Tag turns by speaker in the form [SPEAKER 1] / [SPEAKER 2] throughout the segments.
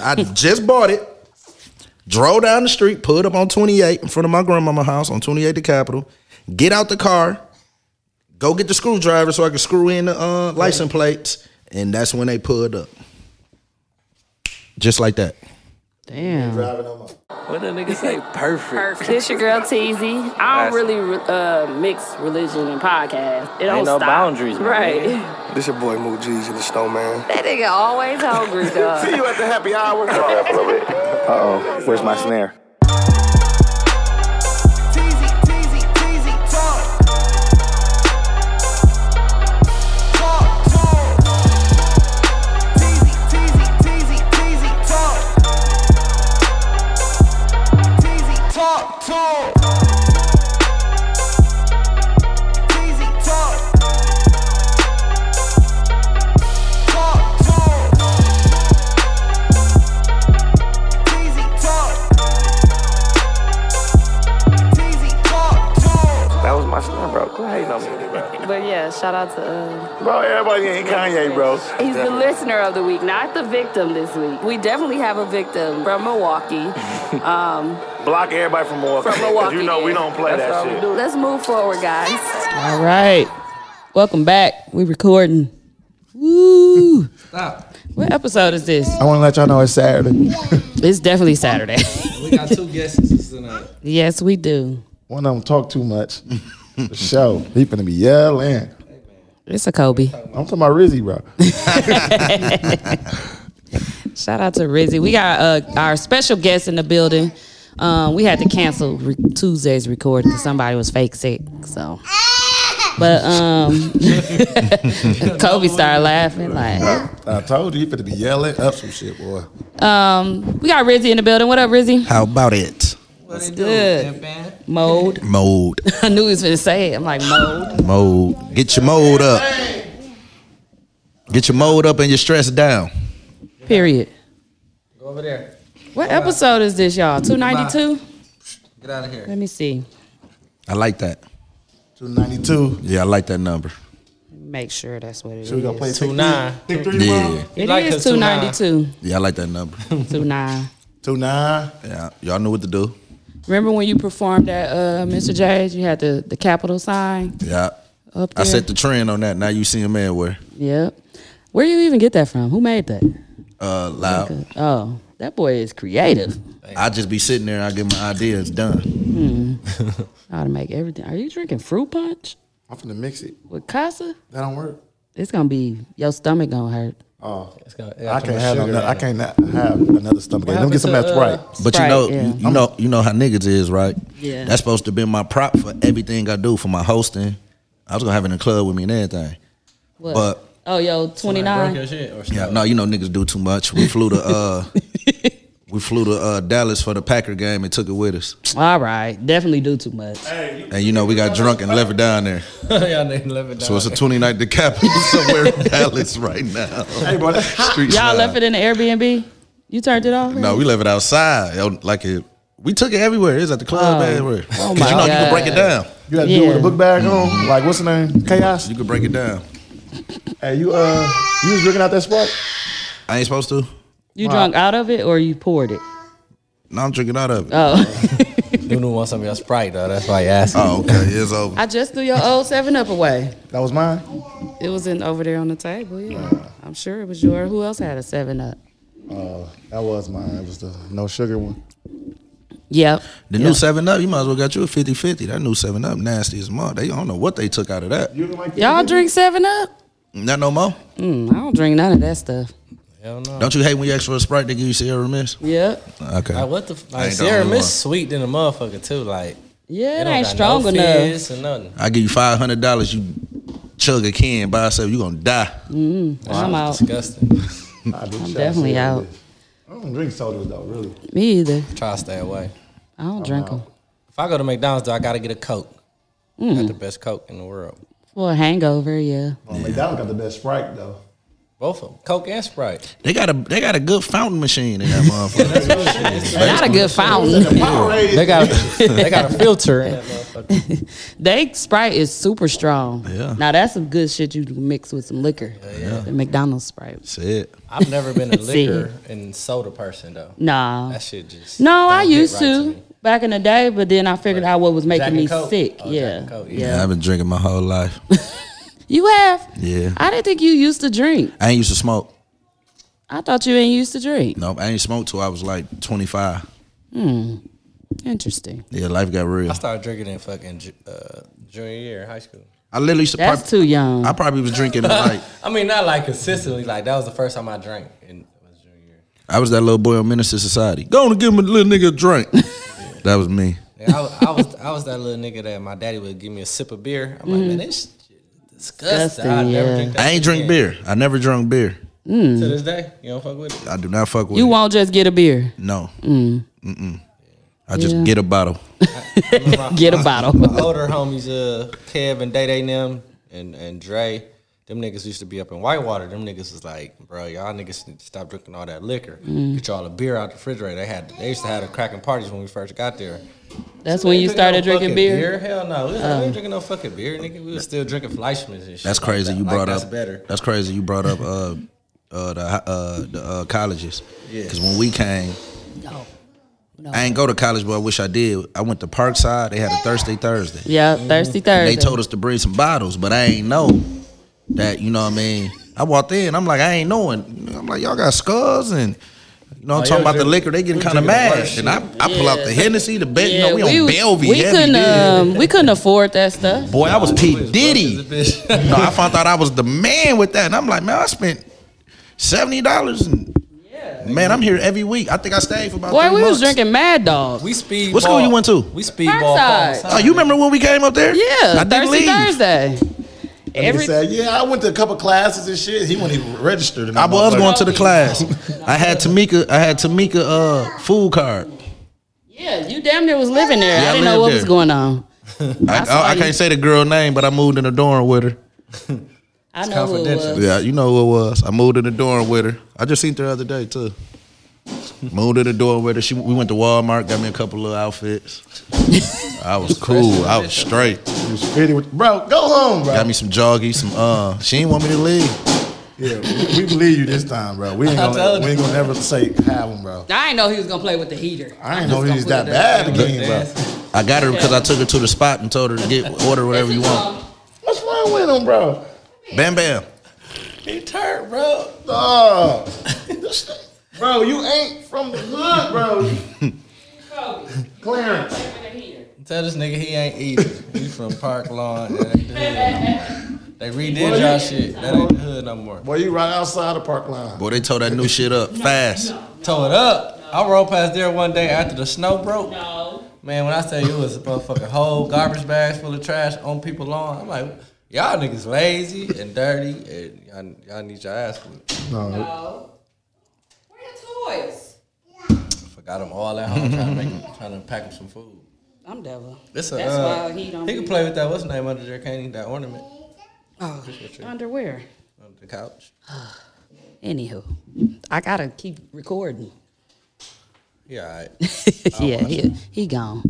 [SPEAKER 1] I just bought it. Drove down the street, pulled up on 28 in front of my grandmama's house on 28 the Capitol. Get out the car, go get the screwdriver so I can screw in the uh, license plates, and that's when they pulled up. Just like that.
[SPEAKER 2] Damn.
[SPEAKER 3] Driving on my.
[SPEAKER 4] What the nigga say? Perfect.
[SPEAKER 5] Perfect. It's your girl Teasy. I
[SPEAKER 4] That's-
[SPEAKER 5] don't really uh, mix religion and podcast. It don't
[SPEAKER 4] Ain't no
[SPEAKER 5] stop.
[SPEAKER 4] boundaries, man.
[SPEAKER 5] right?
[SPEAKER 6] This your boy Moot G's and the Snowman.
[SPEAKER 5] That nigga always hungry, dog.
[SPEAKER 6] you at the happy hour.
[SPEAKER 3] Uh oh, where's my snare?
[SPEAKER 7] Teasy, teasy, teasy, talk. Talk, talk. Teasy, teasy, teasy, teasy, talk. Teasy, talk, talk. Teasy, talk. Talk, talk. Teasy, talk. Teasy, talk, talk.
[SPEAKER 4] That was my son, bro. Quit hating on me, bro.
[SPEAKER 5] But yeah, shout out to. Uh,
[SPEAKER 6] Bro, everybody ain't Kanye, bro.
[SPEAKER 5] he's the listener of the week, not the victim this week. We definitely have a victim from Milwaukee.
[SPEAKER 6] Block everybody from Milwaukee.
[SPEAKER 5] From
[SPEAKER 6] 'cause
[SPEAKER 5] Milwaukee,
[SPEAKER 6] you know we
[SPEAKER 5] yeah.
[SPEAKER 6] don't play
[SPEAKER 4] That's all
[SPEAKER 6] that
[SPEAKER 4] we
[SPEAKER 6] shit.
[SPEAKER 4] do.
[SPEAKER 5] Let's move forward, guys.
[SPEAKER 2] All right. Welcome back. We recording. Woo.
[SPEAKER 8] Stop.
[SPEAKER 2] What episode is this?
[SPEAKER 3] I want to let y'all know it's Saturday.
[SPEAKER 2] It's definitely Saturday.
[SPEAKER 8] We got two guesses tonight.
[SPEAKER 2] yes, we do.
[SPEAKER 3] One of them talk too much. For sure. He finna be yelling.
[SPEAKER 2] It's a Kobe.
[SPEAKER 3] I'm talking about Rizzy, bro.
[SPEAKER 2] Shout out to Rizzy. We got uh, our special guest in the building. Um, we had to cancel re- Tuesday's recording because somebody was fake sick. So, but um, Kobe started laughing like.
[SPEAKER 3] I told you he finna be yelling up some shit, boy.
[SPEAKER 2] Um, we got Rizzy in the building. What up, Rizzy?
[SPEAKER 1] How about it?
[SPEAKER 8] What it
[SPEAKER 2] good.
[SPEAKER 8] do, Pimpin'?
[SPEAKER 2] Mode.
[SPEAKER 1] Mode.
[SPEAKER 2] I knew he was gonna say it. I'm like mode.
[SPEAKER 1] Mode. Get your mode up. Get your mode up and your stress down.
[SPEAKER 2] Period.
[SPEAKER 8] Go over there.
[SPEAKER 2] What episode is this, y'all? Two ninety two.
[SPEAKER 8] Get out of here.
[SPEAKER 2] Let me see.
[SPEAKER 1] I like that.
[SPEAKER 3] 292.
[SPEAKER 1] Yeah, I like that number.
[SPEAKER 2] Make sure that's what it is.
[SPEAKER 3] Should we go play
[SPEAKER 8] Two nine.
[SPEAKER 3] Pick three
[SPEAKER 1] Yeah.
[SPEAKER 2] It
[SPEAKER 8] Like
[SPEAKER 2] is
[SPEAKER 8] a
[SPEAKER 2] two ninety two.
[SPEAKER 1] Yeah, I like that number.
[SPEAKER 2] Two nine.
[SPEAKER 3] Two nine.
[SPEAKER 1] Yeah, y'all know what to do.
[SPEAKER 2] Remember when you performed at uh, Mr. J's? You had the the capital sign
[SPEAKER 1] Yeah.
[SPEAKER 2] up
[SPEAKER 1] I
[SPEAKER 2] there.
[SPEAKER 1] set the trend on that. Now you see a man wear
[SPEAKER 2] Yep. Where you even get that from? Who made that?
[SPEAKER 1] uh loud.
[SPEAKER 2] Oh, that boy is creative.
[SPEAKER 1] I just be sitting there and I get my ideas done.
[SPEAKER 2] How to make everything. Are you drinking fruit punch
[SPEAKER 3] I'm finna mix it.
[SPEAKER 2] with Casa?
[SPEAKER 3] That don't work.
[SPEAKER 2] It's gonna be your stomach gonna hurt.
[SPEAKER 3] Oh,
[SPEAKER 8] It's gonna-
[SPEAKER 3] I
[SPEAKER 8] too
[SPEAKER 3] can't
[SPEAKER 8] much
[SPEAKER 3] have
[SPEAKER 8] sugar
[SPEAKER 3] another. I
[SPEAKER 8] in it.
[SPEAKER 3] can't not have another stomach. ache. Let me get some that's
[SPEAKER 8] happened to,
[SPEAKER 3] right.
[SPEAKER 1] But
[SPEAKER 2] Sprite,
[SPEAKER 1] you know,
[SPEAKER 2] yeah.
[SPEAKER 1] you, you know, you know how niggas is, right?
[SPEAKER 2] Yeah.
[SPEAKER 1] That's supposed to be my prop for everything I do for my hosting. I was gonna have it in the club with me and everything.
[SPEAKER 2] What?
[SPEAKER 1] But
[SPEAKER 2] oh, yo, twenty
[SPEAKER 8] Broke
[SPEAKER 2] nine.
[SPEAKER 8] your shit or
[SPEAKER 1] Yeah,
[SPEAKER 8] something.
[SPEAKER 1] no, you know niggas do too much. We flew to uh we flew to uh Dallas for the Packer game and took it with us.
[SPEAKER 2] All right, definitely do too much.
[SPEAKER 1] And you know, we got drunk and left it down there.
[SPEAKER 8] Y'all niggas live it down.
[SPEAKER 1] So it's a 29 the capital somewhere in Dallas right now.
[SPEAKER 8] uh,
[SPEAKER 3] Hey, bro, that's hot.
[SPEAKER 1] Street
[SPEAKER 2] Y'all
[SPEAKER 1] side.
[SPEAKER 2] left it in the Airbnb. You turned it off.
[SPEAKER 1] No, we left it outside. Yo, Like it we took it everywhere. It's at the club
[SPEAKER 2] Oh.
[SPEAKER 1] everywhere.
[SPEAKER 2] Oh
[SPEAKER 1] Cause
[SPEAKER 2] my
[SPEAKER 1] you know you can
[SPEAKER 2] God.
[SPEAKER 1] break it down.
[SPEAKER 3] You gotta do it with a
[SPEAKER 2] Yeah.
[SPEAKER 3] book bag on. Like what's the name? Chaos.
[SPEAKER 1] You can break it down.
[SPEAKER 3] Hey, you uh, you was drinking out that spot?
[SPEAKER 1] I ain't supposed to.
[SPEAKER 2] You drunk out of it or you poured it?
[SPEAKER 1] No, I'm drinking out of it.
[SPEAKER 2] Oh,
[SPEAKER 8] You don't want some of your Sprite, though. That's why you asked.
[SPEAKER 1] oh, okay. It's over.
[SPEAKER 2] I just threw your old Seven Up away.
[SPEAKER 3] That was mine.
[SPEAKER 2] It was in over there on the table. Yeah, I'm sure it was yours. Who else had a Seven Up?
[SPEAKER 3] Uh, that was mine. It was the no sugar one.
[SPEAKER 2] Yep.
[SPEAKER 1] The new 7 Up, you might as well got you a 50 50. That new 7 Up, nasty as mud. They I don't know what they took out of that.
[SPEAKER 3] You like
[SPEAKER 2] Y'all drink Seven Up?
[SPEAKER 1] Not no more.
[SPEAKER 2] Mm, I don't drink none of that stuff.
[SPEAKER 8] Hell no.
[SPEAKER 1] Don't you hate when you ask for a sprite? They give you Sierra Miss.
[SPEAKER 2] Yep.
[SPEAKER 1] Okay.
[SPEAKER 8] Like what the f-
[SPEAKER 1] I
[SPEAKER 8] like
[SPEAKER 1] ain't the only
[SPEAKER 8] Sierra
[SPEAKER 1] one.
[SPEAKER 8] Miss sweet than a motherfucker too. Like
[SPEAKER 2] Yeah,
[SPEAKER 8] they
[SPEAKER 2] it
[SPEAKER 8] don't
[SPEAKER 2] ain't
[SPEAKER 8] got
[SPEAKER 2] strong
[SPEAKER 8] no
[SPEAKER 2] enough.
[SPEAKER 8] fizz or nothing.
[SPEAKER 1] I give you five hundred dollars. You chug a can by yourself. You gonna die.
[SPEAKER 2] I'm out.
[SPEAKER 8] Disgusting.
[SPEAKER 3] I'm
[SPEAKER 2] definitely out.
[SPEAKER 3] I don't drink sodas though, really.
[SPEAKER 2] Me either.
[SPEAKER 8] Try to stay away.
[SPEAKER 2] I don't drink them
[SPEAKER 8] If I go to McDonald's, though, I gotta get a Coke.
[SPEAKER 2] Mm.
[SPEAKER 8] Got the best Coke in the world.
[SPEAKER 2] for a hangover. Yeah.
[SPEAKER 3] Well, Uh, McDonald's got the best Sprite though.
[SPEAKER 8] Both of them, Coke and Sprite.
[SPEAKER 1] They got a they got a good fountain machine in that motherfucker.
[SPEAKER 2] Not a good fountain.
[SPEAKER 3] Powerade.
[SPEAKER 8] They got they got a filter. in that motherfucker.
[SPEAKER 2] They Sprite is super strong.
[SPEAKER 1] Yeah.
[SPEAKER 2] Now that's some good shit you can mix with some liquor. Yeah. The McDonald's Sprite.
[SPEAKER 1] That's it.
[SPEAKER 8] I've never been a
[SPEAKER 2] See.
[SPEAKER 8] liquor and soda person though.
[SPEAKER 2] Nah.
[SPEAKER 8] That shit just
[SPEAKER 2] No,
[SPEAKER 8] don't
[SPEAKER 2] I
[SPEAKER 8] hit
[SPEAKER 2] used
[SPEAKER 8] right
[SPEAKER 2] to,
[SPEAKER 8] me.
[SPEAKER 2] back in the day, but then I figured out what was making
[SPEAKER 8] Jack and
[SPEAKER 2] me
[SPEAKER 8] Coke.
[SPEAKER 2] sick.
[SPEAKER 8] Oh, Jack
[SPEAKER 2] yeah.
[SPEAKER 8] and Coke, yeah.
[SPEAKER 2] yeah.
[SPEAKER 1] I've been drinking my whole life.
[SPEAKER 2] You have?
[SPEAKER 1] Yeah.
[SPEAKER 2] I didn't think you used to drink.
[SPEAKER 1] I ain't used to smoke.
[SPEAKER 2] I thought you ain't used to drink.
[SPEAKER 1] Nope. I ain't smoked till I was like 25.
[SPEAKER 2] Interesting.
[SPEAKER 1] Yeah, life got real.
[SPEAKER 8] I started drinking in fucking ju- uh, junior year in high school.
[SPEAKER 1] I literally used to
[SPEAKER 2] That's
[SPEAKER 1] prob-
[SPEAKER 2] too young.
[SPEAKER 1] I probably was drinking like
[SPEAKER 8] I mean, not like consistently. Like that was the first time I drank in was junior year.
[SPEAKER 1] I was that little boy on Minister Society. Go on and give him a little nigga a drink. that was me.
[SPEAKER 8] Like, I, was- I was I was that little nigga that my daddy would give me a sip of beer. I'm like, man, this shit is disgusting. I
[SPEAKER 2] Mm-hmm. Disgusting,
[SPEAKER 8] never
[SPEAKER 2] yeah.
[SPEAKER 8] drink that
[SPEAKER 1] I ain't
[SPEAKER 8] shit
[SPEAKER 1] drink
[SPEAKER 8] again.
[SPEAKER 1] beer. I never drunk beer.
[SPEAKER 8] to this day. You don't fuck with it.
[SPEAKER 1] I do not fuck with
[SPEAKER 2] you
[SPEAKER 1] it.
[SPEAKER 2] won't just get a beer.
[SPEAKER 1] No. Mm. Mm. I just
[SPEAKER 2] Yeah.
[SPEAKER 1] get a bottle.
[SPEAKER 2] Get a bottle.
[SPEAKER 8] My older homies, uh, Kev and Day Day and them and and Dre, them niggas used to be up in Whitewater. Them niggas was like, bro, y'all niggas need to stop drinking all that liquor.
[SPEAKER 2] Mm.
[SPEAKER 8] Get y'all a beer out the refrigerator. They had they used to have the cracking parties when we first got there.
[SPEAKER 2] That's when you
[SPEAKER 8] Drinking
[SPEAKER 2] started
[SPEAKER 8] no
[SPEAKER 2] drinking
[SPEAKER 8] fucking
[SPEAKER 2] beer. Uh.
[SPEAKER 8] Hell no, we, was, we ain't drinking no fucking beer, nigga. We was still drinking Fleischmann's and shit.
[SPEAKER 1] That's
[SPEAKER 8] like
[SPEAKER 1] crazy.
[SPEAKER 8] that.
[SPEAKER 1] you
[SPEAKER 8] Like,
[SPEAKER 1] brought
[SPEAKER 8] that's
[SPEAKER 1] up.
[SPEAKER 8] better.
[SPEAKER 1] That's crazy. You brought up uh, uh, the hi- uh, the uh, colleges.
[SPEAKER 8] Yeah.
[SPEAKER 1] Because when we came,
[SPEAKER 2] No. No.
[SPEAKER 1] I ain't go to college, but I wish I did. I went to Parkside. They had a Thursday Thursday.
[SPEAKER 2] Yeah, thirsty Thursday.
[SPEAKER 1] They told us to bring some bottles, but I ain't know that. You know what I mean? I walked in. I'm like, I ain't knowing. I'm like, y'all got scars and. You know, I'm
[SPEAKER 8] Oh,
[SPEAKER 1] talking
[SPEAKER 8] y'all
[SPEAKER 1] about the
[SPEAKER 8] drink-
[SPEAKER 1] liquor. They getting
[SPEAKER 8] we
[SPEAKER 1] kind of
[SPEAKER 8] drinking the
[SPEAKER 1] mad,
[SPEAKER 8] worst
[SPEAKER 1] and I, I pull out the Hennessy, the bet.
[SPEAKER 2] Yeah,
[SPEAKER 1] no, we, on Bellevue.
[SPEAKER 2] we
[SPEAKER 1] heavy,
[SPEAKER 2] couldn't
[SPEAKER 1] dude.
[SPEAKER 2] um we couldn't afford that stuff.
[SPEAKER 1] Boy, I was
[SPEAKER 8] We was
[SPEAKER 1] Pete
[SPEAKER 8] broke
[SPEAKER 1] Diddy.
[SPEAKER 8] as a bitch.
[SPEAKER 1] No, I found out I was the man with that, and I'm like, man, I spent seventy dollars, and man, I'm here every week. I think I stayed for about.
[SPEAKER 2] Boy,
[SPEAKER 1] three
[SPEAKER 2] we was
[SPEAKER 1] months.
[SPEAKER 2] drinking Mad Dog.
[SPEAKER 8] we speed.
[SPEAKER 1] What school you went to?
[SPEAKER 8] We speed
[SPEAKER 2] Parkside.
[SPEAKER 1] Oh, you remember when we came up there?
[SPEAKER 2] yeah,
[SPEAKER 1] I didn't
[SPEAKER 2] thirsty
[SPEAKER 1] leave.
[SPEAKER 2] Thursday. Every
[SPEAKER 3] He said, yeah, I went to a couple classes and shit. He wasn't even registered. and
[SPEAKER 1] I
[SPEAKER 3] I'm
[SPEAKER 1] was
[SPEAKER 3] like,
[SPEAKER 1] going to the class. I had Tamika. I had Tamika uh food card.
[SPEAKER 2] yeah, you damn near was living there.
[SPEAKER 1] Yeah, I
[SPEAKER 2] I didn't know
[SPEAKER 1] lived
[SPEAKER 2] what
[SPEAKER 1] there.
[SPEAKER 2] was going on.
[SPEAKER 1] I,
[SPEAKER 2] saw
[SPEAKER 1] I, I
[SPEAKER 2] you.
[SPEAKER 1] can't say the girl name, but I moved in the dorm with her.
[SPEAKER 2] I know who it
[SPEAKER 8] confidential.
[SPEAKER 2] was.
[SPEAKER 1] Yeah, you know who it was. I moved in the dorm with her. I just seen her the other day too. Moved in the dorm with her. She we went to Walmart, got me a couple little outfits. I was cool. I was straight.
[SPEAKER 3] He was fitted with- bro, go home, bro.
[SPEAKER 1] Got me some joggy, some uh. She ain't want me to leave.
[SPEAKER 3] Yeah, we, we believe you this time, bro. We ain't gonna,
[SPEAKER 8] told
[SPEAKER 3] we ain't gonna never say have him, bro.
[SPEAKER 2] I didn't know he was gonna play with the heater.
[SPEAKER 3] I
[SPEAKER 2] just
[SPEAKER 3] ain't know
[SPEAKER 2] gonna
[SPEAKER 3] he's
[SPEAKER 2] put
[SPEAKER 3] that
[SPEAKER 2] it
[SPEAKER 3] bad again,
[SPEAKER 8] Dance.
[SPEAKER 3] bro.
[SPEAKER 1] I got her because I took her to the spot and told her to get order whatever you want.
[SPEAKER 3] What's wrong with him, bro?
[SPEAKER 1] Bam bam.
[SPEAKER 8] He turned, bro.
[SPEAKER 3] Oh, this- bro, you ain't from the hood, bro. Clarence,
[SPEAKER 8] Tell this nigga he ain't eating. He from Park Lawn. That ain't the hood no more. They redid y'all shit. That ain't the hood no more.
[SPEAKER 3] boy, you right outside the park line.
[SPEAKER 1] Boy, they tore that new shit up fast.
[SPEAKER 8] Tow it up. I rolled past there one day after the snow broke. Man, when I tell you it was a motherfucking whole garbage bags full of trash on people's lawn, I'm like, y'all niggas lazy and dirty and y'all, y'all need your ass whooped.
[SPEAKER 3] No,
[SPEAKER 2] Where your toys?
[SPEAKER 8] Forgot them all at home trying to, make 'em- trying to pack them some food.
[SPEAKER 2] I'm devil.
[SPEAKER 8] This a,
[SPEAKER 2] That's
[SPEAKER 8] uh,
[SPEAKER 2] why he don't.
[SPEAKER 8] can
[SPEAKER 2] be-
[SPEAKER 8] play with that. What's the name under there? Can't he? That ornament
[SPEAKER 2] oh, underwear.
[SPEAKER 8] under the couch.
[SPEAKER 2] Anywho, I gotta keep recording.
[SPEAKER 1] Oh,
[SPEAKER 8] Yeah, all right.
[SPEAKER 2] yeah, he, he gone.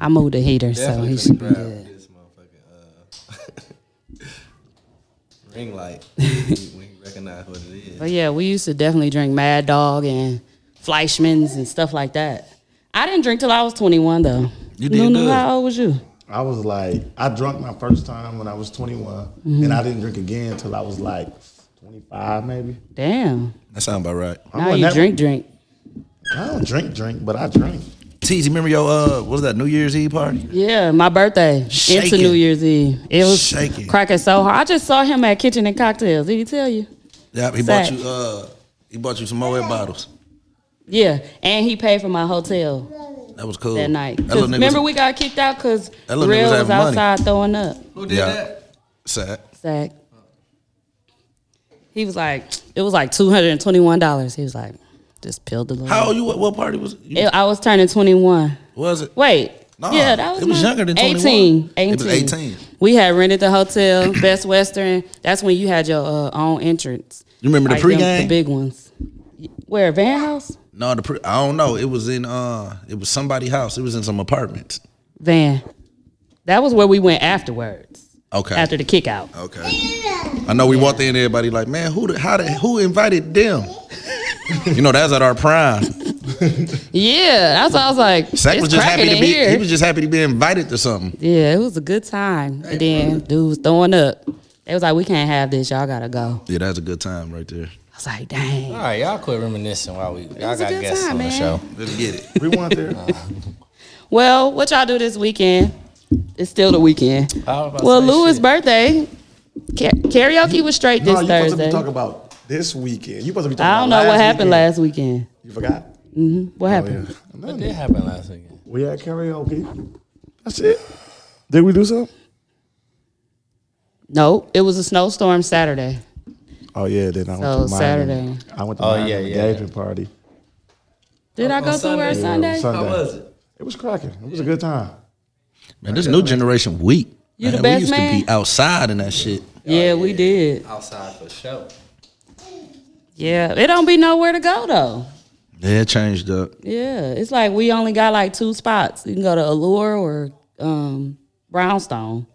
[SPEAKER 2] I moved the heater, so Oh, he
[SPEAKER 8] Definitely
[SPEAKER 2] should be
[SPEAKER 8] finna
[SPEAKER 2] good.
[SPEAKER 8] grab this motherfucking uh, ring light. we recognize what it is.
[SPEAKER 2] But yeah, we used to definitely drink Mad Dog and Fleischmann's and stuff like that. I didn't drink till I was 21 though.
[SPEAKER 1] You did
[SPEAKER 2] Nunu,
[SPEAKER 1] good.
[SPEAKER 2] how old was you?
[SPEAKER 3] I was like, I drunk my first time when I was 21,
[SPEAKER 2] Mm-hmm.
[SPEAKER 3] and I didn't drink again until I was like 25, maybe.
[SPEAKER 2] Damn.
[SPEAKER 1] That sound about right.
[SPEAKER 3] I
[SPEAKER 2] Now
[SPEAKER 3] wasn't
[SPEAKER 2] you
[SPEAKER 3] that-
[SPEAKER 2] drink, drink.
[SPEAKER 3] I don't drink, drink, but I drink.
[SPEAKER 1] Teasy, remember your uh, what was that New Year's Eve party?
[SPEAKER 2] Yeah, my birthday into
[SPEAKER 1] Shaking.
[SPEAKER 2] New Year's Eve. It was
[SPEAKER 1] Shaking.
[SPEAKER 2] cracking so hard. I just saw him at Kitchen and Cocktails. Did he tell you?
[SPEAKER 1] Yeah, he
[SPEAKER 2] Sad.
[SPEAKER 1] bought you uh, he bought you some Moet bottles.
[SPEAKER 2] Yeah, and he paid for my hotel
[SPEAKER 1] That was cool.
[SPEAKER 2] that night.
[SPEAKER 1] That
[SPEAKER 2] 'Cause
[SPEAKER 1] little nigga
[SPEAKER 2] remember,
[SPEAKER 1] was
[SPEAKER 2] we got kicked out because
[SPEAKER 1] That
[SPEAKER 2] Real
[SPEAKER 1] little nigga was
[SPEAKER 2] was
[SPEAKER 1] having money.
[SPEAKER 2] outside throwing up.
[SPEAKER 8] Who did
[SPEAKER 1] Yeah.
[SPEAKER 8] that?
[SPEAKER 1] sad.
[SPEAKER 2] Zach. He was like, it was like two hundred and twenty-one dollars. He was like, just peeled the little.
[SPEAKER 1] How old you? What, what party was? You,
[SPEAKER 2] I was turning twenty-one.
[SPEAKER 1] was it?
[SPEAKER 2] Wait.
[SPEAKER 1] Nah,
[SPEAKER 2] yeah, that was
[SPEAKER 1] it was
[SPEAKER 2] my-
[SPEAKER 1] younger than 21.
[SPEAKER 2] 18, 18.
[SPEAKER 1] It was 18.
[SPEAKER 2] We had rented the hotel, Best Western. That's when you had your uh, own entrance.
[SPEAKER 1] You remember the
[SPEAKER 2] them-
[SPEAKER 1] pregame?
[SPEAKER 2] The big ones. Where? Van House?
[SPEAKER 1] No, the pre- I don't know. It was in uh, it was somebody's house. It was in some apartments.
[SPEAKER 2] Van. That was where we went afterwards,
[SPEAKER 1] Okay.
[SPEAKER 2] after the kick out.
[SPEAKER 1] Okay. I know we walked in, everybody like, man, who the, how the, who invited them? you know, that's at our prime.
[SPEAKER 2] Yeah, that's why I was like,
[SPEAKER 1] Zach
[SPEAKER 2] it's
[SPEAKER 1] was just happy
[SPEAKER 2] cracking
[SPEAKER 1] to
[SPEAKER 2] in
[SPEAKER 1] be
[SPEAKER 2] here.
[SPEAKER 1] he was just happy to be invited to something.
[SPEAKER 2] yeah, it was a good time. And then dude was throwing up. They was like, we can't have this. Y'all gotta go.
[SPEAKER 1] Yeah, that's a good time right there.
[SPEAKER 2] I was like, dang.
[SPEAKER 8] All right, y'all quit reminiscing while we y'all
[SPEAKER 2] was a
[SPEAKER 8] got
[SPEAKER 2] good
[SPEAKER 8] guests
[SPEAKER 2] time,
[SPEAKER 8] on the
[SPEAKER 2] man.
[SPEAKER 8] show.
[SPEAKER 1] Let's get it.
[SPEAKER 3] Rewind there.
[SPEAKER 2] Well, what y'all do this weekend? It's still the weekend.
[SPEAKER 8] I was about to
[SPEAKER 2] Well,
[SPEAKER 8] say
[SPEAKER 2] Louis'
[SPEAKER 8] shit.
[SPEAKER 2] birthday ka- karaoke was straight
[SPEAKER 3] no,
[SPEAKER 2] this
[SPEAKER 3] you supposed to
[SPEAKER 2] Thursday.
[SPEAKER 3] be talking about this weekend. You supposed to be talking about
[SPEAKER 2] I don't know what
[SPEAKER 3] last
[SPEAKER 2] happened
[SPEAKER 3] weekend.
[SPEAKER 2] last weekend.
[SPEAKER 3] You forgot?
[SPEAKER 2] What
[SPEAKER 3] Oh,
[SPEAKER 2] happened?
[SPEAKER 3] yeah.
[SPEAKER 8] What did happen last weekend?
[SPEAKER 3] We had karaoke. That's it. Did we do something?
[SPEAKER 2] No, it was a snowstorm Saturday.
[SPEAKER 3] Oh yeah, then I
[SPEAKER 2] So,
[SPEAKER 3] went to Miami.
[SPEAKER 2] Saturday.
[SPEAKER 3] I went to
[SPEAKER 8] Oh,
[SPEAKER 3] Miami
[SPEAKER 8] yeah, yeah.
[SPEAKER 3] engagement party.
[SPEAKER 2] Did I go
[SPEAKER 8] on
[SPEAKER 2] somewhere Sunday?
[SPEAKER 3] Sunday.
[SPEAKER 8] How was it?
[SPEAKER 3] It was cracking. It was a good time.
[SPEAKER 1] Man, this new generation weak.
[SPEAKER 2] You the
[SPEAKER 1] Man, we
[SPEAKER 2] best
[SPEAKER 1] used
[SPEAKER 2] man?
[SPEAKER 1] to be outside in that shit.
[SPEAKER 2] Yeah, we did.
[SPEAKER 8] Outside for show.
[SPEAKER 2] Yeah, it don't be nowhere to go though.
[SPEAKER 1] Yeah, it changed up.
[SPEAKER 2] Yeah, it's like we only got like two spots. You can go to Allure or um, Brownstone.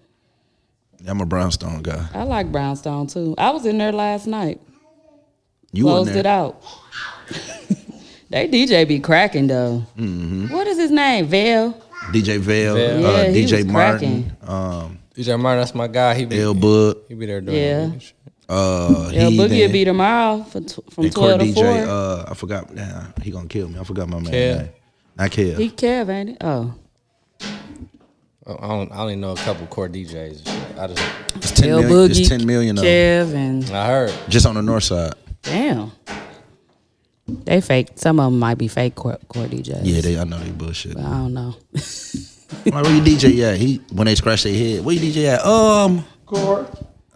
[SPEAKER 1] I'm a brownstone guy.
[SPEAKER 2] I like Brownstone too. I was in there last night.
[SPEAKER 1] You in
[SPEAKER 2] Closed
[SPEAKER 1] there.
[SPEAKER 2] it out. they DJ be cracking though.
[SPEAKER 1] Mm-hmm.
[SPEAKER 2] What is his name? Vale.
[SPEAKER 1] DJ Vale,
[SPEAKER 8] Vale.
[SPEAKER 1] Uh,
[SPEAKER 2] Yeah, he
[SPEAKER 1] DJ
[SPEAKER 2] was
[SPEAKER 1] Martin, um,
[SPEAKER 8] DJ Martin, that's my guy. He be
[SPEAKER 1] L Bud,
[SPEAKER 8] he be there doing
[SPEAKER 2] Yeah.
[SPEAKER 8] the shit.
[SPEAKER 1] uh,
[SPEAKER 2] Yeah,
[SPEAKER 1] he
[SPEAKER 2] Boogie
[SPEAKER 1] then-
[SPEAKER 2] will be tomorrow for tw- from
[SPEAKER 1] and Court
[SPEAKER 2] twelve to four.
[SPEAKER 1] DJ. Uh, I forgot. Nah, he gonna kill me. I forgot my man.
[SPEAKER 8] Kev.
[SPEAKER 1] name. Not Kev.
[SPEAKER 2] he Kev, ain't it? Oh,
[SPEAKER 8] Oh, I I don't, I only know a couple core DJs. and shit. I just
[SPEAKER 1] it's ten
[SPEAKER 2] L
[SPEAKER 1] million.
[SPEAKER 2] Boogie,
[SPEAKER 1] It's ten million. Of, them.
[SPEAKER 2] Kev, and
[SPEAKER 8] I heard.
[SPEAKER 1] just on the north side.
[SPEAKER 2] damn, they fake. Some of them might be fake core, core DJs.
[SPEAKER 1] Yeah, they. I know they bullshit.
[SPEAKER 2] I don't know.
[SPEAKER 1] I'm like, where you DJ at? He when they scratch their head, where you DJ at? Um,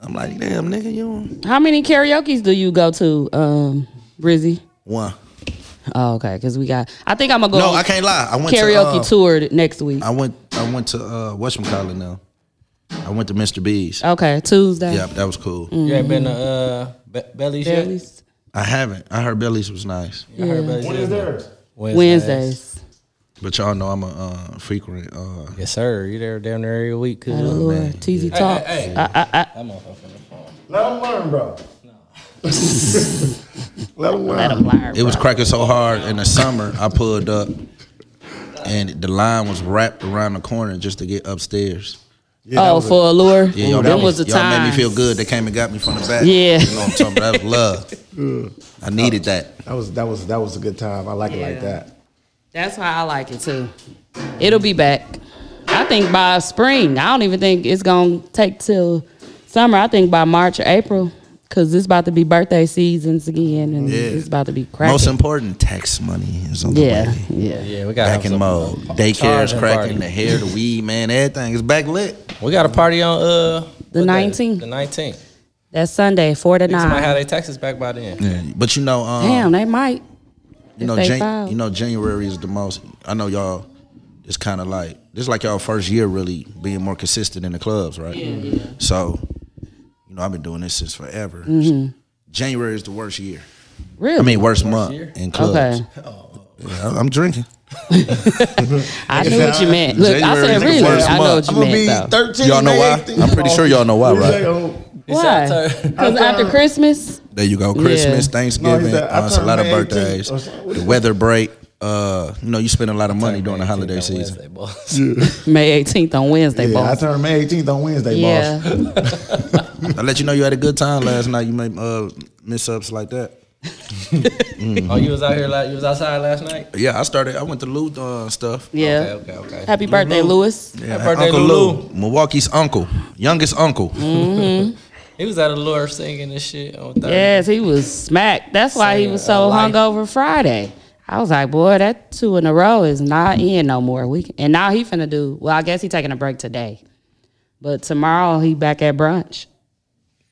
[SPEAKER 1] I'm like, damn nigga, you on?
[SPEAKER 2] How many karaoke's do you go to, um, Brizzy?
[SPEAKER 1] one?
[SPEAKER 2] Oh, okay, because we got. I think I'm gonna go.
[SPEAKER 1] No, I can't lie. I went
[SPEAKER 2] karaoke
[SPEAKER 1] to, uh,
[SPEAKER 2] tour th- next week.
[SPEAKER 1] I went. I went to uh, whatchamacallit now. I went to Mr. B's.
[SPEAKER 2] okay, Mm. Tuesday.
[SPEAKER 1] Yeah, that was cool.
[SPEAKER 8] You ain't been to uh, Be- Belly's yet?
[SPEAKER 2] Bellies.
[SPEAKER 1] I haven't. I heard Belly's was nice,
[SPEAKER 8] You heard Belly's yet?
[SPEAKER 2] Wednesdays.
[SPEAKER 1] but y'all know I'm a uh, frequent. Uh,
[SPEAKER 8] Yes, sir. You there down there every week? Cause
[SPEAKER 2] Hello, Lord. TZ Talks.
[SPEAKER 8] hey.
[SPEAKER 2] I, I, I,
[SPEAKER 8] That motherfucker in the phone.
[SPEAKER 3] Let them learn, bro. Let them learn.
[SPEAKER 2] let 'em learn,
[SPEAKER 1] It was
[SPEAKER 2] bro.
[SPEAKER 1] cracking so hard in the summer. I pulled up, and the line was wrapped around the corner just to get upstairs.
[SPEAKER 3] Yeah, that
[SPEAKER 2] oh,
[SPEAKER 3] was a-
[SPEAKER 2] for allure.
[SPEAKER 1] Yeah, y'all,
[SPEAKER 2] Them
[SPEAKER 1] made,
[SPEAKER 2] was the
[SPEAKER 1] me, y'all
[SPEAKER 2] time.
[SPEAKER 1] made me feel good. They came and got me from the back.
[SPEAKER 2] Yeah.
[SPEAKER 1] you know what I'm talking about. That was love. I needed that.
[SPEAKER 3] that was that was that was a good time. I like it
[SPEAKER 2] Yeah.
[SPEAKER 3] like that.
[SPEAKER 2] That's how I like it too. It'll be back. I think by spring. I don't even think it's gonna take till summer. I think by March or April, cause it's about to be birthday seasons again, and
[SPEAKER 1] Yeah.
[SPEAKER 2] it's about to be cracking.
[SPEAKER 1] Most important, tax money is on the
[SPEAKER 2] yeah,
[SPEAKER 1] way.
[SPEAKER 2] yeah,
[SPEAKER 8] Yeah, we got
[SPEAKER 1] Back in mode. Daycare's
[SPEAKER 8] Charging
[SPEAKER 1] cracking.
[SPEAKER 8] party.
[SPEAKER 1] The hair, the weed, man, everything is back lit.
[SPEAKER 8] We got a party on uh
[SPEAKER 2] The
[SPEAKER 8] what day?
[SPEAKER 2] 19th.
[SPEAKER 8] The nineteenth.
[SPEAKER 2] That's Sunday, four to
[SPEAKER 8] Somebody
[SPEAKER 2] nine.
[SPEAKER 8] had their taxes back by then.
[SPEAKER 1] Yeah, But you know, um,
[SPEAKER 2] Damn, they might.
[SPEAKER 1] you know,
[SPEAKER 2] they
[SPEAKER 1] Jan-
[SPEAKER 2] filed.
[SPEAKER 1] you know, January is the most. I know y'all. It's kind of like this, is like y'all first year really being more consistent in the clubs, right? Yeah, yeah. So, you know, I've been doing this since forever.
[SPEAKER 2] Mm-hmm.
[SPEAKER 1] January is the worst year.
[SPEAKER 2] Really?
[SPEAKER 1] I mean, worst, month in clubs.
[SPEAKER 2] okay.
[SPEAKER 1] Yeah, I- I'm drinking.
[SPEAKER 2] I knew what you meant. Look, I
[SPEAKER 1] January is
[SPEAKER 2] said
[SPEAKER 1] the
[SPEAKER 2] really.
[SPEAKER 1] worst
[SPEAKER 2] I know
[SPEAKER 1] month.
[SPEAKER 2] what you meant though.
[SPEAKER 3] thirteen.
[SPEAKER 1] y'all know why? I'm pretty sure y'all know why, right?
[SPEAKER 2] Why? Because after Christmas,
[SPEAKER 1] There you go. Christmas,
[SPEAKER 2] Yeah.
[SPEAKER 1] Thanksgiving,
[SPEAKER 3] No, he said, I
[SPEAKER 1] uh, it's a
[SPEAKER 3] turned Oh,
[SPEAKER 1] lot of
[SPEAKER 3] 18.
[SPEAKER 1] birthdays.
[SPEAKER 3] Or something.
[SPEAKER 1] The weather break. Uh, you know, you spend a lot of money during the holiday season.
[SPEAKER 2] May 18th on Wednesday,
[SPEAKER 3] Yeah, I
[SPEAKER 2] boss.
[SPEAKER 3] turned May 18th on Wednesday,
[SPEAKER 2] Yeah.
[SPEAKER 3] boss.
[SPEAKER 1] I let you know you had a good time last night. You may uh, miss ups like that.
[SPEAKER 8] Oh, you was out here. la- You was outside last night.
[SPEAKER 1] Yeah, I started. I went to Lou uh, stuff.
[SPEAKER 2] Yeah.
[SPEAKER 8] Okay. Mm-hmm. Okay. okay.
[SPEAKER 2] Happy birthday, Lewis.
[SPEAKER 1] Yeah,
[SPEAKER 8] birthday,
[SPEAKER 1] Uncle
[SPEAKER 8] Lou.
[SPEAKER 1] Lou, Milwaukee's uncle, youngest uncle.
[SPEAKER 2] Mm.
[SPEAKER 8] He was at a lure singing and shit on Thursday.
[SPEAKER 2] Yes, he was smacked. That's why he was
[SPEAKER 8] Saying
[SPEAKER 2] so
[SPEAKER 8] a life.
[SPEAKER 2] hungover Friday. I was like, boy, that two in a row is not in no more. We can, and now he finna do. Well, I guess he taking a break today, but tomorrow he back at brunch.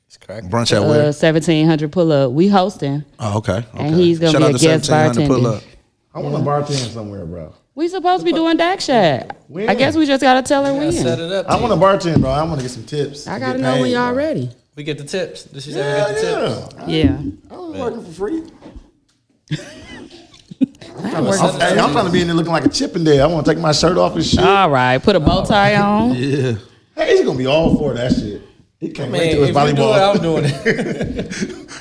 [SPEAKER 8] It's cracking.
[SPEAKER 1] Brunch at
[SPEAKER 2] Uh,
[SPEAKER 1] where?
[SPEAKER 2] seventeen hundred pull up. We hosting.
[SPEAKER 1] Oh, okay. okay.
[SPEAKER 2] and he's gonna
[SPEAKER 1] Shout
[SPEAKER 2] be
[SPEAKER 1] out
[SPEAKER 2] a
[SPEAKER 1] to
[SPEAKER 2] guest
[SPEAKER 1] 1700 Pull
[SPEAKER 2] bartender.
[SPEAKER 1] up.
[SPEAKER 3] I want to bartend somewhere, bro.
[SPEAKER 2] We supposed to be doing Dak Shack. I
[SPEAKER 3] When?
[SPEAKER 2] guess we just gotta tell her
[SPEAKER 8] I set
[SPEAKER 2] when.
[SPEAKER 8] it up.
[SPEAKER 3] I want to bartend, bro. I want to get some tips.
[SPEAKER 2] I
[SPEAKER 3] and
[SPEAKER 2] gotta
[SPEAKER 3] get
[SPEAKER 2] know when
[SPEAKER 3] paid,
[SPEAKER 2] y'all
[SPEAKER 3] bro.
[SPEAKER 2] ready.
[SPEAKER 8] We get the tips. Did she say we
[SPEAKER 3] Hell
[SPEAKER 8] get the tips?
[SPEAKER 3] yeah.
[SPEAKER 2] Yeah.
[SPEAKER 3] I was working for free.
[SPEAKER 2] I can work.
[SPEAKER 3] I'm, hey, I'm trying to be in there looking like a Chippendale. I want to take my shirt off and shit.
[SPEAKER 8] Ah.
[SPEAKER 2] All right, put a bow tie on.
[SPEAKER 1] Yeah.
[SPEAKER 3] hey, he's gonna be all for that shit. He can't
[SPEAKER 8] Man,
[SPEAKER 3] wait
[SPEAKER 8] if
[SPEAKER 3] to
[SPEAKER 8] you
[SPEAKER 3] his
[SPEAKER 8] do it, I'm
[SPEAKER 3] volleyball.
[SPEAKER 8] doing it.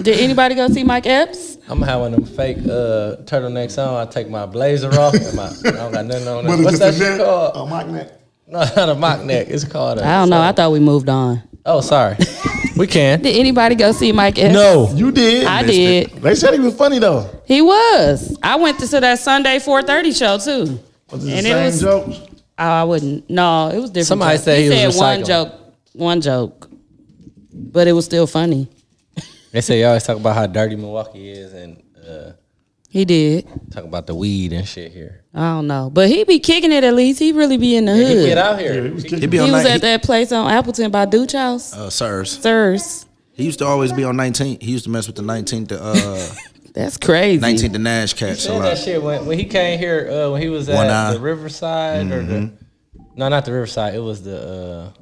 [SPEAKER 2] Did anybody go see Mike Epps?
[SPEAKER 8] I'm gonna have one of them fake uh, turtlenecks on. I take my blazer off. And my, I don't got nothing on.
[SPEAKER 3] But
[SPEAKER 8] It.
[SPEAKER 3] it's
[SPEAKER 8] What's
[SPEAKER 3] just a
[SPEAKER 8] that shit
[SPEAKER 3] neck,
[SPEAKER 8] called?
[SPEAKER 3] A mock neck.
[SPEAKER 8] No, not a mock neck. It's called. A,
[SPEAKER 2] I don't know. I thought we moved on.
[SPEAKER 8] Oh, sorry. We can.
[SPEAKER 2] Did anybody go see Mike Epps?
[SPEAKER 8] No.
[SPEAKER 3] You did.
[SPEAKER 2] I did.
[SPEAKER 3] They said he was funny though.
[SPEAKER 2] He was. I went to, to that Sunday 4:30 show too.
[SPEAKER 3] Was it the
[SPEAKER 2] And it
[SPEAKER 3] same
[SPEAKER 2] was-
[SPEAKER 3] jokes?
[SPEAKER 2] Oh, I wouldn't. No, it was different.
[SPEAKER 8] Somebody
[SPEAKER 2] jokes.
[SPEAKER 8] said he was
[SPEAKER 2] said one
[SPEAKER 8] recycling.
[SPEAKER 2] joke, one joke, but it was still funny.
[SPEAKER 8] They say you always talk about how dirty Milwaukee is and uh,
[SPEAKER 2] He did.
[SPEAKER 8] talk about the weed and shit here.
[SPEAKER 2] I don't know, but he be kicking it at least. He really be in the
[SPEAKER 8] He
[SPEAKER 2] hood.
[SPEAKER 8] get out here.
[SPEAKER 3] It was kicking.
[SPEAKER 1] He be on
[SPEAKER 2] he was
[SPEAKER 1] nine-
[SPEAKER 2] at that place on Appleton by Dooch House.
[SPEAKER 1] uh, sirs.
[SPEAKER 2] Sirs,
[SPEAKER 1] He used to always be on 19. He used to mess with the 19th to uh
[SPEAKER 2] that's crazy.
[SPEAKER 1] 19th to Nash cats a
[SPEAKER 8] said that
[SPEAKER 1] lot.
[SPEAKER 8] shit when, when he came here uh, when he was at
[SPEAKER 1] One eye.
[SPEAKER 8] the Riverside or the
[SPEAKER 3] Mm-hmm.
[SPEAKER 8] no not the Riverside it was the uh,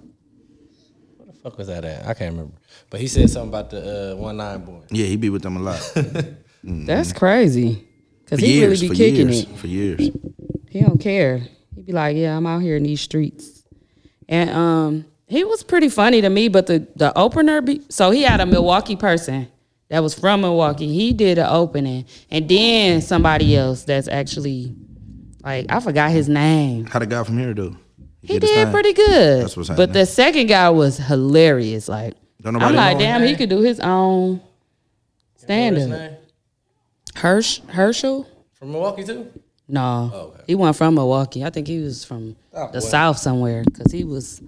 [SPEAKER 8] what the fuck was that at I can't remember but he said something about the uh, one nine boy
[SPEAKER 1] Yeah, he be with them a lot. For
[SPEAKER 2] That's crazy. Cause he
[SPEAKER 1] years,
[SPEAKER 2] really be
[SPEAKER 1] for
[SPEAKER 2] kicking
[SPEAKER 1] years,
[SPEAKER 2] it.
[SPEAKER 1] for years.
[SPEAKER 2] He don't care. He be like, yeah, I'm out here in these streets, and um, he was pretty funny to me. But the the opener, be, so he had a Milwaukee person that was from Milwaukee. He did an opening, and then somebody else that's actually like I forgot his name.
[SPEAKER 1] How the guy from here do?
[SPEAKER 2] He did pretty good.
[SPEAKER 1] That's what's
[SPEAKER 2] but the second guy was hilarious. Like
[SPEAKER 1] Don't
[SPEAKER 2] I'm
[SPEAKER 1] nobody
[SPEAKER 2] like,
[SPEAKER 1] know him?
[SPEAKER 2] damn, he could do his own stand
[SPEAKER 8] What's his
[SPEAKER 2] up.
[SPEAKER 8] name?
[SPEAKER 2] Hirsch Herschel.
[SPEAKER 8] from Milwaukee too
[SPEAKER 2] No,
[SPEAKER 8] okay.
[SPEAKER 2] he wasn't from Milwaukee. I think he was from
[SPEAKER 8] Oh,
[SPEAKER 2] the
[SPEAKER 8] boy.
[SPEAKER 2] South somewhere because he was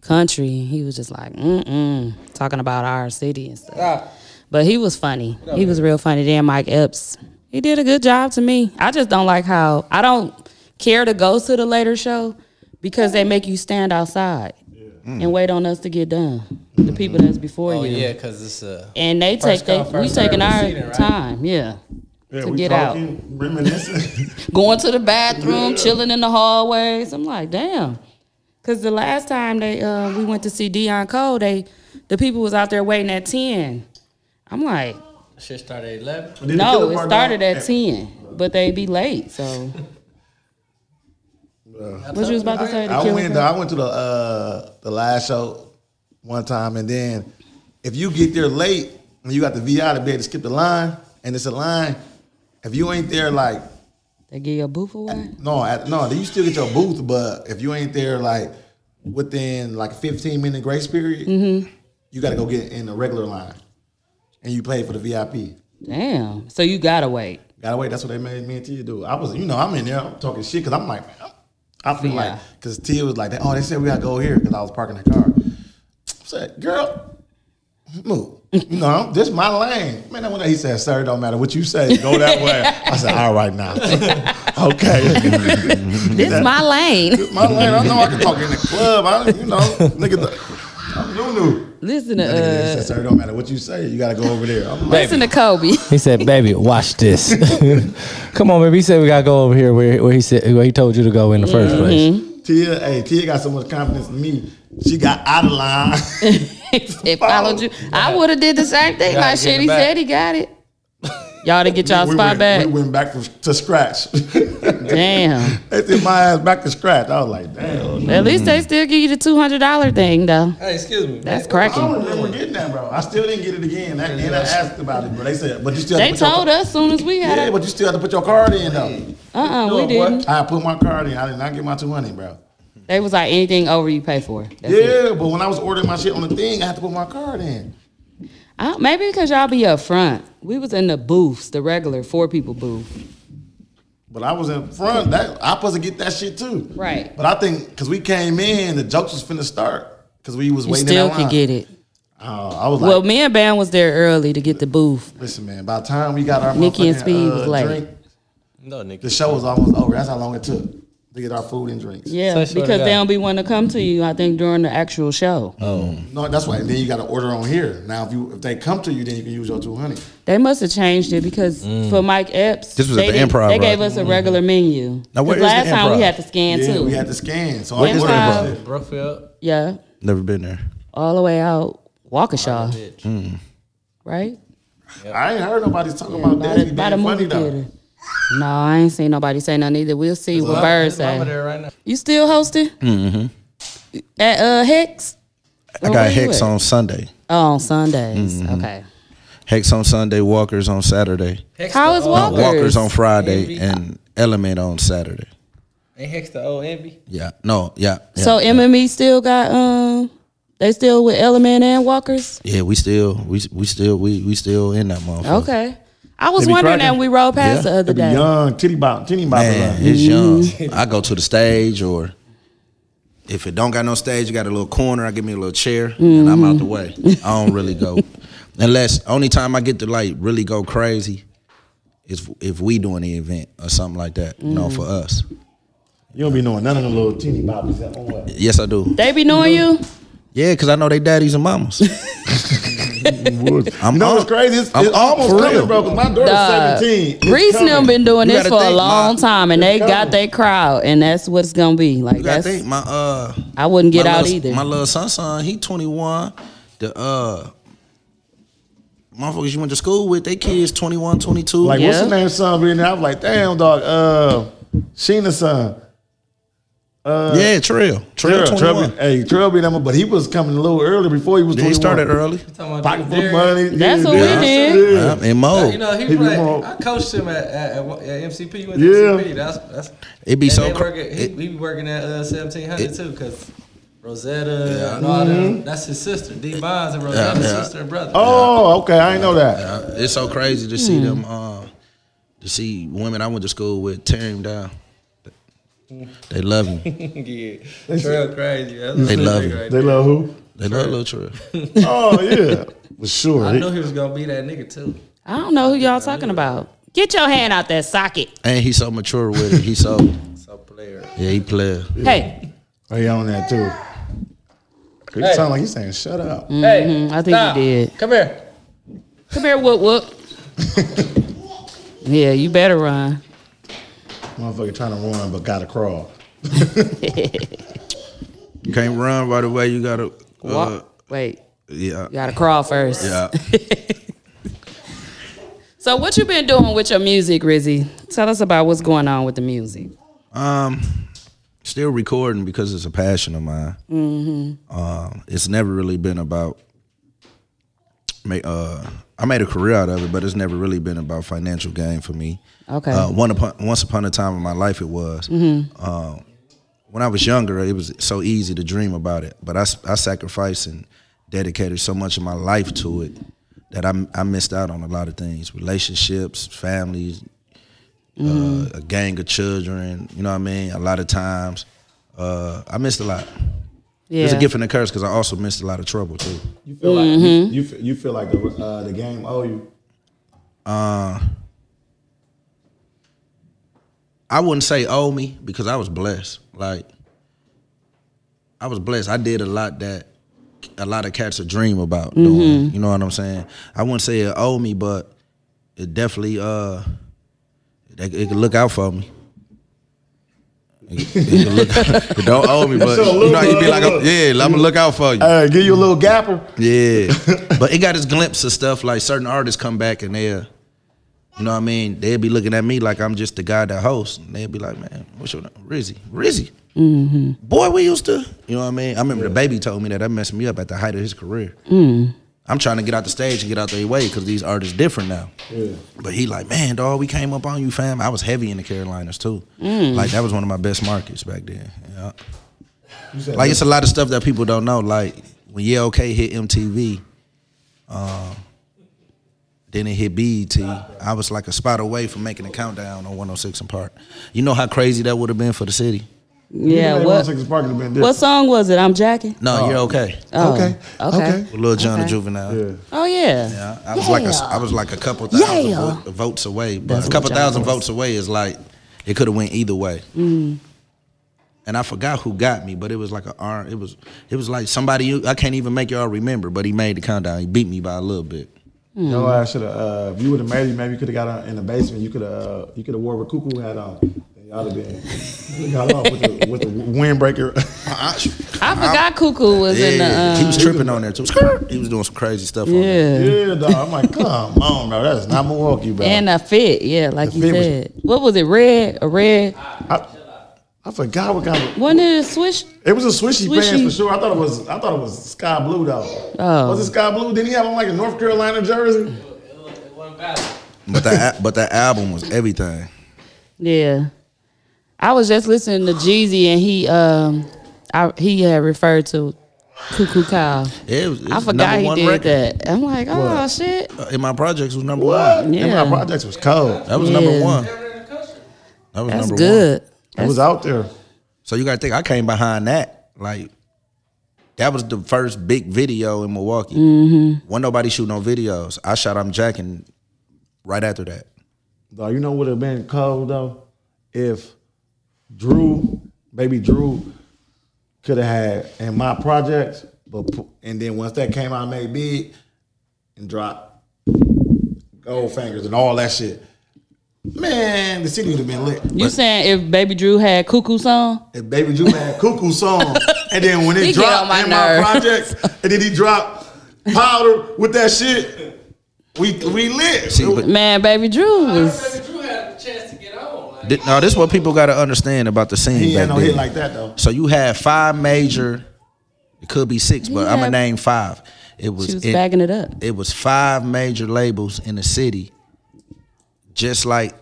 [SPEAKER 2] country. He was just like, mm-mm, talking about our city and stuff.
[SPEAKER 8] ah,
[SPEAKER 2] But he was funny. He was real funny. Then Mike Epps, he did a good job to me. I just don't like how I don't care to go to the later show because they make you stand outside and wait on us to get done. The people that's before
[SPEAKER 8] oh
[SPEAKER 2] you,
[SPEAKER 8] yeah because it's uh,
[SPEAKER 2] and they
[SPEAKER 8] First
[SPEAKER 2] take they,
[SPEAKER 8] come,
[SPEAKER 2] we
[SPEAKER 8] first served,
[SPEAKER 2] taking our
[SPEAKER 8] seating, right?
[SPEAKER 2] time. Yeah.
[SPEAKER 3] Yeah,
[SPEAKER 2] to
[SPEAKER 3] we
[SPEAKER 2] get out.
[SPEAKER 3] talking, Reminiscing.
[SPEAKER 2] going to the bathroom, chilling in the hallways. I'm like, damn. Cause the last time they uh, we went to see Dion Cole, they the people was out there waiting at ten. I'm like,
[SPEAKER 8] shit started at eleven
[SPEAKER 2] no, it started at ten, but they be late. So what you was about to say? The
[SPEAKER 3] I
[SPEAKER 2] killer
[SPEAKER 3] went.
[SPEAKER 2] crazy?
[SPEAKER 3] I went to the uh, the last show one time, and then if you get there late and you got the VI to be able to skip the line, and it's a line. If you ain't there, like
[SPEAKER 2] They give your booth away.
[SPEAKER 3] no, at, no, you still get your booth, but if you ain't there, like within like a fifteen minute grace period, you got to go get in the regular line, and you play for the VIP.
[SPEAKER 2] Damn. So you gotta wait.
[SPEAKER 3] Gotta wait. That's what they made me and Tia do. I was, you know, I'm in there I'm talking shit because I'm like, man, I feel
[SPEAKER 2] Yeah.
[SPEAKER 3] like, because Tia was like, oh, they said we gotta go here because I was parking the car. I said, girl, move. You know, I'm- this my lane. Man, that one day he said, sir, it don't matter what you say, go that way. I said, all right now. okay.
[SPEAKER 2] This is my lane.
[SPEAKER 3] my lane, I know I can talk in the club. I, you know, nigga, the, I'm new, new.
[SPEAKER 2] Listen to
[SPEAKER 3] He
[SPEAKER 2] uh,
[SPEAKER 3] said, sir, it don't matter what you say, you gotta go over there. I'm like,
[SPEAKER 2] listen to Kobe.
[SPEAKER 8] he said baby watch this come on baby he said we gotta go over here where, where he said where he told you to go in the 1st
[SPEAKER 2] Mm-hmm.
[SPEAKER 8] place
[SPEAKER 3] Tia, hey, Tia got so much confidence in me. She got out of line.
[SPEAKER 2] it followed you. I would have did the same thing.
[SPEAKER 8] Gotta
[SPEAKER 2] Like
[SPEAKER 8] get
[SPEAKER 2] shit,
[SPEAKER 8] it
[SPEAKER 2] he
[SPEAKER 8] back.
[SPEAKER 2] said he got it. Y'all to get y'all
[SPEAKER 3] we
[SPEAKER 2] spot
[SPEAKER 3] went,
[SPEAKER 2] back.
[SPEAKER 3] We went back from, to scratch.
[SPEAKER 2] Damn.
[SPEAKER 3] they took my ass back to scratch. I was like, damn.
[SPEAKER 2] At least they still give you the two hundred dollar thing though.
[SPEAKER 8] hey excuse me
[SPEAKER 2] That's
[SPEAKER 3] I don't
[SPEAKER 2] cracking.
[SPEAKER 3] remember getting that, bro. I still didn't get it again. That, and I asked about it, but they said, but you still.
[SPEAKER 2] They
[SPEAKER 3] have to put
[SPEAKER 2] told
[SPEAKER 3] your,
[SPEAKER 2] us soon as we had
[SPEAKER 3] Yeah,
[SPEAKER 2] it.
[SPEAKER 3] but you still had to put your card in though.
[SPEAKER 2] Uh uh we
[SPEAKER 8] what?
[SPEAKER 2] didn't.
[SPEAKER 3] I put my card in. I did not get my two hundred, bro.
[SPEAKER 2] They was like anything over you pay for. That's it.
[SPEAKER 3] yeah, but when I was ordering my shit on the thing, I had to put my card in.
[SPEAKER 2] I don't- maybe because y'all be up front. We was in the booths, the regular four people booth.
[SPEAKER 3] But I was in front. That I supposed to get that shit too.
[SPEAKER 2] Right.
[SPEAKER 3] But I think because we came in, the jokes was finna start because we was
[SPEAKER 2] You
[SPEAKER 3] waiting.
[SPEAKER 2] still
[SPEAKER 3] in that
[SPEAKER 2] can
[SPEAKER 3] line.
[SPEAKER 2] get it.
[SPEAKER 3] Oh, I was like,
[SPEAKER 2] Well, me and Bam was there early to get the booth.
[SPEAKER 3] listen, man. By the time we got our
[SPEAKER 2] Nikki and
[SPEAKER 3] motherfucking,
[SPEAKER 2] Speed was
[SPEAKER 3] uh,
[SPEAKER 2] late.
[SPEAKER 3] drink,
[SPEAKER 8] no nigga
[SPEAKER 3] The show was almost over. That's how long it took to get our food and drinks.
[SPEAKER 2] Yeah,
[SPEAKER 8] Say so to
[SPEAKER 2] because they
[SPEAKER 8] God.
[SPEAKER 2] don't be wanting to come to you. I think during the actual show,
[SPEAKER 3] No, that's why. And then you got to order on here. Now, if you if they come to you, then you can use your two hundred.
[SPEAKER 2] they must have changed it because for Mike Epps,
[SPEAKER 1] Mm. This was
[SPEAKER 2] they,
[SPEAKER 1] at the
[SPEAKER 2] didn't-
[SPEAKER 1] improv,
[SPEAKER 2] they gave
[SPEAKER 1] right?
[SPEAKER 2] us a regular menu.
[SPEAKER 1] Now, where
[SPEAKER 2] 'Cause
[SPEAKER 1] is the
[SPEAKER 2] last time
[SPEAKER 1] improv?
[SPEAKER 2] we had to scan
[SPEAKER 3] Yeah,
[SPEAKER 2] too.
[SPEAKER 3] we had to scan. So
[SPEAKER 2] Where
[SPEAKER 3] I
[SPEAKER 2] is
[SPEAKER 3] ordered.
[SPEAKER 2] that?
[SPEAKER 3] it.
[SPEAKER 8] Brookfield
[SPEAKER 2] yeah,
[SPEAKER 1] Never been there.
[SPEAKER 2] all the way out Waukesha,
[SPEAKER 8] bitch
[SPEAKER 2] right?
[SPEAKER 1] Mm.
[SPEAKER 3] I ain't heard nobody talking
[SPEAKER 2] Yeah,
[SPEAKER 3] about
[SPEAKER 2] by,
[SPEAKER 3] Desi
[SPEAKER 2] the, by the
[SPEAKER 3] being funny
[SPEAKER 2] movie
[SPEAKER 3] though.
[SPEAKER 2] theater. No, I ain't seen nobody say nothing either. We'll see what Bird
[SPEAKER 8] I'm over
[SPEAKER 2] say.
[SPEAKER 8] there right now.
[SPEAKER 2] You still hosting? Mm-hmm. At uh Hex?
[SPEAKER 1] I
[SPEAKER 2] Or
[SPEAKER 1] got
[SPEAKER 2] where you
[SPEAKER 1] Hex
[SPEAKER 2] at?
[SPEAKER 1] on Sunday.
[SPEAKER 2] Oh, on Sundays.
[SPEAKER 1] Mm-hmm.
[SPEAKER 2] Okay.
[SPEAKER 1] Hex on Sunday, Walkers on Saturday,
[SPEAKER 2] How is
[SPEAKER 1] No,
[SPEAKER 2] Walkers?
[SPEAKER 1] Uh, Walkers on Friday,
[SPEAKER 8] Envy.
[SPEAKER 1] and Element on Saturday.
[SPEAKER 8] Ain't Hex the old envy?
[SPEAKER 1] Yeah, no, yeah. yeah.
[SPEAKER 2] So MME still got um they still with Element and Walkers?
[SPEAKER 1] yeah, we still, we we still, we we still in that motherfucker.
[SPEAKER 2] Okay. I was
[SPEAKER 3] They be
[SPEAKER 2] wondering that
[SPEAKER 3] cracking.
[SPEAKER 2] when we rode past
[SPEAKER 1] Yeah,
[SPEAKER 2] the other
[SPEAKER 3] They be
[SPEAKER 2] day.
[SPEAKER 3] young, titty bop, titty bop.
[SPEAKER 1] Man, it's young. I go to the stage, or if it don't got no stage, you got a little corner. I give me a little chair, and
[SPEAKER 2] Mm-hmm.
[SPEAKER 1] I'm out the way. I don't really go, unless only time I get to like really go crazy is if we doing the event or something like that. You know, for
[SPEAKER 2] Mm.
[SPEAKER 1] us.
[SPEAKER 3] You don't be knowing none of the little teeny boppies. that- oh, well.
[SPEAKER 1] Yes, I do.
[SPEAKER 2] They be knowing you?
[SPEAKER 1] Yeah, because I know they daddies and mamas. I'm
[SPEAKER 3] You know what's
[SPEAKER 1] on-
[SPEAKER 3] crazy? It's,
[SPEAKER 1] I'm
[SPEAKER 3] it's
[SPEAKER 1] on
[SPEAKER 3] almost
[SPEAKER 1] for
[SPEAKER 3] coming,
[SPEAKER 1] real.
[SPEAKER 3] bro. Cause my daughter's
[SPEAKER 2] Uh,
[SPEAKER 3] seventeen. It's
[SPEAKER 2] Reese and them
[SPEAKER 3] coming.
[SPEAKER 2] been doing
[SPEAKER 1] You gotta
[SPEAKER 2] this for a
[SPEAKER 1] think, Ma.
[SPEAKER 2] long time and they
[SPEAKER 3] It's
[SPEAKER 2] got
[SPEAKER 3] coming.
[SPEAKER 2] their crowd and that's what it's gonna be. Like
[SPEAKER 1] You gotta
[SPEAKER 2] that's
[SPEAKER 1] think, my uh,
[SPEAKER 2] I wouldn't get
[SPEAKER 1] my
[SPEAKER 2] out
[SPEAKER 1] little-
[SPEAKER 2] either.
[SPEAKER 1] My little son, son, he 21. The uh, motherfuckers you went to school with, they kids 21, 22.
[SPEAKER 3] Like what's
[SPEAKER 2] Yeah.
[SPEAKER 3] the name son being there? I was like, damn dog, uh Sheena's son.
[SPEAKER 1] yeah, Trail, Trail, 21.
[SPEAKER 3] Trell, Trell, hey, Trell uh, be number, but he was coming a little early before he was.
[SPEAKER 1] Yeah, he
[SPEAKER 3] 21.
[SPEAKER 1] started early.
[SPEAKER 8] Talking about
[SPEAKER 3] Pocket
[SPEAKER 8] the
[SPEAKER 3] full of
[SPEAKER 8] Derrick.
[SPEAKER 3] money.
[SPEAKER 2] That's what we
[SPEAKER 3] yeah.
[SPEAKER 2] did.
[SPEAKER 3] Yeah.
[SPEAKER 1] Yeah, and Mo,
[SPEAKER 8] You know, he,
[SPEAKER 3] He be
[SPEAKER 8] played.
[SPEAKER 3] more-
[SPEAKER 8] I coached him at, at, at, at MCP. He went
[SPEAKER 3] Yeah.
[SPEAKER 8] to MCP. That's that's.
[SPEAKER 1] it be
[SPEAKER 8] and
[SPEAKER 1] so
[SPEAKER 8] they
[SPEAKER 1] cra-
[SPEAKER 8] work at- he,
[SPEAKER 1] it-
[SPEAKER 8] he be working at uh, seventeen hundred
[SPEAKER 1] it-
[SPEAKER 8] too, cause Rosetta and all them. That's his sister. D Bonds and Rosetta's
[SPEAKER 1] yeah.
[SPEAKER 8] sister and brother.
[SPEAKER 3] Oh, okay. I ain't know that.
[SPEAKER 1] uh, it's so crazy to see them, uh, to see women I went to school with tear him down. They love him.
[SPEAKER 8] yeah, Trail crazy. That's what
[SPEAKER 1] They
[SPEAKER 8] I'm
[SPEAKER 1] love
[SPEAKER 8] saying
[SPEAKER 1] him.
[SPEAKER 8] right
[SPEAKER 3] They love who?
[SPEAKER 1] They love little Trail.
[SPEAKER 3] Oh yeah, for sure.
[SPEAKER 8] there. I knew he was gonna be that nigga too.
[SPEAKER 2] I don't know who y'all talking about. Get your hand out that socket.
[SPEAKER 1] And he's so mature with it. He's so
[SPEAKER 8] So player.
[SPEAKER 1] yeah, he player.
[SPEAKER 2] Hey,
[SPEAKER 3] Oh, he on that too. He
[SPEAKER 8] Hey.
[SPEAKER 3] sound like he's saying, "Shut up."
[SPEAKER 8] Hey,
[SPEAKER 2] I think you Mm-hmm. did.
[SPEAKER 8] Come here.
[SPEAKER 2] Come here, whoop whoop. yeah, you better run.
[SPEAKER 3] Motherfucker trying to run but gotta crawl.
[SPEAKER 1] You can't run right away. You gotta
[SPEAKER 2] Walk.
[SPEAKER 1] uh,
[SPEAKER 2] Wait,
[SPEAKER 1] yeah.
[SPEAKER 2] you gotta crawl first.
[SPEAKER 1] Yeah.
[SPEAKER 2] So, what you been doing with your music, Rizzy? Tell us about what's going on with the music.
[SPEAKER 1] Um, still recording because it's a passion of mine. Mm-hmm. Uh, it's never really been about. ma- Uh, I made a career out of it, but it's never really been about financial gain for me.
[SPEAKER 2] Okay.
[SPEAKER 1] Uh, one upon, once upon a time in my life, it was. Uh, when I was younger, it was so easy to dream about it, but I, s- I sacrificed and dedicated so much of my life to it that I, m- I missed out on a lot of things relationships, families, uh, a gang of children, you know what I mean? A lot of times. Uh, I missed a lot.
[SPEAKER 2] Yeah.
[SPEAKER 1] It's a gift and a curse because I also missed a lot of trouble too.
[SPEAKER 3] You feel
[SPEAKER 2] Mm-hmm.
[SPEAKER 3] like you, you feel, you feel like the uh, the game owe you.
[SPEAKER 1] I wouldn't say owe me because I was blessed. Like I was blessed. I did a lot that a lot of cats a dream about doing. You know what I'm saying? I wouldn't say it owe me, but it definitely uh it, it could look out for me. It, it could look, it don't owe me, but
[SPEAKER 3] That's your
[SPEAKER 1] you know, you be
[SPEAKER 3] little-
[SPEAKER 1] like, oh, yeah, I'm gonna look out for you.
[SPEAKER 3] Hey, give you a little gapper.
[SPEAKER 1] Yeah. but it got its glimpse of stuff like certain artists come back and they'll, you know what I mean? They'll be looking at me like I'm just the guy that hosts. And they'll be like, man, what's your name? Rizzy. Rizzy. Boy, we used to, you know what I mean? I remember the baby told me that that messed me up at the height of his career. I'm trying to get out the stage and get out their way because these artists different now. But he like, man, dog, we came up on you, fam. I was heavy in the Carolinas too.
[SPEAKER 2] Mm.
[SPEAKER 1] Like that was one of my best markets back then. Yeah.
[SPEAKER 3] You said,
[SPEAKER 1] Like it's a lot of stuff that people don't know. Like when Yeah OK hit MTV, uh, um, then it hit BET. I was like a spot away from making a countdown on 106 and Park. You know how crazy that would have been for the city.
[SPEAKER 2] yeah. What, what song was it? I'm jacking.
[SPEAKER 1] No, You're OK.
[SPEAKER 2] Oh,
[SPEAKER 3] Okay, okay.
[SPEAKER 1] With Lil John the
[SPEAKER 2] Okay.
[SPEAKER 1] Juvenile.
[SPEAKER 3] Yeah.
[SPEAKER 2] Oh yeah.
[SPEAKER 1] Yeah, I was like a, I was like a couple thousand
[SPEAKER 2] Yeah.
[SPEAKER 1] vo- votes away, but
[SPEAKER 2] That's
[SPEAKER 1] a couple
[SPEAKER 2] what y'all
[SPEAKER 1] thousand
[SPEAKER 2] was.
[SPEAKER 1] votes away is like it could have went either way.
[SPEAKER 2] Mm.
[SPEAKER 1] And I forgot who got me, but it was like a R. It was it was like somebody you, I can't even make y'all remember, but he made the countdown. He beat me by a little bit.
[SPEAKER 2] Hmm.
[SPEAKER 3] No, I should have. Uh, if you would have married, maybe you could have got on, in the basement. You could have. Uh, you could have wore a cuckoo hat on. And Y'all have been. Got off with the, with the windbreaker.
[SPEAKER 2] I forgot Cuckoo was in the.
[SPEAKER 1] Yeah,
[SPEAKER 2] Um,
[SPEAKER 1] he was tripping on there too. Skirt. He was doing some crazy stuff. On there.
[SPEAKER 2] yeah.
[SPEAKER 3] Yeah, dog. I'm like, come on, bro. That is not Milwaukee, bro.
[SPEAKER 2] And uh, a fit, yeah, like
[SPEAKER 3] The
[SPEAKER 2] you
[SPEAKER 3] fit was-
[SPEAKER 2] said. what was it? Red, a red?
[SPEAKER 3] I forgot what kind of.
[SPEAKER 2] Wasn't it a swish?
[SPEAKER 3] It was a swishy,
[SPEAKER 2] Swishy.
[SPEAKER 3] pants for sure. I thought it was I thought it was sky blue though.
[SPEAKER 2] Oh.
[SPEAKER 3] Was it sky blue? Didn't he have on like a North Carolina jersey?
[SPEAKER 1] But that but that album was everything.
[SPEAKER 2] Yeah. I was just listening to Jeezy and he um I he had referred to Cuckoo Kyle.
[SPEAKER 1] Yeah, it was, it
[SPEAKER 2] I
[SPEAKER 1] was
[SPEAKER 2] forgot
[SPEAKER 1] number
[SPEAKER 2] he
[SPEAKER 1] one
[SPEAKER 2] did
[SPEAKER 1] record.
[SPEAKER 2] that. I'm like, oh shit.
[SPEAKER 1] Uh, In my projects was number one.
[SPEAKER 3] Yeah.
[SPEAKER 2] Yeah.
[SPEAKER 3] my projects was cold.
[SPEAKER 1] That was
[SPEAKER 2] Yeah.
[SPEAKER 1] number one. That was number
[SPEAKER 2] That's
[SPEAKER 1] one.
[SPEAKER 2] good.
[SPEAKER 3] It was out there.
[SPEAKER 1] So you gotta think I came behind that. Like that was the first big video in Milwaukee. Mm-hmm. Wasn't nobody shooting no videos. I shot I'm Jacking right after that.
[SPEAKER 3] Dog, you know what would have been cold though? If Drew, baby Drew, could have had in my projects, but pu- and then once that came out made big and dropped gold fingers and all that shit. Man, the city would have been lit.
[SPEAKER 2] You saying if Baby Drew had Cuckoo song?
[SPEAKER 3] And Baby Drew had Cuckoo song. And then when
[SPEAKER 2] He
[SPEAKER 3] it
[SPEAKER 2] get on
[SPEAKER 3] dropped
[SPEAKER 2] my
[SPEAKER 3] in my
[SPEAKER 2] nerves.
[SPEAKER 3] projects, and then he dropped powder with that shit. We we lit.
[SPEAKER 1] See, but
[SPEAKER 2] Man, Baby Drew was
[SPEAKER 1] thi- no, this is what people gotta understand about the scene.
[SPEAKER 3] he
[SPEAKER 1] back
[SPEAKER 3] ain't no hit
[SPEAKER 1] then.
[SPEAKER 3] like that though.
[SPEAKER 1] So you had five major, it could be six, but I'm
[SPEAKER 2] had-
[SPEAKER 1] gonna name five. It was,
[SPEAKER 2] she was
[SPEAKER 1] it,
[SPEAKER 2] bagging it up.
[SPEAKER 1] it was five major labels in the city. Just like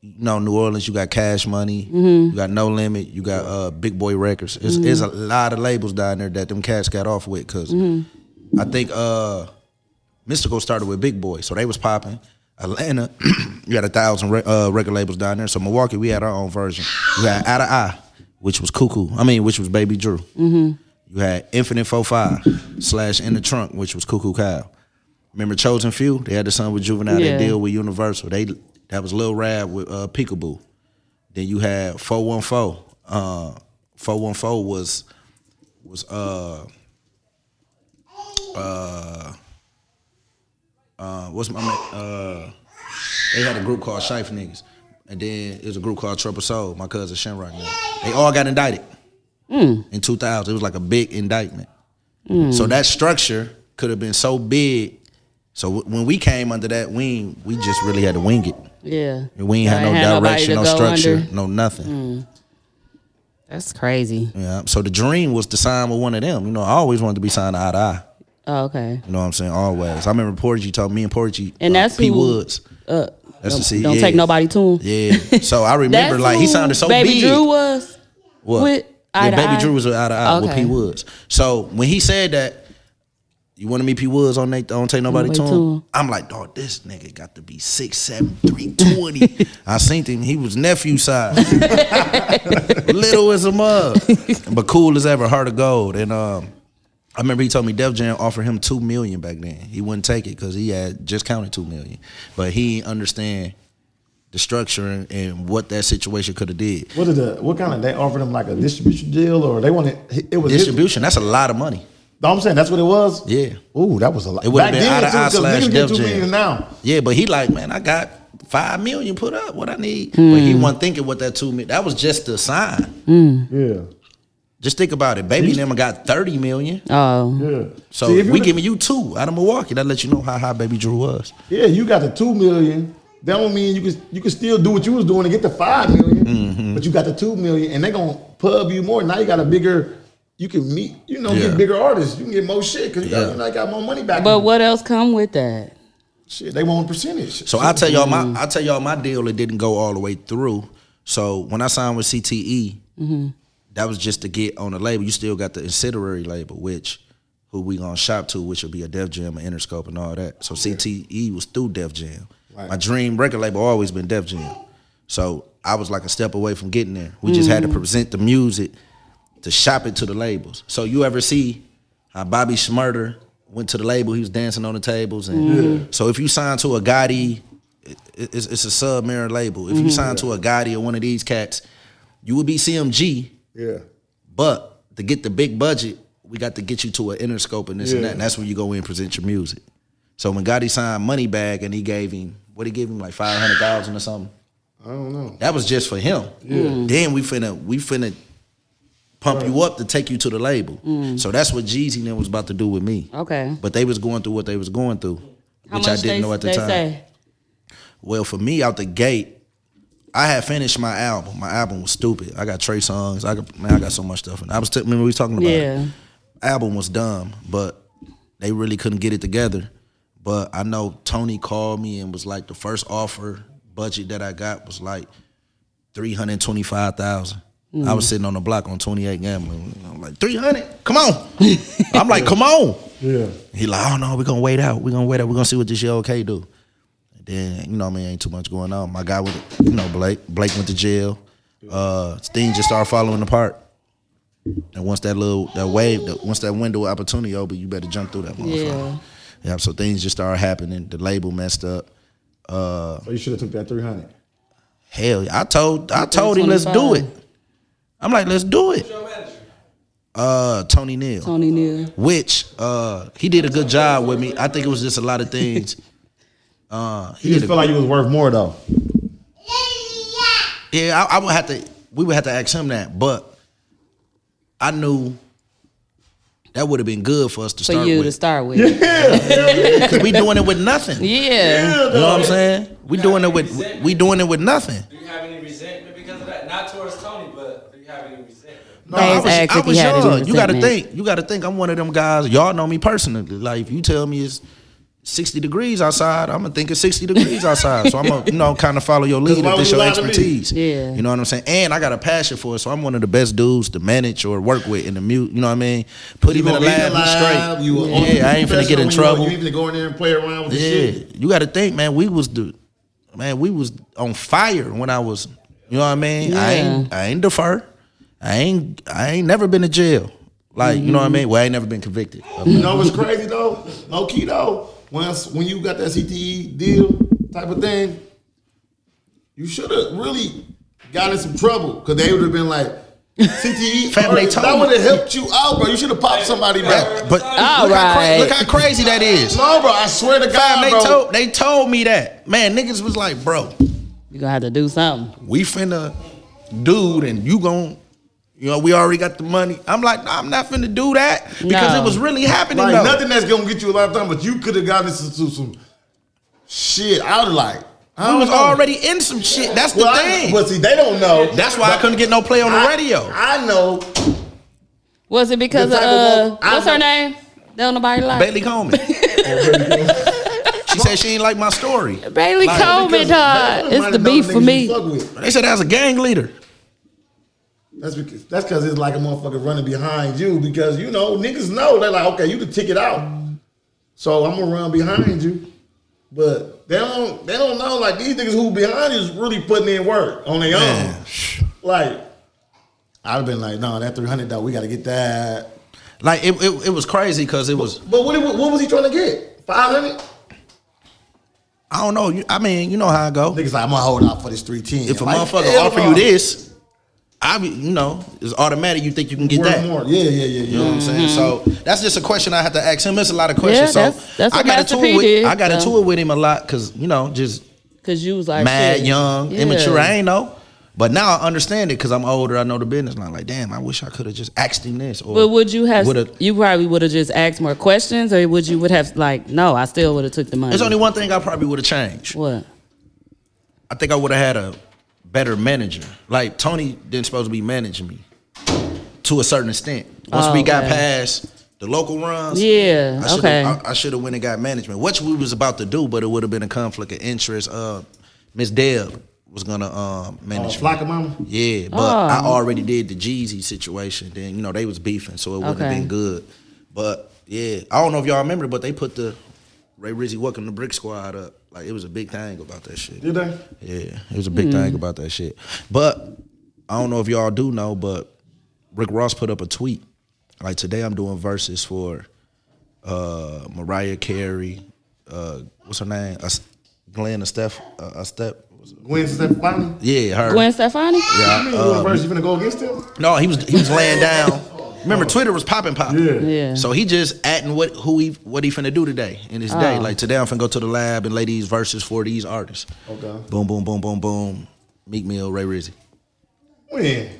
[SPEAKER 1] you know, New Orleans, you got Cash Money, you got No Limit, you got uh, Big Boy Records. It's, it's a lot of labels down there that them cats got off with because I think uh, Mystical started with Big Boy, so they was popping. Atlanta, you had a thousand re- uh, record labels down there. So Milwaukee, we had our own version. You had Out of Eye, which was Cuckoo. I mean, which was Baby Drew. You had Infinite 45 slash In the Trunk, which was Cuckoo Kyle. Remember Chosen Few? They had the song with Juvenile.
[SPEAKER 2] Yeah.
[SPEAKER 1] They deal with Universal. They that was Lil Rad with uh, Peekaboo. Then you had 414. Uh, 414 was was uh uh what's my man? Uh, they had a group called Shife Niggas, and then it was a group called Triple Soul. My cousin Shinrock. Nigga. They all got indicted
[SPEAKER 2] Mm.
[SPEAKER 1] in 2000. It was like a big indictment. So that structure could have been so big. So w- when we came under that wing, we just really had to wing it.
[SPEAKER 2] Yeah.
[SPEAKER 1] We ain't
[SPEAKER 2] I
[SPEAKER 1] had no
[SPEAKER 2] ain't had nobody
[SPEAKER 1] direction,
[SPEAKER 2] to
[SPEAKER 1] no
[SPEAKER 2] go
[SPEAKER 1] structure,
[SPEAKER 2] under. Mm.
[SPEAKER 1] no nothing.
[SPEAKER 2] That's crazy.
[SPEAKER 1] Yeah. So the dream was to sign with one of them. You know, I always wanted to be signed to eye to eye.
[SPEAKER 2] Oh, okay.
[SPEAKER 1] You know what I'm saying? Always. I remember Porgy told me and Porgy
[SPEAKER 2] And
[SPEAKER 1] uh,
[SPEAKER 2] that's
[SPEAKER 1] P
[SPEAKER 2] who-
[SPEAKER 1] Woods.
[SPEAKER 2] Uh
[SPEAKER 1] That's
[SPEAKER 2] don't,
[SPEAKER 1] the C, E
[SPEAKER 2] don't
[SPEAKER 1] yeah.
[SPEAKER 2] take nobody to him.
[SPEAKER 1] Yeah. So I remember
[SPEAKER 2] That's
[SPEAKER 1] like he
[SPEAKER 2] who
[SPEAKER 1] sounded so
[SPEAKER 2] Baby
[SPEAKER 1] big.
[SPEAKER 2] Drew was.
[SPEAKER 1] What?
[SPEAKER 2] with Eye
[SPEAKER 1] yeah,
[SPEAKER 2] to
[SPEAKER 1] Baby
[SPEAKER 2] Eye?
[SPEAKER 1] Drew was with eye to eye with
[SPEAKER 2] Okay.
[SPEAKER 1] P Woods. So when he said that, you want to meet P Woods on they don't take nobody
[SPEAKER 2] Nobody
[SPEAKER 1] to
[SPEAKER 2] to him.
[SPEAKER 1] him. I'm like, dog, this nigga got to be six seven three twenty. I seen him. He was nephew size, little as a mug, but cool as ever, heart of gold. And um, I remember he told me Def Jam offered him two million back then. He wouldn't take it because he had just counted two million, but he didn't understand the structure and, and what that situation could have did.
[SPEAKER 3] What did the what kind of they offered him like a distribution deal or they wanted it was his-
[SPEAKER 1] Distribution, that's a lot of money.
[SPEAKER 3] No, I'm saying that's what it was.
[SPEAKER 1] Yeah.
[SPEAKER 3] Ooh, that was a lot.
[SPEAKER 1] It would've been eye to
[SPEAKER 3] too,
[SPEAKER 1] eye
[SPEAKER 3] 'cause
[SPEAKER 1] slash
[SPEAKER 3] niggas get
[SPEAKER 1] Def
[SPEAKER 3] two
[SPEAKER 1] Jam.
[SPEAKER 3] million now.
[SPEAKER 1] Yeah, but he like, man, I got five million put up, what I need. But he wasn't thinking what that two million. That was just the sign.
[SPEAKER 3] Yeah.
[SPEAKER 1] Just think about it. Baby Nima got thirty million.
[SPEAKER 2] Oh.
[SPEAKER 3] Yeah.
[SPEAKER 1] So
[SPEAKER 3] See,
[SPEAKER 1] if
[SPEAKER 3] you
[SPEAKER 1] we
[SPEAKER 3] look-
[SPEAKER 1] giving you two out of Milwaukee. That let you know how high Baby Drew was.
[SPEAKER 3] Yeah, you got the two million. That don't mean you can you can still do what you was doing to get the five million,
[SPEAKER 1] Mm-hmm.
[SPEAKER 3] but you got the two million, and they gonna pub you more. Now you got a bigger. You can meet, you know,
[SPEAKER 1] Yeah.
[SPEAKER 3] get bigger artists. You can get more shit because you, got-
[SPEAKER 1] Yeah.
[SPEAKER 3] you know, you got more money back.
[SPEAKER 2] But what else come with that?
[SPEAKER 3] shit? They want percentage.
[SPEAKER 1] So I tell y'all my I tell y'all my deal. It didn't go all the way through. So when I signed with CTE, that was just to get on the label. You still got the ancillary label, which who we gonna shop to, which will be a Def Jam, and Interscope, and all that. So CTE was through Def Jam. My dream record label always been Def Jam. So I was like a step away from getting there. We just had to present the music to shop it to the labels. So you ever see how Bobby Schmurder went to the label? He was dancing on the tables, and so if you sign to a Gotti, it- it's, it's a submarine label. If
[SPEAKER 3] Mm-hmm.
[SPEAKER 1] you sign to a Gotti or one of these cats, you would be CMG,
[SPEAKER 3] yeah,
[SPEAKER 1] but to get the big budget, we got to get you to an Interscope and this and
[SPEAKER 3] Yeah.
[SPEAKER 1] that. And that's where you go in and present your music. So when Gotti signed Moneybag and he gave him what he gave him like five hundred thousand or something.
[SPEAKER 3] I don't know.
[SPEAKER 1] Mm. That was just for him. Then we finna we finna pump you up to take you to the label.
[SPEAKER 3] Mm.
[SPEAKER 1] So that's what Jeezy then was about to do with me.
[SPEAKER 2] Okay.
[SPEAKER 1] But they was going through what they was going through,
[SPEAKER 2] How
[SPEAKER 1] which
[SPEAKER 2] much
[SPEAKER 1] I didn't
[SPEAKER 2] they,
[SPEAKER 1] know at the
[SPEAKER 2] they
[SPEAKER 1] time.
[SPEAKER 2] say?
[SPEAKER 1] Well, for me, out the gate, I had finished my album. My album was stupid. I got Trey songs. I got man, I got so much stuff. And I was t- remember we was talking about it.
[SPEAKER 2] Yeah.
[SPEAKER 1] Album was dumb, but they really couldn't get it together. But I know Tony called me and was like, the first offer budget that I got was like three hundred twenty five thousand. I was sitting on the block on twenty eight gambling. I'm like three hundred. Come on. I'm like, come on.
[SPEAKER 3] Yeah.
[SPEAKER 1] He like, oh no, we're gonna wait out. We're gonna wait out. We're gonna see what this year okay do. And then, you know, what I mean, ain't too much going on. My guy with you know, Blake. Blake went to jail. Uh things just started falling apart. And once that little that wave, that, once that window of opportunity over, you better jump through that motherfucker. Yeah. so things just started happening. The label messed up.
[SPEAKER 3] So Oh, you should have took that 300.
[SPEAKER 1] Hell, I told I told him let's do it.
[SPEAKER 2] 25.
[SPEAKER 1] I'm like, let's do it. Uh Tony Neal.
[SPEAKER 2] Tony Neal.
[SPEAKER 1] which uh he did a good job with me. I think it was just a lot of things. Uh he
[SPEAKER 3] You just
[SPEAKER 1] did
[SPEAKER 3] felt
[SPEAKER 1] a,
[SPEAKER 3] like you was worth more though.
[SPEAKER 1] yeah, I, I would have to we would have to ask him that, but I knew that would have been good for us to
[SPEAKER 2] For
[SPEAKER 1] start
[SPEAKER 2] you to
[SPEAKER 1] with.
[SPEAKER 2] start with. Yeah.
[SPEAKER 1] 'Cause we doing it with nothing. You know what I'm saying? We doing it with we doing it with nothing.
[SPEAKER 8] Do you have any resentment because of that? Not towards Tony, but do you have any resentment?
[SPEAKER 1] No, I
[SPEAKER 2] Fans
[SPEAKER 1] was,
[SPEAKER 2] asked
[SPEAKER 1] I
[SPEAKER 2] if he
[SPEAKER 1] was
[SPEAKER 2] had any
[SPEAKER 1] young. You got to
[SPEAKER 2] resentment.
[SPEAKER 1] think. You got to think. I'm one of them guys. Y'all know me personally. Like if you tell me it's 60 degrees outside, I'm gonna think it's 60 degrees outside. So I'm gonna, you know, kind of follow your lead
[SPEAKER 3] why
[SPEAKER 1] if this
[SPEAKER 3] would
[SPEAKER 1] your
[SPEAKER 3] you lie to me?
[SPEAKER 1] expertise.
[SPEAKER 2] Yeah.
[SPEAKER 1] You know what I'm saying? And I got a passion for it, so I'm one of the best dudes to manage or work with in the mute. You know what I mean? Put him in a
[SPEAKER 3] gonna leave
[SPEAKER 1] lab,
[SPEAKER 3] it
[SPEAKER 1] he's
[SPEAKER 3] alive,
[SPEAKER 1] straight.
[SPEAKER 3] You were on the
[SPEAKER 1] yeah, I ain't finna get in
[SPEAKER 3] professional when you-
[SPEAKER 1] trouble.
[SPEAKER 3] You ain't finna go in there and play around with the
[SPEAKER 1] Yeah,
[SPEAKER 3] shit.
[SPEAKER 1] you got to think, man. We was the man. We was on fire when I was. You know what I mean? I ain't. I ain't defer. I ain't. I ain't never been to jail. Like you know what I mean? Well, I ain't never been convicted. of
[SPEAKER 3] You
[SPEAKER 1] nothing.
[SPEAKER 3] know what's crazy though? Low key though, once when you got that CTE deal type of thing, you should have really got in some trouble because they would have been like. CTE,
[SPEAKER 1] Fam, they
[SPEAKER 3] that
[SPEAKER 1] told
[SPEAKER 3] would
[SPEAKER 1] me.
[SPEAKER 3] have helped you out, bro. You should have popped somebody, bro.
[SPEAKER 1] That- but
[SPEAKER 2] All
[SPEAKER 1] look, how cra-
[SPEAKER 2] right.
[SPEAKER 1] look how crazy that is.
[SPEAKER 3] No, bro. I swear to
[SPEAKER 1] Fam,
[SPEAKER 3] God,
[SPEAKER 1] they
[SPEAKER 3] bro.
[SPEAKER 1] told they told me that. Man, niggas was like, bro,
[SPEAKER 2] You're gonna have to do something.
[SPEAKER 1] we finna dude and you gon' you know, we already got the money. I'm like, nah, I'm not finna do that because
[SPEAKER 2] No.
[SPEAKER 1] it was really happening.
[SPEAKER 3] Like
[SPEAKER 1] though.
[SPEAKER 3] nothing that's gonna get you a lot of time, but you could have gotten into some, some shit. I was like, I
[SPEAKER 1] I
[SPEAKER 3] don't
[SPEAKER 1] was
[SPEAKER 3] know.
[SPEAKER 1] already in some shit. That's the
[SPEAKER 3] Well, I-
[SPEAKER 1] thing.
[SPEAKER 3] but see, they don't know.
[SPEAKER 1] That's why I couldn't get no play on the radio.
[SPEAKER 3] I, I know.
[SPEAKER 2] Was it because
[SPEAKER 3] The
[SPEAKER 2] of
[SPEAKER 3] type of
[SPEAKER 2] uh,
[SPEAKER 3] woman I
[SPEAKER 2] what's her
[SPEAKER 3] know-
[SPEAKER 2] name? Don't nobody like
[SPEAKER 1] Bailey Coleman. she said she ain't like my story.
[SPEAKER 2] Bailey Coleman,
[SPEAKER 3] Because
[SPEAKER 2] dog.
[SPEAKER 3] that
[SPEAKER 2] It's the
[SPEAKER 3] reminded me
[SPEAKER 2] beef
[SPEAKER 3] of
[SPEAKER 2] for
[SPEAKER 3] niggas
[SPEAKER 2] me.
[SPEAKER 3] you fuck with.
[SPEAKER 1] They said I was a gang leader.
[SPEAKER 3] That's because that's because it's like a motherfucker running behind you because you know niggas know they're like, okay, you can tick it out, so I'm gonna run behind you. But they don't they don't know like these niggas who behind you is really putting in work on their own.
[SPEAKER 1] Man,
[SPEAKER 3] Like I'd have been like, no, that three hundred though, we gotta get that.
[SPEAKER 1] Like it, it, it was crazy because it was
[SPEAKER 3] But what, what was he trying to get? Five hundred?
[SPEAKER 1] I don't know. You, I mean, you know how I go.
[SPEAKER 3] Niggas like, I'm gonna hold out for this three ten.
[SPEAKER 1] If a motherfucker offer you this, I be, you know it's automatic. You think you can get that?
[SPEAKER 3] more. Yeah, yeah, yeah,
[SPEAKER 1] You know
[SPEAKER 3] yeah.
[SPEAKER 1] what I'm saying? So that's just a question I had to ask him. It's a lot of
[SPEAKER 2] Mm-hmm. Yeah,
[SPEAKER 1] questions. so
[SPEAKER 2] that's- that's
[SPEAKER 1] I
[SPEAKER 2] what
[SPEAKER 1] got
[SPEAKER 2] Master
[SPEAKER 1] into
[SPEAKER 2] P
[SPEAKER 1] it. With,
[SPEAKER 2] did,
[SPEAKER 1] I got
[SPEAKER 2] so.
[SPEAKER 1] into it with him a lot because you know just
[SPEAKER 2] Cause you was like
[SPEAKER 1] mad,
[SPEAKER 2] shit.
[SPEAKER 1] young,
[SPEAKER 2] Yeah.
[SPEAKER 1] immature. I ain't know. But now I understand it because I'm older. I know the business. And I'm like, damn, I wish I could have just asked him this. Or
[SPEAKER 2] But would you have?
[SPEAKER 1] would've-
[SPEAKER 2] you probably would have just asked more questions, or would you would have like, no, I still would have took the money.
[SPEAKER 1] There's only one thing I probably would have changed.
[SPEAKER 2] what?
[SPEAKER 1] I think I would have had a better manager. Like Tony didn't supposed to be managing me to a certain extent. Once we got
[SPEAKER 2] Oh, Okay.
[SPEAKER 1] past the local runs,
[SPEAKER 2] Yeah,
[SPEAKER 1] I should've-
[SPEAKER 2] okay.
[SPEAKER 1] I, I should have went and got management, which we was about to do, but it would have been a conflict of interest. Uh, Miss Deb was gonna um,
[SPEAKER 3] Uh,
[SPEAKER 9] Oh,
[SPEAKER 1] manage. me.
[SPEAKER 3] Flock of mama.
[SPEAKER 1] Yeah, but
[SPEAKER 2] Oh.
[SPEAKER 1] I already did the Jeezy situation. Then you know they was beefing, so it wouldn't
[SPEAKER 2] Okay.
[SPEAKER 1] have been good. But yeah, I don't know if y'all remember, but they put the Ray Rizzy Welcome to Brick Squad up. Like it was a big thing about that shit.
[SPEAKER 3] Did they?
[SPEAKER 1] Yeah, it was a big
[SPEAKER 2] Mm.
[SPEAKER 1] thing about that shit. But I don't know if y'all do know, but Rick Ross put up a tweet. Like today, I'm doing verses for uh, Mariah Carey. Uh, what's her name? As- Glenn uh, a step a step.
[SPEAKER 3] Gwen Stefani.
[SPEAKER 1] Yeah, her.
[SPEAKER 2] Gwen Stefani?
[SPEAKER 1] Yeah,
[SPEAKER 3] You mean you first? You finna go against him?
[SPEAKER 1] No, he was he was laying down. Remember, Twitter was popping, popping.
[SPEAKER 3] Oh. Yeah.
[SPEAKER 2] Yeah.
[SPEAKER 1] So he just acting what who he what he finna do today in his day.
[SPEAKER 2] Oh.
[SPEAKER 1] Like today, I'm finna go to the lab and lay these verses for these artists.
[SPEAKER 3] Okay.
[SPEAKER 1] Boom, boom, boom, boom, boom. Meek Mill, Ray Rizzy.
[SPEAKER 3] When?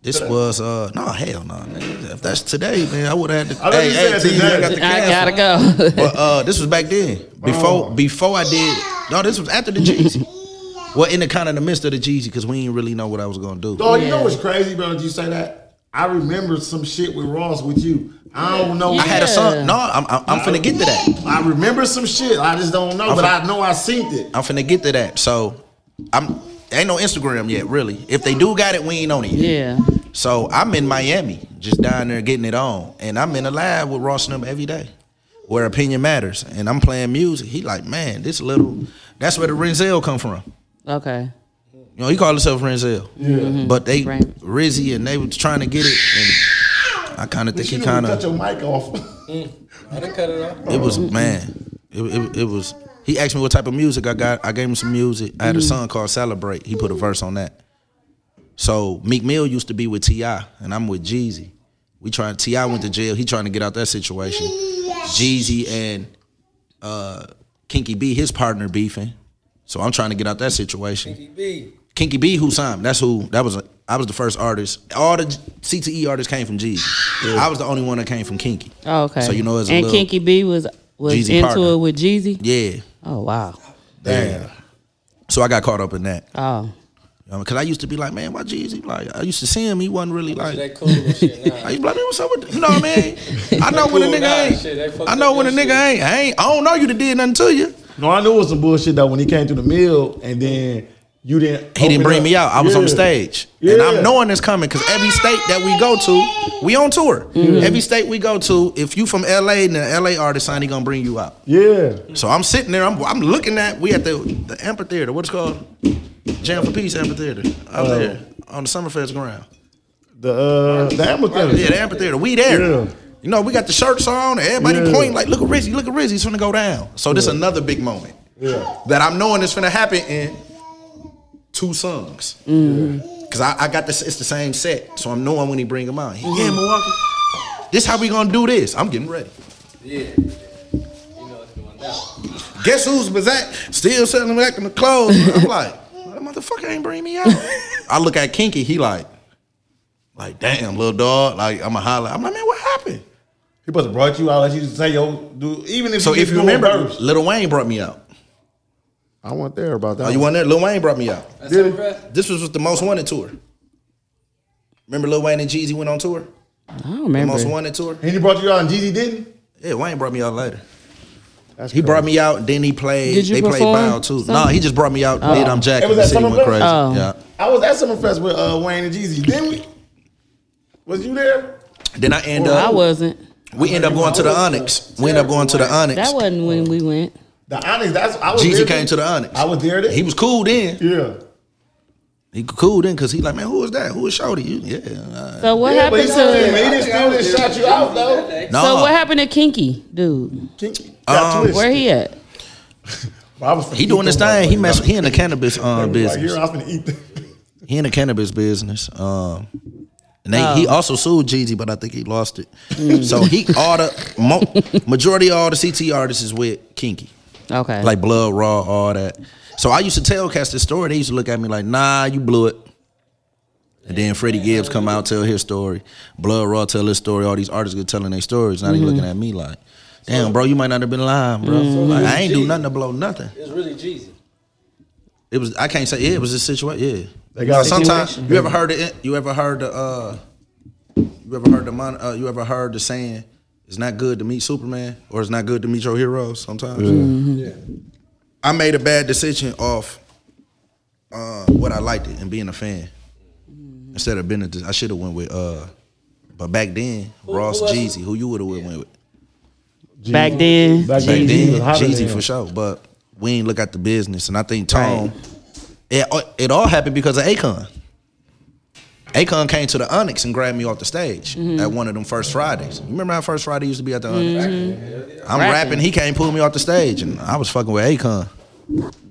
[SPEAKER 1] This was uh no hell no. nigga. If that's today, man, I would have had to.
[SPEAKER 3] I thought
[SPEAKER 1] Hey,
[SPEAKER 3] you
[SPEAKER 1] hey,
[SPEAKER 3] said
[SPEAKER 1] T,
[SPEAKER 3] today.
[SPEAKER 1] I got the
[SPEAKER 2] I
[SPEAKER 1] cancel.
[SPEAKER 2] gotta go.
[SPEAKER 1] But uh, this was back then. Before before I did no, this was after the Jeezy. Well, in the kind of the midst of the Jeezy, because we didn't really know what I was gonna do.
[SPEAKER 3] Dog, Oh, you know what's crazy, bro? Did you say that? I remember some shit with Ross with you. I don't know.
[SPEAKER 1] I had a song. No, I'm I'm, I'm finna get to that.
[SPEAKER 3] I remember some shit. I just don't know, but I know I seen it.
[SPEAKER 1] I'm finna get to that. So I'm ain't no Instagram yet, really. If they do got it, we ain't on it yet.
[SPEAKER 2] yeah.
[SPEAKER 1] So I'm in Miami, just down there getting it on, and I'm in a live with Ross and them every day, where opinion matters, and I'm playing music. He like, man, this little, that's where the Renzel come from.
[SPEAKER 2] Okay.
[SPEAKER 1] You know, he called himself Renzel, yeah. but they
[SPEAKER 2] Right.
[SPEAKER 1] Rizzy and they was trying to get it, and I kind of think
[SPEAKER 3] You
[SPEAKER 1] he
[SPEAKER 3] know,
[SPEAKER 1] kind
[SPEAKER 3] cut
[SPEAKER 1] of,
[SPEAKER 3] your mic off.
[SPEAKER 8] I done cut it off.
[SPEAKER 1] it
[SPEAKER 2] Oh,
[SPEAKER 1] was man, it, it, it was. He asked me what type of music I got. I gave him some music. I had a
[SPEAKER 2] Mm.
[SPEAKER 1] song called Celebrate. He put a verse on that. So Meek Mill used to be with T.I. and I'm with Jeezy. We trying T.I. went to jail. He trying to get out that situation. Jeezy and uh, Kinky B, his partner beefing. So I'm trying to get out that situation.
[SPEAKER 8] B.
[SPEAKER 1] Kinky B, who signed? That's who. That was. I was the first artist. All the CTE artists came from Jeezy. I was the only one that came from Kinky.
[SPEAKER 2] Oh, okay.
[SPEAKER 1] So you know it's a
[SPEAKER 2] and
[SPEAKER 1] little-
[SPEAKER 2] Kinky B was was
[SPEAKER 1] Jeezy
[SPEAKER 2] into
[SPEAKER 1] partner.
[SPEAKER 2] it with Jeezy.
[SPEAKER 1] Yeah.
[SPEAKER 2] Oh wow.
[SPEAKER 1] Damn. So I got caught up in that.
[SPEAKER 2] Oh.
[SPEAKER 1] Because I used to be like, man, why Jeezy? Like, I used to see him. He wasn't really like.
[SPEAKER 8] That cool and shit now.
[SPEAKER 1] I used to be like, man, what's up with you know what I mean? I know when a
[SPEAKER 8] Cool, nah,
[SPEAKER 1] nigga
[SPEAKER 8] shit, they
[SPEAKER 1] ain't.
[SPEAKER 8] fucked
[SPEAKER 1] I know
[SPEAKER 8] up
[SPEAKER 1] when a
[SPEAKER 8] your
[SPEAKER 1] nigga ain't. I ain't. I don't know you done did nothing to you.
[SPEAKER 3] no, I knew it was some bullshit though when he came through the mill and then you didn't.
[SPEAKER 1] He
[SPEAKER 3] open
[SPEAKER 1] didn't bring
[SPEAKER 3] up.
[SPEAKER 1] me out. I was on the
[SPEAKER 3] Yeah.
[SPEAKER 1] stage, and
[SPEAKER 3] Yeah.
[SPEAKER 1] I'm knowing this coming because every state that we go to, we on tour.
[SPEAKER 8] Mm-hmm.
[SPEAKER 1] Every state we go to, if you from LA and an LA artist, sign he gonna bring you out.
[SPEAKER 3] Yeah.
[SPEAKER 1] So I'm sitting there. I'm, I'm looking at. We at the the amphitheater. What's called Jam for Peace amphitheater out
[SPEAKER 3] Oh.
[SPEAKER 1] there on the Summerfest ground.
[SPEAKER 3] The uh the amphitheater.
[SPEAKER 1] Yeah, the amphitheater. We there.
[SPEAKER 3] Yeah.
[SPEAKER 1] You know, we got the shirts on. And everybody
[SPEAKER 3] Yeah.
[SPEAKER 1] pointing like, look at Rizzy, look at Rizzy. He's finna go down. So this another big moment
[SPEAKER 3] Yeah.
[SPEAKER 1] that I'm knowing is finna happen in two songs.
[SPEAKER 3] Mm-hmm.
[SPEAKER 1] Cause I, I got this. It's the same set, so I'm knowing when he bring him out. He, Yeah,
[SPEAKER 3] Mm-hmm.
[SPEAKER 1] Milwaukee. This how we gonna do this. I'm getting ready. Guess who's was that? Still selling back in the clothes. I'm like, that motherfucker ain't bring me out. I look at Kinky, he like, like, damn, little dog. Like, I'm a holler. I'm like, man, what happened?
[SPEAKER 3] He must have brought you out like you say yo dude even if
[SPEAKER 1] So
[SPEAKER 3] you
[SPEAKER 1] if you remember, Lil Wayne brought me out.
[SPEAKER 3] I want there about that.
[SPEAKER 1] Oh, you want that? Lil Wayne brought me out.
[SPEAKER 3] Did it?
[SPEAKER 1] This was with the Most Wanted tour. Remember Lil Wayne and Jeezy went on tour?
[SPEAKER 2] I don't
[SPEAKER 1] The
[SPEAKER 2] remember.
[SPEAKER 1] Most Wanted tour?
[SPEAKER 3] And he brought you out and Jeezy didn't?
[SPEAKER 1] Yeah, Wayne brought me out later.
[SPEAKER 3] That's
[SPEAKER 1] He brought me out, then he played.
[SPEAKER 2] Did you
[SPEAKER 1] they played
[SPEAKER 2] perform
[SPEAKER 1] Bow too. No,
[SPEAKER 2] something?
[SPEAKER 1] he just brought me out, then I'm
[SPEAKER 3] It
[SPEAKER 1] jacking.
[SPEAKER 3] was
[SPEAKER 1] The
[SPEAKER 3] at
[SPEAKER 1] city went
[SPEAKER 3] Summerfest?
[SPEAKER 1] crazy.
[SPEAKER 2] Oh.
[SPEAKER 1] Yeah.
[SPEAKER 3] I was at Summerfest with uh, Wayne and Jeezy, didn't we? Was you there?
[SPEAKER 1] Then I end
[SPEAKER 2] I
[SPEAKER 1] up.
[SPEAKER 2] wasn't.
[SPEAKER 1] We end up going to the Onyx. We end up going to the Onyx.
[SPEAKER 2] That wasn't when we went.
[SPEAKER 3] The Onyx, that's I was there
[SPEAKER 1] Jeezy came to the Onyx.
[SPEAKER 3] I was there then.
[SPEAKER 1] He was cool then.
[SPEAKER 3] yeah.
[SPEAKER 1] He cool then because he like, man, who is that? Who is Shorty? You, yeah. uh,
[SPEAKER 2] So what
[SPEAKER 3] Yeah, but he
[SPEAKER 2] happened
[SPEAKER 3] still didn't, he
[SPEAKER 2] to?
[SPEAKER 3] didn't still didn't shout you out though.
[SPEAKER 1] no.
[SPEAKER 2] So what happened to Kinky, dude?
[SPEAKER 3] Kinky, got
[SPEAKER 1] Um,
[SPEAKER 3] twisted.
[SPEAKER 2] Where he at?
[SPEAKER 3] I was finna
[SPEAKER 1] He
[SPEAKER 3] eat
[SPEAKER 1] doing this
[SPEAKER 3] them
[SPEAKER 1] thing. He
[SPEAKER 3] motherfuckers.
[SPEAKER 1] mess. He in the cannabis uh,
[SPEAKER 3] He was like,
[SPEAKER 1] business.
[SPEAKER 3] Here, I was gonna eat. them.
[SPEAKER 1] He in the cannabis business. Um, and they, he
[SPEAKER 2] Oh.
[SPEAKER 1] also sued Jeezy, but I think he lost it.
[SPEAKER 2] Hmm.
[SPEAKER 1] So he all the mo- majority of all the CT artists is with Kinky,
[SPEAKER 2] Okay.
[SPEAKER 1] like Blood Raw, all that. So I used to tell cats this story. They used to look at me like, Nah, you blew it. And then Freddie Gibbs come out tell his story. Blood Raw tell his story. All these artists good telling their stories. Now they looking at me like, Damn, bro, you might not have been lying, bro. Like, I ain't do nothing to blow nothing.
[SPEAKER 8] It's really Jeezy.
[SPEAKER 1] It was I can't say yeah, it was a situation. Yeah.
[SPEAKER 3] They got a
[SPEAKER 1] sometimes
[SPEAKER 3] situation.
[SPEAKER 1] you ever heard the you ever heard the uh you ever heard the mon, uh, you ever heard the saying it's not good to meet Superman or it's not good to meet your heroes sometimes.
[SPEAKER 8] Mm-hmm.
[SPEAKER 1] I made a bad decision off uh, what I liked it and being a fan
[SPEAKER 8] Mm-hmm.
[SPEAKER 1] instead of being a I should have went with uh but back then Ross
[SPEAKER 8] who else?
[SPEAKER 1] Jeezy who you would have went with
[SPEAKER 2] Back then.
[SPEAKER 3] Back
[SPEAKER 1] back
[SPEAKER 3] then, Jeezy
[SPEAKER 1] then,
[SPEAKER 3] was hotter than
[SPEAKER 1] Jeezy
[SPEAKER 3] him.
[SPEAKER 1] for sure. But we ain't look at the business, and I think Tone, it uh, it all happened because of Akon. Akon came to the Onyx and grabbed me off the stage
[SPEAKER 2] Mm-hmm.
[SPEAKER 1] at one of them first Fridays. You remember how first Friday used to be at the Onyx? I'm
[SPEAKER 2] Mm-hmm. Rapping.
[SPEAKER 1] rapping. he can't pull me off the stage, and I was fucking with Akon.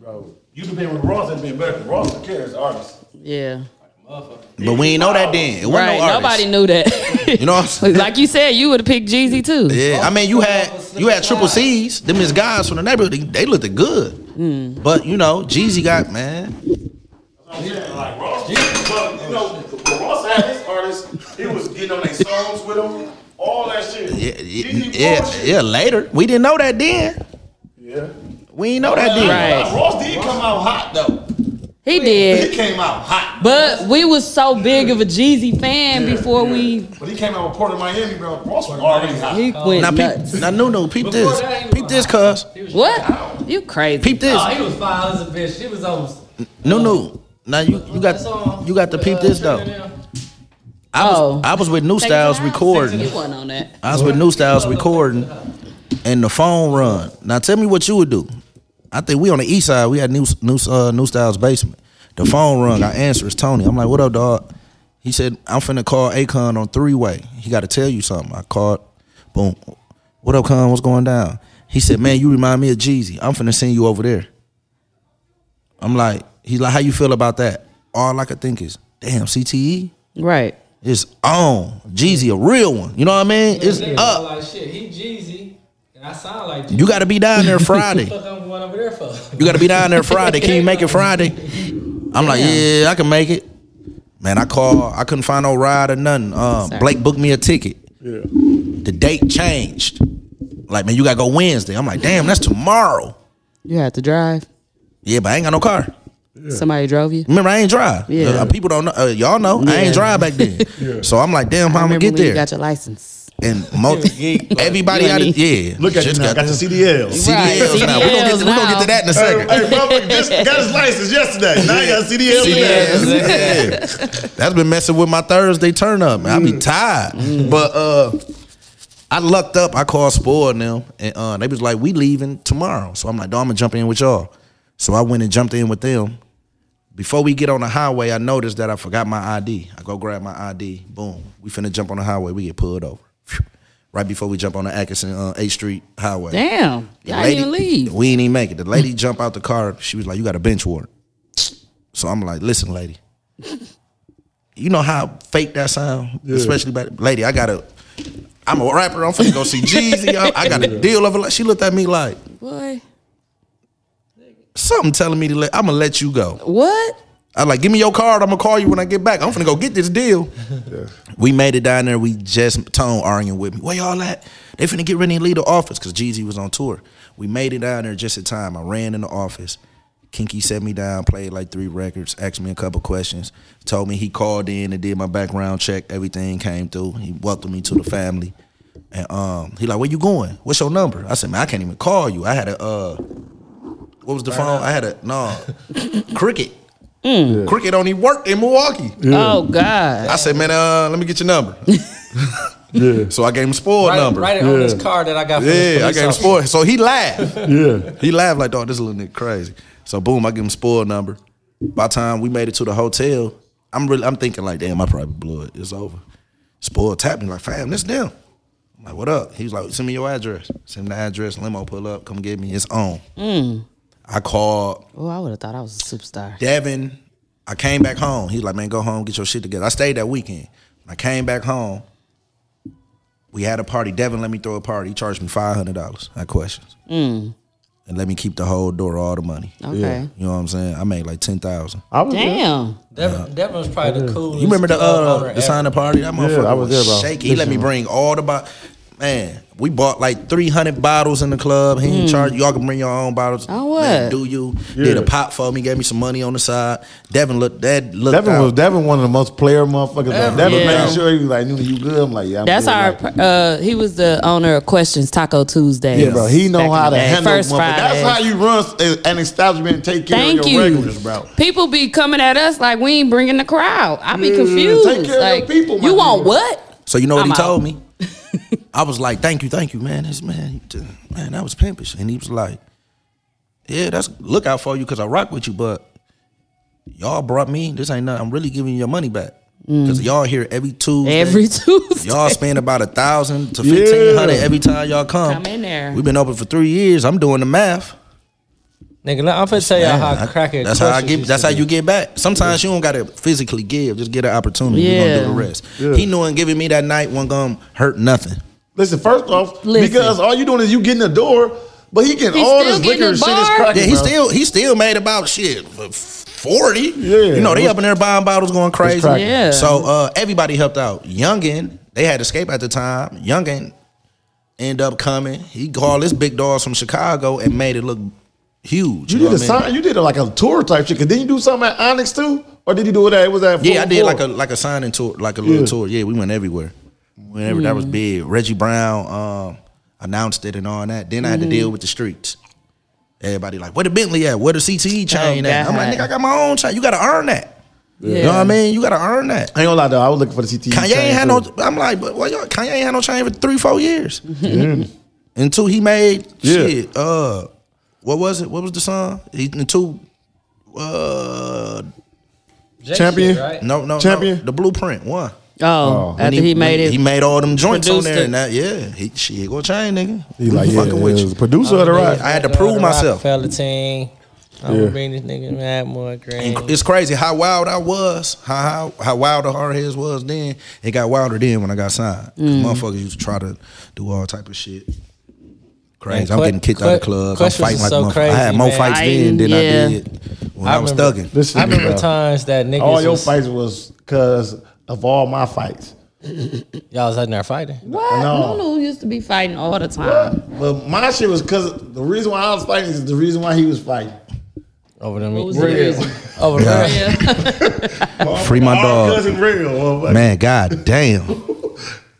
[SPEAKER 3] Bro, you could be with Ross and been better. Ross cares artist.
[SPEAKER 2] Yeah.
[SPEAKER 1] But we ain't know that then. It wasn't
[SPEAKER 2] Right.
[SPEAKER 1] no artist.
[SPEAKER 2] Nobody knew that.
[SPEAKER 1] You know what I'm saying?
[SPEAKER 2] like you said, you would have picked Jeezy too.
[SPEAKER 1] Yeah, I mean, you had you had triple C's. Them is
[SPEAKER 2] Mm.
[SPEAKER 1] guys from the neighborhood. They, they looked good, but you know, Jeezy got man.
[SPEAKER 9] Oh, Yeah, like Ross. But you know, Ross had his artists. He was getting on their songs with them. All that shit.
[SPEAKER 1] Yeah,
[SPEAKER 9] Gigi
[SPEAKER 1] yeah, yeah,
[SPEAKER 9] Paul shit.
[SPEAKER 1] yeah, later. We didn't know that then.
[SPEAKER 9] Yeah.
[SPEAKER 1] We didn't know that then.
[SPEAKER 2] Right.
[SPEAKER 9] Ross did come out hot though.
[SPEAKER 2] He did.
[SPEAKER 9] He came out hot.
[SPEAKER 2] But we was so big of a Jeezy fan before we
[SPEAKER 9] But he came out with Port of Miami, bro. Ross was already hot.
[SPEAKER 2] he went
[SPEAKER 1] Now,
[SPEAKER 2] nuts.
[SPEAKER 1] peep, now, no, no, peep
[SPEAKER 8] Before
[SPEAKER 1] this.
[SPEAKER 8] that, he was
[SPEAKER 1] Peep this, cuz.
[SPEAKER 2] what? You crazy?
[SPEAKER 1] Peep this.
[SPEAKER 8] Oh, he was fine as a bitch. She was almost.
[SPEAKER 1] No, no. Now you, you got you got to
[SPEAKER 8] Uh,
[SPEAKER 1] peep this though. I
[SPEAKER 2] Oh.
[SPEAKER 1] was I was with New Styles recording.
[SPEAKER 2] You wasn't on that.
[SPEAKER 1] I was with New Styles recording, and the phone run. Now tell me what you would do. I think we on the east side. We had New New uh, New Styles basement. The phone rung. I answer. It's Tony. I'm like, what up, dog? He said, I'm finna call Akon on three way. He got to tell you something. I called. Boom. What up, Con? What's going down? He said, man, you remind me of Jeezy. I'm finna send you over there. I'm like, he's like, how you feel about that? All I could think is, damn, CTE.
[SPEAKER 2] Right.
[SPEAKER 1] It's on. Jeezy, a real one. You know what I mean? It's up.
[SPEAKER 8] Like shit, he Jeezy, and I sound like
[SPEAKER 1] You got to be down there Friday.
[SPEAKER 8] fuck I'm going over there for.
[SPEAKER 1] You got to be down there Friday. Can you make it Friday? I'm like, yeah, I can make it. Man, I called. I couldn't find no ride or nothing. Um,
[SPEAKER 2] Sorry.
[SPEAKER 1] Blake booked me a ticket. Yeah. The date changed. Like, man, you got to go Wednesday. I'm like, damn, that's tomorrow.
[SPEAKER 2] You had to drive.
[SPEAKER 1] Yeah, but I ain't got no car.
[SPEAKER 2] Somebody drove you.
[SPEAKER 1] Remember, I ain't drive.
[SPEAKER 2] Yeah.
[SPEAKER 1] Uh, people don't know. Uh, y'all know. I
[SPEAKER 2] Yeah.
[SPEAKER 1] ain't drive back then. So I'm like, damn, how I'm going to
[SPEAKER 2] Remember
[SPEAKER 1] get
[SPEAKER 2] when You
[SPEAKER 1] there?
[SPEAKER 2] got your license.
[SPEAKER 1] And multi- everybody
[SPEAKER 2] You
[SPEAKER 1] out
[SPEAKER 2] ain't
[SPEAKER 1] of, yeah.
[SPEAKER 3] Look at you
[SPEAKER 1] just
[SPEAKER 3] now. Got the CDLs.
[SPEAKER 2] Right,
[SPEAKER 1] CDLs now. We're going to
[SPEAKER 2] CDLs
[SPEAKER 1] get to that in a
[SPEAKER 3] Hey,
[SPEAKER 1] second.
[SPEAKER 3] hey, motherfucker, just got his license yesterday. Now you got CDLs. in there.
[SPEAKER 1] Yeah. That's been messing with my Thursday turn up, man. I be tired. But uh I lucked up. I called Spoil and them and uh they was like, We leaving tomorrow. So I'm like, no, I'm gonna jump in with y'all. So I went and jumped in with them. Before we get on the highway, I noticed that I forgot my ID. I go grab my ID. Boom. We finna jump on the highway. We get pulled over. Phew. Right before we jump on the Atkinson uh, 8th Street highway.
[SPEAKER 2] Damn.
[SPEAKER 1] The
[SPEAKER 2] Y'all
[SPEAKER 1] lady-
[SPEAKER 2] didn't even leave.
[SPEAKER 1] We didn't even make it. The lady jumped out the car. She was like, "You got a bench warrant." So I'm like, "Listen, lady, you know how fake that sound, especially back, lady. I got a, I'm a rapper. I'm finna go see Jeezy. I, I got a deal of a. She looked at me like
[SPEAKER 2] Boy.
[SPEAKER 1] something telling me to let. I'm gonna let you go.
[SPEAKER 2] What?
[SPEAKER 1] I'm like, give me your card. I'm gonna call you when I get back. I'm finna go get this deal. We made it down there. We just tone arguing with me. Where y'all at? They finna get ready to leave the office because Jeezy was on tour. We made it down there just in time. I ran in the office. Kinky set me down, played like three records, asked me a couple questions, told me he called in and did my background check. Everything came through. He welcomed me to the family. And um, he like, where you going? What's your number? I said, man, I can't even call you. I had a uh, what was the phone? I had a no, cricket. Cricket only worked in Milwaukee.
[SPEAKER 2] Oh God.
[SPEAKER 1] I said, man, uh, let me get your number.
[SPEAKER 9] Yeah.
[SPEAKER 1] So I gave him spoil
[SPEAKER 8] Write,
[SPEAKER 1] number.
[SPEAKER 8] write it on this
[SPEAKER 9] Yeah.
[SPEAKER 8] card that I got. From this
[SPEAKER 1] yeah, I
[SPEAKER 8] police
[SPEAKER 1] gave him
[SPEAKER 8] officer.
[SPEAKER 1] spoil. So he laughed.
[SPEAKER 9] Yeah.
[SPEAKER 1] He laughed like, dog, this little nigga crazy. So boom, I give him spoil number. By the time we made it to the hotel, I'm really I'm thinking like, damn, I probably blew it. It's over. Spoil tapped me like, fam, this them. I'm like, what up? He was like, send me your address. Send me the address. Limo pull up. Come get me. It's on.
[SPEAKER 8] Mm.
[SPEAKER 1] I called
[SPEAKER 2] Oh, I would have thought I was a superstar.
[SPEAKER 1] Devin, I came back home. He's like, man, go home, get your shit together. I stayed that weekend. When I came back home, we had a party. Devin let me throw a party. He charged me five hundred dollars. I had questions. And let me keep the whole door, all the money.
[SPEAKER 2] Mm. Okay.
[SPEAKER 1] You know what I'm saying? I made like ten thousand.
[SPEAKER 9] I was there.
[SPEAKER 2] Damn.
[SPEAKER 8] Devin, Devin was probably the coolest.
[SPEAKER 1] You remember the
[SPEAKER 8] club owner
[SPEAKER 1] uh the sign up party? That motherfucker
[SPEAKER 9] I was
[SPEAKER 1] was,
[SPEAKER 9] there, bro.
[SPEAKER 1] shaky. He let me bring all the bo- man. We bought like three hundred bottles in the club. He ain't charged. Y'all can bring your own bottles.
[SPEAKER 2] Mm. Oh, what?
[SPEAKER 1] Man, do you did a pop for me? Gave me some money on the side. Devin looked. That looked.
[SPEAKER 3] Devin
[SPEAKER 1] out.
[SPEAKER 3] was Devin one of the most player motherfuckers. Devin, Devin
[SPEAKER 2] Yeah.
[SPEAKER 3] made sure he was like, "Nuna, you good?" I'm like, "Yeah." I'm
[SPEAKER 2] That's
[SPEAKER 3] good.
[SPEAKER 2] our.
[SPEAKER 3] Like,
[SPEAKER 2] Uh, he was the owner of Questions Taco Tuesday.
[SPEAKER 3] yeah, bro. He know how to handle.
[SPEAKER 2] First
[SPEAKER 3] motherfuckers. That's
[SPEAKER 2] Fridays.
[SPEAKER 3] how you run s- an establishment and take care
[SPEAKER 2] Thank
[SPEAKER 3] of your
[SPEAKER 2] you.
[SPEAKER 3] regulars, bro.
[SPEAKER 2] People be coming at us like we ain't bringing the crowd. I be
[SPEAKER 3] Yeah,
[SPEAKER 2] confused.
[SPEAKER 3] take care of
[SPEAKER 2] like,
[SPEAKER 3] your people, my
[SPEAKER 2] you want
[SPEAKER 3] nigga.
[SPEAKER 2] what?
[SPEAKER 1] So you know what
[SPEAKER 2] I'm
[SPEAKER 1] he
[SPEAKER 2] out.
[SPEAKER 1] told me? I was like, "Thank you, thank you, man. This man, you did- man, that was pimpish." And he was like, "Yeah, that's look out for you because I rock with you, but y'all brought me. This ain't nothing. I'm really giving you your money back because y'all here every Tuesday.
[SPEAKER 2] Mm. Every Tuesday.
[SPEAKER 1] Y'all spend about a thousand to fifteen hundred every time y'all come.
[SPEAKER 2] Come in there.
[SPEAKER 1] We've been open for three years. I'm doing the math.
[SPEAKER 8] Nigga, I'm finna tell y'all
[SPEAKER 1] Man,
[SPEAKER 8] how
[SPEAKER 1] I-
[SPEAKER 8] crackhead.
[SPEAKER 1] That's how I
[SPEAKER 8] Crushers
[SPEAKER 1] get.
[SPEAKER 8] used
[SPEAKER 1] That's
[SPEAKER 8] to
[SPEAKER 1] how
[SPEAKER 8] be.
[SPEAKER 1] you get back. Sometimes you don't gotta physically give. Just get an opportunity. We're
[SPEAKER 2] Yeah.
[SPEAKER 1] gonna do the rest. He knew and giving me that night wasn't gonna hurt nothing.
[SPEAKER 3] Listen, first off,
[SPEAKER 2] Listen.
[SPEAKER 3] because all you doing is you getting the door, but he getting
[SPEAKER 2] He
[SPEAKER 3] all
[SPEAKER 2] still
[SPEAKER 3] this
[SPEAKER 2] getting
[SPEAKER 3] liquor and
[SPEAKER 2] the
[SPEAKER 3] shit is
[SPEAKER 2] bar?
[SPEAKER 3] cracking.
[SPEAKER 1] Yeah, he
[SPEAKER 3] bro.
[SPEAKER 1] still he still made about shit f- 40.
[SPEAKER 3] Yeah.
[SPEAKER 1] You know, they up in there buying bottles going crazy.
[SPEAKER 3] cracking.
[SPEAKER 2] Yeah.
[SPEAKER 1] So uh, everybody helped out. Youngin, they had escape at the time. Youngin end up coming. He called his big dogs from Chicago and made it look huge.
[SPEAKER 3] You
[SPEAKER 1] know
[SPEAKER 3] did a
[SPEAKER 1] what I mean?
[SPEAKER 3] sign. You did a, like a tour type shit. Cause didn't you do something at Onyx too, or did you do it at? It was at
[SPEAKER 1] Yeah, I did
[SPEAKER 3] Full
[SPEAKER 1] like a
[SPEAKER 3] Court?
[SPEAKER 1] like a signing tour, like a little
[SPEAKER 3] Yeah. Mm.
[SPEAKER 1] tour. Yeah, we went everywhere. Whenever that was big, Reggie Brown um, announced it and all that. Then I had to deal
[SPEAKER 3] Mm-hmm.
[SPEAKER 1] with the streets. Everybody like, where the Bentley at? Where the CTE chain
[SPEAKER 2] Oh,
[SPEAKER 1] at? I'm like,
[SPEAKER 2] God.
[SPEAKER 1] nigga, I got my own chain. You gotta earn that. You know what I mean? You gotta earn that.
[SPEAKER 3] I ain't gonna lie though. I was looking for the E CT.
[SPEAKER 1] Kanye ain't had no. I'm like, but well, y'all, Kanye ain't had no chain for three, four years. Until he made
[SPEAKER 3] Yeah.
[SPEAKER 1] shit. Uh, what was it? What was the song? He until uh
[SPEAKER 8] Jay
[SPEAKER 3] Champion?
[SPEAKER 8] shit, right?
[SPEAKER 1] no no no,
[SPEAKER 3] Champion?
[SPEAKER 1] the blueprint one.
[SPEAKER 2] Oh,
[SPEAKER 1] When
[SPEAKER 2] after he, made it.
[SPEAKER 1] he made all them joints on
[SPEAKER 2] produced
[SPEAKER 1] there
[SPEAKER 2] it.
[SPEAKER 1] and that. Yeah, he shit go chain nigga.
[SPEAKER 3] He like
[SPEAKER 1] He
[SPEAKER 3] yeah,
[SPEAKER 1] fucking
[SPEAKER 3] yeah,
[SPEAKER 1] with
[SPEAKER 3] it
[SPEAKER 1] you.
[SPEAKER 3] was the producer of the ride.
[SPEAKER 1] I had to prove myself.
[SPEAKER 8] Rockefeller team. I'm
[SPEAKER 3] Yeah.
[SPEAKER 8] gonna bring this nigga Mackmore Green.
[SPEAKER 1] And it's crazy how wild I was, how how, how wild the hardheads was then. It got wilder then when I got signed. 'Cause
[SPEAKER 2] Mm.
[SPEAKER 1] Motherfuckers used to try to do all type of shit. Crazy.
[SPEAKER 8] Man,
[SPEAKER 1] I'm getting
[SPEAKER 8] Clutch-
[SPEAKER 1] kicked out of
[SPEAKER 8] Clutch-
[SPEAKER 1] clubs. I'm
[SPEAKER 8] Clutch was
[SPEAKER 1] fighting like
[SPEAKER 8] so
[SPEAKER 1] a motherfucker. I had
[SPEAKER 8] crazy,
[SPEAKER 1] more
[SPEAKER 8] man.
[SPEAKER 1] fights then than I
[SPEAKER 2] Fighting, yeah.
[SPEAKER 1] did when I, was
[SPEAKER 8] remember-
[SPEAKER 1] thugging.
[SPEAKER 3] Listen
[SPEAKER 8] I
[SPEAKER 3] to me,
[SPEAKER 8] remember
[SPEAKER 3] bro.
[SPEAKER 8] times that niggas
[SPEAKER 3] All your
[SPEAKER 8] was-
[SPEAKER 3] fights was because of all my fights.
[SPEAKER 8] y'all was out there fighting.
[SPEAKER 2] What?
[SPEAKER 3] No.
[SPEAKER 2] Lulu used to be fighting all the time.
[SPEAKER 3] But my shit was because the reason why I was fighting is the reason why he was fighting.
[SPEAKER 8] Over the
[SPEAKER 2] What was
[SPEAKER 8] meat.
[SPEAKER 2] the reason?
[SPEAKER 8] Over the
[SPEAKER 1] Yeah.
[SPEAKER 2] Yeah.
[SPEAKER 1] Free my
[SPEAKER 3] All
[SPEAKER 1] dog.
[SPEAKER 3] cousin real. motherfucker.
[SPEAKER 1] Man, god damn.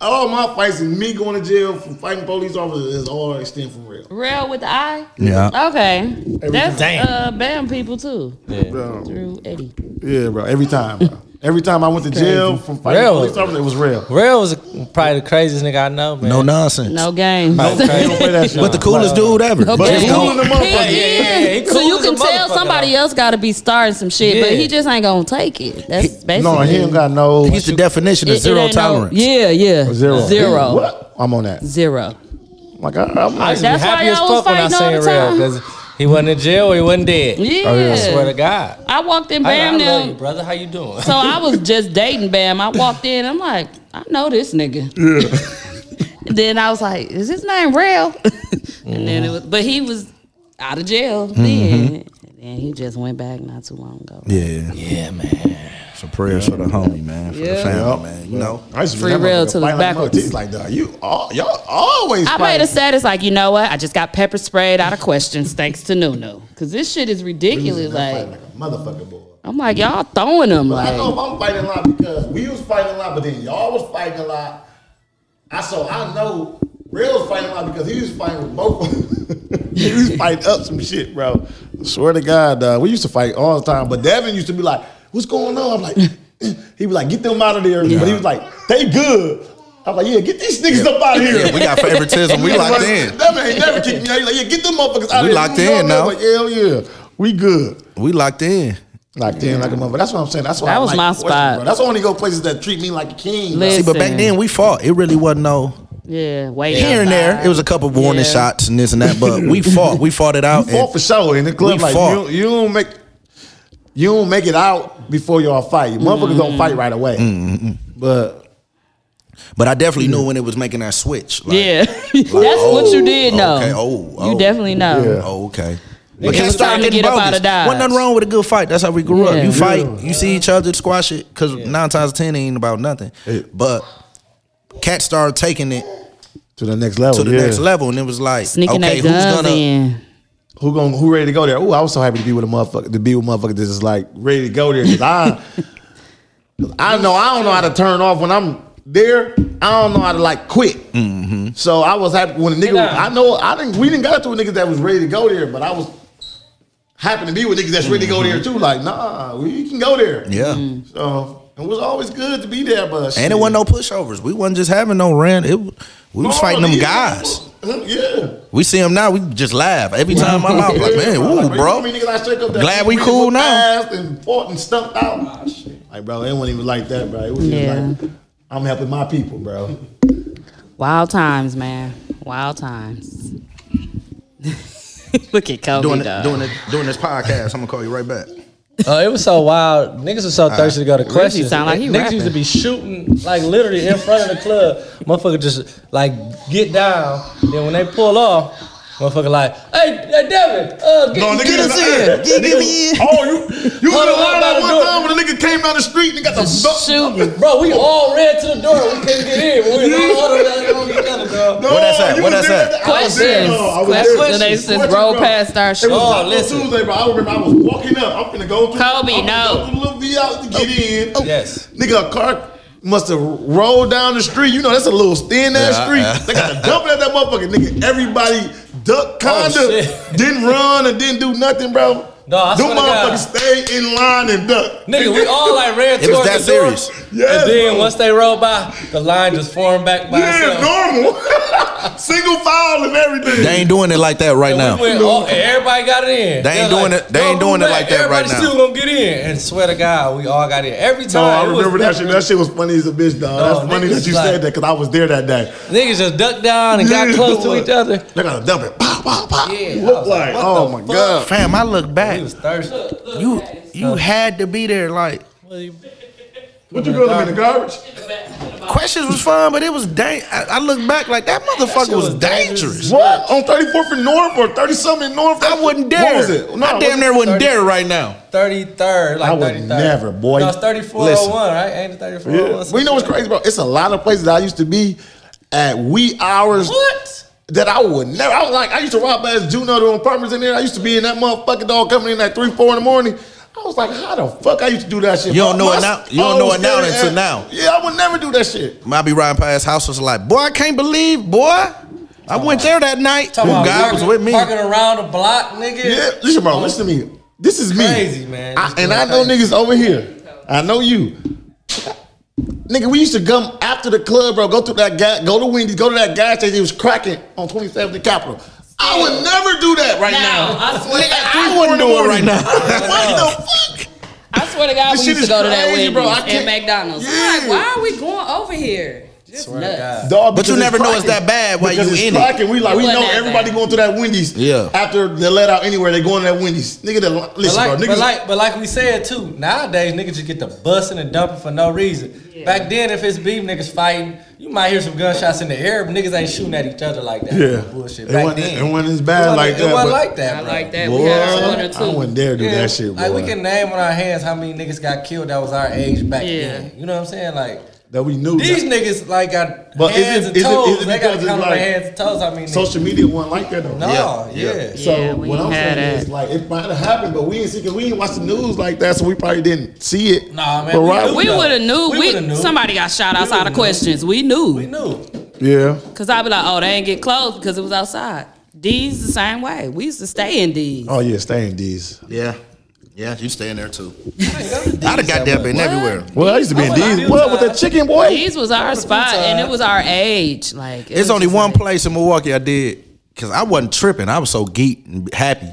[SPEAKER 3] All my fights and me going to jail for fighting police officers is all extent from real.
[SPEAKER 2] Real with the eye?
[SPEAKER 1] Yeah.
[SPEAKER 2] Okay. That's
[SPEAKER 8] Damn.
[SPEAKER 2] uh bam people too.
[SPEAKER 3] Bro.
[SPEAKER 2] Through Eddie.
[SPEAKER 3] Yeah, bro. Every time, bro. Every time I went to jail from fighting
[SPEAKER 8] Real.
[SPEAKER 3] police officers, it was real.
[SPEAKER 8] Real was probably the craziest nigga I know, man.
[SPEAKER 1] No nonsense.
[SPEAKER 2] No game.
[SPEAKER 8] Probably the
[SPEAKER 3] They don't play
[SPEAKER 8] craziest.
[SPEAKER 3] that shit.
[SPEAKER 1] But the coolest dude ever.
[SPEAKER 2] No
[SPEAKER 1] Just
[SPEAKER 2] game.
[SPEAKER 1] don't-
[SPEAKER 3] cool in the motherfucker.
[SPEAKER 2] He
[SPEAKER 8] Yeah, yeah, yeah. He
[SPEAKER 2] is.
[SPEAKER 8] cool
[SPEAKER 2] So you
[SPEAKER 8] as a
[SPEAKER 2] can tell
[SPEAKER 8] motherfucker,
[SPEAKER 2] somebody
[SPEAKER 8] though.
[SPEAKER 2] else got to be starting some shit, but
[SPEAKER 8] Yeah.
[SPEAKER 2] he just ain't gonna take it. That's basically
[SPEAKER 3] No, he ain't got no
[SPEAKER 1] He's the definition
[SPEAKER 2] It-
[SPEAKER 1] of
[SPEAKER 2] it
[SPEAKER 1] zero
[SPEAKER 2] ain't no-
[SPEAKER 1] tolerance.
[SPEAKER 2] yeah, yeah,
[SPEAKER 3] zero.
[SPEAKER 2] zero,
[SPEAKER 3] What? I'm on that.
[SPEAKER 2] zero.
[SPEAKER 3] I'm like, I, I'm
[SPEAKER 8] I
[SPEAKER 3] like,
[SPEAKER 8] used to be
[SPEAKER 2] That's why
[SPEAKER 8] happy as
[SPEAKER 2] y'all was
[SPEAKER 8] fuck when I seen
[SPEAKER 2] fighting all the
[SPEAKER 8] Real
[SPEAKER 2] time.
[SPEAKER 8] because he wasn't in jail, he wasn't dead.
[SPEAKER 2] Yeah,
[SPEAKER 8] I swear to God.
[SPEAKER 2] I walked in
[SPEAKER 8] I, I
[SPEAKER 2] Bam
[SPEAKER 8] love you,
[SPEAKER 2] now.
[SPEAKER 8] brother. How you doing?
[SPEAKER 2] So I was just dating Bam. I walked in. I'm like, I know this nigga. then I was like, is his name real? and
[SPEAKER 1] Mm-hmm.
[SPEAKER 2] then it was, but he was out of jail then. And he just went back not too long ago.
[SPEAKER 1] Yeah.
[SPEAKER 8] yeah, man.
[SPEAKER 1] Some prayers for the homie, man. For the
[SPEAKER 2] Yeah.
[SPEAKER 1] family, man. You know.
[SPEAKER 3] I used to be
[SPEAKER 2] Free
[SPEAKER 3] that
[SPEAKER 2] real
[SPEAKER 3] motherfucker
[SPEAKER 2] to the
[SPEAKER 3] fighting like
[SPEAKER 2] backwards.
[SPEAKER 3] motherfuckers. He's like, dog, you all, y'all always
[SPEAKER 2] I made
[SPEAKER 3] fighting.
[SPEAKER 2] a status like, you know what? I just got pepper sprayed out of questions thanks to Nunu. Cause this shit is ridiculous.
[SPEAKER 3] He's fighting
[SPEAKER 2] Like,
[SPEAKER 3] like a motherfucker boy.
[SPEAKER 2] I'm like, y'all throwing them.
[SPEAKER 3] I know if
[SPEAKER 2] Like,
[SPEAKER 3] I'm fighting a lot because we was fighting a lot, but then y'all was fighting a lot. I so I know Real was fighting a lot because he was fighting with both. of them. he was fighting up some shit, bro. swear to God, uh, we used to fight all the time. But Devin used to be like, "What's going on?" I'm like, he was like, "Get them out of there," but he was like, "They good." I'm like, "Yeah, get these niggas up out of here."
[SPEAKER 1] Yeah, we got favoritism. We locked in.
[SPEAKER 3] Devin ain't never kicked me out. He like, "Yeah, get them motherfuckers out
[SPEAKER 1] We
[SPEAKER 3] of here."
[SPEAKER 1] locked
[SPEAKER 3] You know
[SPEAKER 1] in
[SPEAKER 3] what I
[SPEAKER 1] now.
[SPEAKER 3] mean? Like, hell yeah, we good.
[SPEAKER 1] We locked in.
[SPEAKER 3] Like ten, like a motherfucker. That's what I'm saying. That's why
[SPEAKER 2] That
[SPEAKER 3] I
[SPEAKER 2] was
[SPEAKER 3] like
[SPEAKER 2] my
[SPEAKER 3] Western,
[SPEAKER 2] spot.
[SPEAKER 3] Bro. That's why I only go places that treat me like a king. bro.
[SPEAKER 1] See, but back
[SPEAKER 2] Listen.
[SPEAKER 1] then we fought. It really wasn't no
[SPEAKER 2] yeah, wait.
[SPEAKER 1] here and there. It was a couple warning
[SPEAKER 2] Yeah.
[SPEAKER 1] shots and this and that, but we fought. We fought it out.
[SPEAKER 3] Fought for sure in the club.
[SPEAKER 1] We
[SPEAKER 3] Like
[SPEAKER 1] fought.
[SPEAKER 3] you, you don't make, you don't make it out before y'all fight. You motherfuckers
[SPEAKER 2] Mm-hmm.
[SPEAKER 3] don't fight right away.
[SPEAKER 1] Mm,
[SPEAKER 3] But
[SPEAKER 1] but I definitely knew when it was making that switch. Like,
[SPEAKER 2] Yeah, that's what you did know.
[SPEAKER 1] Okay. Oh, oh.
[SPEAKER 2] you definitely know.
[SPEAKER 3] Yeah.
[SPEAKER 1] Oh, okay.
[SPEAKER 2] was trying to get up out of Dodge.
[SPEAKER 1] Wasn't nothing wrong with a good fight. That's how we grew
[SPEAKER 2] Yeah.
[SPEAKER 1] up. You fight,
[SPEAKER 3] Yeah.
[SPEAKER 1] you see each other, squash it. Because nine times out of ten it ain't about nothing. But cats started taking it
[SPEAKER 3] to the next level.
[SPEAKER 1] to the
[SPEAKER 3] yeah.
[SPEAKER 1] next level, and it was like,
[SPEAKER 2] Sneaking
[SPEAKER 1] okay,
[SPEAKER 2] that
[SPEAKER 1] who's
[SPEAKER 2] guns
[SPEAKER 1] gonna?
[SPEAKER 2] in.
[SPEAKER 3] Who going Who ready to go there? Oh, I was so happy to be with a motherfucker. To be with motherfuckers that's just like ready to go there. 'Cause I, 'cause I know I don't know how to turn off when I'm there. I don't know how to like quit.
[SPEAKER 1] Mm-hmm.
[SPEAKER 3] So I was happy when a nigga. I know I didn't. We didn't got to a niggas that was ready to go there, but I was happy to be with niggas that's ready to go there
[SPEAKER 1] Mm-hmm.
[SPEAKER 3] too. Like nah, we can go there.
[SPEAKER 1] Yeah.
[SPEAKER 2] Mm.
[SPEAKER 3] So Uh, it was always good to be there, but
[SPEAKER 1] And it wasn't no pushovers. We wasn't just having no rant. It, we was fighting them guys.
[SPEAKER 3] Yeah.
[SPEAKER 1] We see them now. We just laugh every time I'm out. Like, man,
[SPEAKER 3] Like,
[SPEAKER 1] ooh,
[SPEAKER 3] you know how many
[SPEAKER 1] bro.
[SPEAKER 3] niggas I shook up that
[SPEAKER 1] Glad
[SPEAKER 3] shit
[SPEAKER 1] we
[SPEAKER 3] really
[SPEAKER 1] cool
[SPEAKER 3] whooped
[SPEAKER 1] now.
[SPEAKER 3] ass And fought and stumped out. Ah, Like, bro, it wasn't even like that, bro. It was
[SPEAKER 2] Yeah.
[SPEAKER 3] just like, I'm helping my people, bro.
[SPEAKER 2] Wild times, man. Wild times. Look at Kobe
[SPEAKER 1] Doing
[SPEAKER 2] dog.
[SPEAKER 1] doing it, doing this podcast. I'm gonna call you right back.
[SPEAKER 8] Oh, it was so wild. Niggas was so thirsty to go to questions.
[SPEAKER 2] sound like he
[SPEAKER 8] Niggas used to
[SPEAKER 2] rapping.
[SPEAKER 8] be shooting like literally in front of the club. Motherfucker just like get down. Then when they pull off, Motherfucker like, hey, hey Devin, uh, get,
[SPEAKER 3] No, nigga,
[SPEAKER 8] get us in.
[SPEAKER 3] nigga-
[SPEAKER 8] Get, get me in.
[SPEAKER 3] Oh, you you was
[SPEAKER 8] Hold
[SPEAKER 3] alive
[SPEAKER 8] on, hold
[SPEAKER 3] that
[SPEAKER 8] on,
[SPEAKER 3] one
[SPEAKER 8] hold
[SPEAKER 3] time when the nigga came down the street and got the belt.
[SPEAKER 2] Shooting.
[SPEAKER 8] Bro, we all ran to the door. We couldn't get in. but We was all huddled around each other, dog.
[SPEAKER 3] No,
[SPEAKER 1] Where that's at?
[SPEAKER 3] you
[SPEAKER 1] Where
[SPEAKER 3] was
[SPEAKER 1] that's
[SPEAKER 3] there.
[SPEAKER 1] at?
[SPEAKER 3] I was there,
[SPEAKER 2] Questions.
[SPEAKER 3] no, I was
[SPEAKER 2] Questions.
[SPEAKER 3] there.
[SPEAKER 2] They just
[SPEAKER 3] Questions,
[SPEAKER 2] roll
[SPEAKER 3] bro.
[SPEAKER 2] past our
[SPEAKER 3] It was
[SPEAKER 8] Oh,
[SPEAKER 3] Taco
[SPEAKER 8] listen.
[SPEAKER 3] Tuesday, bro. I remember I was walking up. I'm finna go through.
[SPEAKER 2] Kobe,
[SPEAKER 3] I'm finna
[SPEAKER 2] no.
[SPEAKER 3] Go through the little V out to get in.
[SPEAKER 8] Oh, Yes.
[SPEAKER 3] Nigga, a car must have rolled down the street. You know, that's a little thin ass
[SPEAKER 1] Yeah,
[SPEAKER 3] street.
[SPEAKER 1] yeah.
[SPEAKER 3] They got to dump it at that motherfucker. Nigga, everybody ducked,
[SPEAKER 8] Oh,
[SPEAKER 3] kinda.
[SPEAKER 8] shit.
[SPEAKER 3] didn't run and didn't do nothing, bro.
[SPEAKER 8] No, I
[SPEAKER 3] Them
[SPEAKER 8] swear to God.
[SPEAKER 3] motherfuckers stayed in line and ducked.
[SPEAKER 8] Nigga, we all like ran
[SPEAKER 1] It was
[SPEAKER 8] towards
[SPEAKER 1] that
[SPEAKER 8] the door.
[SPEAKER 1] serious.
[SPEAKER 3] Yes,
[SPEAKER 8] and then
[SPEAKER 3] bro.
[SPEAKER 8] once they rolled by, the line just formed back by
[SPEAKER 3] Yeah,
[SPEAKER 8] itself.
[SPEAKER 3] normal. Single file and everything.
[SPEAKER 1] They ain't doing it like that right
[SPEAKER 8] And
[SPEAKER 1] now.
[SPEAKER 8] we went all- and everybody got in.
[SPEAKER 1] They ain't
[SPEAKER 8] They're
[SPEAKER 1] doing
[SPEAKER 8] like,
[SPEAKER 1] it- they ain't
[SPEAKER 8] "No,
[SPEAKER 1] doing it
[SPEAKER 8] we
[SPEAKER 1] like
[SPEAKER 8] back.
[SPEAKER 1] that right
[SPEAKER 8] Everybody
[SPEAKER 1] now."
[SPEAKER 8] still gonna get in. And swear to God, we all got in every
[SPEAKER 3] No, I
[SPEAKER 8] time. it was
[SPEAKER 3] remember that shit.
[SPEAKER 8] different.
[SPEAKER 3] That shit was funny as a bitch, dog.
[SPEAKER 8] No,
[SPEAKER 3] That's funny
[SPEAKER 8] niggas
[SPEAKER 3] that you
[SPEAKER 8] like-
[SPEAKER 3] said that because I was there that day.
[SPEAKER 8] Niggas just ducked down and got
[SPEAKER 3] Yeah,
[SPEAKER 8] close to
[SPEAKER 3] boy.
[SPEAKER 8] each other.
[SPEAKER 3] They gotta dump it. Pow, pow, pow.
[SPEAKER 8] Yeah, I
[SPEAKER 3] Look
[SPEAKER 8] was like,
[SPEAKER 3] like,
[SPEAKER 8] what
[SPEAKER 3] oh
[SPEAKER 8] the
[SPEAKER 3] my
[SPEAKER 8] fuck?
[SPEAKER 3] god.
[SPEAKER 1] Fam, I look back.
[SPEAKER 8] He was thirsty.
[SPEAKER 1] You you had to be there. Like
[SPEAKER 3] What you girl in the garbage?
[SPEAKER 1] questions was fun, but it was dang. I, I look back like that motherfucker
[SPEAKER 8] shit
[SPEAKER 1] was,
[SPEAKER 8] was dangerous.
[SPEAKER 1] dangerous.
[SPEAKER 3] What on thirty fourth and North or thirty something in North?
[SPEAKER 1] I wouldn't dare.
[SPEAKER 3] What was it?
[SPEAKER 1] I damn near wouldn't dare right now.
[SPEAKER 8] 33rd, like
[SPEAKER 3] I would
[SPEAKER 8] 33rd.
[SPEAKER 3] never, boy.
[SPEAKER 8] No, it's 3401, right? Ain't it 3401?
[SPEAKER 3] We know what's crazy, bro. It's a lot of places I used to be at wee hours.
[SPEAKER 8] What?
[SPEAKER 3] That I would never. I was like, I used to rob ass Juno to apartments in there. I used to be in that motherfucking dog coming in at three, four in the morning. I was like, how the fuck I used to do that shit?
[SPEAKER 1] You don't
[SPEAKER 3] bro?
[SPEAKER 1] know it
[SPEAKER 3] My-
[SPEAKER 1] now- you don't
[SPEAKER 3] I
[SPEAKER 1] know
[SPEAKER 3] was
[SPEAKER 1] it now
[SPEAKER 3] scared
[SPEAKER 1] until
[SPEAKER 3] ass-
[SPEAKER 1] now.
[SPEAKER 3] Yeah, I would never do that shit.
[SPEAKER 1] I be riding past houses like, boy, I can't believe, boy, I went there that night.
[SPEAKER 8] Talking
[SPEAKER 1] Ooh,
[SPEAKER 8] about
[SPEAKER 1] God was
[SPEAKER 8] parking-
[SPEAKER 1] with me.
[SPEAKER 8] Parking around the block, nigga.
[SPEAKER 3] Yeah, listen, bro. Listen to me. This is me.
[SPEAKER 8] Crazy, man.
[SPEAKER 3] I-
[SPEAKER 8] This
[SPEAKER 3] and
[SPEAKER 8] going
[SPEAKER 3] I know
[SPEAKER 8] crazy.
[SPEAKER 3] niggas over here. I know you. Nigga, we used to come after the club, bro. Go through that guy, go to Wendy's, go to that gas station. It was cracking on 27th and Capitol. I would never do that right
[SPEAKER 2] No,
[SPEAKER 3] now.
[SPEAKER 2] I swear to
[SPEAKER 3] Nigga, at
[SPEAKER 2] God,
[SPEAKER 3] three,
[SPEAKER 2] I
[SPEAKER 3] four in
[SPEAKER 1] wouldn't
[SPEAKER 3] the
[SPEAKER 1] do it
[SPEAKER 3] morning.
[SPEAKER 1] right now.
[SPEAKER 3] what the fuck?
[SPEAKER 2] I swear to God,
[SPEAKER 3] This
[SPEAKER 2] we
[SPEAKER 3] shit
[SPEAKER 2] used
[SPEAKER 3] is
[SPEAKER 2] to go to that
[SPEAKER 3] crazy,
[SPEAKER 2] Wendy's
[SPEAKER 3] bro. I
[SPEAKER 2] and
[SPEAKER 3] can't-
[SPEAKER 2] McDonald's.
[SPEAKER 3] Yeah.
[SPEAKER 2] I'm like, why are we going over here? Just
[SPEAKER 8] Swear to
[SPEAKER 2] nuts.
[SPEAKER 8] God.
[SPEAKER 3] Dog,
[SPEAKER 1] But you
[SPEAKER 3] because
[SPEAKER 1] never know it's that
[SPEAKER 3] cracking.
[SPEAKER 1] bad while
[SPEAKER 3] Because
[SPEAKER 1] you
[SPEAKER 3] it's
[SPEAKER 1] in it.
[SPEAKER 3] cracking. We like
[SPEAKER 2] It
[SPEAKER 3] we
[SPEAKER 2] wasn't
[SPEAKER 3] know
[SPEAKER 2] that
[SPEAKER 3] everybody
[SPEAKER 2] bad.
[SPEAKER 3] going through that Wendy's.
[SPEAKER 1] Yeah.
[SPEAKER 3] After they let out anywhere, they going to that Wendy's. Nigga, that
[SPEAKER 8] But
[SPEAKER 3] listen,
[SPEAKER 8] like,
[SPEAKER 3] bro. Niggas,
[SPEAKER 8] but like, but like we said too, nowadays niggas just get the busting and dumping for no reason. Back then, if it's beef niggas fighting, you might hear some gunshots in the air, but niggas ain't shooting at each other like that.
[SPEAKER 3] Yeah.
[SPEAKER 8] bullshit.
[SPEAKER 3] It
[SPEAKER 8] Back
[SPEAKER 3] wasn't-
[SPEAKER 8] then,
[SPEAKER 3] it wasn't as bad
[SPEAKER 8] wasn't-
[SPEAKER 3] like
[SPEAKER 8] it
[SPEAKER 3] that,
[SPEAKER 8] wasn't
[SPEAKER 3] but-
[SPEAKER 8] like that.
[SPEAKER 2] I
[SPEAKER 8] bro.
[SPEAKER 2] like that. we
[SPEAKER 3] boy,
[SPEAKER 2] had our one or
[SPEAKER 3] I wouldn't
[SPEAKER 2] two.
[SPEAKER 3] dare do
[SPEAKER 8] Yeah,
[SPEAKER 3] that shit, boy.
[SPEAKER 8] Like we can name on our hands how many niggas got killed that was our age back
[SPEAKER 2] Yeah.
[SPEAKER 8] then. You know what I'm saying? Like
[SPEAKER 3] that we knew.
[SPEAKER 8] these
[SPEAKER 3] that.
[SPEAKER 8] niggas like got
[SPEAKER 3] But is
[SPEAKER 8] hands
[SPEAKER 3] it-
[SPEAKER 8] and
[SPEAKER 3] is it- is
[SPEAKER 8] toes.
[SPEAKER 3] it
[SPEAKER 8] they
[SPEAKER 3] because
[SPEAKER 8] got to count
[SPEAKER 3] it's
[SPEAKER 8] on their
[SPEAKER 3] like
[SPEAKER 8] hands and toes. I mean,
[SPEAKER 3] social media wasn't like that though.
[SPEAKER 8] no, yeah.
[SPEAKER 1] yeah.
[SPEAKER 8] yeah.
[SPEAKER 3] So
[SPEAKER 2] Yeah, we
[SPEAKER 3] what I'm
[SPEAKER 2] had
[SPEAKER 3] saying is
[SPEAKER 2] that.
[SPEAKER 3] like it might have happened, but we didn't see because we didn't watch the news like that, so we probably didn't see it.
[SPEAKER 8] Nah, man,
[SPEAKER 3] But
[SPEAKER 8] we
[SPEAKER 3] right,
[SPEAKER 8] knew.
[SPEAKER 2] We would have knew.
[SPEAKER 8] We
[SPEAKER 2] We,
[SPEAKER 8] woulda knew.
[SPEAKER 2] somebody got shot outside
[SPEAKER 8] woulda
[SPEAKER 2] of
[SPEAKER 8] knew.
[SPEAKER 2] questions. We
[SPEAKER 8] We
[SPEAKER 2] knew
[SPEAKER 8] knew.
[SPEAKER 3] yeah.
[SPEAKER 2] because I'd be like, oh, they ain't get close because it was outside. D's the same way. We used to stay in D's.
[SPEAKER 3] Oh yeah, staying D's.
[SPEAKER 1] Yeah, yeah, you staying there too. I'd
[SPEAKER 8] I'd
[SPEAKER 1] have got that been everywhere.
[SPEAKER 3] Well, I used to be in
[SPEAKER 8] I went out
[SPEAKER 3] D's.
[SPEAKER 8] the
[SPEAKER 3] What
[SPEAKER 8] other
[SPEAKER 3] with that chicken boy?
[SPEAKER 2] D's was our spot and it was our age. Like it
[SPEAKER 1] It's
[SPEAKER 2] was
[SPEAKER 1] only
[SPEAKER 2] just
[SPEAKER 1] one
[SPEAKER 2] like-
[SPEAKER 1] place in Milwaukee I did because I wasn't tripping. I was so geek and happy.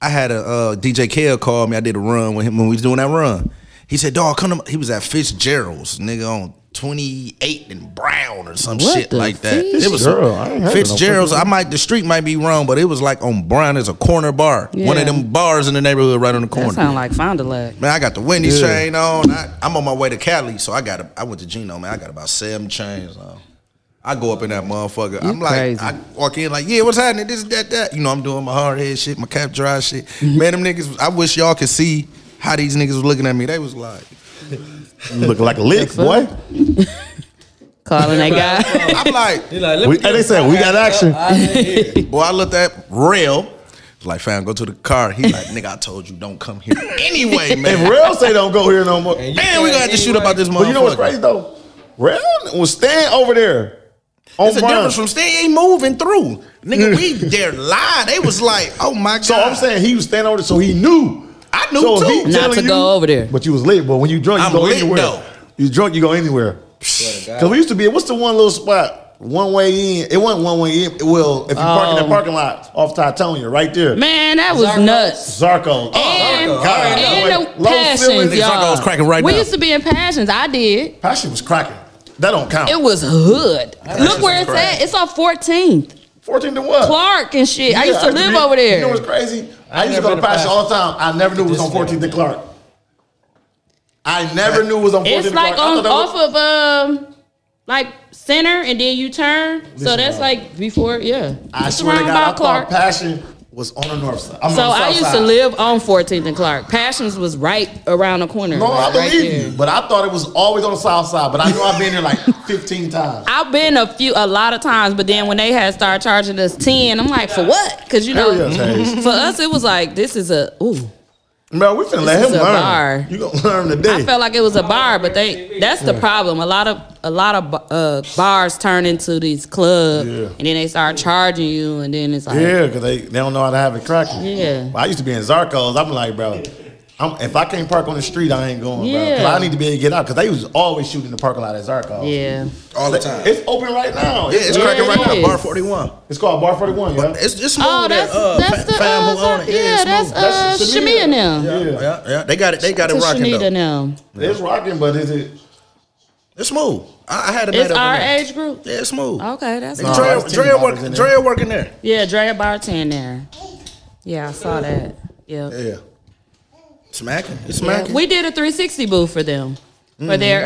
[SPEAKER 1] I had a uh, DJ Kale call me. I did a run with him when we was doing that run. He said, "Dog, come to." My, he was at Fitzgerald's, nigga, on twenty eight and Brown or some
[SPEAKER 2] What
[SPEAKER 1] shit
[SPEAKER 2] the
[SPEAKER 1] like that.
[SPEAKER 2] fish?
[SPEAKER 1] It was
[SPEAKER 3] Fitzgerald, I ain't heard of no
[SPEAKER 1] Fitzgerald's. I might the street might be wrong, but it was like on Brown. There's a corner bar, one
[SPEAKER 2] Yeah.
[SPEAKER 1] of them bars in the neighborhood, right on the corner.
[SPEAKER 2] That sound like Fond du Lac.
[SPEAKER 1] Man, I got the Wendy's
[SPEAKER 3] Yeah.
[SPEAKER 1] chain on. I, I'm on my way to Cali, so I got. A, I went to Geno, man. I got about seven chains on. I go up in that motherfucker. I'm like,
[SPEAKER 2] crazy.
[SPEAKER 1] I walk in like, yeah, what's happening? This, that, that. You know, I'm doing my hard head shit, my cap dry shit.
[SPEAKER 3] Mm-hmm.
[SPEAKER 1] Man, them niggas. I wish y'all could see how these niggas was looking at me. They was like,
[SPEAKER 3] You look like a lick, boy.
[SPEAKER 2] Calling that guy.
[SPEAKER 1] I'm like,
[SPEAKER 8] Like, let
[SPEAKER 3] We-
[SPEAKER 8] me get
[SPEAKER 3] and they
[SPEAKER 8] the
[SPEAKER 3] said,
[SPEAKER 8] fuck
[SPEAKER 3] we got
[SPEAKER 8] out
[SPEAKER 3] action.
[SPEAKER 8] the- out of here.
[SPEAKER 1] boy, I looked at real. Like, fam, go to the car. He like, nigga, I told you don't come here anyway,
[SPEAKER 3] If
[SPEAKER 1] man.
[SPEAKER 3] real say don't go here no more.
[SPEAKER 8] you-
[SPEAKER 1] Man, we gonna have to shoot about this motherfucker.
[SPEAKER 3] But you know what's crazy though? Real was staying over there. On
[SPEAKER 1] It's a
[SPEAKER 3] Brown.
[SPEAKER 1] difference from staying ain't moving through. Nigga, we there live. They was like, oh my god.
[SPEAKER 3] Hmm. So I'm saying he was staying over there, so he knew.
[SPEAKER 1] I knew
[SPEAKER 3] so
[SPEAKER 1] too.
[SPEAKER 3] he
[SPEAKER 1] Not
[SPEAKER 2] Not
[SPEAKER 3] telling
[SPEAKER 2] to
[SPEAKER 3] you-
[SPEAKER 2] go over there.
[SPEAKER 3] But you was lit, but when you drunk, you
[SPEAKER 1] I'm
[SPEAKER 3] go
[SPEAKER 1] lit,
[SPEAKER 3] anywhere.
[SPEAKER 1] though.
[SPEAKER 3] You drunk, you go anywhere. Cause we used to be. What's the one little spot? One way in. It wasn't one way in. Well, if you park in
[SPEAKER 2] Oh.
[SPEAKER 3] that parking lot off Titonia, right there, Oh,
[SPEAKER 2] Man, that was
[SPEAKER 8] Zarkos.
[SPEAKER 2] nuts.
[SPEAKER 3] Zarko.
[SPEAKER 9] Oh,
[SPEAKER 2] And,
[SPEAKER 8] Zarkos.
[SPEAKER 3] God,
[SPEAKER 2] and the
[SPEAKER 3] that way. Low ceiling,
[SPEAKER 2] passions,
[SPEAKER 3] Zarkos
[SPEAKER 2] y'all.
[SPEAKER 1] cracking right
[SPEAKER 2] we
[SPEAKER 1] now.
[SPEAKER 2] used to be in passions. I did.
[SPEAKER 3] Passion was cracking. That don't count.
[SPEAKER 2] It was hood. Look where it's
[SPEAKER 1] crazy.
[SPEAKER 2] at. It's on 14th.
[SPEAKER 3] Fourteen to what?
[SPEAKER 2] Clark and shit. I
[SPEAKER 3] Yeah,
[SPEAKER 2] used to live
[SPEAKER 3] be-
[SPEAKER 2] over
[SPEAKER 3] You know
[SPEAKER 2] there.
[SPEAKER 3] what's crazy?
[SPEAKER 8] I
[SPEAKER 3] I, used to
[SPEAKER 8] never
[SPEAKER 3] go
[SPEAKER 8] been
[SPEAKER 3] to
[SPEAKER 8] to
[SPEAKER 3] Passion
[SPEAKER 8] Passion.
[SPEAKER 3] all the time. I never knew it was on
[SPEAKER 8] This nigga.
[SPEAKER 3] 14th and Clark. I never knew it was on 14th
[SPEAKER 2] It's
[SPEAKER 3] and
[SPEAKER 2] like
[SPEAKER 3] Clark. I thought
[SPEAKER 2] on
[SPEAKER 3] that was-
[SPEAKER 2] off of um like center, and then you turn. so
[SPEAKER 3] Listen,
[SPEAKER 2] that's
[SPEAKER 3] bro.
[SPEAKER 2] like before, yeah.
[SPEAKER 3] I
[SPEAKER 2] It's
[SPEAKER 3] swear to
[SPEAKER 2] around
[SPEAKER 3] God, I
[SPEAKER 2] by
[SPEAKER 3] thought Passion was on the north side. I'm
[SPEAKER 2] So
[SPEAKER 3] on the south
[SPEAKER 2] I used to
[SPEAKER 3] side.
[SPEAKER 2] live on 14th and Clark. Passions was right around the corner.
[SPEAKER 3] No,
[SPEAKER 2] like,
[SPEAKER 3] I
[SPEAKER 2] right
[SPEAKER 3] believe
[SPEAKER 2] there.
[SPEAKER 3] you, but I thought it was always on the south side. But I know I've been there like 15 times.
[SPEAKER 2] I've been a few, a lot of times, but then when they had started charging us ten, I'm like, for what? Because you know,
[SPEAKER 3] Hell yeah, Taze.
[SPEAKER 2] for us it was like this is a ooh.
[SPEAKER 3] Bro, we finna let
[SPEAKER 2] This
[SPEAKER 3] him
[SPEAKER 2] is a
[SPEAKER 3] learn.
[SPEAKER 2] bar.
[SPEAKER 3] You gonna learn today?
[SPEAKER 2] I felt like it was a bar, but they that's the problem. A lot of a lot of uh, bars turn into these clubs,
[SPEAKER 3] Yeah.
[SPEAKER 2] and then they start charging you, and then it's like,
[SPEAKER 3] yeah, because they, they don't know how to have it cracking.
[SPEAKER 2] Yeah.
[SPEAKER 3] Well, I used to be in Zarcos. I'm like, bro, I'm, if I can't park on the street, I ain't going, bro. 'Cause
[SPEAKER 2] Yeah.
[SPEAKER 3] I need to be able to get out. Because they was always shooting in the parking lot at
[SPEAKER 1] Oh,
[SPEAKER 3] Zarcos.
[SPEAKER 2] yeah.
[SPEAKER 1] all the time.
[SPEAKER 3] It's open right now.
[SPEAKER 1] yeah, it's
[SPEAKER 2] Yeah,
[SPEAKER 1] cracking right
[SPEAKER 2] it
[SPEAKER 1] now.
[SPEAKER 2] is.
[SPEAKER 1] Bar forty one.
[SPEAKER 3] It's called Bar 41, yeah.
[SPEAKER 1] It's just smooth.
[SPEAKER 2] Oh, that's
[SPEAKER 1] there, uh,
[SPEAKER 2] that's
[SPEAKER 1] fa-
[SPEAKER 2] the
[SPEAKER 1] fam who own
[SPEAKER 2] uh,
[SPEAKER 1] it.
[SPEAKER 2] yeah,
[SPEAKER 1] it's
[SPEAKER 2] that's
[SPEAKER 1] smooth.
[SPEAKER 2] uh,
[SPEAKER 3] That's Shamia.
[SPEAKER 2] Shamia now.
[SPEAKER 3] Yeah.
[SPEAKER 1] yeah, yeah, they got it. They got it
[SPEAKER 2] To
[SPEAKER 1] rocking
[SPEAKER 2] Shanita
[SPEAKER 1] though.
[SPEAKER 2] now.
[SPEAKER 3] It's rocking, but is it?
[SPEAKER 1] It's smooth. I, I had a night
[SPEAKER 2] It's
[SPEAKER 1] up in
[SPEAKER 2] our
[SPEAKER 1] there.
[SPEAKER 2] age group.
[SPEAKER 1] Yeah, it's smooth.
[SPEAKER 2] Okay, that's
[SPEAKER 3] Nah,
[SPEAKER 1] Drea,
[SPEAKER 3] it's
[SPEAKER 1] Drea,
[SPEAKER 3] $10
[SPEAKER 1] work,
[SPEAKER 3] in there.
[SPEAKER 1] Drea working there.
[SPEAKER 2] yeah. Drea Barton there. Yeah, I saw that. Yeah.
[SPEAKER 3] Yeah.
[SPEAKER 1] Smacking. It's
[SPEAKER 2] Yeah,
[SPEAKER 1] smacking.
[SPEAKER 2] we did a 360 booth for them
[SPEAKER 1] Mm-hmm.
[SPEAKER 2] for their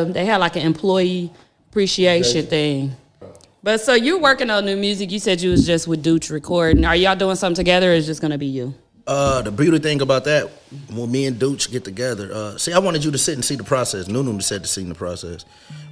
[SPEAKER 2] uh they had like an employee appreciation thing but so you're working on new music you said you was just with Dooch recording are y'all doing something together or is it just gonna be you
[SPEAKER 1] Uh, the beauty thing about that, when me and Dooch get together, uh, see, I wanted you to sit and see the process. Nunu said to see the process.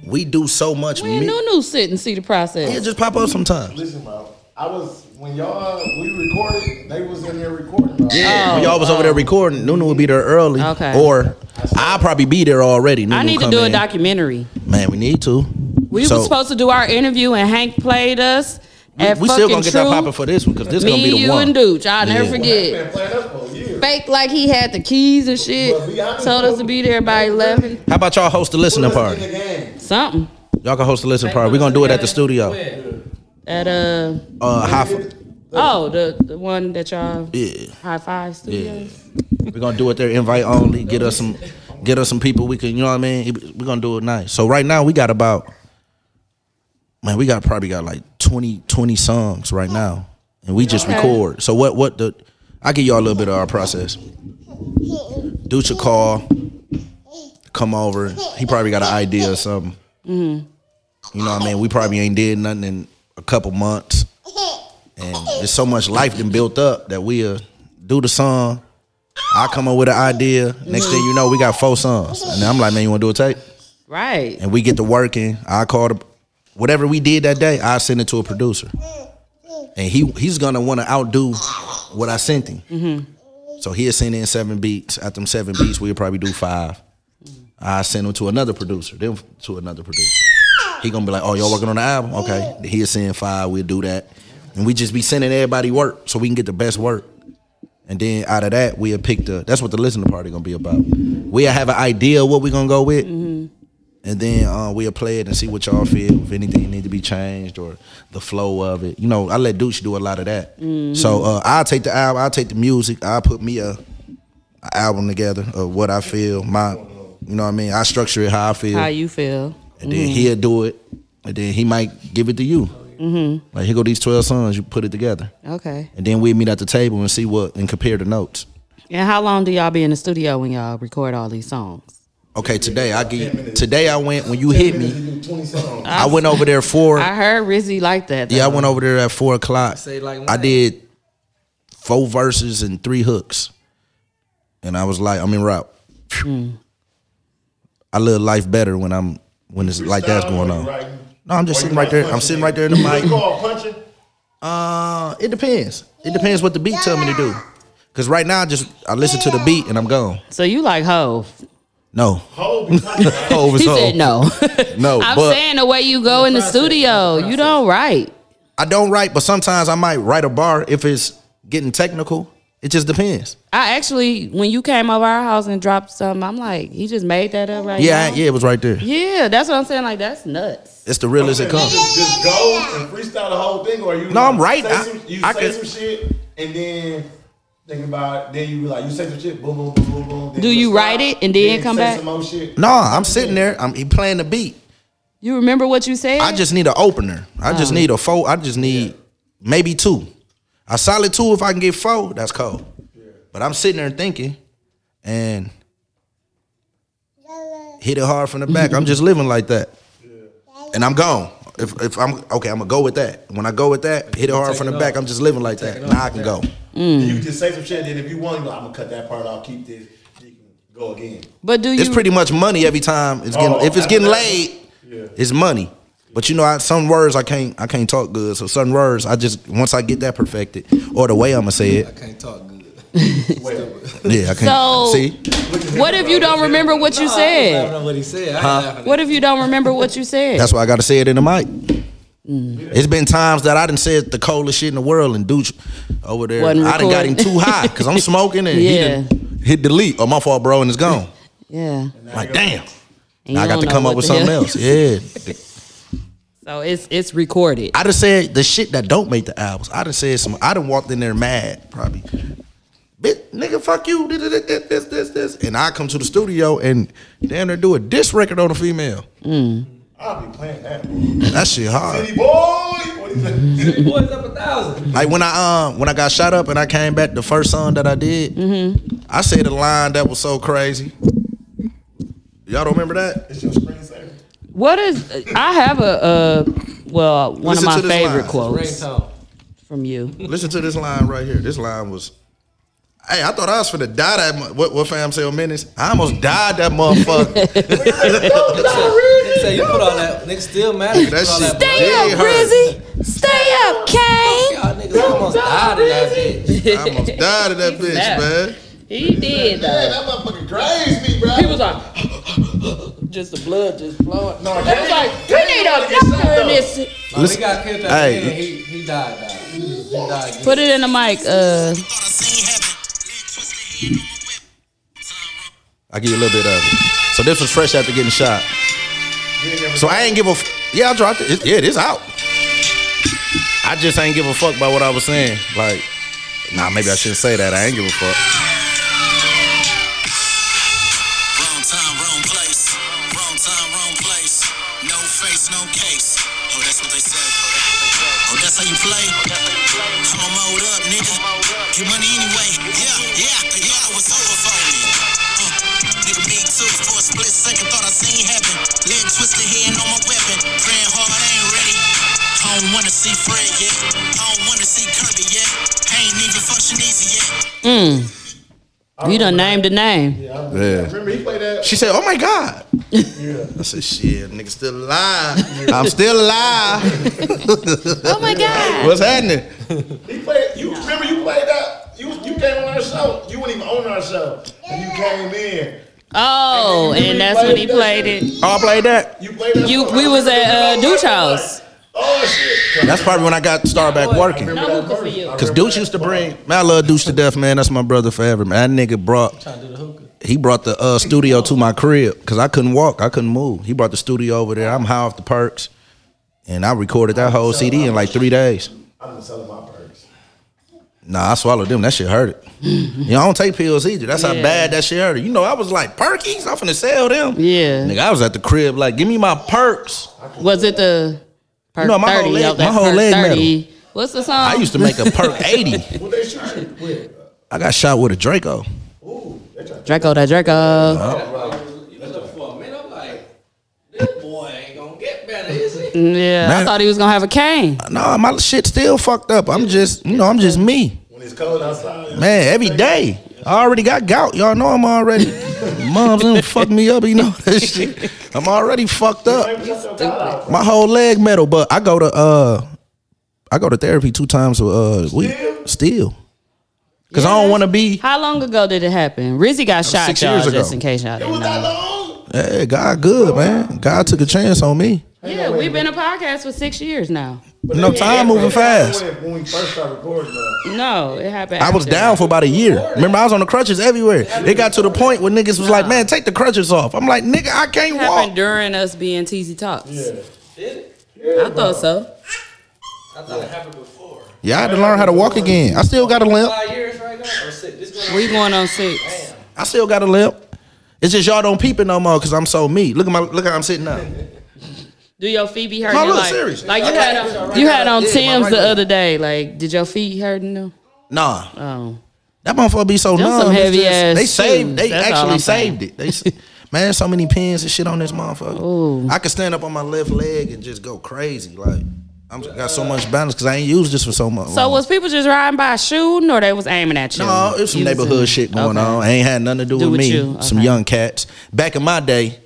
[SPEAKER 1] We do so much.
[SPEAKER 2] we
[SPEAKER 1] me-
[SPEAKER 2] new new sit and see the process
[SPEAKER 1] Yeah, just pop up sometimes.
[SPEAKER 3] Listen, bro. I was when y'all we recorded, they was in there recording. Bro.
[SPEAKER 1] Yeah, when y'all was over there recording, Nunu would be there early.
[SPEAKER 2] Oh. Okay.
[SPEAKER 1] Or I'll probably be there already. Nunu
[SPEAKER 2] I need to
[SPEAKER 1] come
[SPEAKER 2] do a
[SPEAKER 1] in.
[SPEAKER 2] documentary
[SPEAKER 1] Man, we need to.
[SPEAKER 2] we
[SPEAKER 1] So,
[SPEAKER 2] were supposed to do our interview and Hank played us at
[SPEAKER 1] We
[SPEAKER 2] fucking
[SPEAKER 1] still gonna get that
[SPEAKER 2] True.
[SPEAKER 1] popping for this one because this
[SPEAKER 2] me
[SPEAKER 1] gonna be the
[SPEAKER 2] you
[SPEAKER 1] one.
[SPEAKER 2] and Dooch I'll
[SPEAKER 1] Yeah.
[SPEAKER 2] never forget
[SPEAKER 3] Been playing that for years.
[SPEAKER 2] fake like he had the keys and shit
[SPEAKER 3] But be honest,
[SPEAKER 2] told us to be there by 11
[SPEAKER 1] How about y'all host a listening
[SPEAKER 3] In the
[SPEAKER 1] party?
[SPEAKER 3] game.
[SPEAKER 2] something
[SPEAKER 1] Y'all can host a listening party. We're gonna do it at the studio.
[SPEAKER 2] at uh
[SPEAKER 1] Uh, high f-
[SPEAKER 2] Oh, the, the one that y'all
[SPEAKER 1] yeah.
[SPEAKER 2] high five studios.
[SPEAKER 1] We're gonna do it there, invite only. Get us some, get us some people. We can, you know what I mean. We're gonna do it nice. So right now we got about, man, we got probably got like 20, 20 songs right now, and we just
[SPEAKER 2] Okay.
[SPEAKER 1] record. So what, what the? I give y'all a little bit of our process. Dooch a call, come over. He probably got an idea or something. You know what I mean. We probably ain't did nothing in a couple months, and there's so much life been built up that we'll do the song. I come up with an idea. Next thing you know, we got four songs. And I'm like, man, you want to do a tape?
[SPEAKER 2] Right.
[SPEAKER 1] And we get to working. I call the, whatever we did that day, I send it to a producer. And he he's going to want to outdo what I sent him. So he'll send in seven beats. At them seven beats, we'll probably do five. I send them to another producer, then to another producer. He going to be like, oh, y'all working on the album? Okay. He'll send five. We'll do that. And we just be sending everybody work so we can get the best work. And then out of that, we'll pick the. That's what the listening party gonna be about. We'll have an idea of what we're gonna go with, and then uh, we'll play it and see what y'all feel. If anything need to be changed or the flow of it, you know, I let Dooch do a lot of that. So uh, I take the album, I take the music, I put me a, a album together of what I feel. My, you know what I mean. I structure it how I feel,
[SPEAKER 2] How you feel?
[SPEAKER 1] and then he'll do it, and then he might give it to you. Like here go these twelve songs, you put it together,
[SPEAKER 2] Okay.
[SPEAKER 1] and then we meet at the table and see what and compare the notes.
[SPEAKER 2] And how long do y'all be in the studio when y'all record all these songs?
[SPEAKER 1] Okay, today I get today I went when you hit me.
[SPEAKER 3] You do 20 songs.
[SPEAKER 1] I went over there four.
[SPEAKER 2] I heard Rizzy like that.
[SPEAKER 1] Yeah, I
[SPEAKER 2] though.
[SPEAKER 1] went over there at four o'clock.
[SPEAKER 8] Say like
[SPEAKER 1] I
[SPEAKER 8] what?
[SPEAKER 1] did four verses and three hooks, and I was like, I'm in route. I live life better when I'm when it's like that's going on. No, I'm just sitting right there. I'm sitting right there in the mic.
[SPEAKER 3] Call punching.
[SPEAKER 1] Uh, it depends. It depends what the beat tell me to do. Cause right now, I just I listen to the beat and I'm gone.
[SPEAKER 2] So you like Hove?
[SPEAKER 1] No,
[SPEAKER 3] Hold me.
[SPEAKER 1] Hov is
[SPEAKER 2] He
[SPEAKER 1] Hov.
[SPEAKER 2] said no.
[SPEAKER 1] No,
[SPEAKER 2] I'm
[SPEAKER 1] but
[SPEAKER 2] saying the way you go in the studio, you don't write.
[SPEAKER 1] I don't write, but sometimes I might write a bar if it's getting technical. It just depends.
[SPEAKER 2] I actually, when you came over our house and dropped something, I'm like, he just made that up right
[SPEAKER 1] Yeah,
[SPEAKER 2] now.
[SPEAKER 1] I- yeah, it was right there.
[SPEAKER 2] Yeah, that's what I'm saying. Like that's nuts.
[SPEAKER 1] It's the realest it comes.
[SPEAKER 3] Just, just go and freestyle the whole thing, or you?
[SPEAKER 1] No, I'm right.
[SPEAKER 3] Say
[SPEAKER 1] I-
[SPEAKER 3] some, you
[SPEAKER 1] I
[SPEAKER 3] say
[SPEAKER 1] could-
[SPEAKER 3] some shit, and then think about. It. Then you be like, you say some shit, boom, boom, boom, boom, boom. then
[SPEAKER 2] Do you
[SPEAKER 3] stop,
[SPEAKER 2] write it and then come
[SPEAKER 3] say
[SPEAKER 2] back?
[SPEAKER 3] Some more shit.
[SPEAKER 1] No, I'm sitting there. I'm he playing the beat.
[SPEAKER 2] You remember what you said?
[SPEAKER 1] I just need an opener. I just need a four. I just need maybe two. A solid two. If I can get four, that's cool. But I'm sitting there thinking, and hit it hard from the back. I'm just living like that. and I'm gone. If, if I'm okay, I'm gonna go with that. When I go with that, hit it hard
[SPEAKER 8] Take
[SPEAKER 1] from
[SPEAKER 8] it
[SPEAKER 1] the back.
[SPEAKER 8] off.
[SPEAKER 1] I'm just living like that.
[SPEAKER 8] it off
[SPEAKER 1] Now I
[SPEAKER 8] like
[SPEAKER 1] can go.
[SPEAKER 8] that.
[SPEAKER 9] And you can just say some shit, and then if you want, you know, I'm gonna cut that part off, keep this, you can go again.
[SPEAKER 2] But do you?
[SPEAKER 1] It's pretty much money every time. It's getting
[SPEAKER 9] Oh,
[SPEAKER 1] if it's getting
[SPEAKER 9] that's-
[SPEAKER 1] laid,
[SPEAKER 9] Yeah.
[SPEAKER 1] it's money. But you know, I, some words I can't I can't talk good. So certain words I just once I get that perfected or the way I'm gonna say
[SPEAKER 8] I
[SPEAKER 1] it.
[SPEAKER 8] can't talk good.
[SPEAKER 1] Yeah, I can't.
[SPEAKER 2] So-
[SPEAKER 1] See,
[SPEAKER 2] What if you don't remember what you
[SPEAKER 8] I
[SPEAKER 2] said?
[SPEAKER 8] don't know what he said. I ain't laughing.
[SPEAKER 2] What if you don't remember what you said?
[SPEAKER 1] that's why I gotta say it in the mic.
[SPEAKER 2] Mm.
[SPEAKER 1] It's been times that I done said the coldest shit in the world and dude over there.
[SPEAKER 2] Wasn't
[SPEAKER 1] I done got him
[SPEAKER 2] recording.
[SPEAKER 1] too high because I'm smoking and he
[SPEAKER 2] Yeah.
[SPEAKER 1] done hit delete. Oh my fault, bro, and it's gone.
[SPEAKER 2] yeah.
[SPEAKER 1] Like damn.
[SPEAKER 2] And
[SPEAKER 1] Now I got
[SPEAKER 2] you don't
[SPEAKER 1] to
[SPEAKER 2] know
[SPEAKER 1] come
[SPEAKER 2] what
[SPEAKER 1] up with
[SPEAKER 2] the hell-
[SPEAKER 1] something else. Yeah.
[SPEAKER 2] So it's it's recorded.
[SPEAKER 1] I done said the shit that don't make the albums. I done said some. I done walked in there mad, probably. Bitch, nigga, fuck you. This, this, this, this, this. And I come to the studio and damn near do a diss record on a female.
[SPEAKER 9] I'll be playing that.
[SPEAKER 1] That shit hard.
[SPEAKER 9] City boy, what is that?
[SPEAKER 8] Big boys up a thousand.
[SPEAKER 1] Like when I um when I got shot up and I came back, the first song that I did, I said a line that was so crazy. Y'all don't remember that?
[SPEAKER 9] It's your screensaver.
[SPEAKER 2] What is? I have a uh, well, one
[SPEAKER 1] Listen to
[SPEAKER 2] of my
[SPEAKER 1] this
[SPEAKER 2] favorite
[SPEAKER 1] line.
[SPEAKER 2] quotes
[SPEAKER 8] Ringtone.
[SPEAKER 2] from you.
[SPEAKER 1] Listen to this line right here. This line was, "Hey, I thought I was finna die that mu- what what fam say on minutes. I almost died that motherfucker."
[SPEAKER 8] Nigga say you put all that. Nigga still mad at you.
[SPEAKER 1] That
[SPEAKER 8] Put all
[SPEAKER 1] shit
[SPEAKER 8] that
[SPEAKER 1] dead.
[SPEAKER 8] blood.
[SPEAKER 2] Stay
[SPEAKER 1] Yeah,
[SPEAKER 2] up,
[SPEAKER 1] it hurt.
[SPEAKER 2] Rizzy. Stay up, Kane.
[SPEAKER 8] Y'all niggas almost died in that bitch.
[SPEAKER 1] I almost died of that bitch,
[SPEAKER 2] mad.
[SPEAKER 1] man.
[SPEAKER 2] He did
[SPEAKER 3] Hey,
[SPEAKER 2] though.
[SPEAKER 3] that motherfucker crazy, me, bro.
[SPEAKER 2] He was like, just the blood just flowing.
[SPEAKER 3] No,
[SPEAKER 2] They was like, you need a doctor in this.
[SPEAKER 8] Like,
[SPEAKER 1] Listen-
[SPEAKER 8] we got killed that
[SPEAKER 1] Hey.
[SPEAKER 8] day and he, he died. died. He died. Just,
[SPEAKER 2] Put it in the mic. Uh,
[SPEAKER 1] I give you a little bit of it. So this was fresh after getting shot. So I ain't give a f- yeah. I dropped it. It- Yeah, this out. I just ain't give a fuck about what I was saying. Like, nah, maybe I shouldn't say that. I ain't give a fuck.
[SPEAKER 7] Wrong time, wrong place. Wrong time, wrong place. No face, no case. Oh, that's what they say. Oh, that's how you play. I'm a mode up, nigga. Get money anyway. Yeah, yeah, yeah. I was over for me. Uh, nigga, big two for a split second. Thought I seen heaven. Leg twisted, hand on my weapon. Praying hard, I ain't ready. I don't wanna see Fred yet. I don't wanna see Kirby yet. I ain't even function easy yet.
[SPEAKER 2] you done named the name.
[SPEAKER 1] Yeah.
[SPEAKER 9] Remember he played that?
[SPEAKER 1] She said, "Oh my god." I said, "Shit, nigga, still alive. I'm still alive.
[SPEAKER 2] Oh my God.
[SPEAKER 1] What's happening?"
[SPEAKER 9] He played. You remember you played that? You you came on our show. You weren't even on our show, and you came in.
[SPEAKER 2] Oh, and that's when he played it.
[SPEAKER 1] Oh, I played that.
[SPEAKER 9] You played that.
[SPEAKER 2] You-
[SPEAKER 9] song.
[SPEAKER 2] we
[SPEAKER 9] I
[SPEAKER 2] was
[SPEAKER 9] remember
[SPEAKER 2] at,
[SPEAKER 9] the
[SPEAKER 2] uh,
[SPEAKER 9] whole
[SPEAKER 2] Dooch
[SPEAKER 9] time.
[SPEAKER 2] house.
[SPEAKER 9] Oh shit!
[SPEAKER 1] That's probably when I got started back working.
[SPEAKER 9] I
[SPEAKER 2] I'm
[SPEAKER 9] remember
[SPEAKER 2] looking
[SPEAKER 9] that
[SPEAKER 2] for you.
[SPEAKER 9] verse.
[SPEAKER 1] Cause Deuce used to bring man, I love Deuce to death, man. That's my brother forever, man. That nigga brought
[SPEAKER 8] trying to do the hookah.
[SPEAKER 1] he brought the uh, studio to my crib because I couldn't walk, I couldn't move. He brought the studio over there. I'm high off the perks, and I recorded that whole CD in like three days.
[SPEAKER 9] I'm gonna sell my perks.
[SPEAKER 1] Nah, I swallowed them. That shit hurted. you know, I don't take pills either. That's how
[SPEAKER 2] Yeah.
[SPEAKER 1] bad that shit hurted. You know, I was like perkies. I'm finna sell them.
[SPEAKER 2] Yeah.
[SPEAKER 1] nigga, I was at the crib like, give me my perks.
[SPEAKER 2] Was it the perk
[SPEAKER 1] No, my whole
[SPEAKER 2] 30?
[SPEAKER 1] leg-
[SPEAKER 2] Oh, that's
[SPEAKER 1] my whole
[SPEAKER 2] Perk
[SPEAKER 1] leg
[SPEAKER 2] 30. What's the song?
[SPEAKER 1] I used to make a perk eighty.
[SPEAKER 9] What they shoot you with?
[SPEAKER 1] I got shot with a Draco.
[SPEAKER 9] Ooh, they trying to
[SPEAKER 2] Draco that Draco.
[SPEAKER 8] You look for a minute. I'm like, this boy ain't gonna get better, is he?
[SPEAKER 2] Yeah, I
[SPEAKER 1] Man.
[SPEAKER 2] thought he was gonna have a cane.
[SPEAKER 1] No, my shit still fucked up. I'm just, you know, I'm just me.
[SPEAKER 9] when it's cold outside.
[SPEAKER 1] Man, every day. I already got gout. Y'all know I'm already. Mom's gonna fuck me up. You know that shit. I'm already fucked up.
[SPEAKER 9] Stupid.
[SPEAKER 1] My whole leg metal, but I go to uh, I go to therapy two times a uh, week still, cause I don't want to be.
[SPEAKER 2] How long ago did it happen? Rizzy got shot,
[SPEAKER 1] six
[SPEAKER 2] y'all,
[SPEAKER 1] years ago.
[SPEAKER 2] just in case y'all didn't know.
[SPEAKER 1] Hey, God, good man. God took a chance on me.
[SPEAKER 2] Yeah, we've been a podcast for six years now.
[SPEAKER 1] No time moving fast.
[SPEAKER 9] When we first started recording, though.
[SPEAKER 2] No, it happened.
[SPEAKER 1] I was
[SPEAKER 2] after.
[SPEAKER 1] down for about a year. Remember, I was on the crutches everywhere. It got to the point where niggas was like, "Man, take the crutches off." I'm like, "Nigga, I can't
[SPEAKER 2] It happened
[SPEAKER 1] walk."
[SPEAKER 2] during us being TZ Talks.
[SPEAKER 8] Did it?
[SPEAKER 2] I thought so.
[SPEAKER 8] I thought it happened before.
[SPEAKER 1] Yeah, I had to learn how to walk again. I still got a limp.
[SPEAKER 8] Five years right now or six? This going on
[SPEAKER 2] We going on six.
[SPEAKER 1] I still got a limp. It's just y'all don't peep it no more because I'm so me. Look at my look how I'm sitting up.
[SPEAKER 2] Do your feet be hurting?
[SPEAKER 1] No, look,
[SPEAKER 2] like,
[SPEAKER 1] serious.
[SPEAKER 2] like you had on, you had on Tim's the other day. Like, did your feet hurting them?
[SPEAKER 1] Nah,
[SPEAKER 2] Oh,
[SPEAKER 1] that motherfucker be so
[SPEAKER 2] Them
[SPEAKER 1] numb.
[SPEAKER 2] some
[SPEAKER 1] It's
[SPEAKER 2] heavy ass
[SPEAKER 1] They
[SPEAKER 2] shoes.
[SPEAKER 1] saved. They
[SPEAKER 2] That's all
[SPEAKER 1] actually
[SPEAKER 2] I'm saying.
[SPEAKER 1] saved it. They, s- Man, there's so many pins and shit on this motherfucker. I could stand up on my left leg and just go crazy. Like I'm got so much balance because I ain't used this for so much.
[SPEAKER 2] So was people just riding by shooting, or they was aiming at you?
[SPEAKER 1] No, it's some
[SPEAKER 2] You was in-
[SPEAKER 1] neighborhood shit going
[SPEAKER 2] Okay.
[SPEAKER 1] on. Ain't had nothing to do,
[SPEAKER 2] Do
[SPEAKER 1] with
[SPEAKER 2] with
[SPEAKER 1] me.
[SPEAKER 2] you,
[SPEAKER 1] Some
[SPEAKER 2] okay.
[SPEAKER 1] young cats. Back in my day,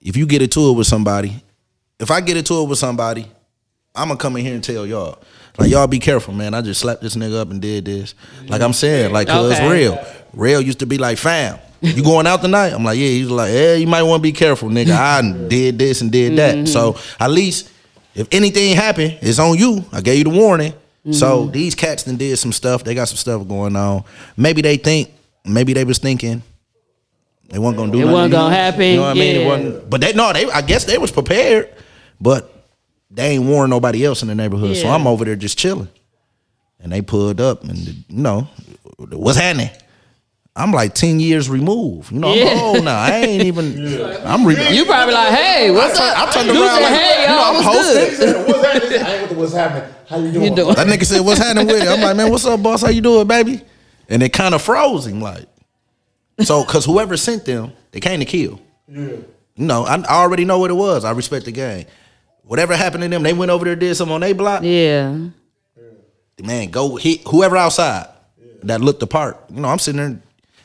[SPEAKER 1] if you get into it with somebody, if I get into it with somebody, I'm gonna come in here and tell y'all. Like y'all be careful, man. I just slapped this nigga up and did this. Like I'm saying, like cause
[SPEAKER 2] Okay.
[SPEAKER 1] real. Real used to be like, fam, you going out tonight? I'm like, yeah. He was like, yeah, you might want to be careful, nigga. I done did this and did that. So
[SPEAKER 2] Mm-hmm.
[SPEAKER 1] at least if anything happened, it's on you. I gave you the warning. So
[SPEAKER 2] Mm-hmm.
[SPEAKER 1] these cats done did some stuff. They got some stuff going on. Maybe they think, maybe they was thinking they wasn't gonna do
[SPEAKER 2] It
[SPEAKER 1] nothing
[SPEAKER 2] wasn't
[SPEAKER 1] to
[SPEAKER 2] gonna
[SPEAKER 1] you.
[SPEAKER 2] happen,
[SPEAKER 1] You know what I mean? It
[SPEAKER 2] yeah.
[SPEAKER 1] wasn't, but they no, they I guess they was prepared, but they ain't warn nobody else in the neighborhood. So
[SPEAKER 2] Yeah.
[SPEAKER 1] I'm over there just chilling. And they pulled up and you know, what's happening? I'm like 10 years removed. You know,
[SPEAKER 2] Yeah.
[SPEAKER 1] I'm old now. I ain't even I'm re-
[SPEAKER 2] You probably like, hey, what's
[SPEAKER 1] I,
[SPEAKER 2] up?
[SPEAKER 1] I turned
[SPEAKER 2] You
[SPEAKER 1] around
[SPEAKER 2] said,
[SPEAKER 1] like,
[SPEAKER 2] hey,
[SPEAKER 1] you know,
[SPEAKER 2] y'all,
[SPEAKER 1] I'm
[SPEAKER 2] what's
[SPEAKER 1] hosting.
[SPEAKER 2] good?
[SPEAKER 3] What's happening? I ain't with the what's happening. How you doing?
[SPEAKER 2] You doing?
[SPEAKER 1] That nigga said, "What's happening with it?" I'm like, "Man, what's up, boss? How you doing, baby?" And it kind of froze him, like, so because whoever sent them, they came to kill. You know, I, I already know what it was. I respect the game. Whatever happened to them, they went over there did something on they block.
[SPEAKER 2] Yeah.
[SPEAKER 1] Man, go hit whoever outside that looked the part. You know, I'm sitting there.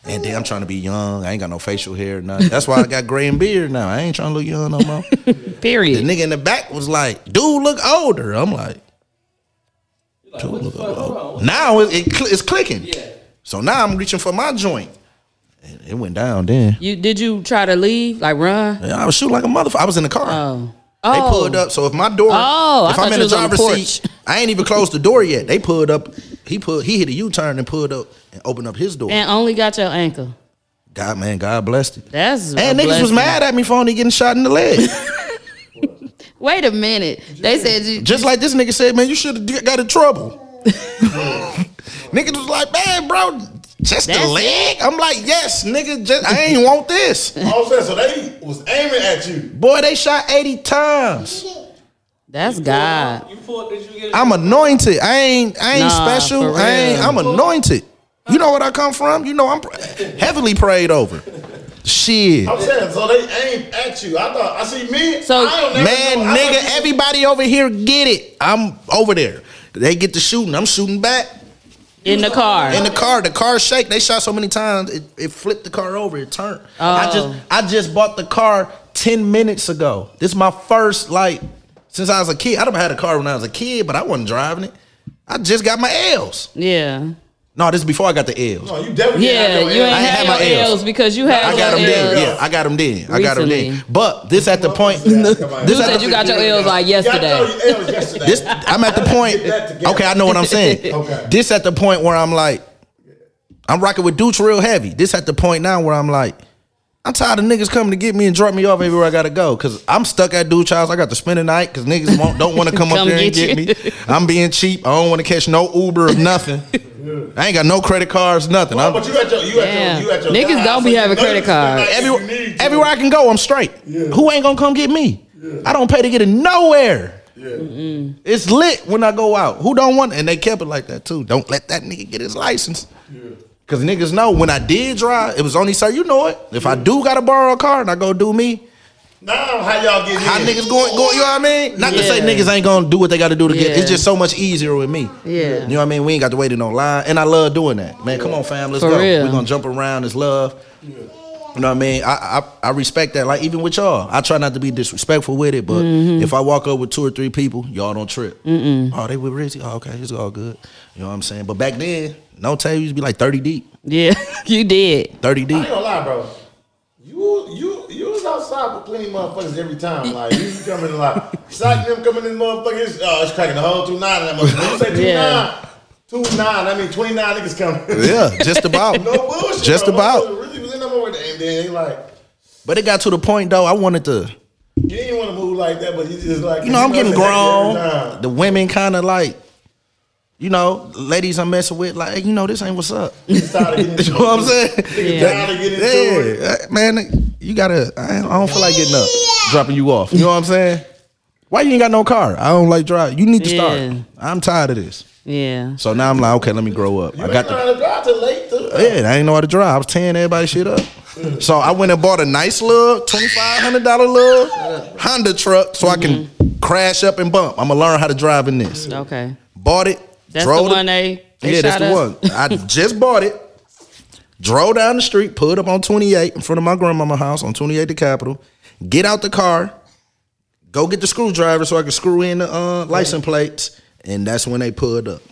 [SPEAKER 1] And then I'm trying to be young. I ain't got no facial hair, nothing. That's why I got gray and beard now. I ain't trying to look young no more. The
[SPEAKER 2] Period.
[SPEAKER 1] nigga in the back was like, "Dude, look older." I'm like, "Dude, look older." Now it, it cl- it's clicking. So now I'm reaching for my joint, and it went down. Then
[SPEAKER 2] You did you try to leave, like run?
[SPEAKER 1] And I was shooting like a motherfucker. I was in the car.
[SPEAKER 2] Oh.
[SPEAKER 1] They
[SPEAKER 2] Oh.
[SPEAKER 1] pulled up. So if my door,
[SPEAKER 2] Oh, I
[SPEAKER 1] if
[SPEAKER 2] thought
[SPEAKER 1] I'm in
[SPEAKER 2] you
[SPEAKER 1] the
[SPEAKER 2] was on the
[SPEAKER 1] driver's seat,
[SPEAKER 2] porch.
[SPEAKER 1] I ain't even closed the door yet. They pulled up. He pulled. He hit a U-turn and pulled up and opened up his door.
[SPEAKER 2] And only got your ankle.
[SPEAKER 1] God, man, God blessed it.
[SPEAKER 2] That's a
[SPEAKER 1] And niggas was
[SPEAKER 2] blessing.
[SPEAKER 1] mad at me for only getting shot in the leg.
[SPEAKER 2] Wait a minute. They said you
[SPEAKER 1] Just like this nigga said, man, you should have got in trouble. Niggas was like, man, bro, just
[SPEAKER 2] That's
[SPEAKER 1] the leg. I'm like, yes, nigga, just, I ain't want this.
[SPEAKER 9] I'm saying, so they was aiming at you.
[SPEAKER 1] Boy, they shot 80 times.
[SPEAKER 2] that's God.
[SPEAKER 8] You pulled? Did you get?
[SPEAKER 1] I'm anointed. I ain't, I ain't
[SPEAKER 2] Nah,
[SPEAKER 1] special.
[SPEAKER 2] for
[SPEAKER 1] I ain't,
[SPEAKER 2] real.
[SPEAKER 1] I'm anointed. You know what I come from? You know I'm pr- heavily prayed over. Shit.
[SPEAKER 9] I'm saying, so they aimed at you. I thought, I see me.
[SPEAKER 2] So-
[SPEAKER 9] I don't never
[SPEAKER 1] Man,
[SPEAKER 9] know. I thought
[SPEAKER 1] nigga, eh.
[SPEAKER 9] you-
[SPEAKER 1] everybody over here get it. I'm over there. They get to shooting. I'm shooting back.
[SPEAKER 2] In the car.
[SPEAKER 1] In the car, the car shake. They shot so many times, it, it flipped the car over. It turned. I
[SPEAKER 2] Oh.
[SPEAKER 1] just I just bought the car ten minutes ago. This is my first like since I was a kid. I done had a car when I was a kid, but I wasn't driving it. I just got my L's.
[SPEAKER 2] yeah.
[SPEAKER 1] No, this is before I got the L's.
[SPEAKER 9] No, you definitely
[SPEAKER 2] Yeah,
[SPEAKER 9] didn't have
[SPEAKER 2] you
[SPEAKER 9] your
[SPEAKER 2] ain't
[SPEAKER 1] I
[SPEAKER 9] ass.
[SPEAKER 1] had
[SPEAKER 2] had
[SPEAKER 1] my
[SPEAKER 2] your
[SPEAKER 1] L's.
[SPEAKER 2] L's because you had
[SPEAKER 1] I got them
[SPEAKER 2] your L's.
[SPEAKER 1] then. Yeah, I got them then. I got them
[SPEAKER 2] Recently.
[SPEAKER 1] then. But this at the point.
[SPEAKER 2] You
[SPEAKER 1] This at
[SPEAKER 2] said
[SPEAKER 1] the,
[SPEAKER 2] you got your L's like
[SPEAKER 9] Y'all
[SPEAKER 2] yesterday.
[SPEAKER 9] know your L's yesterday.
[SPEAKER 1] this. I'm at the point. Okay, I know what I'm saying.
[SPEAKER 9] Okay.
[SPEAKER 1] This at the point where I'm like, I'm rocking with Dooch real heavy. This at the point now where I'm like, I'm tired of niggas coming to get me and drop me off everywhere I gotta go. Cause I'm stuck at Dooch house. I got to spend the night because niggas won't, don't want to come, up
[SPEAKER 2] Come
[SPEAKER 1] there
[SPEAKER 2] get
[SPEAKER 1] and
[SPEAKER 2] you.
[SPEAKER 1] get me. I'm being cheap. I don't want to catch no Uber or nothing. I ain't got no credit cards, nothing.
[SPEAKER 9] Well,
[SPEAKER 1] I'm-
[SPEAKER 9] but you at your, you at
[SPEAKER 2] Damn.
[SPEAKER 9] your, you at your.
[SPEAKER 2] Niggas
[SPEAKER 9] job,
[SPEAKER 2] don't be
[SPEAKER 9] so you
[SPEAKER 2] having
[SPEAKER 9] know you
[SPEAKER 2] credit
[SPEAKER 9] spend
[SPEAKER 2] cards.
[SPEAKER 9] like
[SPEAKER 1] Everywhere,
[SPEAKER 9] you need to.
[SPEAKER 1] everywhere I can go, I'm straight. Who ain't gonna come get me? I don't pay to get it nowhere. It's lit when I go out. Who don't want? And they kept it like that too. Don't let that nigga get his license. Cause niggas know when I did drive, it was only so you know it. If I do gotta borrow a car and I go do me,
[SPEAKER 9] Now how y'all getting
[SPEAKER 1] how
[SPEAKER 9] in?
[SPEAKER 1] niggas going? Go, you know what I mean? Not to say
[SPEAKER 2] Yeah.
[SPEAKER 1] niggas ain't gonna do what they gotta do to get.
[SPEAKER 2] Yeah.
[SPEAKER 1] It's just so much easier with me.
[SPEAKER 2] Yeah.
[SPEAKER 1] You know what I mean? We ain't got to wait in no line, and I love doing that. Man, come on, fam, let's
[SPEAKER 2] For
[SPEAKER 1] go.
[SPEAKER 2] real.
[SPEAKER 1] We're gonna jump around. It's love. You know what I mean? I, I I respect that. Like even with y'all, I try not to be disrespectful with it. But
[SPEAKER 2] Mm-hmm.
[SPEAKER 1] if I walk up with two or three people, y'all don't trip. Oh, they with Rizzy. Oh, okay, it's all good. You know what I'm saying? But back then, no tell you, used to be like 30 deep,
[SPEAKER 2] Yeah, you did.
[SPEAKER 1] 30
[SPEAKER 9] I
[SPEAKER 1] deep.
[SPEAKER 9] ain't gonna lie, bro. You you you was outside with plenty of motherfuckers every time. Like you you coming in like shot them coming in motherfuckers. Oh, it's cracking the whole two nine. That motherfucker. When you say two
[SPEAKER 2] Yeah.
[SPEAKER 9] nine, two nine. I mean twenty nine niggas coming.
[SPEAKER 1] Yeah, just about.
[SPEAKER 9] No bullshit.
[SPEAKER 1] Just
[SPEAKER 9] bro.
[SPEAKER 1] about.
[SPEAKER 9] Motherfuckers Really was in that moment, and then they like.
[SPEAKER 1] But it got to the point though. I wanted to.
[SPEAKER 9] You didn't want to move like that, but you just like
[SPEAKER 1] you know, I'm getting
[SPEAKER 9] it's a headache every
[SPEAKER 1] grown. The women kind of like, you know, ladies I'm messing with, like, hey, you know, this ain't what's up. You
[SPEAKER 9] time. You just tired of getting
[SPEAKER 1] know what I'm saying?
[SPEAKER 9] Nigga tired of getting into it.
[SPEAKER 1] yeah, uh, man, you gotta. I don't I don't feel like getting up, dropping you off. You know what I'm saying? Why you ain't got no car? I don't like drive. You need to
[SPEAKER 2] Yeah.
[SPEAKER 1] start. I'm tired of this.
[SPEAKER 2] Yeah.
[SPEAKER 1] So now I'm like, okay, let me grow up. I got
[SPEAKER 9] Got
[SPEAKER 1] the.
[SPEAKER 9] to drive too late too.
[SPEAKER 1] Yeah, I ain't know how to drive. I was tearing everybody shit up. So I went and bought a nice little twenty five hundred dollar little Honda truck so I can crash up and bump. I'm gonna learn how to drive in this.
[SPEAKER 2] Okay.
[SPEAKER 1] Bought it.
[SPEAKER 2] That's
[SPEAKER 1] drove
[SPEAKER 2] the
[SPEAKER 1] it-
[SPEAKER 2] one they, they
[SPEAKER 1] yeah, that's
[SPEAKER 2] shot
[SPEAKER 1] the
[SPEAKER 2] up?
[SPEAKER 1] one. I just bought it. Drove down the street, pulled up on 28 in front of my grandmama's house on 28 the Capitol. Get out the car, go get the screwdriver so I could screw in the uh, license plates, and that's when they pulled up.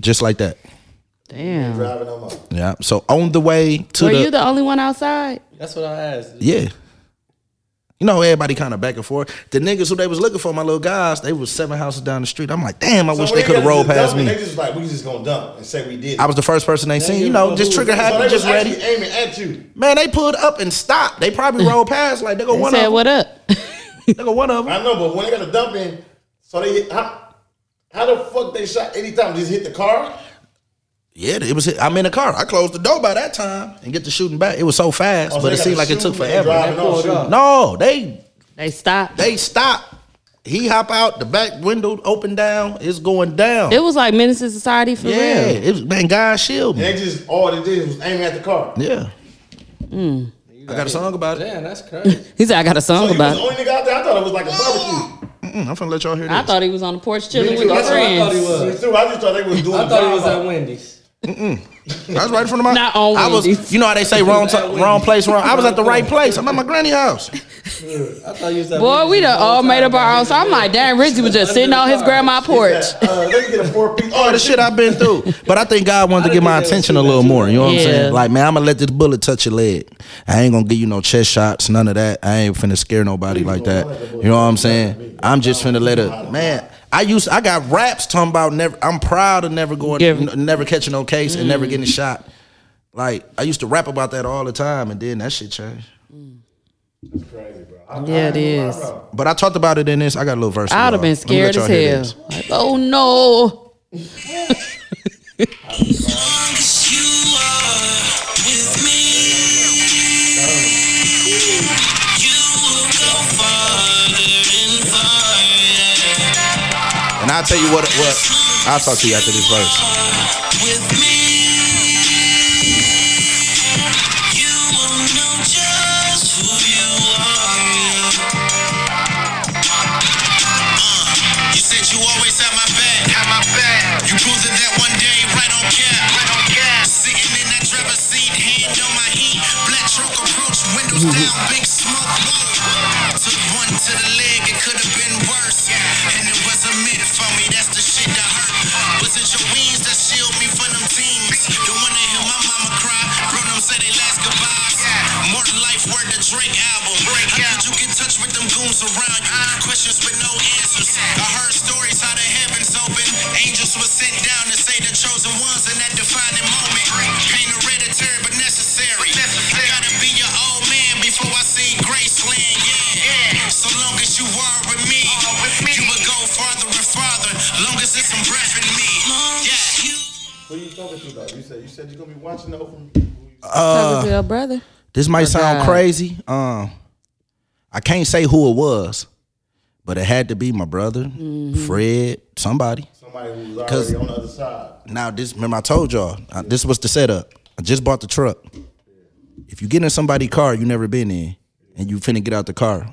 [SPEAKER 1] Just like that.
[SPEAKER 2] Damn. Were
[SPEAKER 9] Driving no more.
[SPEAKER 1] Yeah. So on the way to the,
[SPEAKER 2] you the only one outside?
[SPEAKER 8] That's what I asked.
[SPEAKER 1] yeah. You know, everybody kind of back and forth. The niggas who they was looking for, my little guys, they was seven houses down the street. I'm like, damn, I wish they
[SPEAKER 9] Somebody
[SPEAKER 1] could have
[SPEAKER 9] got
[SPEAKER 1] rolled
[SPEAKER 9] to just
[SPEAKER 1] past
[SPEAKER 9] dump it. They
[SPEAKER 1] me.
[SPEAKER 9] just like we just gonna dump and say we did. it.
[SPEAKER 1] I was the first person they seen. You know, just trigger
[SPEAKER 9] So
[SPEAKER 1] happy,
[SPEAKER 9] they
[SPEAKER 1] just
[SPEAKER 9] was
[SPEAKER 1] ready.
[SPEAKER 9] actually aiming at you.
[SPEAKER 1] Man, they pulled up and stopped. They probably rolled past like they go
[SPEAKER 2] They
[SPEAKER 1] one
[SPEAKER 2] said,
[SPEAKER 1] of them.
[SPEAKER 2] what up?
[SPEAKER 1] They go one of them.
[SPEAKER 9] I know, but when they got a dump in, so they hit. How, how the fuck they shot anytime? Just hit the car. Oh,
[SPEAKER 1] Yeah, it was. I'm in the car. I closed the door by that time and get to shooting back. It was so fast,
[SPEAKER 9] Oh, so
[SPEAKER 1] but
[SPEAKER 9] they
[SPEAKER 1] it
[SPEAKER 9] got
[SPEAKER 1] seemed
[SPEAKER 9] to
[SPEAKER 1] like it took
[SPEAKER 9] shoot and
[SPEAKER 1] forever.
[SPEAKER 9] drive
[SPEAKER 8] They
[SPEAKER 9] and all
[SPEAKER 8] pulled
[SPEAKER 9] shit.
[SPEAKER 8] up.
[SPEAKER 1] No, they
[SPEAKER 2] They stopped.
[SPEAKER 1] they stopped. He hop out the back window, open down. It's going down.
[SPEAKER 2] It was like Menace to Society for
[SPEAKER 1] yeah,
[SPEAKER 2] real.
[SPEAKER 1] it was, man. God shield me.
[SPEAKER 9] And they just all they did was aiming at the car.
[SPEAKER 1] Yeah,
[SPEAKER 2] Mm.
[SPEAKER 1] I got a song about it.
[SPEAKER 8] Damn, that's crazy.
[SPEAKER 2] He said, I got a song
[SPEAKER 9] So you was
[SPEAKER 2] about
[SPEAKER 9] the
[SPEAKER 2] it.
[SPEAKER 9] only nigga out there. I thought it was like a barbecue.
[SPEAKER 1] Mm, I'm finna let y'all hear
[SPEAKER 2] I
[SPEAKER 1] this.
[SPEAKER 2] thought he was on the porch chilling
[SPEAKER 9] Me
[SPEAKER 2] with
[SPEAKER 9] too.
[SPEAKER 2] his
[SPEAKER 9] That's what I
[SPEAKER 8] thought he
[SPEAKER 2] friends.
[SPEAKER 8] was.
[SPEAKER 9] Me too. I just thought they was doing.
[SPEAKER 8] I thought he was
[SPEAKER 9] drive-by.
[SPEAKER 8] at Wendy's.
[SPEAKER 1] I was right from the mouth.
[SPEAKER 2] Not on
[SPEAKER 1] I was.
[SPEAKER 2] Wendy's.
[SPEAKER 1] You know how they say wrong,
[SPEAKER 8] Not
[SPEAKER 1] t- wrong
[SPEAKER 8] Wendy's.
[SPEAKER 1] place, wrong. I was at the right place. I'm at my granny house.
[SPEAKER 8] I thought he was at
[SPEAKER 2] Boy,
[SPEAKER 8] Wendy's
[SPEAKER 2] we
[SPEAKER 8] the
[SPEAKER 2] done
[SPEAKER 8] whole
[SPEAKER 2] all made up
[SPEAKER 8] time.
[SPEAKER 2] our own. So I'm like, damn, Rizzy was just sitting on his grandma porch.
[SPEAKER 9] Uh, let me get a four piece.
[SPEAKER 1] all Oh, the shit I've been through. But I think God wanted to
[SPEAKER 8] I
[SPEAKER 1] get
[SPEAKER 8] done
[SPEAKER 1] my
[SPEAKER 8] did that
[SPEAKER 1] attention a
[SPEAKER 8] too,
[SPEAKER 1] little
[SPEAKER 8] too.
[SPEAKER 1] more. You know what I'm
[SPEAKER 2] Yeah.
[SPEAKER 1] saying? Like, man, I'm gonna let this bullet touch your leg. I ain't gonna give you no chest shots, none of that. I ain't finna scare nobody like that. You know what I'm saying? I'm just finna let her. Man, I used I got raps talking about never. I'm proud of never going,
[SPEAKER 2] Give-
[SPEAKER 1] n- never catching no case and never getting
[SPEAKER 2] Mm-hmm.
[SPEAKER 1] shot. Like I used to rap about that all the time, and then that shit changed.
[SPEAKER 2] Yeah, it is.
[SPEAKER 1] But I talked about it in this. I got a little verse. for
[SPEAKER 2] I would have
[SPEAKER 1] y'all.
[SPEAKER 2] been
[SPEAKER 1] Let me let
[SPEAKER 2] scared as
[SPEAKER 1] y'all hear
[SPEAKER 2] hell.
[SPEAKER 1] this.
[SPEAKER 2] Like, oh no.
[SPEAKER 7] You are with me. You will go farther and farther
[SPEAKER 1] And I'll tell you what. What I'll talk to you after this verse.
[SPEAKER 7] with me. You will know just who you are. Uh, you said you always had my back. Had my back. You proved it that one day, right on cap. Right on cap. Sitting in that driver's seat, hand on my heat. Black truck approach, windows down, big smoke. Whoa. Took one to the leg, it could have been worse. And it was a minute for me, that's the shit that hurt. Was it your wings that shield me from them teams? Don't wanna hear my mama cry. Bro, them say they last goodbyes. More than life, word the Drake album. How did you get touch with them goons around you? Questions with no answers. I heard stories how the heavens open. Angels were sent down to say the chosen ones in that defining moment. Pain hereditary but necessary. I gotta be your old man before I see Graceland. Yeah. So long as you are with me, you will go farther and farther. Long as there's some breath in me. Yeah.
[SPEAKER 9] Who you talking to though? You said you said you gonna be watching over me. Uh,
[SPEAKER 2] Talking to your brother.
[SPEAKER 1] This might sound
[SPEAKER 2] God.
[SPEAKER 1] crazy. Um, I can't say who it was, but it had to be my brother, Fred, somebody.
[SPEAKER 9] Somebody who was
[SPEAKER 1] 'Cause-
[SPEAKER 9] already on the other side.
[SPEAKER 1] Now this, remember I told y'all uh, this was the setup. I just bought the truck. If you get in somebody's car you never been in, and you finna get out the car,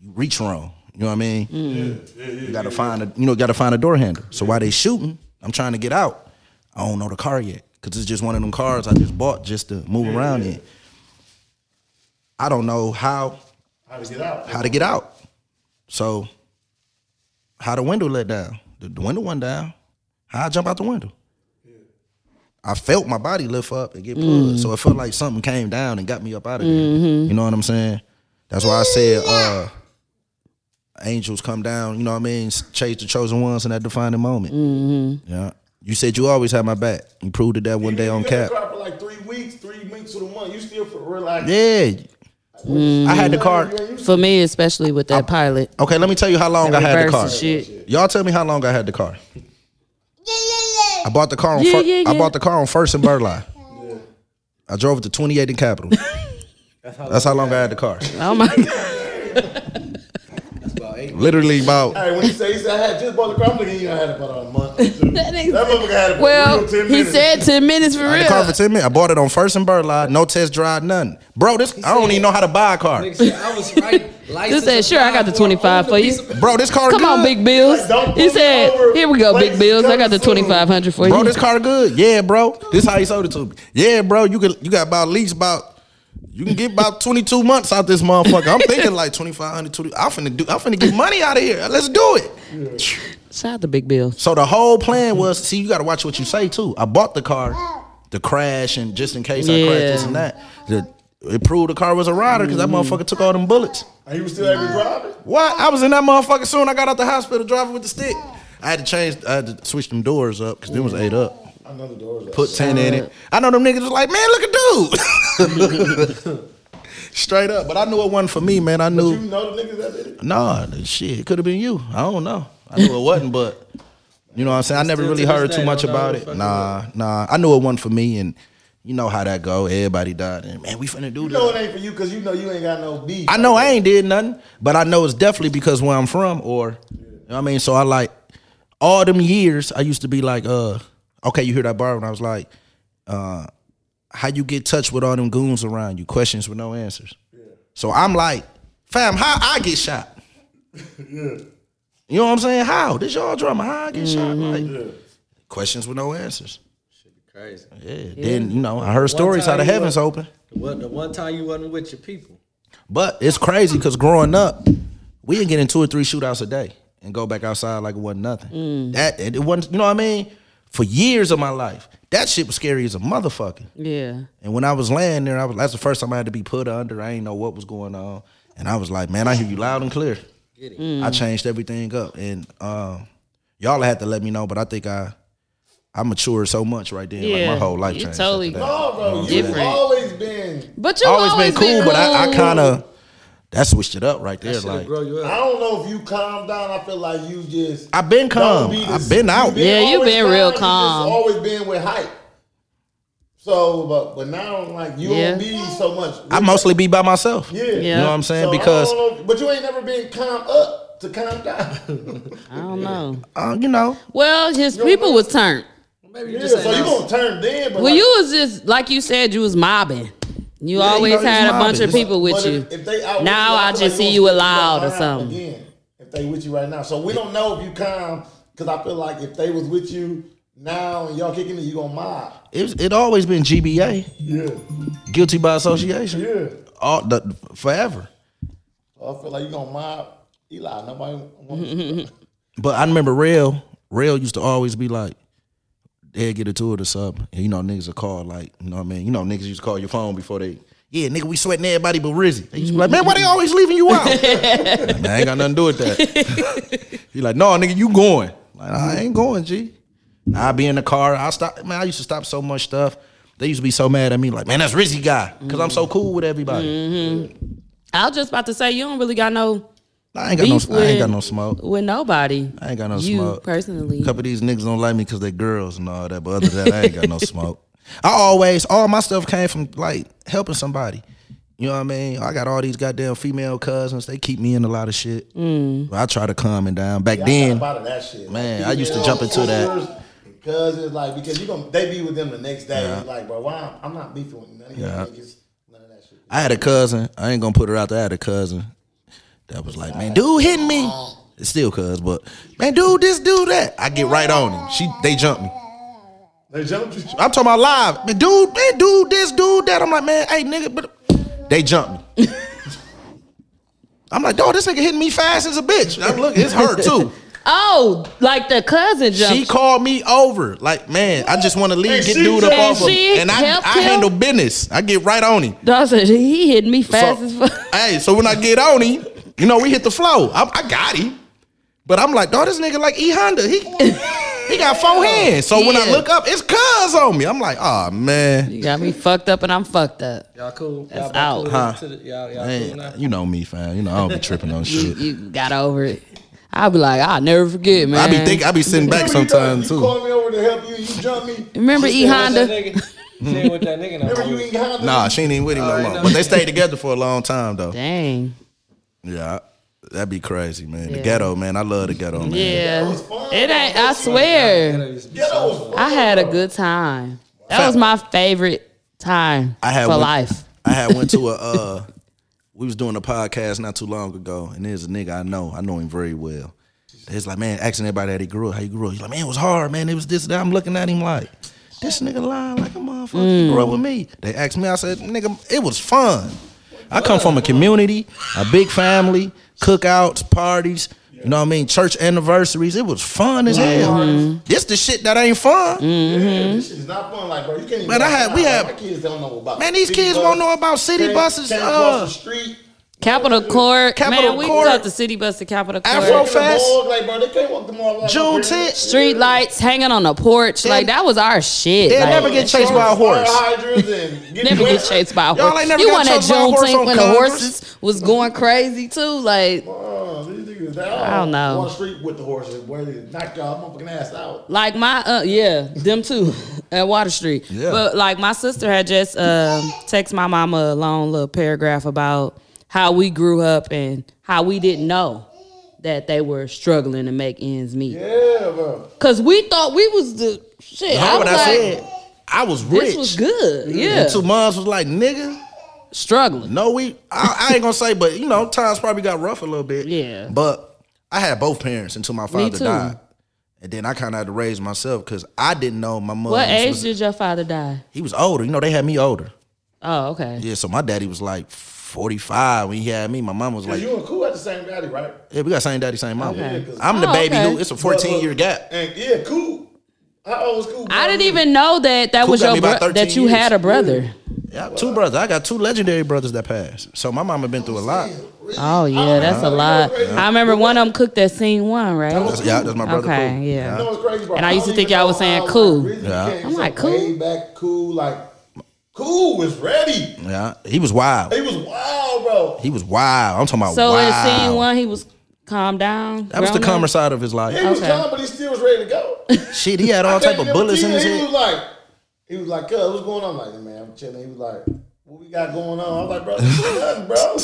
[SPEAKER 1] you reach wrong. You know what I mean? you gotta find a you know gotta find a door handle. So while they shooting, I'm trying to get out. I don't know the car yet because it's just one of them cars I just bought just to move around in. I don't know how
[SPEAKER 9] How to get out?
[SPEAKER 1] how to get out. So, how the window let down? The, the window went down. How I jump out the window? I felt my body lift up and get pulled. So it felt like something came down and got me up out of there. You know what I'm saying? That's why I said uh, angels come down. You know what I mean? s- Chase the chosen ones in that defining moment. Yeah. You said you always had my back. You proved it that one day on
[SPEAKER 9] you been in
[SPEAKER 1] cap.
[SPEAKER 9] the car for like three weeks, three weeks to the month. You still for real like
[SPEAKER 1] Yeah. I had the car.
[SPEAKER 2] For me, especially with that pilot.
[SPEAKER 1] Okay, let me tell you how long I had the
[SPEAKER 2] reverse
[SPEAKER 1] car.
[SPEAKER 2] and shit.
[SPEAKER 1] Y'all tell me how long I had the car. I bought the car on
[SPEAKER 2] Yeah,
[SPEAKER 1] fir-
[SPEAKER 2] yeah,
[SPEAKER 1] I
[SPEAKER 2] yeah.
[SPEAKER 1] bought the car on first and Burleigh. I drove it to 28 in Capitol. That's how long I had the car.
[SPEAKER 2] Oh my God.
[SPEAKER 8] About eight.
[SPEAKER 1] Literally about.
[SPEAKER 9] Hey, when he said he said I had just bought the car, I'm looking. You know, I had it about a month. or two. that
[SPEAKER 2] nigga
[SPEAKER 9] motherfucker had it. for
[SPEAKER 2] Well,
[SPEAKER 9] real 10
[SPEAKER 2] he
[SPEAKER 9] minutes.
[SPEAKER 2] said ten minutes for
[SPEAKER 1] I had the car for
[SPEAKER 2] real.
[SPEAKER 1] 10 minutes. I bought it on first and bird lot. No test drive, nothing. Bro, this I don't
[SPEAKER 8] said-
[SPEAKER 1] even know how to buy a car.
[SPEAKER 8] Nigga said I was right. License
[SPEAKER 2] said, "Sure, I got the
[SPEAKER 8] applied for,
[SPEAKER 2] 25
[SPEAKER 8] owned
[SPEAKER 2] for
[SPEAKER 8] a
[SPEAKER 2] you."
[SPEAKER 8] piece of-
[SPEAKER 1] Bro, this car
[SPEAKER 2] Come
[SPEAKER 1] good.
[SPEAKER 2] on, big bills.
[SPEAKER 9] don't
[SPEAKER 2] He
[SPEAKER 9] pull me
[SPEAKER 2] said,
[SPEAKER 9] over.
[SPEAKER 2] "Here we go,
[SPEAKER 9] Place
[SPEAKER 2] big bills. I got the
[SPEAKER 9] is coming
[SPEAKER 2] twenty five hundred for
[SPEAKER 1] Bro,
[SPEAKER 2] you."
[SPEAKER 1] this car good. Yeah, bro. This how he sold it to me. Yeah, bro. You could you got about at least about you can get about 22 months out this motherfucker. I'm thinking like 2500 20, I'm finna do I'm finna get money out of here. Let's do it.
[SPEAKER 2] Shout out to Big Bill.
[SPEAKER 1] So the whole plan was see you got to watch what you say too. I bought the car, the crash, and just in case I crashed this
[SPEAKER 2] Yeah.
[SPEAKER 1] and that. The, it proved the car was a rider because that motherfucker took all them bullets.
[SPEAKER 9] And he was still able to drive it.
[SPEAKER 1] What? I was in that motherfucker soon. I got out the hospital driving with the stick. I had to change. I had to switch them doors up because them was ate up.
[SPEAKER 9] Another door's up.
[SPEAKER 1] Put ten in it. I know them niggas was like, man, look at dude. Straight up, but I knew it wasn't for me, man. I
[SPEAKER 9] You
[SPEAKER 1] knew
[SPEAKER 9] know the niggas that did it.
[SPEAKER 1] nah, shit. It could have been you. I don't know. I knew it wasn't, but you know what I'm saying. I never
[SPEAKER 8] Still
[SPEAKER 1] really
[SPEAKER 8] to this
[SPEAKER 1] heard
[SPEAKER 8] day,
[SPEAKER 1] too much
[SPEAKER 8] don't know
[SPEAKER 1] about
[SPEAKER 8] who the
[SPEAKER 1] it.
[SPEAKER 8] fuck it
[SPEAKER 1] Nah, nah. I knew it wasn't for me, and you know how that go. Everybody died, and man, we finna do
[SPEAKER 9] You know
[SPEAKER 1] this.
[SPEAKER 9] it ain't for you because you know you ain't got no beef.
[SPEAKER 1] I know I ain't did nothing, but I know it's definitely because where I'm from, or you know what I mean. So I like all them years. I used to be like, uh, okay, you hear that bar, and I was like, uh, how you get touch with all them goons around you? Questions with no answers. So I'm like, fam, how I get shot? You know what I'm saying? How this y'all drama? How I get
[SPEAKER 8] Mm-hmm.
[SPEAKER 1] shot? Like, questions with no answers.
[SPEAKER 8] Crazy.
[SPEAKER 1] Yeah. Then you know I heard stories how
[SPEAKER 8] time
[SPEAKER 1] the
[SPEAKER 8] you
[SPEAKER 1] heavens
[SPEAKER 8] went-
[SPEAKER 1] open.
[SPEAKER 8] What the one time you wasn't with your people?
[SPEAKER 1] But it's crazy because growing up, we didn't get in two or three shootouts a day and go back outside like it wasn't nothing. That it it wasn't, you know what I mean? For years of my life, that shit was scary as a motherfucker.
[SPEAKER 2] Yeah.
[SPEAKER 1] And when I was laying there, I was that's the first time I had to be put under. I ain't know what was going on, and I was like, man, I hear you loud and clear. I changed everything up, and um, y'all had to let me know, but I think I. I matured so much right then, like
[SPEAKER 2] Yeah,
[SPEAKER 1] my whole life
[SPEAKER 2] you
[SPEAKER 1] changed.
[SPEAKER 2] totally-
[SPEAKER 1] after that.
[SPEAKER 9] Oh, bro, you've
[SPEAKER 2] Different.
[SPEAKER 9] always been.
[SPEAKER 2] But you
[SPEAKER 1] Always been cool, but I, I kind of that switched it up right there.
[SPEAKER 8] Should
[SPEAKER 1] like
[SPEAKER 8] have grow you
[SPEAKER 9] I
[SPEAKER 8] up.
[SPEAKER 9] don't know if you calm down. I feel like you just.
[SPEAKER 1] I've been calm.
[SPEAKER 9] Don't be the-
[SPEAKER 1] I've been out.
[SPEAKER 2] Yeah, you
[SPEAKER 9] always
[SPEAKER 2] been real
[SPEAKER 9] just
[SPEAKER 2] calm.
[SPEAKER 9] always been with hype. So, but but now like you
[SPEAKER 2] Yeah.
[SPEAKER 9] don't be so much.
[SPEAKER 1] I mostly be by myself.
[SPEAKER 9] yeah.
[SPEAKER 1] You know what I'm saying?
[SPEAKER 9] So, I
[SPEAKER 1] because
[SPEAKER 9] don't
[SPEAKER 3] Oh,
[SPEAKER 9] know, but you ain't never been calm up to calm down.
[SPEAKER 2] I don't know.
[SPEAKER 1] uh, you know,
[SPEAKER 2] Well, his people was turned.
[SPEAKER 8] Maybe you
[SPEAKER 9] yeah,
[SPEAKER 8] just ain't
[SPEAKER 9] so you
[SPEAKER 8] know.
[SPEAKER 9] gonna turn then? But
[SPEAKER 2] Well,
[SPEAKER 9] like,
[SPEAKER 2] you was just like you said, you was mobbing. You
[SPEAKER 1] you
[SPEAKER 2] always
[SPEAKER 1] know, it's
[SPEAKER 2] had a bunch
[SPEAKER 1] mobbing.
[SPEAKER 2] of people with
[SPEAKER 9] But
[SPEAKER 2] you.
[SPEAKER 9] if- if they out with
[SPEAKER 2] now
[SPEAKER 9] you,
[SPEAKER 2] I
[SPEAKER 9] feel
[SPEAKER 2] just
[SPEAKER 9] like
[SPEAKER 2] see you
[SPEAKER 9] gonna
[SPEAKER 2] allowed or
[SPEAKER 9] get
[SPEAKER 2] something.
[SPEAKER 9] Again, if they with you right now, so we don't know if you calm because I feel like if they was with you now and y'all kicking it, you gonna mob.
[SPEAKER 1] it it always been GBA,
[SPEAKER 9] Yeah,
[SPEAKER 1] guilty by association,
[SPEAKER 9] yeah.
[SPEAKER 1] all the, forever.
[SPEAKER 9] I feel like you gonna mob Eli. Nobody. wants-
[SPEAKER 1] But I remember Rail. Rail used to always be like, they'd get a tour to something. And you know, niggas would call like, you know what I mean? You know, niggas used to call your phone before they. Yeah, nigga, we sweating everybody but Rizzy. They used to be like, man, why they always leaving you out? Like, "Man, I ain't got nothing to do with that. he like, no, nigga, you going. Like, I ain't going, G. I be in the car. I stop. Man, I used to stop so much stuff. They used to be so mad at me, like, man, that's Rizzy guy, because I'm so cool with everybody.
[SPEAKER 2] Mm-hmm. I was just about to say you don't really got no
[SPEAKER 1] I ain't got
[SPEAKER 2] beef
[SPEAKER 1] no, I ain't got
[SPEAKER 2] with-
[SPEAKER 1] no smoke.
[SPEAKER 2] with nobody.
[SPEAKER 1] I ain't got no
[SPEAKER 2] you
[SPEAKER 1] smoke.
[SPEAKER 2] personally.
[SPEAKER 1] A couple of these niggas don't like me because they girls and all that. But other than that, I ain't got no smoke. I always all my stuff came from like helping somebody. You know what I mean? I got all these goddamn female cousins. They keep me in a lot of shit. But I try to calm and down. Back
[SPEAKER 9] I'm
[SPEAKER 1] then,
[SPEAKER 9] out of that shit.
[SPEAKER 1] man, I used to jump into that.
[SPEAKER 9] Because it's like because you gonna they be with them the next day. It's Like, bro, why I'm, I'm not beefing with none of y'all niggas. None of that shit.
[SPEAKER 1] I had a cousin. I ain't gonna put her out there. I had a cousin that was like, man, dude hitting me. It's still cuz, but man, dude, this, do that. I get right on him. She, they jump me.
[SPEAKER 9] They jumped you.
[SPEAKER 1] I'm talking about live. Man, dude, man, dude, this, dude, that. I'm like, man, hey, nigga, but they jumped me. I'm like, dog, this nigga hitting me fast as a bitch. I'm look, it's her too.
[SPEAKER 2] Oh, like the cousin jumped.
[SPEAKER 1] She called me over. Like, man, I just want to leave, get dude up
[SPEAKER 2] And
[SPEAKER 1] off of
[SPEAKER 2] she
[SPEAKER 1] him. And I,
[SPEAKER 2] helped
[SPEAKER 1] I
[SPEAKER 2] him?
[SPEAKER 1] handle business. I get right on him.
[SPEAKER 2] Dawg said he hit me fast as
[SPEAKER 1] So,
[SPEAKER 2] fuck.
[SPEAKER 1] hey, so when I get on him, you know, we hit the flow. I, I got him. But I'm like, dog, this nigga like E Honda. He he got four hands. So when I
[SPEAKER 2] Yeah.
[SPEAKER 1] look up, it's cuz on me. I'm like, oh man.
[SPEAKER 2] You got me fucked up and I'm fucked up.
[SPEAKER 8] Y'all cool?
[SPEAKER 2] That's
[SPEAKER 8] y'all
[SPEAKER 2] out.
[SPEAKER 8] Cool
[SPEAKER 1] Huh.
[SPEAKER 8] to the, y'all, y'all cool now?
[SPEAKER 1] Man, you know me, fam. You know I don't be tripping on
[SPEAKER 2] You,
[SPEAKER 1] shit.
[SPEAKER 2] you got over it. I'll be like, I'll never forget, man.
[SPEAKER 1] I be think I be sitting back
[SPEAKER 9] Remember you
[SPEAKER 1] sometimes
[SPEAKER 9] done-
[SPEAKER 1] too.
[SPEAKER 9] You called me over to help you. You jumped me.
[SPEAKER 2] Remember E Honda?
[SPEAKER 8] That nigga- she ain't with that nigga no
[SPEAKER 9] Remember
[SPEAKER 8] more.
[SPEAKER 9] you ain't Honda?
[SPEAKER 1] Nah, she ain't even with him no
[SPEAKER 8] Alright,
[SPEAKER 1] more.
[SPEAKER 8] no.
[SPEAKER 1] But they stayed together for a long time though.
[SPEAKER 2] Dang.
[SPEAKER 1] Yeah. That'd be crazy, man. The
[SPEAKER 2] Yeah.
[SPEAKER 1] ghetto, man. I love the ghetto, man.
[SPEAKER 2] Yeah.
[SPEAKER 9] was fun.
[SPEAKER 2] It ain't, I swear.
[SPEAKER 9] Ghetto was fun.
[SPEAKER 2] I had a good time. That
[SPEAKER 1] Fat-
[SPEAKER 2] was my favorite time
[SPEAKER 1] I had
[SPEAKER 2] for
[SPEAKER 1] one-
[SPEAKER 2] life.
[SPEAKER 1] I had went to a uh we was doing a podcast not too long ago, and there's a nigga I know, I know him very well. He's like, man, asking everybody how he grew up, how you grew up. He's like, man, it was hard, man. It was this, that. I'm looking at him like, this nigga lying like a motherfucker. He grew up with me. They asked me, I said, nigga, it was fun. I come from a community, a big family, cookouts, parties, you know what I mean? Church anniversaries. It was fun as hell.
[SPEAKER 9] Mm-hmm.
[SPEAKER 1] This the shit that ain't fun.
[SPEAKER 9] Mm.
[SPEAKER 2] Mm-hmm.
[SPEAKER 9] Yeah, this shit is not fun. Like, bro, you can't even.
[SPEAKER 1] Man, I had-
[SPEAKER 9] walk
[SPEAKER 1] we
[SPEAKER 9] around.
[SPEAKER 1] had-
[SPEAKER 9] My kids don't know about.
[SPEAKER 1] Man, these
[SPEAKER 9] city
[SPEAKER 1] kids
[SPEAKER 9] bus,
[SPEAKER 1] won't know about city
[SPEAKER 9] can't-
[SPEAKER 1] buses.
[SPEAKER 9] Can't
[SPEAKER 1] uh,
[SPEAKER 9] cross the street.
[SPEAKER 2] Capital Court.
[SPEAKER 1] Capital
[SPEAKER 2] Man, we
[SPEAKER 1] Court.
[SPEAKER 2] took the city bus to Capital Court.
[SPEAKER 1] Afro
[SPEAKER 9] Walk in the
[SPEAKER 1] fest.
[SPEAKER 9] morgue, Like, bro, they can't walk the mall.
[SPEAKER 1] Juneteenth.
[SPEAKER 2] Street lights hanging on the porch. Like, that was our shit.
[SPEAKER 1] They'll
[SPEAKER 2] Like, uh,
[SPEAKER 1] never get chased by a
[SPEAKER 9] Fire
[SPEAKER 1] horse.
[SPEAKER 9] hydrants and get
[SPEAKER 2] Never
[SPEAKER 9] wet.
[SPEAKER 2] get chased by a
[SPEAKER 1] Y'all
[SPEAKER 2] horse.
[SPEAKER 1] ain't never
[SPEAKER 2] you
[SPEAKER 1] got
[SPEAKER 2] want that
[SPEAKER 1] chased by a horse
[SPEAKER 2] Juneteenth
[SPEAKER 1] on
[SPEAKER 2] when the
[SPEAKER 1] Congress?
[SPEAKER 2] horses was going crazy too? Like,
[SPEAKER 9] Oh, these niggas, they all
[SPEAKER 2] I don't know.
[SPEAKER 9] On the street with the horses, where they knock y'all motherfucking ass out.
[SPEAKER 2] like my uh yeah them too at water street
[SPEAKER 1] Yeah.
[SPEAKER 2] but like my sister had just uh text my mama a long little paragraph about how we grew up and how we didn't know that they were struggling to make ends meet
[SPEAKER 9] Yeah, bro.
[SPEAKER 2] because we thought we was the shit
[SPEAKER 1] That's
[SPEAKER 2] I was
[SPEAKER 1] what
[SPEAKER 2] like,
[SPEAKER 1] I said. I was rich.
[SPEAKER 2] this was good yeah
[SPEAKER 1] And two moms was like, nigga,
[SPEAKER 2] struggling
[SPEAKER 1] no, we, I, I ain't gonna say, but you know, times probably got rough a little bit.
[SPEAKER 2] Yeah.
[SPEAKER 1] But I had both parents until my father
[SPEAKER 2] too.
[SPEAKER 1] died. And then I kind of had to raise myself because I didn't know my mother.
[SPEAKER 2] what age
[SPEAKER 1] was,
[SPEAKER 2] did your father die
[SPEAKER 1] he was older. You know, they had me older.
[SPEAKER 2] oh okay
[SPEAKER 1] Yeah, so my daddy was like 45 when he had me. My mom was like,
[SPEAKER 9] You and Cool had the same daddy, right?
[SPEAKER 1] yeah, we got same daddy, same mom.
[SPEAKER 2] Okay.
[SPEAKER 1] I'm the
[SPEAKER 2] Oh,
[SPEAKER 1] baby
[SPEAKER 2] okay.
[SPEAKER 1] who, it's a 14 year gap.
[SPEAKER 9] And yeah, Cool. How old was Cool?
[SPEAKER 2] I didn't even know that that
[SPEAKER 1] Cool
[SPEAKER 2] was
[SPEAKER 1] got
[SPEAKER 2] your
[SPEAKER 1] me about
[SPEAKER 2] bro-
[SPEAKER 1] 13
[SPEAKER 2] that you had a
[SPEAKER 1] years.
[SPEAKER 2] brother
[SPEAKER 1] Yeah, two brothers. I got two legendary brothers that passed. So my mama been through a lot.
[SPEAKER 2] oh yeah that's a lot I remember one of them cooked that scene one right
[SPEAKER 1] That's, yeah, that's my brother.
[SPEAKER 2] okay
[SPEAKER 1] Cool.
[SPEAKER 2] yeah.
[SPEAKER 9] You know what's crazy, bro?
[SPEAKER 2] And I used to
[SPEAKER 9] don't
[SPEAKER 2] think
[SPEAKER 9] even
[SPEAKER 2] y'all was
[SPEAKER 9] know
[SPEAKER 2] saying
[SPEAKER 9] how I
[SPEAKER 2] cool.
[SPEAKER 9] originally
[SPEAKER 1] Yeah.
[SPEAKER 9] came
[SPEAKER 2] I'm like,
[SPEAKER 9] from
[SPEAKER 2] cool?
[SPEAKER 9] Way back cool, like cool was ready.
[SPEAKER 1] Yeah, he was wild.
[SPEAKER 9] He was wild, bro.
[SPEAKER 1] He was wild. I'm talking about
[SPEAKER 2] So
[SPEAKER 1] wild.
[SPEAKER 2] in scene one, he was calmed down.
[SPEAKER 1] That was the
[SPEAKER 2] grown up?
[SPEAKER 1] calmer side of his life.
[SPEAKER 9] He was
[SPEAKER 2] Okay.
[SPEAKER 9] calm, but he still was ready to go.
[SPEAKER 1] Shit, he had all type of bullets in his
[SPEAKER 9] he He
[SPEAKER 1] head.
[SPEAKER 9] was like, he was like, "Cuz, what's going on?" I'm like, man, I'm chilling. He was like, "What we got going on?" I was like, "Bro, nothing, bro.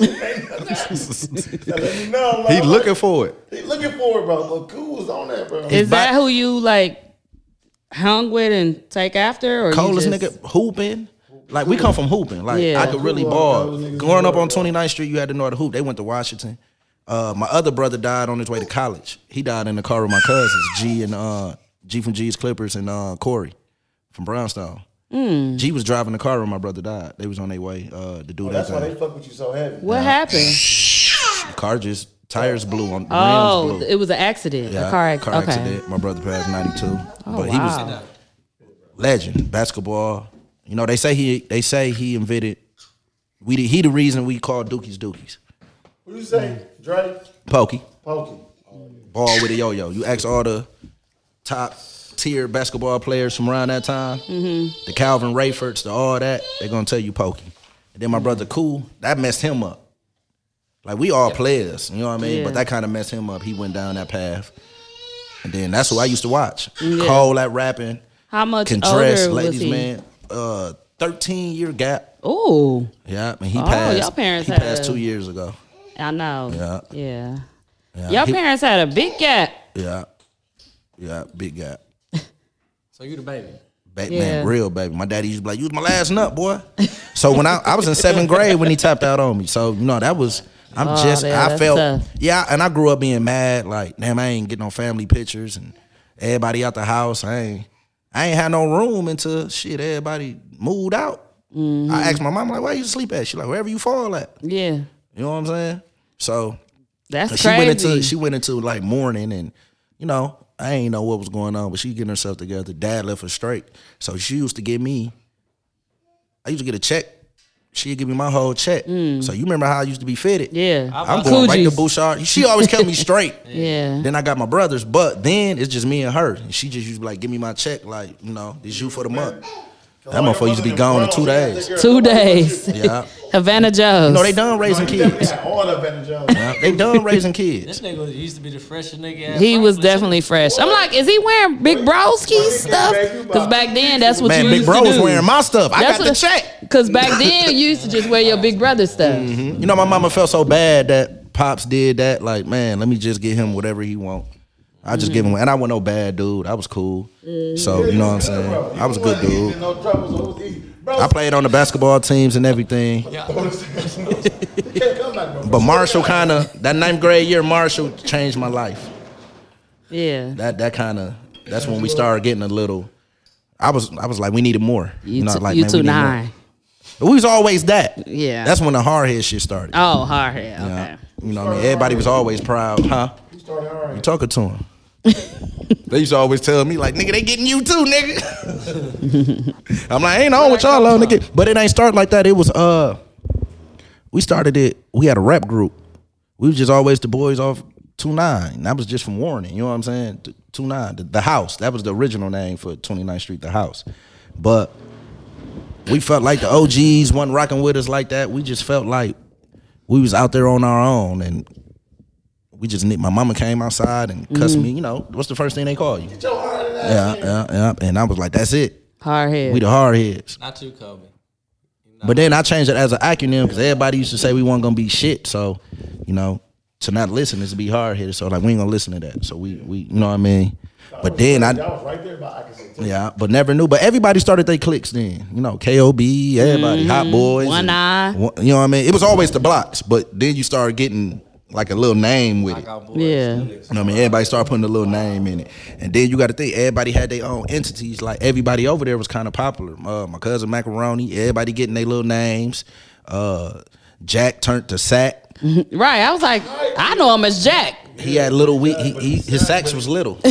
[SPEAKER 9] We cool. Ain't nothing." Now, let me know, bro.
[SPEAKER 1] He looking for it.
[SPEAKER 9] He looking for it, bro. But cool was on that, bro.
[SPEAKER 2] Is that
[SPEAKER 1] Back-
[SPEAKER 2] who you like hung with and take after? Or
[SPEAKER 1] Coldest
[SPEAKER 2] you just,
[SPEAKER 1] nigga hooping. Like we come from hooping. Like
[SPEAKER 2] Yeah.
[SPEAKER 1] I could really ball. Growing up on 29th Street, you had to know how to hoop. They went to Washington. Uh, my other brother died on his way to college. He died in the car with my cousins, G and uh, G from G's Clippers and uh, Corey from Brownstone.
[SPEAKER 2] Hmm.
[SPEAKER 1] G was driving the car when my brother died. They was on their way uh, to do that
[SPEAKER 9] Oh, That's why they
[SPEAKER 1] thing.
[SPEAKER 9] fuck with you so heavy.
[SPEAKER 2] What happened?
[SPEAKER 1] The car just tires blew on rims
[SPEAKER 2] Oh,
[SPEAKER 1] blew.
[SPEAKER 2] it was an accident. a car, acc- okay. Oh,
[SPEAKER 1] accident. My brother passed ninety two, but he
[SPEAKER 2] wow.
[SPEAKER 1] was legend basketball. You know they say he they say he invented. We the, he the reason we call Dookies Dookies.
[SPEAKER 9] What you say, Dre?
[SPEAKER 1] Pokey
[SPEAKER 9] Pokey.
[SPEAKER 1] ball with a yo yo. You ask all the top tier basketball players from around that time, the Calvin Rayfords, the all that. They're gonna tell you Pokey. And then my brother Cool that messed him up. Like we all players, you know what I mean?
[SPEAKER 2] Yeah.
[SPEAKER 1] But that kind of messed him up. He went down that path. And then that's who I used to watch. Cole at rapping.
[SPEAKER 2] How much
[SPEAKER 1] can
[SPEAKER 2] older
[SPEAKER 1] dress,
[SPEAKER 2] was
[SPEAKER 1] ladies,
[SPEAKER 2] he?
[SPEAKER 1] man. Uh, thirteen year gap.
[SPEAKER 2] Ooh,
[SPEAKER 1] Yeah, I mean, he
[SPEAKER 2] Oh,
[SPEAKER 1] passed.
[SPEAKER 2] y'all parents
[SPEAKER 1] he
[SPEAKER 2] had
[SPEAKER 1] passed
[SPEAKER 2] a-
[SPEAKER 1] two years ago.
[SPEAKER 2] I know.
[SPEAKER 1] Yeah.
[SPEAKER 2] yeah.
[SPEAKER 1] Yeah,
[SPEAKER 2] Your
[SPEAKER 1] he-
[SPEAKER 2] parents had a big gap.
[SPEAKER 1] Yeah, yeah, big gap.
[SPEAKER 8] So you the baby.
[SPEAKER 1] Back,
[SPEAKER 2] Yeah.
[SPEAKER 1] Man, real baby. My daddy used to be like, "You was my last nut, boy." so when I, I was in seventh grade when he tapped out on me. So you know that was I'm
[SPEAKER 2] Oh,
[SPEAKER 1] just
[SPEAKER 2] yeah,
[SPEAKER 1] I
[SPEAKER 2] that's
[SPEAKER 1] felt
[SPEAKER 2] tough.
[SPEAKER 1] yeah, and I grew up being mad like, damn, I ain't getting no family pictures and everybody out the house. I ain't I ain't had no room until shit everybody moved out.
[SPEAKER 2] Mm-hmm.
[SPEAKER 1] I asked my mom like, "Where you sleep at?" She like, "Wherever you fall at."
[SPEAKER 2] Yeah,
[SPEAKER 1] You know what I'm saying? So
[SPEAKER 2] that's
[SPEAKER 1] she
[SPEAKER 2] crazy.
[SPEAKER 1] went into she went into like mourning and you know I ain't know what was going on, but she getting herself together. Dad left her straight, so she used to give me. I used to get a check. She'd give me my whole check. So you remember how I used to be fitted?
[SPEAKER 2] Mm. yeah,
[SPEAKER 1] I'm going right to
[SPEAKER 2] Coogies.
[SPEAKER 1] Bouchard. She always kept me straight.
[SPEAKER 2] Yeah,
[SPEAKER 1] Then I got my brothers, but then it's just me and her. And she just used to be like, give me my check, like, you know, it's you for the month. That motherfucker used to be gone in two days.
[SPEAKER 2] two days.
[SPEAKER 1] Yeah.
[SPEAKER 2] Havana Joe's.
[SPEAKER 1] No, they done raising kids.
[SPEAKER 9] Yeah, all the Ben Jones.
[SPEAKER 1] Yeah, They done raising kids.
[SPEAKER 8] This nigga used to be the freshest nigga.
[SPEAKER 2] He was definitely fresh. I'm like, is he wearing Big Broski stuff? Because back then, that's what
[SPEAKER 1] Man,
[SPEAKER 2] you
[SPEAKER 1] Big
[SPEAKER 2] used
[SPEAKER 1] Bro
[SPEAKER 2] to
[SPEAKER 1] was
[SPEAKER 2] do.
[SPEAKER 1] wearing my stuff. I
[SPEAKER 2] That's
[SPEAKER 1] got the check. Mm-hmm.
[SPEAKER 2] Because back then, you used to just wear your Big Brother stuff.
[SPEAKER 1] You know, my mama felt so bad that pops did that. Like, man, let me just get him whatever he want. I just give him, and I wasn't no bad dude. I was cool. So you know what I'm saying. I was a good dude.
[SPEAKER 9] No trouble, so it was easy. Bro,
[SPEAKER 1] I played on the basketball teams and everything.
[SPEAKER 9] can't come back, bro.
[SPEAKER 1] But Marshall kind of that ninth grade year, Marshall changed my life.
[SPEAKER 2] Yeah.
[SPEAKER 1] That that kind of that's when we started getting a little. I was I was like, we needed more.
[SPEAKER 2] You,
[SPEAKER 1] know,
[SPEAKER 2] t-
[SPEAKER 1] like,
[SPEAKER 2] you
[SPEAKER 1] man, we
[SPEAKER 2] too
[SPEAKER 1] need more.
[SPEAKER 2] nine.
[SPEAKER 1] We was always that.
[SPEAKER 2] Yeah.
[SPEAKER 1] That's when the hard head shit started.
[SPEAKER 2] Oh, hard hair. Okay.
[SPEAKER 1] Yeah. You know what I mean? Everybody was always proud, huh? You talking to him. they used to always tell me, like, nigga, they getting you too, nigga. I'm like, ain't on with y'all, little nigga. But it ain't start like that. It was uh we started it, we had a rap group. We was just always the boys off two nine. That was just from warning, you know what I'm saying? Two nine, the, the house. That was the original name for 29th Street, the house. But we felt like the OGs wasn't rocking with us like that. We just felt like we was out there on our own and we just need my mama came outside and cussed me, you know, what's the first thing they call you? Yeah, yeah, yeah. And I was like, That's it.
[SPEAKER 2] Hard hair.
[SPEAKER 1] We the hard heads.
[SPEAKER 8] Not you, Kobe.
[SPEAKER 1] But then I changed it as an acronym because everybody used to say we weren't gonna be shit. So, you know, to not listen is to be hard headed. So like we ain't gonna listen to that. So we we you know what I mean? But then I
[SPEAKER 9] Y'all was right there, but I can say
[SPEAKER 1] yeah, but never knew. But everybody started their clicks then. You know, KOB, everybody, Hot Boys.
[SPEAKER 2] Mm-hmm. One
[SPEAKER 1] and-
[SPEAKER 2] Eye.
[SPEAKER 1] one- You know what I mean? It was always the blocks, but then you started getting like a little name with it.
[SPEAKER 8] Y'all boys.
[SPEAKER 2] yeah.
[SPEAKER 1] You know what I mean? Everybody started putting a little name in it. And then you got to think, everybody had their own entities. Like everybody over there was kind of popular. Uh, my cousin Macaroni, everybody getting their little names. Uh, Jack turned to Sack.
[SPEAKER 2] Right. I was like, I know him as Jack.
[SPEAKER 1] He had little wee He, he, his sacks was little.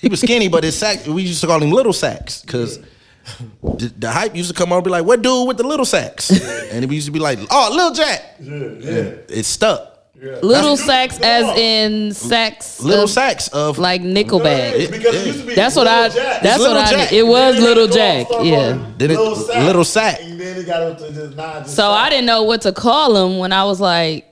[SPEAKER 1] he was skinny, but his sack we used to call him little sacks because the, the hype used to come on and be like, "What dude with the little sacks?" and we used to be like, "Oh, Lil Jack." And It stuck.
[SPEAKER 2] Little sex as in sex.
[SPEAKER 1] Little
[SPEAKER 2] of-
[SPEAKER 1] sacks of
[SPEAKER 2] Like Nickelback.
[SPEAKER 1] It-
[SPEAKER 9] Because
[SPEAKER 1] yeah.
[SPEAKER 9] it used to be
[SPEAKER 2] That's what
[SPEAKER 9] Lil
[SPEAKER 2] I.
[SPEAKER 9] Jack.
[SPEAKER 2] That's
[SPEAKER 1] Little
[SPEAKER 2] what I.
[SPEAKER 1] Jack.
[SPEAKER 2] Did. It was
[SPEAKER 9] Then they
[SPEAKER 2] Little
[SPEAKER 9] go
[SPEAKER 2] Jack.
[SPEAKER 9] start
[SPEAKER 2] Yeah.
[SPEAKER 9] calling
[SPEAKER 1] Then it-
[SPEAKER 9] Lil Sack.
[SPEAKER 1] Little Sack.
[SPEAKER 9] And then it got up to just nah, just
[SPEAKER 2] So I
[SPEAKER 9] Sack.
[SPEAKER 2] didn't know what to call him when I was like,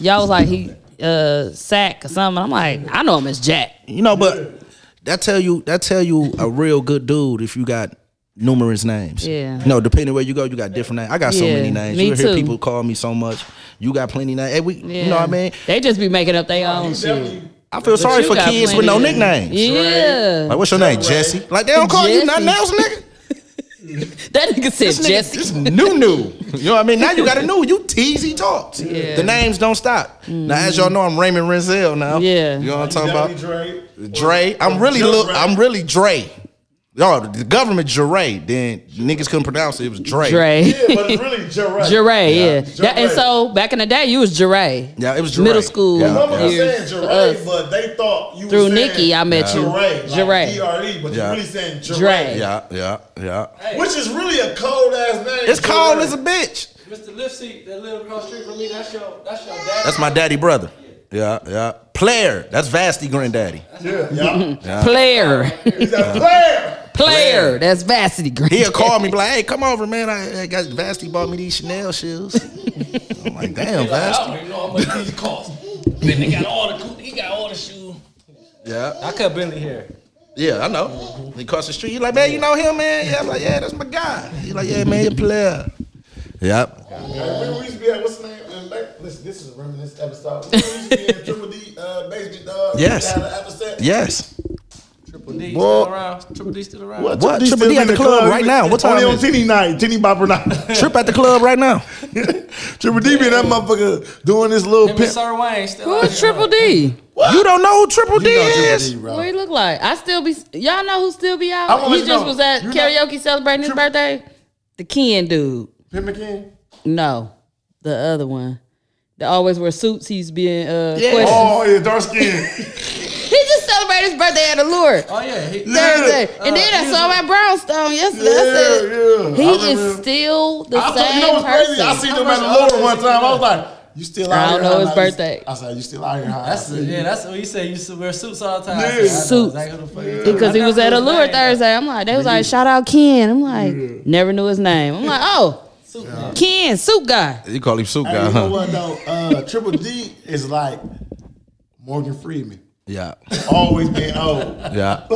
[SPEAKER 2] y'all was like he uh sack or something. I'm like, I know him as Jack.
[SPEAKER 1] You know, but that tell you that tell you a real good dude if you got numerous names.
[SPEAKER 2] Yeah.
[SPEAKER 1] You know, depending where you go, you got different names. I got so
[SPEAKER 2] Yeah,
[SPEAKER 1] many names.
[SPEAKER 2] me
[SPEAKER 1] you hear
[SPEAKER 2] too.
[SPEAKER 1] people call me so much. You got plenty names. Hey, we,
[SPEAKER 2] Yeah.
[SPEAKER 1] you know what I mean?
[SPEAKER 2] They just be making up their own shit.
[SPEAKER 1] I feel sorry
[SPEAKER 2] You
[SPEAKER 1] for
[SPEAKER 2] got
[SPEAKER 1] kids with no
[SPEAKER 2] plenty.
[SPEAKER 1] nicknames.
[SPEAKER 2] Yeah.
[SPEAKER 1] Like, what's your name, Jesse? Like, they don't call you nothing
[SPEAKER 2] Jesse.
[SPEAKER 1] else, nigga.
[SPEAKER 2] That nigga said
[SPEAKER 1] This nigga,
[SPEAKER 2] Jesse.
[SPEAKER 1] this new new. You know what I mean? Now you got a new. You teasy talks.
[SPEAKER 2] Yeah.
[SPEAKER 1] The names don't stop. Now, as y'all know, I'm Raymond Renzel now.
[SPEAKER 2] Yeah.
[SPEAKER 1] You know what I'm
[SPEAKER 9] You
[SPEAKER 1] talking about?
[SPEAKER 9] definitely Dre.
[SPEAKER 1] Dre. I'm really
[SPEAKER 9] Jump
[SPEAKER 1] look.
[SPEAKER 9] right.
[SPEAKER 1] I'm really Dre. Y'all, the government Dre. Then niggas couldn't pronounce it. It was Dre.
[SPEAKER 2] Dre.
[SPEAKER 9] Yeah, but it's really Dre.
[SPEAKER 2] Jeray, yeah. That- and
[SPEAKER 9] Jeray.
[SPEAKER 2] so back in the day, you was Jeray.
[SPEAKER 1] Yeah, it was Dre.
[SPEAKER 2] Middle school.
[SPEAKER 1] Yeah,
[SPEAKER 9] Mama was
[SPEAKER 2] years
[SPEAKER 9] saying
[SPEAKER 2] for
[SPEAKER 9] Dre,
[SPEAKER 2] us.
[SPEAKER 9] but they thought you
[SPEAKER 2] Through
[SPEAKER 9] were saying
[SPEAKER 2] Nikki, I met you.
[SPEAKER 9] Dre,
[SPEAKER 2] Dre.
[SPEAKER 9] like D-R-E, but
[SPEAKER 1] Yeah.
[SPEAKER 9] you really saying Dre,
[SPEAKER 2] Dre.
[SPEAKER 1] Yeah, yeah, yeah.
[SPEAKER 9] which is really a cold ass name.
[SPEAKER 1] It's cold
[SPEAKER 9] Dre.
[SPEAKER 1] as a bitch.
[SPEAKER 8] Mr. Lipsy, that live across the street from me, that's your, that's your dad.
[SPEAKER 1] That's my daddy brother. Yeah, yeah. Player. That's Vasty granddaddy.
[SPEAKER 9] yeah, yeah.
[SPEAKER 2] Player.
[SPEAKER 9] He's a player.
[SPEAKER 2] Player. That's Vassity Green.
[SPEAKER 1] He'll call me be like, "Hey, come over, man. I, I got Vasty bought me these Chanel shoes." I'm like, "Damn, Vasty."
[SPEAKER 8] don't even know how much these cost. Man, they got all the, he got all the shoes.
[SPEAKER 1] Yeah,
[SPEAKER 8] I cut Bentley here.
[SPEAKER 1] yeah. I know. He crossed the street. He's like, "Man, you know him, man." Yeah, I'm like, "Yeah, that's my guy." He's like, "Yeah, man, he a player." Yep.
[SPEAKER 9] Remember we used to be at what's the name? Uh, like, Listen, this is a reminiscent episode. Remember we used to be in Triple D uh, basement. Uh,
[SPEAKER 1] Yes.
[SPEAKER 9] we had an episode?
[SPEAKER 1] Yes.
[SPEAKER 8] Triple D
[SPEAKER 1] Well-
[SPEAKER 8] still around. Triple D still around.
[SPEAKER 9] What?
[SPEAKER 1] What?
[SPEAKER 9] Triple D
[SPEAKER 1] Triple D
[SPEAKER 9] still
[SPEAKER 1] at
[SPEAKER 9] in
[SPEAKER 1] the club right now. What time
[SPEAKER 9] Only on
[SPEAKER 1] is
[SPEAKER 9] Titty night, Titty Bopper night.
[SPEAKER 1] Trip at the club right now.
[SPEAKER 9] Triple D be that motherfucker doing this little
[SPEAKER 8] Him and
[SPEAKER 9] pimp.
[SPEAKER 8] Sir Wayne still out
[SPEAKER 2] Who's
[SPEAKER 8] here, huh?
[SPEAKER 2] Triple D?
[SPEAKER 1] You don't know who Triple D
[SPEAKER 9] You know Triple
[SPEAKER 1] is?
[SPEAKER 9] D, bro.
[SPEAKER 2] What he look like? I still be y'all know who still be
[SPEAKER 9] I
[SPEAKER 2] out.
[SPEAKER 9] wanna
[SPEAKER 2] He
[SPEAKER 9] let you
[SPEAKER 2] just
[SPEAKER 9] know,
[SPEAKER 2] was at
[SPEAKER 9] you know-
[SPEAKER 2] karaoke celebrating his birthday. The Ken dude.
[SPEAKER 9] Pimp again?
[SPEAKER 2] No, the other one. That always wear suits. He's being uh. questioned.
[SPEAKER 9] Oh yeah, Oh. dark skin.
[SPEAKER 2] He just celebrated his birthday at Allure
[SPEAKER 8] Oh, yeah. He,
[SPEAKER 2] Thursday, and then I saw my brownstone yesterday. I said,
[SPEAKER 9] Uh, Yeah, yeah. I
[SPEAKER 2] he
[SPEAKER 9] remember
[SPEAKER 2] is
[SPEAKER 9] him.
[SPEAKER 2] still the
[SPEAKER 9] I thought,
[SPEAKER 2] same
[SPEAKER 9] you know what's
[SPEAKER 2] person.
[SPEAKER 9] crazy? I seen them
[SPEAKER 8] much
[SPEAKER 9] at the Lower
[SPEAKER 8] older
[SPEAKER 9] one
[SPEAKER 8] is
[SPEAKER 9] time.
[SPEAKER 8] he?
[SPEAKER 9] I was like, you still out
[SPEAKER 2] I
[SPEAKER 9] here?
[SPEAKER 2] don't know his
[SPEAKER 9] huh? You-
[SPEAKER 2] birthday.
[SPEAKER 9] I said, you still out here? huh?
[SPEAKER 8] That's
[SPEAKER 9] I
[SPEAKER 8] the,
[SPEAKER 9] said,
[SPEAKER 8] yeah, that's what he said. You used to wear suits all the time.
[SPEAKER 9] Yeah.
[SPEAKER 8] I said, I know
[SPEAKER 2] Suits.
[SPEAKER 8] exactly who the fuck
[SPEAKER 2] because he
[SPEAKER 8] I
[SPEAKER 2] was
[SPEAKER 8] know
[SPEAKER 2] at
[SPEAKER 8] his
[SPEAKER 2] Allure
[SPEAKER 8] name, though.
[SPEAKER 2] Thursday. I'm like, they was like, shout out Ken. I'm like, never knew his name. I'm like, oh,
[SPEAKER 8] Suit, man.
[SPEAKER 2] Ken, soup guy.
[SPEAKER 1] You call him Soup
[SPEAKER 9] Hey,
[SPEAKER 1] Guy,
[SPEAKER 9] you know
[SPEAKER 1] huh?
[SPEAKER 9] what though? Uh, Triple D is like Morgan Freeman,
[SPEAKER 1] Yeah,
[SPEAKER 9] always been old.
[SPEAKER 1] yeah.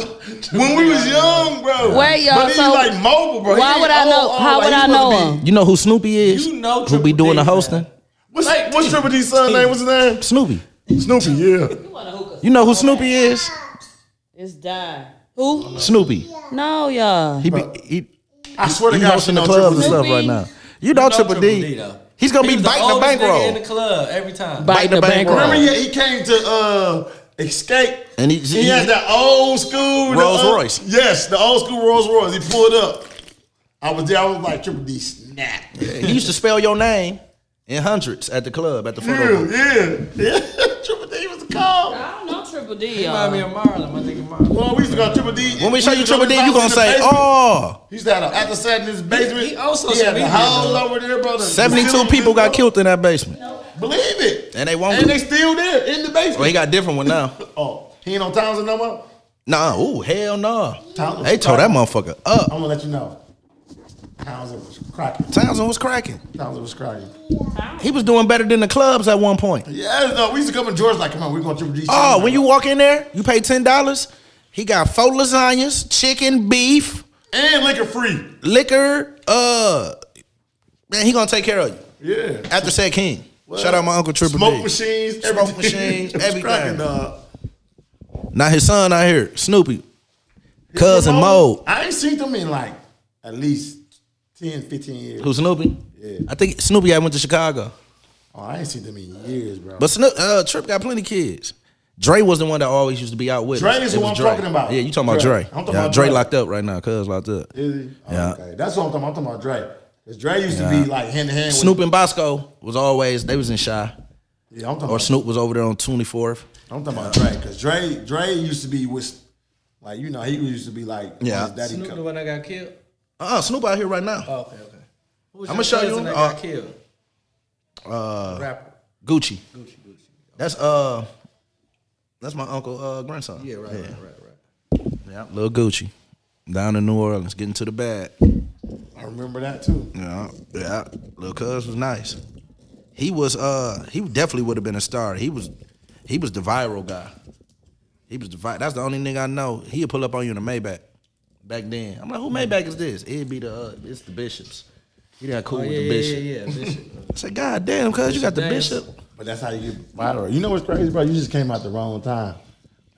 [SPEAKER 9] When we was young, bro.
[SPEAKER 2] Wait, y'all,
[SPEAKER 9] But he
[SPEAKER 2] so
[SPEAKER 9] like mobile, bro. He
[SPEAKER 2] Why
[SPEAKER 9] ain't
[SPEAKER 2] would I
[SPEAKER 9] old,
[SPEAKER 2] know?
[SPEAKER 9] old,
[SPEAKER 2] How
[SPEAKER 9] like
[SPEAKER 2] would
[SPEAKER 9] he
[SPEAKER 2] I
[SPEAKER 9] supposed
[SPEAKER 2] know
[SPEAKER 9] to be-
[SPEAKER 2] him?
[SPEAKER 1] You know who Snoopy is?
[SPEAKER 8] You know
[SPEAKER 1] who be
[SPEAKER 8] Triple
[SPEAKER 1] doing
[SPEAKER 8] D,
[SPEAKER 1] the
[SPEAKER 8] man.
[SPEAKER 1] hosting?
[SPEAKER 3] What's, what's Tripperty's son name? What's his name?
[SPEAKER 1] Snoopy.
[SPEAKER 3] Snoopy, yeah.
[SPEAKER 1] You know who Snoopy is?
[SPEAKER 2] It's Don. Who?
[SPEAKER 1] Snoopy.
[SPEAKER 2] No, y'all.
[SPEAKER 1] He be he,
[SPEAKER 3] I swear to
[SPEAKER 1] he
[SPEAKER 3] God,
[SPEAKER 1] hosting
[SPEAKER 3] she
[SPEAKER 1] the
[SPEAKER 3] know
[SPEAKER 1] club and
[SPEAKER 3] Triple D.
[SPEAKER 1] stuff right now. You know Triple D.
[SPEAKER 8] though.
[SPEAKER 1] He's gonna
[SPEAKER 8] He
[SPEAKER 1] be
[SPEAKER 8] was the
[SPEAKER 1] biting the
[SPEAKER 8] oldest nigga in
[SPEAKER 1] bankroll.
[SPEAKER 8] the club every time.
[SPEAKER 2] Bite the bankroll.
[SPEAKER 3] Remember, yeah, he came to uh, escape.
[SPEAKER 1] And he-
[SPEAKER 3] he, had that old school the,
[SPEAKER 1] Rolls
[SPEAKER 3] uh,
[SPEAKER 1] Royce.
[SPEAKER 3] Yes, the old school Rolls Royce. He pulled up. I was there. I was like Triple D snap. Yeah,
[SPEAKER 1] He used to spell your name in hundreds at the club at the front of the
[SPEAKER 3] yeah, yeah. Triple D was cold.
[SPEAKER 2] I don't know Triple D,
[SPEAKER 8] Remind me
[SPEAKER 2] y'all.
[SPEAKER 8] of Marlon, my nigga Marlon.
[SPEAKER 3] Well, we used to go to Triple D.
[SPEAKER 1] When we show you
[SPEAKER 3] used to go
[SPEAKER 1] Triple
[SPEAKER 3] to his
[SPEAKER 1] D, you
[SPEAKER 3] house
[SPEAKER 1] gonna
[SPEAKER 3] in the
[SPEAKER 1] say,
[SPEAKER 3] basement.
[SPEAKER 1] oh.
[SPEAKER 3] He used to have an after sat in his basement.
[SPEAKER 8] he on social
[SPEAKER 3] He had
[SPEAKER 8] media,
[SPEAKER 3] the hoes
[SPEAKER 8] though.
[SPEAKER 3] over there, brother.
[SPEAKER 1] 72 people got killed in that basement.
[SPEAKER 3] Believe it.
[SPEAKER 1] And they won't-
[SPEAKER 3] And they still there in the basement.
[SPEAKER 1] Well, he got a different one now.
[SPEAKER 3] oh, he ain't on Townsend no more.
[SPEAKER 1] Nah, ooh, hell no.
[SPEAKER 3] Townsend
[SPEAKER 1] They
[SPEAKER 3] was
[SPEAKER 1] tore that
[SPEAKER 3] cracking.
[SPEAKER 1] motherfucker up.
[SPEAKER 3] I'm gonna let you know. Townsend was cracking.
[SPEAKER 1] Townsend was cracking.
[SPEAKER 3] Townsend was cracking.
[SPEAKER 1] He was doing better than the clubs at one point.
[SPEAKER 3] Yeah, no, we used to come in George like, come on, we're going to Triple D.
[SPEAKER 1] Oh, when you walk in there, you pay ten dollars. He got four lasagnas, chicken, beef,
[SPEAKER 3] and liquor free.
[SPEAKER 1] liquor. Uh, man, he gonna take care of you.
[SPEAKER 3] Yeah.
[SPEAKER 1] After said King, shout out my uncle Triple
[SPEAKER 3] Smoke
[SPEAKER 1] D.
[SPEAKER 3] machines,
[SPEAKER 1] Smoke
[SPEAKER 3] everything.
[SPEAKER 1] machines,
[SPEAKER 3] It was
[SPEAKER 1] everything.
[SPEAKER 3] cracking, dog.
[SPEAKER 1] Now his son out here, Snoopy, cousin Mo.
[SPEAKER 3] I ain't seen them in like at least 10, 15 years.
[SPEAKER 1] Who Snoopy? I think Snoopy I went to Chicago,
[SPEAKER 3] Oh, I ain't seen them in years, bro.
[SPEAKER 1] but Snoop, uh, Trip got plenty kids. Dre was the one that always used to be out with.
[SPEAKER 3] Dre
[SPEAKER 1] us.
[SPEAKER 3] is
[SPEAKER 1] It
[SPEAKER 3] who
[SPEAKER 1] was
[SPEAKER 3] I'm
[SPEAKER 1] Dre.
[SPEAKER 3] talking about.
[SPEAKER 1] Yeah, you talking about Dre?
[SPEAKER 3] Dre. I'm talking
[SPEAKER 1] yeah,
[SPEAKER 3] about
[SPEAKER 1] Dre,
[SPEAKER 3] Dre.
[SPEAKER 1] locked up right now. Cuz locked up.
[SPEAKER 3] Is he? Oh,
[SPEAKER 1] Yeah.
[SPEAKER 3] Okay. That's what I'm talking about. I'm talking about Dre. Because Dre used to be like hand to hand
[SPEAKER 1] Snoop and Bosco was always they was in Shy.
[SPEAKER 3] with. Yeah, I'm talking
[SPEAKER 1] Or
[SPEAKER 3] about
[SPEAKER 1] Snoop was over there on 24th.
[SPEAKER 3] I'm talking about Dre. Because Dre, Dre used to be with, like, you know, he used to be like,
[SPEAKER 1] Yeah.
[SPEAKER 3] his daddy
[SPEAKER 8] Snoop,
[SPEAKER 3] come-
[SPEAKER 8] the one that got killed.
[SPEAKER 1] Uh-uh, Snoop out here right now.
[SPEAKER 8] Oh, okay, okay. Who's
[SPEAKER 1] I'ma
[SPEAKER 8] your
[SPEAKER 1] show you,
[SPEAKER 8] cousin That
[SPEAKER 1] uh,
[SPEAKER 8] got killed. Uh, rapper.
[SPEAKER 1] Gucci. That's uh that's my uncle uh grandson.
[SPEAKER 8] Yeah, right, right, right, right.
[SPEAKER 1] Yeah, Little Gucci. Down in New Orleans, getting to the bag.
[SPEAKER 3] I remember that too.
[SPEAKER 1] Yeah, yeah. Little Cuz was nice. He was uh he definitely would have been a star. He was he was the viral guy. He was the vi- that's the only nigga I know. He'd pull up on you in a Maybach back then. I'm like, who Maybach is this? It'd be the uh, it's the bishops. He got cool
[SPEAKER 8] Oh,
[SPEAKER 1] with
[SPEAKER 8] yeah,
[SPEAKER 1] the
[SPEAKER 8] yeah,
[SPEAKER 1] bishop.
[SPEAKER 8] yeah, yeah. Bishop.
[SPEAKER 1] I said, God damn, cuz you got the
[SPEAKER 8] Bishop
[SPEAKER 1] bishop.
[SPEAKER 3] But that's how you get viral. You know what's crazy, bro? You just came out the wrong time.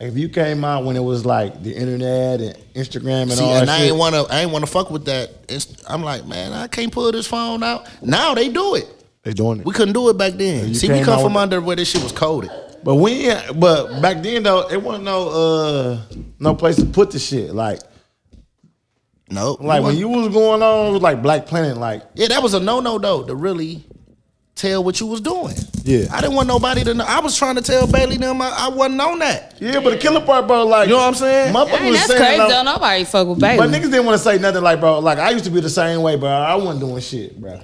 [SPEAKER 3] Like if you came out when it was like the internet and Instagram and
[SPEAKER 1] See,
[SPEAKER 3] all
[SPEAKER 1] and
[SPEAKER 3] that
[SPEAKER 1] I
[SPEAKER 3] shit.
[SPEAKER 1] ain't wanna, I ain't wanna fuck with that. It's, I'm like, man, I can't pull this phone out. Now they do it.
[SPEAKER 3] they doing it.
[SPEAKER 1] We couldn't do it back then.
[SPEAKER 3] You
[SPEAKER 1] See, we
[SPEAKER 3] came
[SPEAKER 1] come
[SPEAKER 3] out
[SPEAKER 1] from
[SPEAKER 3] with-
[SPEAKER 1] under where this shit was coded.
[SPEAKER 3] But we, but back then though, it wasn't no uh no place to put the shit. Like
[SPEAKER 1] No,
[SPEAKER 3] like when you was going on, it was like Black Planet. Like
[SPEAKER 1] yeah, that was a no no though to really tell what you was doing.
[SPEAKER 3] Yeah.
[SPEAKER 1] I didn't want nobody to know. I was trying to tell Bailey them I, I wasn't on that.
[SPEAKER 3] yeah, but the killer part, bro. Like
[SPEAKER 1] You know what I'm saying?
[SPEAKER 3] Motherfuckers
[SPEAKER 2] Dang,
[SPEAKER 3] was
[SPEAKER 2] that's
[SPEAKER 3] saying,
[SPEAKER 2] crazy.
[SPEAKER 3] like,
[SPEAKER 2] Don't nobody fuck with Bailey.
[SPEAKER 3] But niggas didn't want to say nothing like, bro, like I used to be the same way, bro. I wasn't doing shit, bro.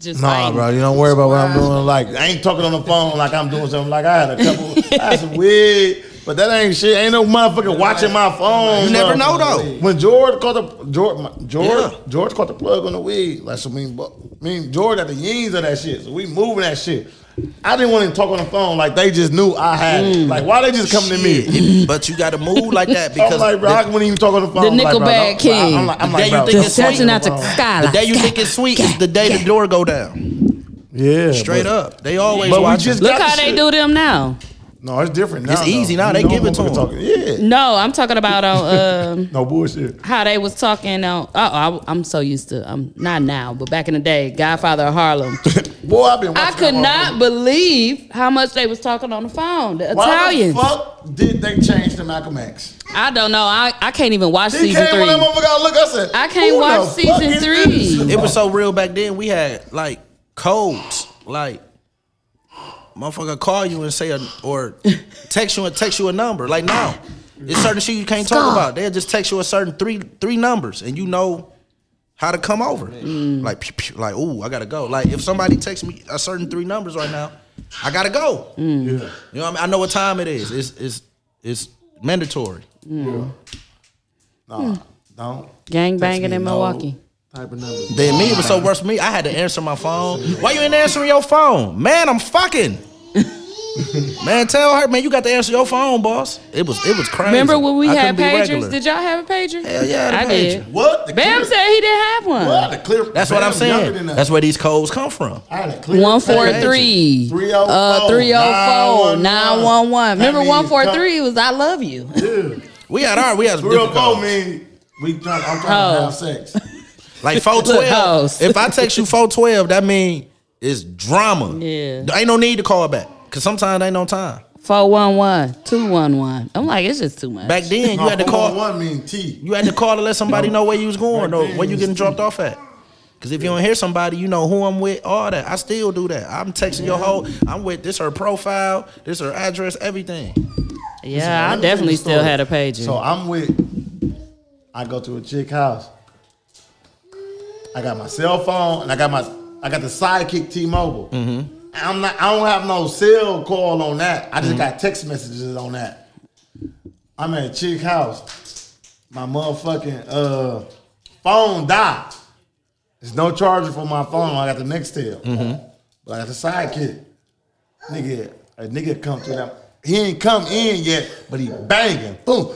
[SPEAKER 2] Just
[SPEAKER 3] Nah,
[SPEAKER 2] fighting.
[SPEAKER 3] bro, you don't worry about what I'm doing. Like, I ain't talking on the phone like I'm doing something. Like, I had a couple, I had some weed, but that ain't shit. Ain't no motherfucker watching my phone.
[SPEAKER 1] You never
[SPEAKER 3] bro.
[SPEAKER 1] know, though.
[SPEAKER 3] When George caught the George, my- George,
[SPEAKER 1] Yeah.
[SPEAKER 3] George caught the plug on the weed. Like, so mean, bu- mean George at the yeens of that shit. So we moving that shit. I didn't want to talk on the phone. Like they just knew I had it. Like, why they just coming to me?
[SPEAKER 1] Mm. Shit. It- but you got to move like that because
[SPEAKER 3] I'm like, bro, I
[SPEAKER 1] the,
[SPEAKER 3] wouldn't even talk on the phone.
[SPEAKER 2] The
[SPEAKER 3] Like, bro,
[SPEAKER 2] Nickelback
[SPEAKER 3] I'm-
[SPEAKER 2] King.
[SPEAKER 3] I'm like, I'm
[SPEAKER 1] The
[SPEAKER 3] like,
[SPEAKER 1] day
[SPEAKER 3] bro,
[SPEAKER 1] you think it's
[SPEAKER 3] I'm
[SPEAKER 1] swinging
[SPEAKER 3] on the phone.
[SPEAKER 1] the day you think it's sweet is the day the door go down.
[SPEAKER 3] Yeah,
[SPEAKER 1] Straight
[SPEAKER 3] but-
[SPEAKER 1] up, they always
[SPEAKER 3] But we
[SPEAKER 1] watching.
[SPEAKER 3] just
[SPEAKER 2] Look
[SPEAKER 3] got
[SPEAKER 2] how
[SPEAKER 3] the
[SPEAKER 2] they
[SPEAKER 3] shit.
[SPEAKER 2] do them now.
[SPEAKER 3] No, it's different. Now,
[SPEAKER 1] It's
[SPEAKER 3] though.
[SPEAKER 1] easy now.
[SPEAKER 3] You
[SPEAKER 1] they
[SPEAKER 3] know
[SPEAKER 1] give it to
[SPEAKER 3] motherfucker
[SPEAKER 1] them.
[SPEAKER 3] talking- Yeah.
[SPEAKER 2] No, I'm talking about on um
[SPEAKER 3] No bullshit.
[SPEAKER 2] how they was talking on. Oh, I, am so used to. I'm not now, but back in the day, Godfather of Harlem.
[SPEAKER 3] Boy, I've been.
[SPEAKER 2] I
[SPEAKER 3] watching
[SPEAKER 2] could
[SPEAKER 3] that
[SPEAKER 2] not
[SPEAKER 3] motherfucker. believe how much they was talking on the phone. The Why the
[SPEAKER 2] Italians.
[SPEAKER 3] fuck did they change to Malcolm X?
[SPEAKER 2] I don't know. I, I can't even watch
[SPEAKER 3] He
[SPEAKER 2] season
[SPEAKER 3] came when that
[SPEAKER 2] three.
[SPEAKER 3] motherfucker. I look, I said,
[SPEAKER 2] I can't
[SPEAKER 3] "Who
[SPEAKER 2] watch
[SPEAKER 3] the
[SPEAKER 2] season
[SPEAKER 3] fuck is
[SPEAKER 2] three."
[SPEAKER 3] this?"
[SPEAKER 1] It was so real back then. We had like codes, like motherfucker call you and say a, or text you and text you a number. Like now, it's certain shit you can't talk about. They'll just text you a certain three three numbers, and you know how to come over. Like pew, pew, like ooh, I gotta go. Like if somebody texts me a certain three numbers right now, I gotta go. You know what I mean? I know what time it is. It's it's it's mandatory.
[SPEAKER 3] Nah, don't.
[SPEAKER 2] Hmm. Gang banging
[SPEAKER 3] Text me
[SPEAKER 2] in
[SPEAKER 3] no
[SPEAKER 2] Milwaukee.
[SPEAKER 3] Type of number.
[SPEAKER 1] Then me, it was so worse for me. I had to answer my phone. Why you ain't answering your phone, man? I'm fucking. Man, tell her, man, you got to answer your phone, boss. It was it was crazy.
[SPEAKER 2] Remember when we
[SPEAKER 1] I
[SPEAKER 2] had
[SPEAKER 1] couldn't be regular.
[SPEAKER 2] pagers? Did y'all have a pager?
[SPEAKER 1] Hell yeah, I had
[SPEAKER 2] I
[SPEAKER 1] a
[SPEAKER 2] did.
[SPEAKER 3] What? The
[SPEAKER 2] Bam
[SPEAKER 3] clear-
[SPEAKER 2] said he didn't have one.
[SPEAKER 3] What? The clear-
[SPEAKER 1] That's what I'm
[SPEAKER 3] Bam's younger
[SPEAKER 1] saying.
[SPEAKER 3] than us.
[SPEAKER 1] That's where these codes come from.
[SPEAKER 3] I had a clear
[SPEAKER 2] One four
[SPEAKER 3] pager.
[SPEAKER 2] three.
[SPEAKER 3] 304,
[SPEAKER 2] Uh, 304 911. Remember
[SPEAKER 3] I mean,
[SPEAKER 2] 143 was I love you.
[SPEAKER 1] We had our we had some
[SPEAKER 3] Real
[SPEAKER 1] different
[SPEAKER 3] phone
[SPEAKER 1] codes.
[SPEAKER 3] mean we trying, I'm trying
[SPEAKER 2] Oh.
[SPEAKER 3] to have sex.
[SPEAKER 1] Like
[SPEAKER 2] Hoes.
[SPEAKER 1] 412. if I text you 412, that mean it's drama.
[SPEAKER 2] Yeah.
[SPEAKER 1] There ain't no need to call back. Cause sometimes ain't no time.
[SPEAKER 2] 411 211. I'm like, it's just too much.
[SPEAKER 1] Back then you had to call
[SPEAKER 3] one mean T.
[SPEAKER 1] you had to call to let somebody know where you was going
[SPEAKER 3] Back
[SPEAKER 1] or
[SPEAKER 3] then
[SPEAKER 1] where
[SPEAKER 3] it
[SPEAKER 1] you
[SPEAKER 3] was
[SPEAKER 1] getting
[SPEAKER 3] two.
[SPEAKER 1] dropped off at. Cause if you don't hear somebody, you know who I'm with, all that. I still do that. I'm texting your whole I'm with this her profile, this her address, everything.
[SPEAKER 2] yeah, I
[SPEAKER 3] Let me tell you
[SPEAKER 2] definitely
[SPEAKER 3] the
[SPEAKER 2] still
[SPEAKER 3] story.
[SPEAKER 2] had a pager.
[SPEAKER 3] So I'm with. I go to a chick house. I got my cell phone and I got my I got the sidekick T-Mobile.
[SPEAKER 2] Mm-hmm.
[SPEAKER 3] I'm not. I don't have no cell call on that. I just got text messages on that. I'm at a chick house. My motherfucking uh, phone died. There's no charger for my phone. I got the Nextel,
[SPEAKER 2] Mm-hmm.
[SPEAKER 3] but I got the sidekick. Nigga, a nigga come to that. He ain't come in yet, but he banging. Boom.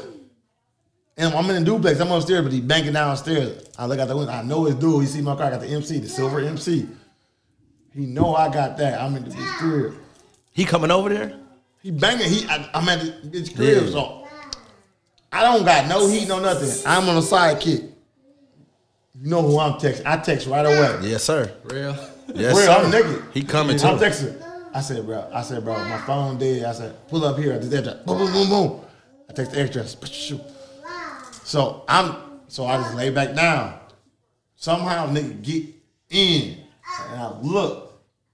[SPEAKER 3] And I'm in a duplex. I'm upstairs, but he banging downstairs. I look out the window. I know his dude. He see my car. I got the MC, the silver MC. He know I got that. I'm in the bitch crib.
[SPEAKER 1] He coming over there?
[SPEAKER 3] He banging. He. I, I'm at the bitch crib.
[SPEAKER 1] Yeah.
[SPEAKER 3] So I don't got no heat, no nothing. I'm on a sidekick. You know who I'm texting? I text right away.
[SPEAKER 1] Yes, sir.
[SPEAKER 8] Real.
[SPEAKER 1] Yes,
[SPEAKER 3] Real, I'm
[SPEAKER 1] sir.
[SPEAKER 3] naked.
[SPEAKER 1] He coming
[SPEAKER 3] I'm
[SPEAKER 1] to
[SPEAKER 3] texting. I said, bro. I said, bro, my phone dead. I said, pull up here. I did that. Boom, boom, boom, boom. I text the extras. Shoot. So I'm. So I just lay back down. Somehow nigga get in, and I look.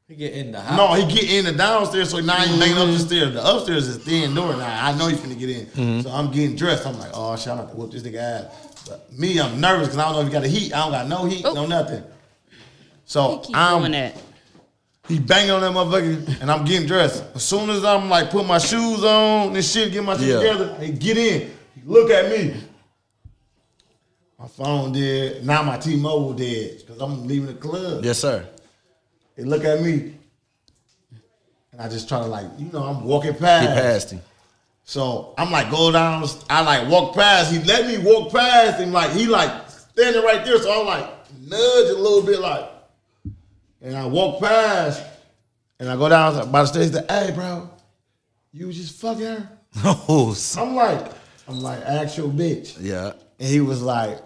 [SPEAKER 8] He get in the house.
[SPEAKER 3] No, he get in the downstairs, so now
[SPEAKER 1] Mm-hmm.
[SPEAKER 3] he banging up the stairs. The upstairs is thin door now. I know he's finna get in.
[SPEAKER 1] Mm-hmm.
[SPEAKER 3] So I'm getting dressed. I'm like, oh shit, I'm about to whoop this nigga ass. But me, I'm nervous because I don't know if he got a heat. I don't got no heat, no nothing. So
[SPEAKER 2] Oh. Keep
[SPEAKER 3] I'm
[SPEAKER 2] doing that.
[SPEAKER 3] he banging on that motherfucker, and I'm getting dressed. As soon as I'm like put my shoes on and shit, get my shit
[SPEAKER 1] Yeah.
[SPEAKER 3] together, and get in. He look at me. My phone dead. Now my T-Mobile dead because I'm leaving the club.
[SPEAKER 1] Yes, sir.
[SPEAKER 3] He look at me, and I just try to like, you know, I'm walking past.
[SPEAKER 1] He passed him.
[SPEAKER 3] So I'm like, go down. I like walk past. He let me walk past him. Like he like standing right there. So I'm like nudge a little bit, like, and I walk past, and I go down by the stairs. Like, hey, bro, you was just fucking her.
[SPEAKER 1] Oh, s-
[SPEAKER 3] I'm like, I'm like actual bitch.
[SPEAKER 1] yeah.
[SPEAKER 3] And he was like,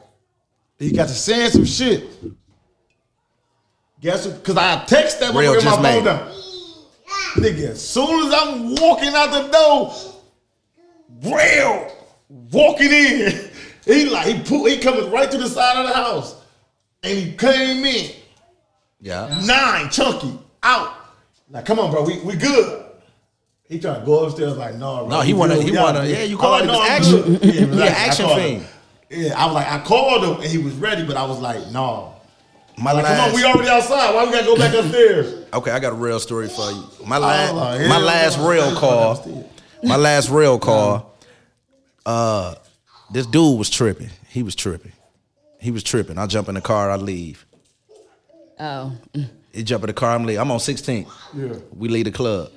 [SPEAKER 3] he got to saying some shit. Guess what? Because I text that
[SPEAKER 1] Real
[SPEAKER 3] motherfucker in my
[SPEAKER 1] just made it.
[SPEAKER 3] phone down. Nigga, as soon as I'm walking out the door, real walking in. He like he pull, he coming right to the side of the house, and he came in
[SPEAKER 1] Yeah.
[SPEAKER 3] nine chunky out. Like, come on, bro, we, we good. He tried to go upstairs like, no, bro.
[SPEAKER 1] No, he
[SPEAKER 3] we
[SPEAKER 1] wanna-
[SPEAKER 3] good,
[SPEAKER 1] he
[SPEAKER 3] we out
[SPEAKER 1] wanna-
[SPEAKER 3] here."
[SPEAKER 1] yeah, you
[SPEAKER 3] I'm
[SPEAKER 1] called
[SPEAKER 3] like,
[SPEAKER 1] him,
[SPEAKER 3] "No,
[SPEAKER 1] it's
[SPEAKER 3] I'm
[SPEAKER 1] action.
[SPEAKER 3] good."
[SPEAKER 1] He
[SPEAKER 3] it was
[SPEAKER 1] an
[SPEAKER 3] action. I
[SPEAKER 1] action
[SPEAKER 3] called
[SPEAKER 1] fiend.
[SPEAKER 3] him. Yeah, I was like, I called him and he was ready, but I was like, no.
[SPEAKER 1] My
[SPEAKER 3] Like, come on,
[SPEAKER 1] last.
[SPEAKER 3] we already outside. Why we gotta go back upstairs?
[SPEAKER 1] okay, I got a real story for you. My
[SPEAKER 3] Oh,
[SPEAKER 1] last.
[SPEAKER 3] hell
[SPEAKER 1] My
[SPEAKER 3] no.
[SPEAKER 1] last real call. My last real call. Uh, this dude was tripping. He was tripping. He was tripping. I jump in the car. I leave.
[SPEAKER 2] Oh.
[SPEAKER 1] He jump in the car. I'm leave. I'm on 16th.
[SPEAKER 3] Yeah.
[SPEAKER 1] We leave the club.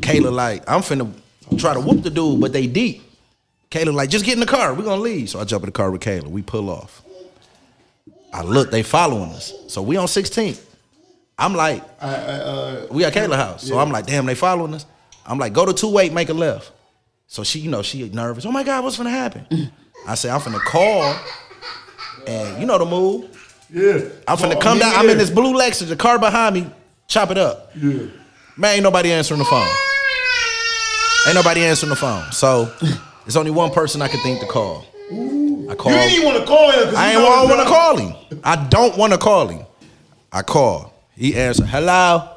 [SPEAKER 1] Kayla like, I'm finna try to whoop the dude, but they deep. Kayla like, just get in the car. we gonna leave. So I jump in the car with Kayla. We pull off. I look, they following us. So we on 16th. I'm like,
[SPEAKER 3] I, I, uh,
[SPEAKER 1] we at Kayla house. So I'm like, damn, they following us. I'm like, go to two eight, make a left. So she, you know, she nervous. Oh my God, what's gonna happen? I said, I'm finna call. And you know the move.
[SPEAKER 3] yeah.
[SPEAKER 1] I'm
[SPEAKER 3] So,
[SPEAKER 1] finna come
[SPEAKER 3] me
[SPEAKER 1] down. I'm in
[SPEAKER 3] there.
[SPEAKER 1] this blue Lexus, the car behind me, chop it up.
[SPEAKER 3] Yeah.
[SPEAKER 1] Man, ain't nobody answering the phone. Ain't nobody answering the phone. So there's only one person I can think to call. I call.
[SPEAKER 3] You didn't even want to call him. 'cause
[SPEAKER 1] I
[SPEAKER 3] you
[SPEAKER 1] ain't
[SPEAKER 3] know
[SPEAKER 1] want
[SPEAKER 3] it's
[SPEAKER 1] to
[SPEAKER 3] not-
[SPEAKER 1] call him. I don't want to call him. I call. He answered, hello.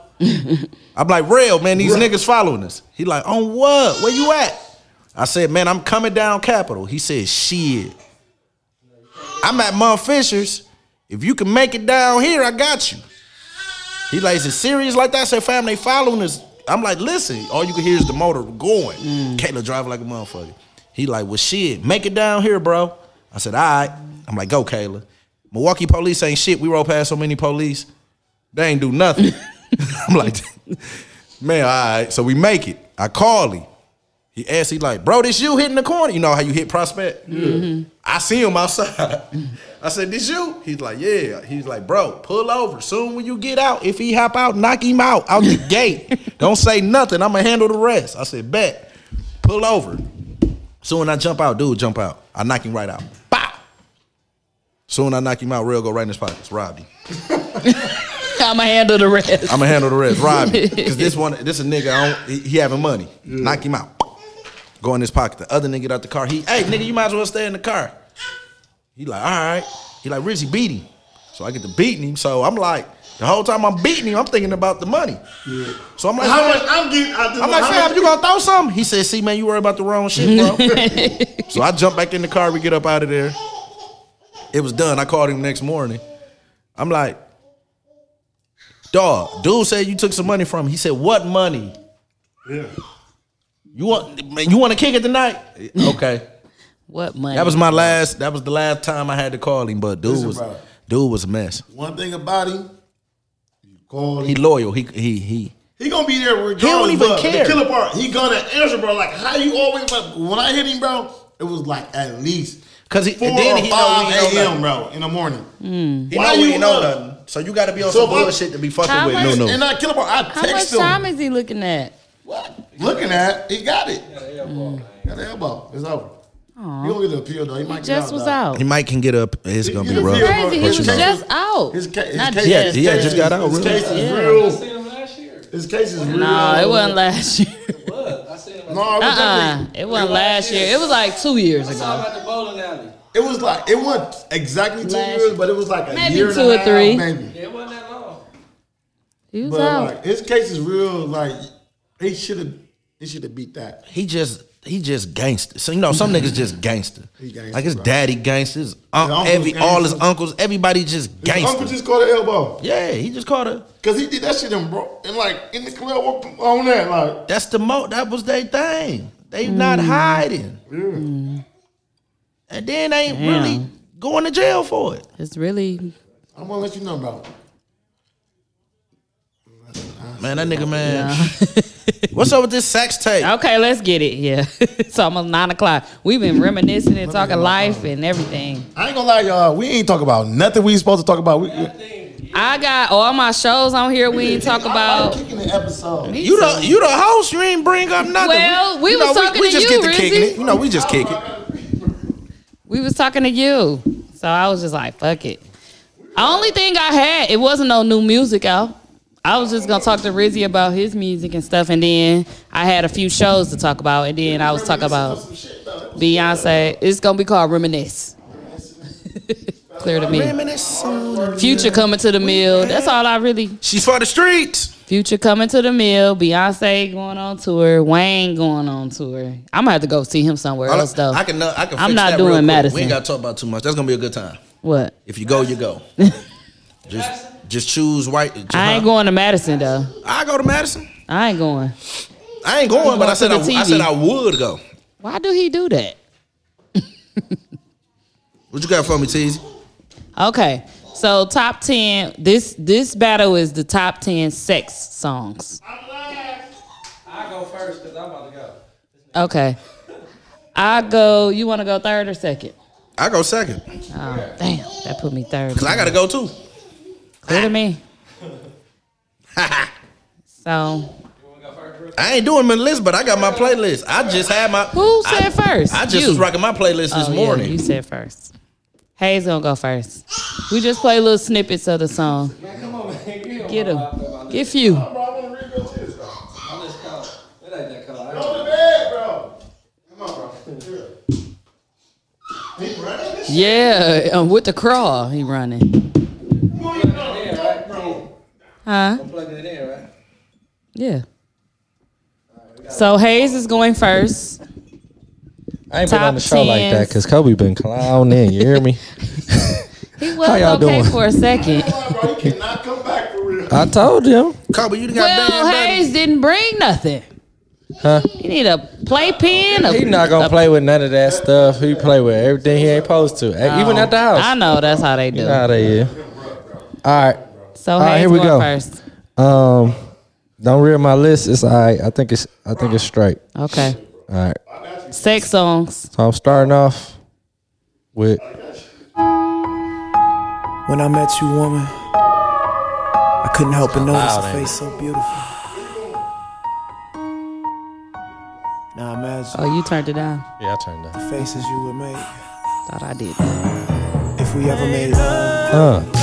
[SPEAKER 1] I'm like, real, man, these niggas following us. He like, on what? Where you at? I said, man, I'm coming down Capitol. He said, shit. I'm at Mount Fisher's. If you can make it down here, I got you. He like, is it serious like that? I said, fam, they following us. I'm like, listen, all you can hear is the motor going. Kayla driving like a motherfucker. He like, well, shit, make it down here, bro. I said, all right. I'm like, go, Kayla. Milwaukee police ain't shit. We roll past so many police. They ain't do nothing. I'm like, man, all right. So we make it. I call him. He asked, he like, bro, this you hitting the corner? You know how you hit prospect? I see him outside. I said, this you? He's like, yeah. He's like, bro, pull over. Soon when you get out, if he hop out, knock him out, out the gate. Don't say nothing. I'ma handle the rest. I said, bet. Pull over. Soon I jump out, dude, jump out. I knock him right out. Bah! Soon I knock him out, real go right in his pockets. Robbed him.
[SPEAKER 2] I'ma handle the rest.
[SPEAKER 1] I'ma handle the rest. Rob Because this one, this a nigga, I don't, he, he having money. Knock him out. Go in his pocket. The other nigga get out the car. He, hey, nigga, you might as well stay in the car. He like, all right. He like, Rizzy beat him. So I get to beating him. So I'm like, the whole time I'm beating him, I'm thinking about the money. So I'm like,
[SPEAKER 3] How
[SPEAKER 1] "Man,
[SPEAKER 3] much I'm getting out this
[SPEAKER 1] I'm like,
[SPEAKER 3] how
[SPEAKER 1] fam,
[SPEAKER 3] much-
[SPEAKER 1] you gonna throw something? He said, see, man, you worry about the wrong shit, bro. so I jumped back in the car, we get up out of there. It was done. I called him next morning. I'm like, dog, dude said you took some money from him. He said, what money?
[SPEAKER 3] Yeah.
[SPEAKER 1] You want man, you want to kick it tonight? Okay.
[SPEAKER 2] What money?
[SPEAKER 1] That was my last, that was the last time I had to call him, but dude
[SPEAKER 3] Listen,
[SPEAKER 1] was
[SPEAKER 3] brother.
[SPEAKER 1] dude was a mess.
[SPEAKER 3] One thing about him, you call him.
[SPEAKER 1] He loyal. He he he
[SPEAKER 3] He gonna be there regardless.
[SPEAKER 1] don't even
[SPEAKER 3] bro.
[SPEAKER 1] care.
[SPEAKER 3] The killer part, he gonna answer, bro. Like how you always like when I hit him, bro. It was like at least
[SPEAKER 1] Cause he
[SPEAKER 3] four
[SPEAKER 1] and then
[SPEAKER 3] or
[SPEAKER 1] he know
[SPEAKER 3] five
[SPEAKER 1] we ain't know nothing.
[SPEAKER 3] a.m. bro in the morning.
[SPEAKER 1] He
[SPEAKER 3] Why
[SPEAKER 1] know we
[SPEAKER 3] you
[SPEAKER 1] ain't know
[SPEAKER 3] up?
[SPEAKER 1] nothing. So you gotta be on
[SPEAKER 3] So
[SPEAKER 1] some
[SPEAKER 3] if I-
[SPEAKER 1] bullshit to be fucking
[SPEAKER 2] How
[SPEAKER 1] with.
[SPEAKER 2] much-
[SPEAKER 1] No, no.
[SPEAKER 3] And that killer part, I
[SPEAKER 2] How much
[SPEAKER 3] text him.
[SPEAKER 2] time is he looking at?
[SPEAKER 3] What? Looking at, he got it.
[SPEAKER 2] Mm.
[SPEAKER 3] Got the elbow. It's over. He gonna get the appeal though. He might get
[SPEAKER 2] Just
[SPEAKER 3] out,
[SPEAKER 2] was
[SPEAKER 3] though.
[SPEAKER 2] out.
[SPEAKER 1] Oh. He might can get up. It's gonna be
[SPEAKER 3] He
[SPEAKER 1] rough.
[SPEAKER 3] appealed, bro.
[SPEAKER 2] Crazy, he
[SPEAKER 3] But
[SPEAKER 2] was
[SPEAKER 3] you know,
[SPEAKER 2] just out.
[SPEAKER 3] His, ca- his
[SPEAKER 2] Not
[SPEAKER 3] case,
[SPEAKER 1] Yeah,
[SPEAKER 3] his
[SPEAKER 1] yeah,
[SPEAKER 3] case
[SPEAKER 1] just
[SPEAKER 3] is-
[SPEAKER 1] got out,
[SPEAKER 3] His
[SPEAKER 1] really.
[SPEAKER 3] case is
[SPEAKER 2] Yeah.
[SPEAKER 3] real.
[SPEAKER 8] him last year.
[SPEAKER 3] His case is real.
[SPEAKER 2] No, it wasn't last year.
[SPEAKER 8] What? I seen him.
[SPEAKER 3] No, it was
[SPEAKER 2] Uh-uh. It wasn't last year. It was like two years ago.
[SPEAKER 8] about the bowling alley.
[SPEAKER 3] It was like it wasn't exactly two
[SPEAKER 2] Last-
[SPEAKER 3] years, but it was like a
[SPEAKER 2] Maybe
[SPEAKER 3] year and
[SPEAKER 2] two
[SPEAKER 3] a
[SPEAKER 2] or
[SPEAKER 3] half,
[SPEAKER 2] three.
[SPEAKER 3] maybe.
[SPEAKER 8] It wasn't that long.
[SPEAKER 2] He was
[SPEAKER 3] But
[SPEAKER 2] out.
[SPEAKER 3] like his case is real. Like he should have, he should have beat that.
[SPEAKER 1] He just he just gangster. So you know some niggas just gangster.
[SPEAKER 3] He gangster,
[SPEAKER 1] Like his
[SPEAKER 3] bro.
[SPEAKER 1] daddy gangster, his un-
[SPEAKER 3] uncle's
[SPEAKER 1] every all his
[SPEAKER 3] gangster.
[SPEAKER 1] uncles, everybody just
[SPEAKER 3] His
[SPEAKER 1] gangster.
[SPEAKER 3] uncle just caught an elbow
[SPEAKER 1] yeah, he just caught her.
[SPEAKER 3] because he did that shit and bro and like in the club what- on that like
[SPEAKER 1] That's the mo. That was their thing. They not
[SPEAKER 2] Mm.
[SPEAKER 1] hiding,
[SPEAKER 3] yeah.
[SPEAKER 1] and then they ain't really going to jail for it.
[SPEAKER 2] It's really
[SPEAKER 3] I'm gonna let you know about. it.
[SPEAKER 1] Man, that nigga man. What's up with this sex tape?
[SPEAKER 2] okay. Let's get it. Yeah, it's almost nine o'clock. We've been reminiscing and talking life and everything.
[SPEAKER 3] I ain't gonna lie, y'all. We ain't talk about nothing we supposed to talk about. We,
[SPEAKER 2] I got all my shows on here. We ain't talk
[SPEAKER 3] I'm
[SPEAKER 2] about.
[SPEAKER 3] kicking the episode.
[SPEAKER 1] You the you the host. You ain't bring up nothing.
[SPEAKER 2] Well, we
[SPEAKER 1] you
[SPEAKER 2] was talking to
[SPEAKER 1] just
[SPEAKER 2] you,
[SPEAKER 1] get to kicking
[SPEAKER 2] Rizzy.
[SPEAKER 1] it. You know, we just kick it.
[SPEAKER 2] We was talking to you, so I was just like, "Fuck it." Only thing I had, it wasn't no new music out. I was just gonna talk to Rizzy about his music and stuff, and then I had a few shows to talk about, and then I was talking about Beyonce. It's gonna be called Reminisce. Clear to me. Future coming to the mill. That's all I really.
[SPEAKER 1] She's for the streets.
[SPEAKER 2] Future coming to the mill. Beyonce going on tour. Wayne going on tour. I'm gonna have to go see him somewhere
[SPEAKER 1] I-
[SPEAKER 2] else though.
[SPEAKER 1] I can. uh, I can.
[SPEAKER 2] I'm
[SPEAKER 1] fix
[SPEAKER 2] not
[SPEAKER 1] that
[SPEAKER 2] doing
[SPEAKER 1] real quick.
[SPEAKER 2] Madison.
[SPEAKER 1] We ain't got to talk about too much. That's gonna be a good time.
[SPEAKER 2] what?
[SPEAKER 1] If you go, you go. just, just choose white.
[SPEAKER 2] I ain't going to Madison though.
[SPEAKER 1] I go to Madison.
[SPEAKER 2] I ain't going.
[SPEAKER 1] I ain't going, but I said I,
[SPEAKER 2] Going to the
[SPEAKER 1] I said
[SPEAKER 2] TV.
[SPEAKER 1] I would go.
[SPEAKER 2] Why do he do that?
[SPEAKER 1] What you got for me, Teasy?
[SPEAKER 2] Okay. So top ten. This this battle is the top ten sex songs.
[SPEAKER 8] I go first because I'm about to go.
[SPEAKER 2] Okay. I go. You want to go third or second?
[SPEAKER 1] I go second
[SPEAKER 2] Oh damn, that put me third.
[SPEAKER 1] because I gotta go too.
[SPEAKER 2] Clear to me. so
[SPEAKER 1] I ain't doing my list, but I got my playlist. I just had my.
[SPEAKER 2] who
[SPEAKER 1] I-
[SPEAKER 2] said first?
[SPEAKER 1] I just
[SPEAKER 2] You.
[SPEAKER 1] was rocking my playlist this
[SPEAKER 2] Oh, yeah,
[SPEAKER 1] morning.
[SPEAKER 2] you said first. Hayes gonna go first. We just play little snippets of the song. Get him. Get few.
[SPEAKER 3] Bro, I wanna read your tears, bro.
[SPEAKER 8] I'm just cold. It ain't that cold. I
[SPEAKER 3] Go to bed, bro. Come on, bro. Yeah. He running this shit?
[SPEAKER 2] Yeah, um, with the crawl, he running.
[SPEAKER 3] You ain't know, that, bro.
[SPEAKER 2] Huh?
[SPEAKER 8] ain't plugging it in, right?
[SPEAKER 2] Yeah. So Hayes is going first.
[SPEAKER 8] I ain't
[SPEAKER 2] been on the Top show like tens. that 'cause
[SPEAKER 8] Kobe been clowning. You hear me?
[SPEAKER 2] He was
[SPEAKER 8] How y'all
[SPEAKER 2] okay
[SPEAKER 8] doing?
[SPEAKER 2] for a second.
[SPEAKER 3] Come on, bro. He cannot come back for real.
[SPEAKER 8] I told him.
[SPEAKER 1] Kobe, you done got
[SPEAKER 2] Well,
[SPEAKER 1] banned, baby.
[SPEAKER 2] Hayes didn't bring nothing.
[SPEAKER 8] Huh?
[SPEAKER 2] He need a playpen.
[SPEAKER 8] He
[SPEAKER 2] A,
[SPEAKER 8] not gonna play with none of that stuff. He play with everything he ain't supposed to, eh, even at the house.
[SPEAKER 2] I know that's how they do.
[SPEAKER 8] Nah, they is. All right.
[SPEAKER 2] So
[SPEAKER 8] All right,
[SPEAKER 2] Hayes
[SPEAKER 8] here we
[SPEAKER 2] going
[SPEAKER 8] go.
[SPEAKER 2] first.
[SPEAKER 8] Um, Don't read my list. It's all right. I think it's I think it's straight.
[SPEAKER 2] Okay.
[SPEAKER 8] All right.
[SPEAKER 2] Sex songs.
[SPEAKER 8] So I'm starting off with
[SPEAKER 7] When I met you, woman, I couldn't help but notice
[SPEAKER 8] loud,
[SPEAKER 7] a
[SPEAKER 8] ain't
[SPEAKER 7] face so beautiful. Now imagine
[SPEAKER 2] Oh, you turned it down.
[SPEAKER 8] Yeah, I turned that.
[SPEAKER 7] the faces you would make
[SPEAKER 2] Thought I did. that.
[SPEAKER 7] if we ever made love.
[SPEAKER 8] Uh,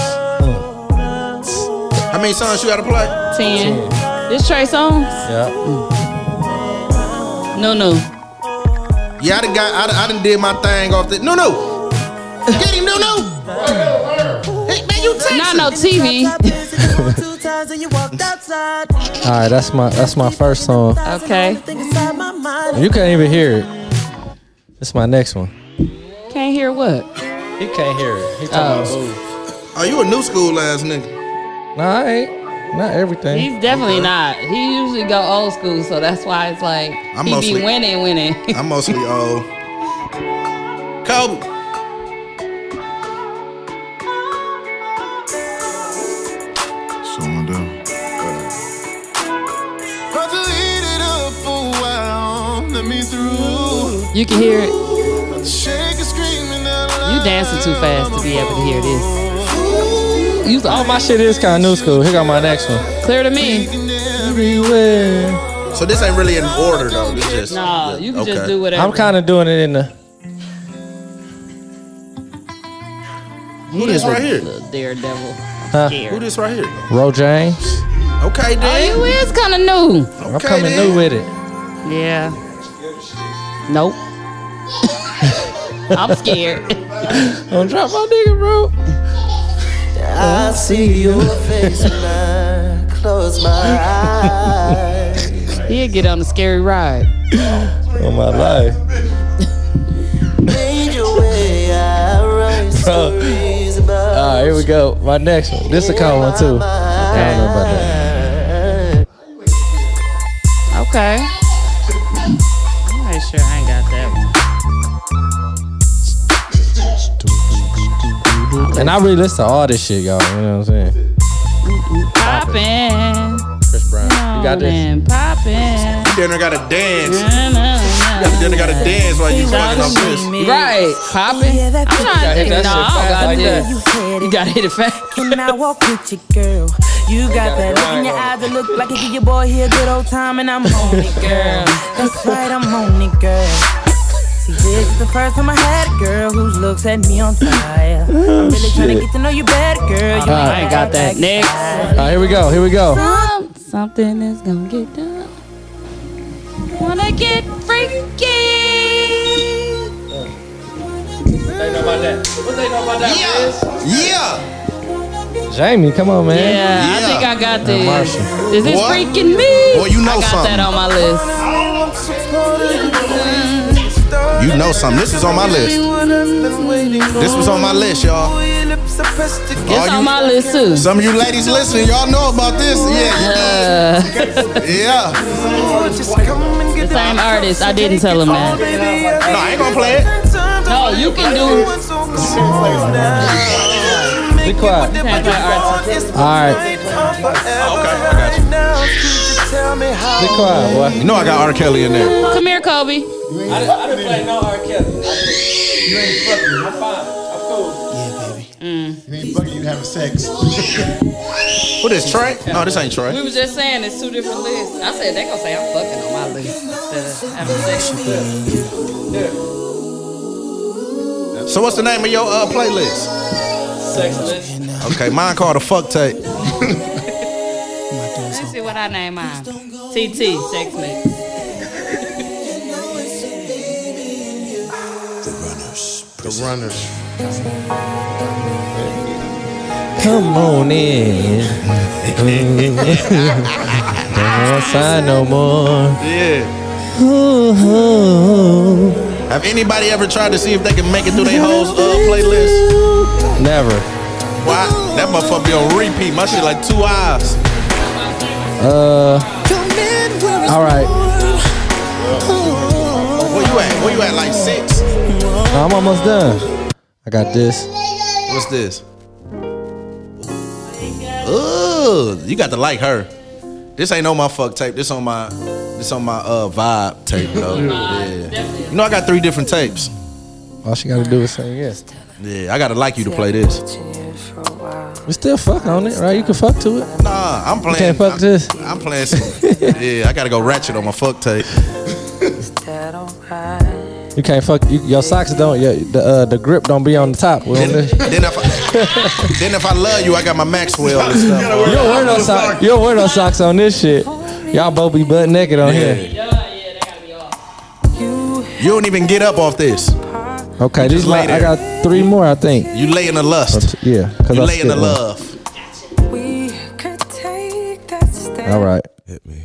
[SPEAKER 1] How many songs you gotta play?
[SPEAKER 2] Ten. This Trey songs?
[SPEAKER 8] yeah.
[SPEAKER 2] No, no.
[SPEAKER 1] Yeah, I done got, I done, I done did my thing off the. No, no. Get him, no, no. Hey, man, you text
[SPEAKER 2] Not no TV.
[SPEAKER 8] All right, that's my that's my first song.
[SPEAKER 2] Okay.
[SPEAKER 8] You can't even hear it. It's my next one.
[SPEAKER 2] Can't hear what?
[SPEAKER 8] He can't hear it. He talking about
[SPEAKER 1] Oh, you a new school ass nigga.
[SPEAKER 8] boo. Nah, I ain't. Not everything.
[SPEAKER 2] He's definitely not. He usually go old school, so that's why it's like
[SPEAKER 1] I'm
[SPEAKER 2] he
[SPEAKER 1] mostly-
[SPEAKER 2] be winning, winning.
[SPEAKER 1] I'm mostly old. Kobe.
[SPEAKER 7] Someone down.
[SPEAKER 2] you can hear it. You dancing too fast to be able to hear this. You
[SPEAKER 8] All
[SPEAKER 2] all
[SPEAKER 8] Oh, my shit is kind of new school. Here got my next one.
[SPEAKER 2] clear to me.
[SPEAKER 8] Everywhere.
[SPEAKER 1] So this ain't really in order though. This just
[SPEAKER 2] No, you can just
[SPEAKER 1] okay.
[SPEAKER 2] do whatever.
[SPEAKER 8] I'm kind of doing it in the.
[SPEAKER 2] He
[SPEAKER 1] Who this
[SPEAKER 2] is a-
[SPEAKER 1] right here?
[SPEAKER 2] a Daredevil.
[SPEAKER 8] Huh?
[SPEAKER 1] Who
[SPEAKER 2] Scared.
[SPEAKER 1] this right here?
[SPEAKER 8] Ro James.
[SPEAKER 1] Okay,
[SPEAKER 2] Oh,
[SPEAKER 1] then.
[SPEAKER 2] you is kind of new.
[SPEAKER 1] Okay,
[SPEAKER 8] I'm coming
[SPEAKER 1] then.
[SPEAKER 8] new with it.
[SPEAKER 2] Yeah. Nope. I'm scared.
[SPEAKER 8] Don't drop my nigga, bro.
[SPEAKER 7] I see your face when I close my eyes.
[SPEAKER 2] He'll get on a scary ride.
[SPEAKER 8] On my life.
[SPEAKER 7] Made your way, I write
[SPEAKER 8] Bro.
[SPEAKER 7] stories about
[SPEAKER 8] All right, here we go. My next one. This is a common one too. I don't know about that.
[SPEAKER 2] Okay. I'm not sure I ain't got that
[SPEAKER 8] And I really listen to all this shit, y'all. You know what I'm saying?
[SPEAKER 2] one. Poppin'.
[SPEAKER 8] Chris Brown. You got this?
[SPEAKER 2] poppin', Poppin'.
[SPEAKER 1] Dinner gotta dance.
[SPEAKER 2] Na, na, na.
[SPEAKER 1] Dinner gotta dance while you
[SPEAKER 2] Y'all
[SPEAKER 1] fucking on
[SPEAKER 2] need
[SPEAKER 1] this.
[SPEAKER 2] me. Right.
[SPEAKER 10] Yeah,
[SPEAKER 2] Poppin'. I'm
[SPEAKER 10] that
[SPEAKER 2] trying
[SPEAKER 10] gotta
[SPEAKER 2] to
[SPEAKER 8] hit
[SPEAKER 2] think. No, I
[SPEAKER 8] that
[SPEAKER 2] don't
[SPEAKER 8] shit fast
[SPEAKER 2] got
[SPEAKER 8] like
[SPEAKER 2] this.
[SPEAKER 8] that.
[SPEAKER 2] You
[SPEAKER 10] headed.
[SPEAKER 2] gotta hit it fast.
[SPEAKER 10] Can I walk with you, girl? You got that look in your eyes that look like it give your boy here a good old time, and I'm on it, girl. That's right, I'm on it, girl. See, this is the first time I had a girl whose looks had me on fire. I'm really trying to get to know you better, girl. You
[SPEAKER 2] I ain't got that.
[SPEAKER 8] All right, here we go. Here we go.
[SPEAKER 2] Some- Something is gonna get done. Wanna get freaky.
[SPEAKER 1] Yeah.
[SPEAKER 8] Jamie, come on,
[SPEAKER 2] Yeah,
[SPEAKER 8] man.
[SPEAKER 2] I
[SPEAKER 1] Yeah.
[SPEAKER 2] think I got this.
[SPEAKER 8] Marcia.
[SPEAKER 2] Is this
[SPEAKER 1] Boy.
[SPEAKER 2] freaking me?
[SPEAKER 1] Boy, you know
[SPEAKER 2] I got
[SPEAKER 1] something.
[SPEAKER 2] that on my list.
[SPEAKER 1] You know something. This was on my list. This Oh, was on my list, y'all.
[SPEAKER 2] It's
[SPEAKER 1] All
[SPEAKER 2] on
[SPEAKER 1] you-
[SPEAKER 2] my list too.
[SPEAKER 1] Some of you ladies listening, y'all know about this. Yeah.
[SPEAKER 2] Uh,
[SPEAKER 1] Yeah.
[SPEAKER 2] The same artist. I didn't tell him that.
[SPEAKER 1] No, I ain't gonna play it.
[SPEAKER 2] No, you can do
[SPEAKER 8] Be quiet.
[SPEAKER 2] that artist.
[SPEAKER 8] All right, be quiet, boy.
[SPEAKER 1] You know I got R. Kelly in there.
[SPEAKER 2] Come here, Kobe.
[SPEAKER 8] I didn't play no R. Kelly. You ain't fucking. I'm fine. I'm cool.
[SPEAKER 3] You ain't fucking, you having sex.
[SPEAKER 1] What is Trey? No, this ain't
[SPEAKER 2] We
[SPEAKER 1] Trey.
[SPEAKER 2] was just saying it's two different lists. I said they gonna say I'm fucking on my list instead of having sex.
[SPEAKER 1] So what's the name of your uh, playlist?
[SPEAKER 8] Sex list.
[SPEAKER 1] Okay, mine called a fuck tape.
[SPEAKER 2] Let's see what I name mine. TT sex mix.
[SPEAKER 3] The runners.
[SPEAKER 8] Come on in. Don't sign no more.
[SPEAKER 1] Yeah. Have anybody ever tried to see if they can make it through their whole uh, playlist?
[SPEAKER 8] Never.
[SPEAKER 1] Why? That motherfucker be on repeat. My shit like two hours.
[SPEAKER 8] All right,
[SPEAKER 1] Where you at? Where you at? Like six?
[SPEAKER 8] I'm almost done. I got this.
[SPEAKER 1] What's this? Ooh, you got to like her. This ain't on my fuck tape. This on my this on my uh vibe tape though. yeah. You know I got three different tapes.
[SPEAKER 8] All she got to do is say yes.
[SPEAKER 1] Yeah, I gotta like you to play this.
[SPEAKER 8] We still fuck on it, right? You can fuck to it.
[SPEAKER 1] Nah, I'm playing.
[SPEAKER 8] can't fuck
[SPEAKER 1] I'm,
[SPEAKER 8] this.
[SPEAKER 1] I'm playing. Some, yeah, I gotta go ratchet on my fuck tape.
[SPEAKER 8] You can't fuck. You, your socks don't. Your, the uh, the grip don't be on the top. We on this.
[SPEAKER 1] Then if I, then if I love you, I got my Maxwell and stuff.
[SPEAKER 8] You don't wear no socks. You don't wear no socks on this shit. Y'all both be butt naked on here.
[SPEAKER 1] You don't even get up off this.
[SPEAKER 8] Okay, this
[SPEAKER 1] Just lay
[SPEAKER 8] like, I
[SPEAKER 1] there.
[SPEAKER 8] got three more, I think.
[SPEAKER 1] You lay in the lust.
[SPEAKER 8] Yeah, cause
[SPEAKER 1] You
[SPEAKER 8] I
[SPEAKER 1] lay in the
[SPEAKER 8] skipped one.
[SPEAKER 1] love.
[SPEAKER 8] All right.
[SPEAKER 10] Hit me.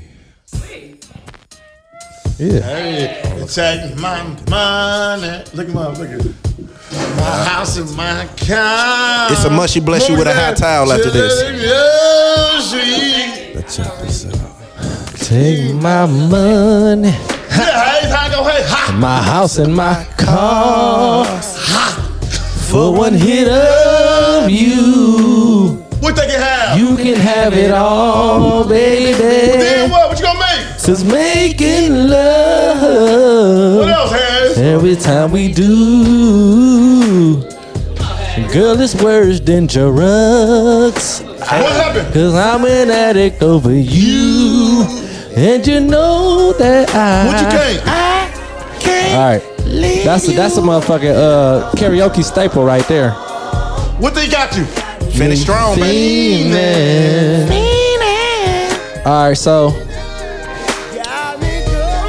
[SPEAKER 8] Yeah.
[SPEAKER 9] Hey, take my money. eh. Look him up. Look at my house and my car.
[SPEAKER 1] It's a must she bless you with a high towel after this.
[SPEAKER 9] Yes, she-
[SPEAKER 10] Let's check this out.
[SPEAKER 8] Take my money,
[SPEAKER 9] Yeah, hey, how go, hey, ha.
[SPEAKER 8] my house, and my car for one hit of you.
[SPEAKER 9] What they can have?
[SPEAKER 8] You can have it all, baby.
[SPEAKER 9] Then what? What you gonna make?
[SPEAKER 8] Cause making love.
[SPEAKER 9] What else has?
[SPEAKER 8] Every time we do, girl, it's worse than drugs.
[SPEAKER 9] What happened?
[SPEAKER 8] Cause I'm an addict over you. And you know that I.
[SPEAKER 9] What you can't?
[SPEAKER 8] Alright. That's a, that's a motherfucking uh, karaoke staple right there.
[SPEAKER 9] What they got you?
[SPEAKER 1] Finish strong, man.
[SPEAKER 8] Alright, so.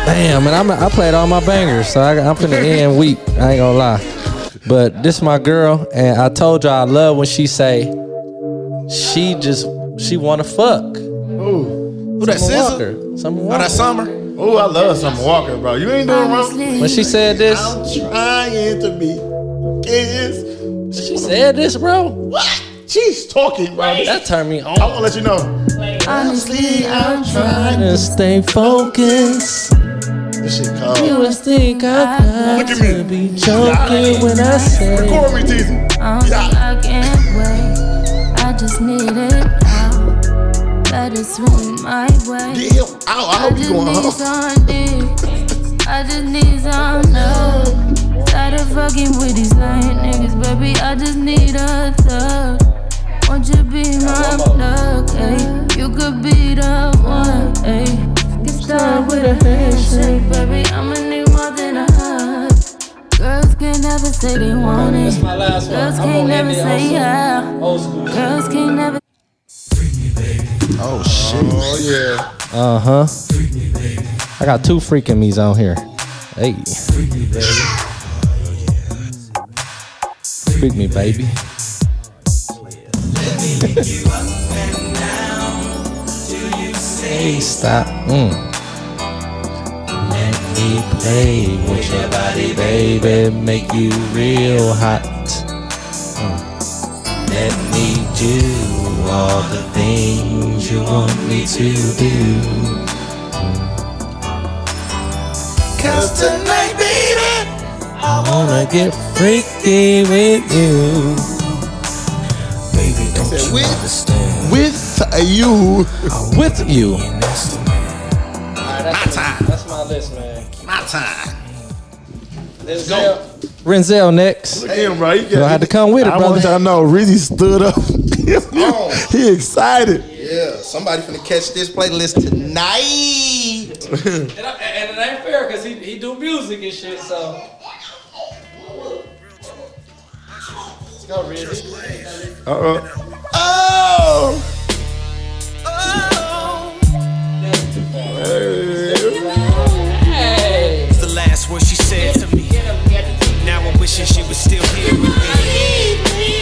[SPEAKER 8] Damn, man, I'm, I played all my bangers, so I, I'm finna end weak. I ain't gonna lie. But this my girl, and I told y'all I love when she say she just she wanna fuck.
[SPEAKER 1] Who that scissor?
[SPEAKER 8] Walker. Summer
[SPEAKER 1] Oh, that
[SPEAKER 8] Walker.
[SPEAKER 1] summer.
[SPEAKER 9] Oh, I love Summer Walker, bro. You ain't doing wrong.
[SPEAKER 8] When she said this,
[SPEAKER 9] Trying to be kids.
[SPEAKER 8] she said this, bro.
[SPEAKER 9] What? She's talking, bro. I
[SPEAKER 8] That turned me on.
[SPEAKER 9] want to let you know. Honestly, I'm trying.
[SPEAKER 8] Just stay focused.
[SPEAKER 9] This shit cold.
[SPEAKER 8] You just think I got
[SPEAKER 9] Look at me.
[SPEAKER 8] to be joking when I say
[SPEAKER 9] Record me, Teasy. Yeah. Damn. Ow, I hope you going home.
[SPEAKER 11] I just need some love. Tired of fucking with these lying niggas, baby. I just need a thug. Won't you be my plug? ayy? You could be the one. ayy. Get started with a handshake, baby. I'ma need more than a hug. Girls can never say they want it.
[SPEAKER 8] my last one.
[SPEAKER 11] Girls
[SPEAKER 8] I'm
[SPEAKER 11] can
[SPEAKER 8] gonna
[SPEAKER 11] never
[SPEAKER 8] end it
[SPEAKER 11] say yeah.
[SPEAKER 8] old school.
[SPEAKER 11] Girls can never.
[SPEAKER 1] Oh shit.
[SPEAKER 9] Oh, yeah.
[SPEAKER 8] Uh huh. I got two freaking me's on here. Hey. Freak me, baby. hey, stop. Mm. Let me play with your body, baby. Make you real hot. Mm. Let me do all the things you want me to do.
[SPEAKER 10] Cause tonight, baby.
[SPEAKER 8] I wanna get freaky with you.
[SPEAKER 10] Baby, don't you understand?
[SPEAKER 9] With you.
[SPEAKER 8] With you.
[SPEAKER 10] That's the man.
[SPEAKER 8] that's, my time. That's my list, man. My time. Let's go. Renzel next. You
[SPEAKER 9] Damn, bro. You got-
[SPEAKER 8] don't have to come with it,
[SPEAKER 9] I want
[SPEAKER 8] brother.
[SPEAKER 9] y'all to know, Rizzy stood up. he excited.
[SPEAKER 1] Oh. Yeah, somebody finna catch this playlist tonight.
[SPEAKER 8] And, it ain't fair because he, he do music and shit, so.
[SPEAKER 9] Uh-uh.
[SPEAKER 1] Oh,
[SPEAKER 10] It's the last word she said to me. Now I'm wishing she was still here with me.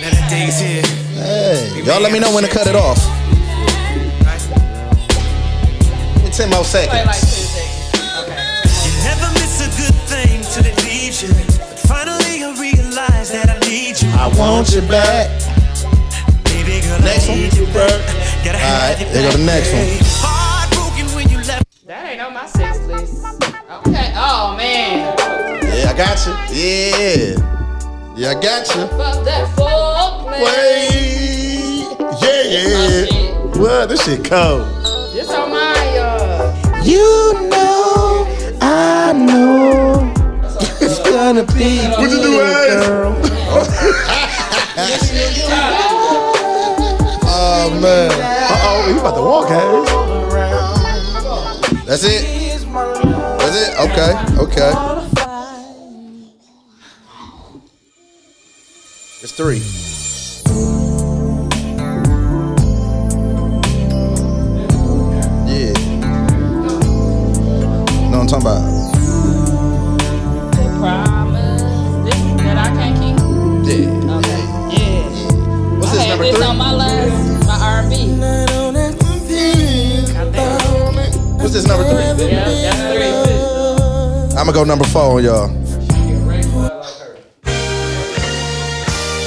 [SPEAKER 10] Now the day's here.
[SPEAKER 1] hey, y'all let me know when to cut it off. In ten more seconds.
[SPEAKER 10] You never miss a good thing till it leaves you. But finally, I realize that I need you.
[SPEAKER 1] I want you back.
[SPEAKER 10] Baby girl,
[SPEAKER 1] Next
[SPEAKER 10] I
[SPEAKER 1] one.
[SPEAKER 10] need you, bro. Gotta
[SPEAKER 1] Alright,
[SPEAKER 10] have you
[SPEAKER 1] there go the next one.
[SPEAKER 10] Heartbroken when you left.
[SPEAKER 2] That ain't on my six list. Okay. Oh man.
[SPEAKER 1] Yeah, I got you. Yeah, yeah, I got you.
[SPEAKER 2] Fuck that full play.
[SPEAKER 9] Wait. Yeah, yeah.
[SPEAKER 2] shit.
[SPEAKER 9] What? blood. This shit cold.
[SPEAKER 2] This on uh, mine, y'all.
[SPEAKER 12] You know, I know. It's gonna be what you do, girl.
[SPEAKER 9] Oh man. Uh oh, you about to walk, Hayes.
[SPEAKER 1] That's it. That's it. Okay. Okay. It's three. Yeah. Know what I'm talking about?
[SPEAKER 2] Promise. This is that I can't keep.
[SPEAKER 1] Yeah.
[SPEAKER 2] Okay. Yeah.
[SPEAKER 1] What's
[SPEAKER 2] I
[SPEAKER 1] this
[SPEAKER 2] had
[SPEAKER 1] number
[SPEAKER 2] this
[SPEAKER 1] three?
[SPEAKER 2] on my last my R&B.
[SPEAKER 1] What's this number three?
[SPEAKER 2] Yeah, that's three.
[SPEAKER 1] I'm gonna go number four on y'all.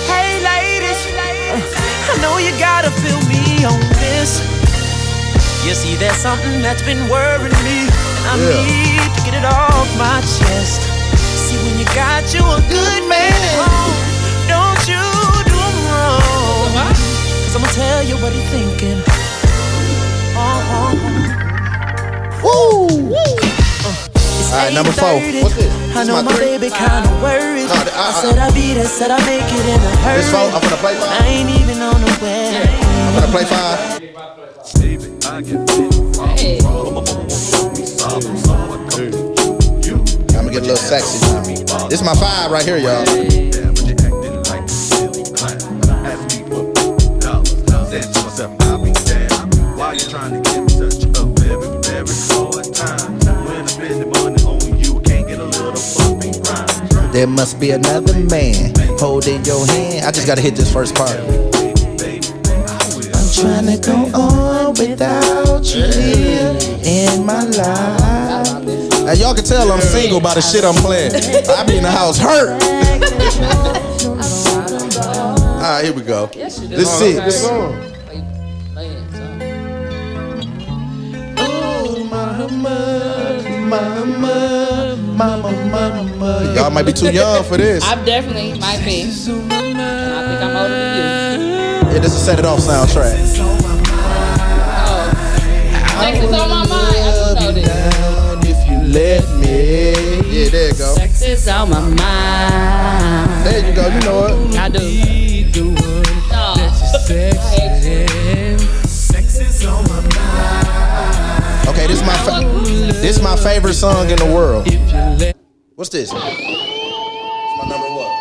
[SPEAKER 10] Hey ladies, I know you gotta feel me on this. You see, there's something that's been worrying me, and I
[SPEAKER 12] Yeah.
[SPEAKER 10] need to get it off my chest. See, when you got you a good man, oh, don't you do him wrong. Cause I'm gonna tell you what he's thinking. Oh, Woo! Uh,
[SPEAKER 1] All right, number four. What's this?
[SPEAKER 10] I know my, baby kinda worried.
[SPEAKER 1] No, I-
[SPEAKER 10] I,
[SPEAKER 1] I-
[SPEAKER 10] said I beat her, said I make it in a hurry.
[SPEAKER 1] uh, This four. I'm gonna play
[SPEAKER 10] I
[SPEAKER 1] five.
[SPEAKER 10] ain't even on the way.
[SPEAKER 1] I'm gonna play five. I'm gonna get a little sexy. This is my five right here, y'all. There must be another man holding your hand. I just gotta hit this first part.
[SPEAKER 12] I'm trying to go on without you here in my life.
[SPEAKER 1] And y'all can tell I'm single by the shit I'm playing. I be in the house hurt. All right, here we go. This
[SPEAKER 2] you do.
[SPEAKER 1] is it.
[SPEAKER 2] Good song.
[SPEAKER 12] Mama, mama, mama.
[SPEAKER 1] Y'all might be too young for this.
[SPEAKER 2] I definitely might be. I think I'm older than you.
[SPEAKER 1] Yeah, this is set it off soundtrack.
[SPEAKER 2] Sex is on my mind. I just know this.
[SPEAKER 1] If you let me. Yeah, there you go.
[SPEAKER 2] Sex is on my mind.
[SPEAKER 1] There you go. You know it.
[SPEAKER 2] I do. No.
[SPEAKER 1] Okay, this is my fa- this is my favorite song in the world. What's this? It's my number one.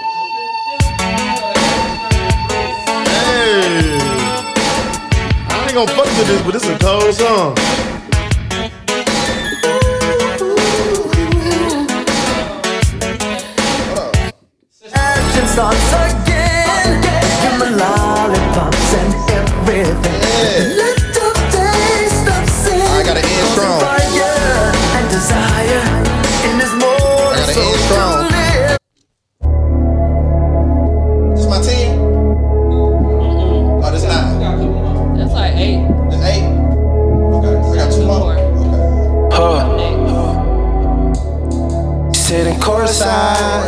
[SPEAKER 9] Hey. I ain't gonna fuck with this, but this is a cold song.
[SPEAKER 1] I gotta end strong. I gotta end strong. This my team. Oh, this nine.
[SPEAKER 2] That's like eight.
[SPEAKER 1] This eight. Okay, I got two more. Okay.
[SPEAKER 12] Sitting courtside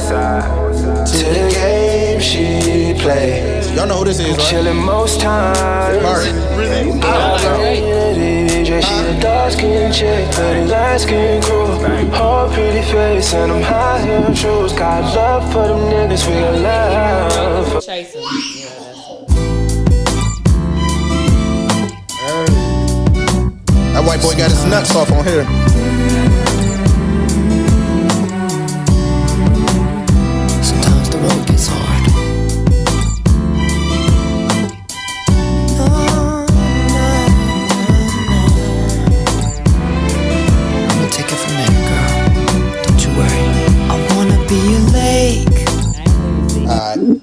[SPEAKER 12] to the game she plays.
[SPEAKER 1] Y'all know who this is, right?
[SPEAKER 12] Chilling most times.
[SPEAKER 1] Cardi.
[SPEAKER 12] DJ, she a dark skin chick, pretty light skin crew. Whole pretty face and them high heel shoes. Got love for them niggas, real love.
[SPEAKER 2] Chaser. Yeah, that's
[SPEAKER 1] That white boy got his nuts off on here.
[SPEAKER 12] Sometimes the road gets hard. I'ma take it from there, girl. Don't you worry. I wanna be a lake.
[SPEAKER 1] Alright.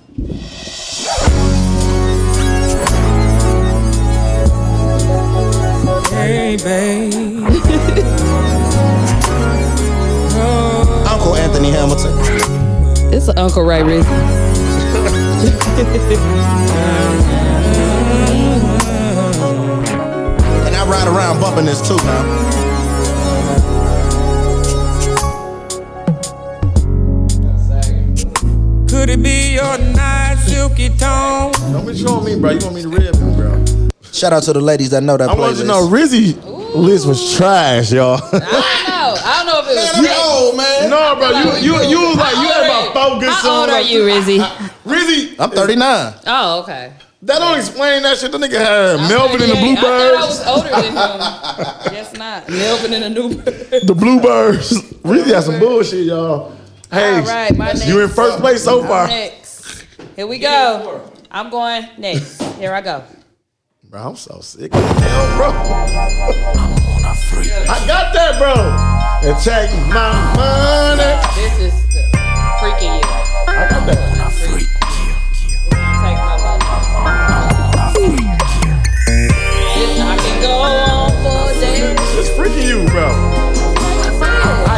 [SPEAKER 10] Hey, babe.
[SPEAKER 1] Uncle Anthony Hamilton.
[SPEAKER 2] It's an Uncle Ray Rizzy.
[SPEAKER 1] And I ride around bumping this too now.
[SPEAKER 10] Could it be your nice silky tone?
[SPEAKER 9] Don't be showing me, bro. You want me to rib him, bro.
[SPEAKER 1] Shout out to the ladies that know that
[SPEAKER 3] I want
[SPEAKER 1] playlist.
[SPEAKER 3] you to know Rizzy list was trash, y'all.
[SPEAKER 2] No, I don't know if it was.
[SPEAKER 3] Man, I'm old, man. No, bro, you you you was like you had
[SPEAKER 2] How
[SPEAKER 3] about four good songs.
[SPEAKER 2] How old are
[SPEAKER 3] like-
[SPEAKER 2] you, Rizzy?
[SPEAKER 3] Rizzy,
[SPEAKER 1] I'm 39.
[SPEAKER 2] Oh, okay.
[SPEAKER 3] That don't explain that shit. That nigga had
[SPEAKER 2] I'm
[SPEAKER 3] Melvin and the
[SPEAKER 2] 38. I thought I
[SPEAKER 3] Bluebirds.
[SPEAKER 2] was older than him. Guess not. Melvin and the Newbirds.
[SPEAKER 3] The Bluebirds. Rizzy had some bullshit, y'all. Hey,
[SPEAKER 2] All right, my next.
[SPEAKER 3] you in first place so
[SPEAKER 2] I'm
[SPEAKER 3] far.
[SPEAKER 2] Next. Here we go. I'm going next. Here I go.
[SPEAKER 3] Bro, I'm so sick. Damn, bro. I got that, bro. And check my money.
[SPEAKER 2] This is the freaky you.
[SPEAKER 3] I got that.
[SPEAKER 2] Take my money. This I can go on for days.
[SPEAKER 3] It's freaking you, bro. I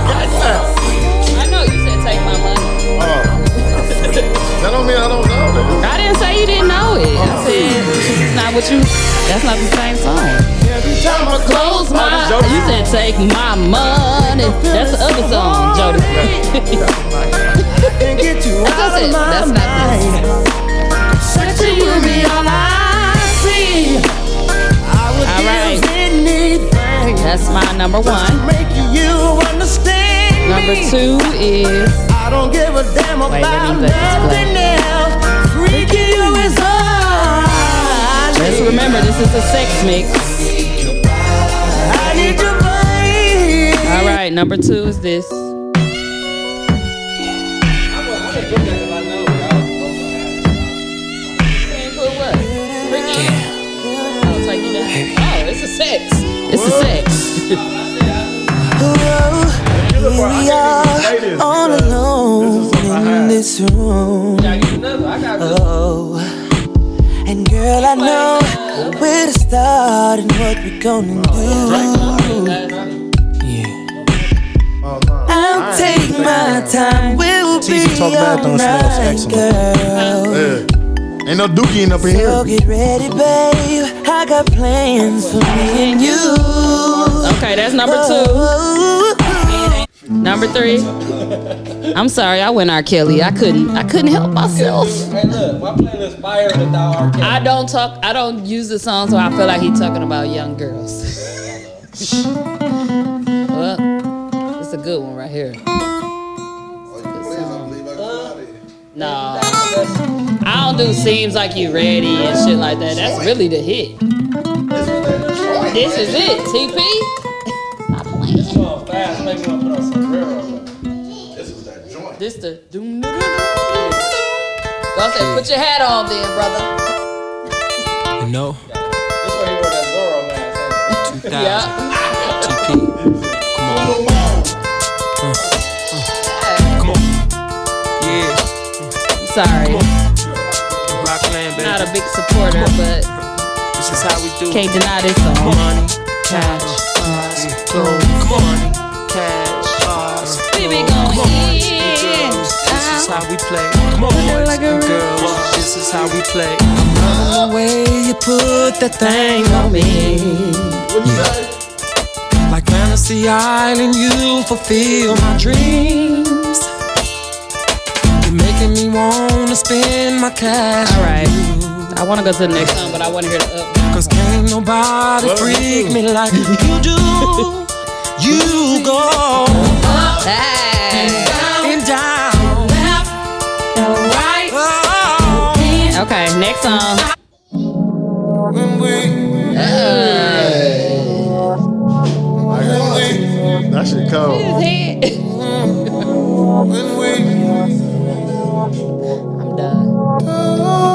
[SPEAKER 3] got that.
[SPEAKER 2] I know you said take my money.
[SPEAKER 3] Oh. that don't mean I don't know that.
[SPEAKER 2] I didn't say you didn't know it. I said it's not what you. That's not the same song.
[SPEAKER 3] Every time I
[SPEAKER 2] Close my.
[SPEAKER 3] Oh, this
[SPEAKER 2] You
[SPEAKER 3] Jody.
[SPEAKER 2] said take my money. That's the other song, Jody. That's what I said. That's not this.
[SPEAKER 10] Sex you will be all I see. I would
[SPEAKER 2] All right.
[SPEAKER 10] give anything
[SPEAKER 2] That's my number
[SPEAKER 10] just to
[SPEAKER 2] one.
[SPEAKER 10] make you understand
[SPEAKER 2] Number
[SPEAKER 10] me.
[SPEAKER 2] two is
[SPEAKER 10] I don't give a damn
[SPEAKER 2] Wait, let
[SPEAKER 10] about
[SPEAKER 2] me let this
[SPEAKER 10] nothing else. Freaky you is all.
[SPEAKER 2] play. Just remember, this is a sex mix.
[SPEAKER 10] I need your body.
[SPEAKER 2] All right, number two is this. Oh, it's a sex. It's a sex.
[SPEAKER 10] We are all alone in this room. Oh, and girl, I know where to start and what we're gonna do. I'll take my time. We'll be
[SPEAKER 1] Talk about those snaps,
[SPEAKER 10] alright,
[SPEAKER 1] excellent.
[SPEAKER 10] girl.
[SPEAKER 3] Yeah. Ain't no dookie in up in
[SPEAKER 10] So
[SPEAKER 3] here.
[SPEAKER 10] get ready, babe. I got plans for me and you.
[SPEAKER 2] Okay, that's number two.
[SPEAKER 10] Oh.
[SPEAKER 2] Number three. I'm sorry, I went R. Kelly. I couldn't. I couldn't help myself.
[SPEAKER 8] Hey, look, my playlist fire without R. Kelly.
[SPEAKER 2] I don't talk. I don't use the song, so I feel like he's talking about young girls. well, it's a good one right here. It's a good song. No, I don't do seems like you ready and shit like that. That's really the hit. This is it, TP. Stop playing.
[SPEAKER 8] Come fast, make me wanna put on some railroad.
[SPEAKER 2] This the doom. Don't say put your hat on, then, brother.
[SPEAKER 7] You know,
[SPEAKER 8] This one here with that Zorro mask.
[SPEAKER 7] 2000
[SPEAKER 2] Yeah.
[SPEAKER 7] TP. Come on. Uh, uh, Come on. Yeah.
[SPEAKER 2] Sorry,
[SPEAKER 7] Rock land,
[SPEAKER 2] not
[SPEAKER 7] baby.
[SPEAKER 2] a big supporter, but
[SPEAKER 7] This is how we do.
[SPEAKER 2] can't deny this song.
[SPEAKER 7] Money,
[SPEAKER 2] Cash,
[SPEAKER 7] cars, gold. Come on. Cash, cars,
[SPEAKER 2] We be
[SPEAKER 7] gold.
[SPEAKER 2] going
[SPEAKER 7] Come on, boys
[SPEAKER 2] in
[SPEAKER 7] and girls. This is how we play. Come on,
[SPEAKER 2] Looking
[SPEAKER 7] boys
[SPEAKER 2] like a
[SPEAKER 7] and girls. This is how we play.
[SPEAKER 10] The way you put that thing on me.
[SPEAKER 7] Like Fantasy Island, you fulfill my dreams. You're making me wanna spend my cash.
[SPEAKER 2] All right. I want to go to the next song, but I want to hear the up.
[SPEAKER 7] Cause can't nobody freak me like you do. You go and down. Oh,
[SPEAKER 2] Okay, next song.
[SPEAKER 7] when we
[SPEAKER 2] Uh.
[SPEAKER 3] That shit cold.
[SPEAKER 2] I'm
[SPEAKER 7] when we
[SPEAKER 2] done.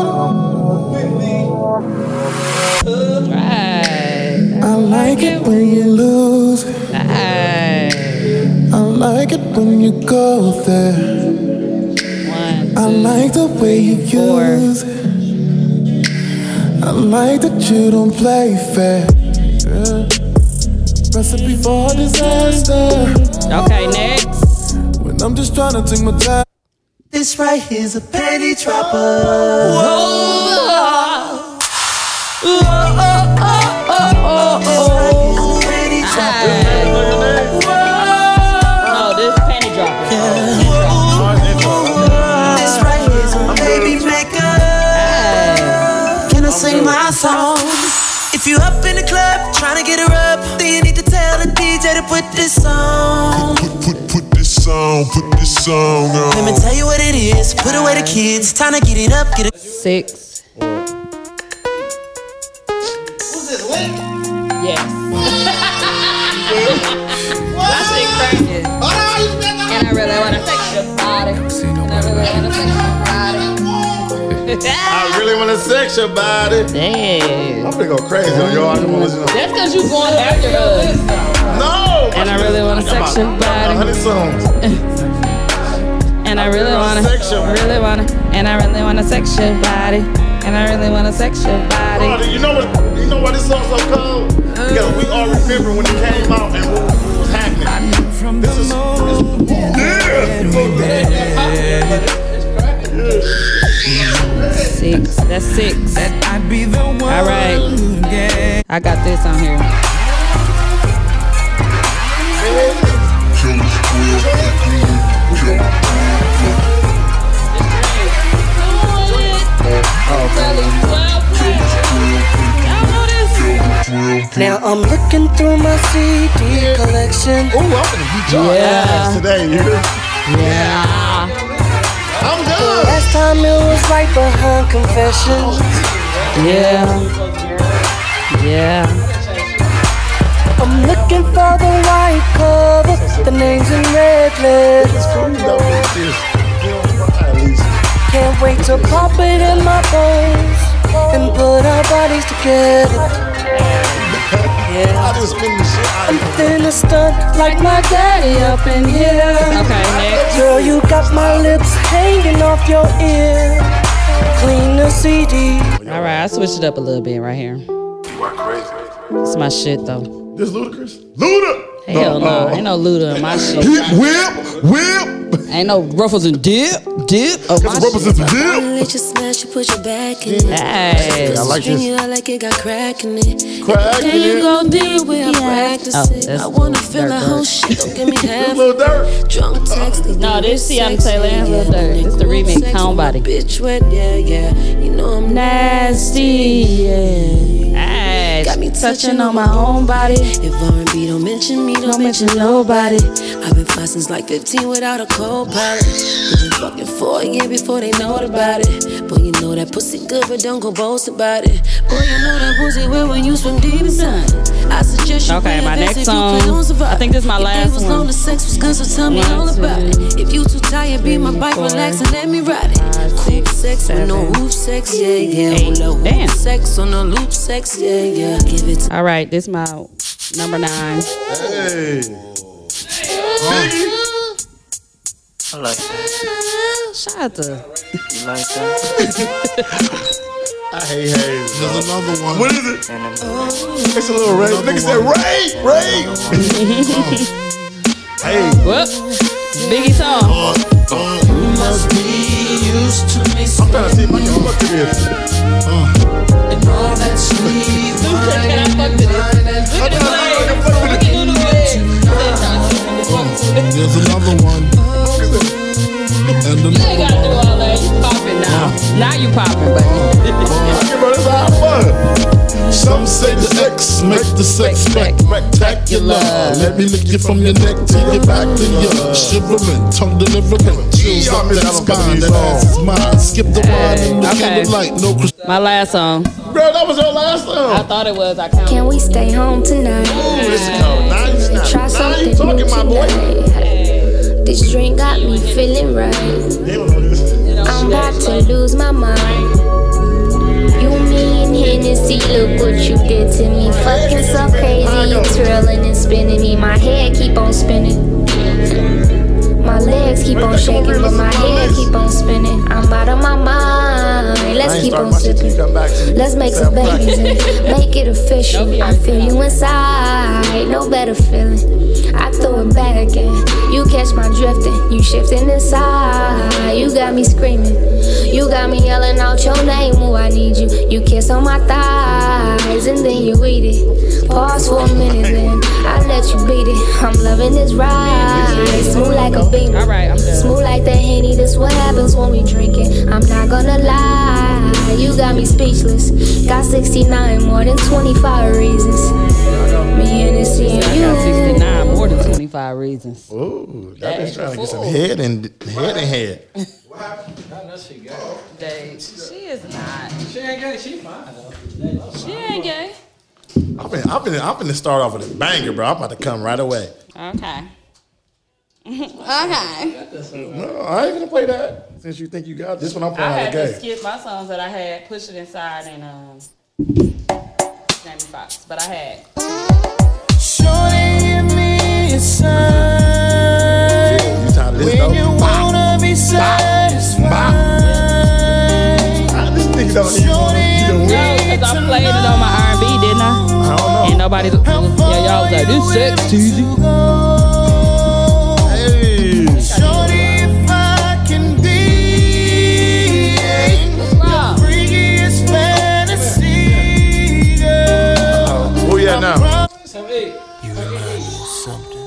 [SPEAKER 2] Right.
[SPEAKER 10] I like it when you lose.
[SPEAKER 2] Right.
[SPEAKER 10] I like it when you go there.
[SPEAKER 2] One,
[SPEAKER 10] I
[SPEAKER 2] two,
[SPEAKER 10] like the way you
[SPEAKER 2] Four.
[SPEAKER 10] use. I like that you don't play fair. Yeah. Recipe for disaster.
[SPEAKER 2] Okay, next.
[SPEAKER 10] When I'm just trying to take my time. This right here's a penny trapper. Whoa. Whoa, oh, oh, oh, oh, oh. This right here's a penny trapper.
[SPEAKER 2] Right.
[SPEAKER 10] Whoa.
[SPEAKER 2] Oh, this panty dropper.
[SPEAKER 10] This right here's a baby maker. Can I sing my song? If
[SPEAKER 12] If you up in the club tryna get her up, then you need to tell the DJ to put this on.
[SPEAKER 3] Put this song, put this song on.
[SPEAKER 12] Let me tell you what it is. Put away the kids. Time to get it up. Get it.
[SPEAKER 2] Six. And I really wanna fix your body. I really wanna fix your body.
[SPEAKER 9] I really want to sex your body.
[SPEAKER 2] Damn.
[SPEAKER 9] I'm gonna go crazy on y'all. I'm gonna listen to
[SPEAKER 2] That's cause you going after us.
[SPEAKER 9] No.
[SPEAKER 2] And I really wanna sex your body.
[SPEAKER 9] hundred songs.
[SPEAKER 2] And I really wanna, really wanna, and I really wanna sex your body. And I really wanna sex your
[SPEAKER 9] Brother,
[SPEAKER 2] body.
[SPEAKER 9] you know what? You know why this song's so cold?
[SPEAKER 2] Uh.
[SPEAKER 9] Because we all remember when it came out and what what was happening. This is. This, yeah. You know,
[SPEAKER 2] Six. That's six. I be the one. All right. I got this on here.
[SPEAKER 12] Now I'm looking through my CD collection.
[SPEAKER 9] Ooh, I'm gonna beat y'all ass today. You hear?
[SPEAKER 2] Yeah.
[SPEAKER 9] I'm
[SPEAKER 12] good. Last time it was right behind confessions.
[SPEAKER 2] Yeah. Yeah.
[SPEAKER 12] I'm looking for the white cover, the names in red letters. Can't wait to pop it in my bones and put our bodies together. Yeah. I'm finna stunt like my daddy up in here.
[SPEAKER 2] Okay, next.
[SPEAKER 12] Girl, you got my lips hanging off your ear. Clean the CD.
[SPEAKER 2] All right. I switched it up a little bit right here. It's my shit though.
[SPEAKER 9] This Ludacris? Luda!
[SPEAKER 2] Hell no,
[SPEAKER 9] uh,
[SPEAKER 2] ain't no Luda in my shit.
[SPEAKER 9] Whip, whip.
[SPEAKER 2] Ain't no ruffles and dip, dip. Oh, my
[SPEAKER 9] ruffles
[SPEAKER 2] shit.
[SPEAKER 9] and dip.
[SPEAKER 10] Let you smash, you put your back in it.
[SPEAKER 2] Hey.
[SPEAKER 10] Pussy
[SPEAKER 2] I like
[SPEAKER 10] string
[SPEAKER 2] this.
[SPEAKER 10] You out like it got crack in it.
[SPEAKER 9] Crack
[SPEAKER 10] Then
[SPEAKER 9] in
[SPEAKER 10] you
[SPEAKER 9] it.
[SPEAKER 10] go deep way I practice
[SPEAKER 2] Oh,
[SPEAKER 10] it.
[SPEAKER 2] that's
[SPEAKER 10] I wanna
[SPEAKER 2] Lil
[SPEAKER 10] feel
[SPEAKER 2] Durk
[SPEAKER 10] that
[SPEAKER 2] Durk.
[SPEAKER 10] whole shit. Don't give me half.
[SPEAKER 9] Little dirt.
[SPEAKER 10] Drunk text.
[SPEAKER 2] No, this Tiana Taylor and Lil Durk. This the remix, Homebody.
[SPEAKER 10] Bitch wet, yeah, yeah. You know I'm nasty, yeah.
[SPEAKER 2] Hey,
[SPEAKER 10] Got me touching on my own body. If R&B don't mention me, don't mention nobody. I've been fly since like 15 without a co-pilot. We've been fucking for a year before they know about it. Boy, you know that pussy good, but don't go boast about it. Boy, you know that pussy wet when you from deep inside. I suggest you
[SPEAKER 2] Okay,
[SPEAKER 10] pay
[SPEAKER 2] my
[SPEAKER 10] a visit
[SPEAKER 2] next
[SPEAKER 10] if you plan
[SPEAKER 2] song.
[SPEAKER 10] on surviving.
[SPEAKER 2] I think this is my
[SPEAKER 10] Your day
[SPEAKER 2] last
[SPEAKER 10] was
[SPEAKER 2] one.
[SPEAKER 10] long, the sex was good, so tell me
[SPEAKER 2] One,
[SPEAKER 10] all about
[SPEAKER 2] two,
[SPEAKER 10] it. If you too tired, be my bike,
[SPEAKER 2] four,
[SPEAKER 10] relax and let me ride it. Cool sex with no roof sex, yeah, yeah. Well, loop
[SPEAKER 2] Damn.
[SPEAKER 10] Sex on the loop sex, yeah, yeah. Give it
[SPEAKER 2] All right, this my number nine.
[SPEAKER 9] Hey.
[SPEAKER 13] I like that.
[SPEAKER 2] Shout out to
[SPEAKER 13] You like that?
[SPEAKER 9] I hate Hayes. There's
[SPEAKER 3] another one.
[SPEAKER 9] What is it?
[SPEAKER 10] to
[SPEAKER 9] It's a little Ray. Nigga said Ray, Ray. hey.
[SPEAKER 2] Whoop. Biggie
[SPEAKER 9] Oh,
[SPEAKER 2] song.
[SPEAKER 9] You must be used to me. I'm trying to see if I can fuck to this. Mm.
[SPEAKER 3] There's another one. And another
[SPEAKER 2] You gotta do all that. You popping now. Now you popping, buddy.
[SPEAKER 9] Fuck it, bro. This is our fun.
[SPEAKER 3] Some say the X make the sex spec- spectacular. Let me lick you from your neck to your back to your shivering, tongue delivering, chills
[SPEAKER 9] Yeah, I
[SPEAKER 3] up
[SPEAKER 9] miss
[SPEAKER 3] that
[SPEAKER 9] having company
[SPEAKER 3] spine. That
[SPEAKER 9] songs.
[SPEAKER 3] ass is mine. Skip the wine
[SPEAKER 2] Hey,
[SPEAKER 3] and the
[SPEAKER 2] okay.
[SPEAKER 3] candlelight. No Chris-
[SPEAKER 2] My last song.
[SPEAKER 9] Bro, that was your last
[SPEAKER 2] I
[SPEAKER 9] song.
[SPEAKER 2] thought it was. I counted.
[SPEAKER 8] Can we stay home tonight?
[SPEAKER 9] Ooh, this is cold. Now you
[SPEAKER 8] Try
[SPEAKER 9] snap. Now you
[SPEAKER 8] something new
[SPEAKER 9] talking, my boy.
[SPEAKER 8] tonight. This drink got me feeling right.
[SPEAKER 9] They don't know this.
[SPEAKER 8] I'm about to lose my mind. You mean Hennessy, look what you did to me. Fucking so crazy, you twirling and spinning me. My head keep on spinning. My legs keep on shaking, but my head keep on spinning. I'm out of my mind.
[SPEAKER 9] I
[SPEAKER 8] Let's
[SPEAKER 9] ain't
[SPEAKER 8] keep
[SPEAKER 9] starting
[SPEAKER 8] on
[SPEAKER 9] my shit till
[SPEAKER 8] sipping.
[SPEAKER 9] you come back to me.
[SPEAKER 8] Let's make
[SPEAKER 9] Say I'm
[SPEAKER 8] some
[SPEAKER 9] black.
[SPEAKER 8] babies and make it official. I feel you inside, no better feeling. I throw it back again. You catch my drifting, you shifting inside. You got me screaming, you got me yelling out your name. Ooh, I need you. You kiss on my thighs and then you eat it. Pause for a minute, then I let you beat it. I'm loving this ride.
[SPEAKER 14] They smooth like a beamer. All right, I'm done. Smooth like the henny. This what happens when we drink it. I'm not gonna lie, you got me speechless. Got 69 more than 25 reasons. Me and this and
[SPEAKER 2] I
[SPEAKER 14] you.
[SPEAKER 2] got 69 more than 25 reasons.
[SPEAKER 3] Ooh,
[SPEAKER 2] that
[SPEAKER 3] I've been trying to get some head and head and head.
[SPEAKER 2] She is not.
[SPEAKER 8] She ain't gay. She fine
[SPEAKER 2] though. She ain't gay.
[SPEAKER 3] I'm finna, I'm finna, I'm finna start off with a banger, bro. I'm about to come right away.
[SPEAKER 2] Okay. okay.
[SPEAKER 3] No, Uh, I ain't gonna play that since you think you got this one. I'm
[SPEAKER 2] I
[SPEAKER 3] playing
[SPEAKER 2] had
[SPEAKER 3] out the
[SPEAKER 2] to
[SPEAKER 3] game.
[SPEAKER 2] skip my songs that I had, push it inside, and um, Jamie Foxx. But I had.
[SPEAKER 7] Shorty, give me a sign. When you wanna be satisfied.
[SPEAKER 3] This nigga don't
[SPEAKER 7] Shorty,
[SPEAKER 2] No, because I played it on my R&B, didn't I?
[SPEAKER 3] I don't know.
[SPEAKER 2] And nobody, yeah, y'all was like, this sex teasy.
[SPEAKER 7] shorty, if I can be your freest fantasy, girl.
[SPEAKER 3] Who you at now?
[SPEAKER 7] You remind me of something.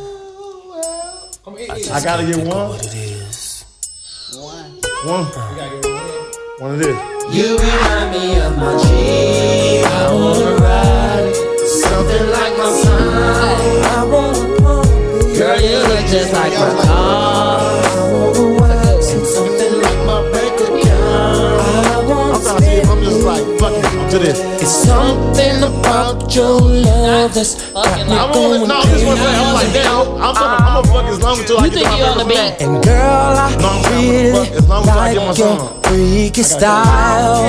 [SPEAKER 3] I gotta get one. One. One of this.
[SPEAKER 7] You remind me of my G. I wanna ride it. Something like my son. I wanna pump it. Girl, you look just like my car. I wanna wax it. Something like my bank account. I wanna spend
[SPEAKER 3] I'm just like, fuck it, I'm to this.
[SPEAKER 7] It's something about your love that's got me
[SPEAKER 3] I'm
[SPEAKER 7] going
[SPEAKER 3] on no, this one. I'm like,
[SPEAKER 7] crazy.
[SPEAKER 3] damn, I'm, I'm, I'm, I'm gonna fuck as long until I get to my first one.
[SPEAKER 7] And girl, I
[SPEAKER 3] No, I'm saying
[SPEAKER 7] really
[SPEAKER 3] I'm gonna fuck as long as I get
[SPEAKER 7] like
[SPEAKER 3] my
[SPEAKER 7] your
[SPEAKER 3] song.
[SPEAKER 7] freaky style. Oh,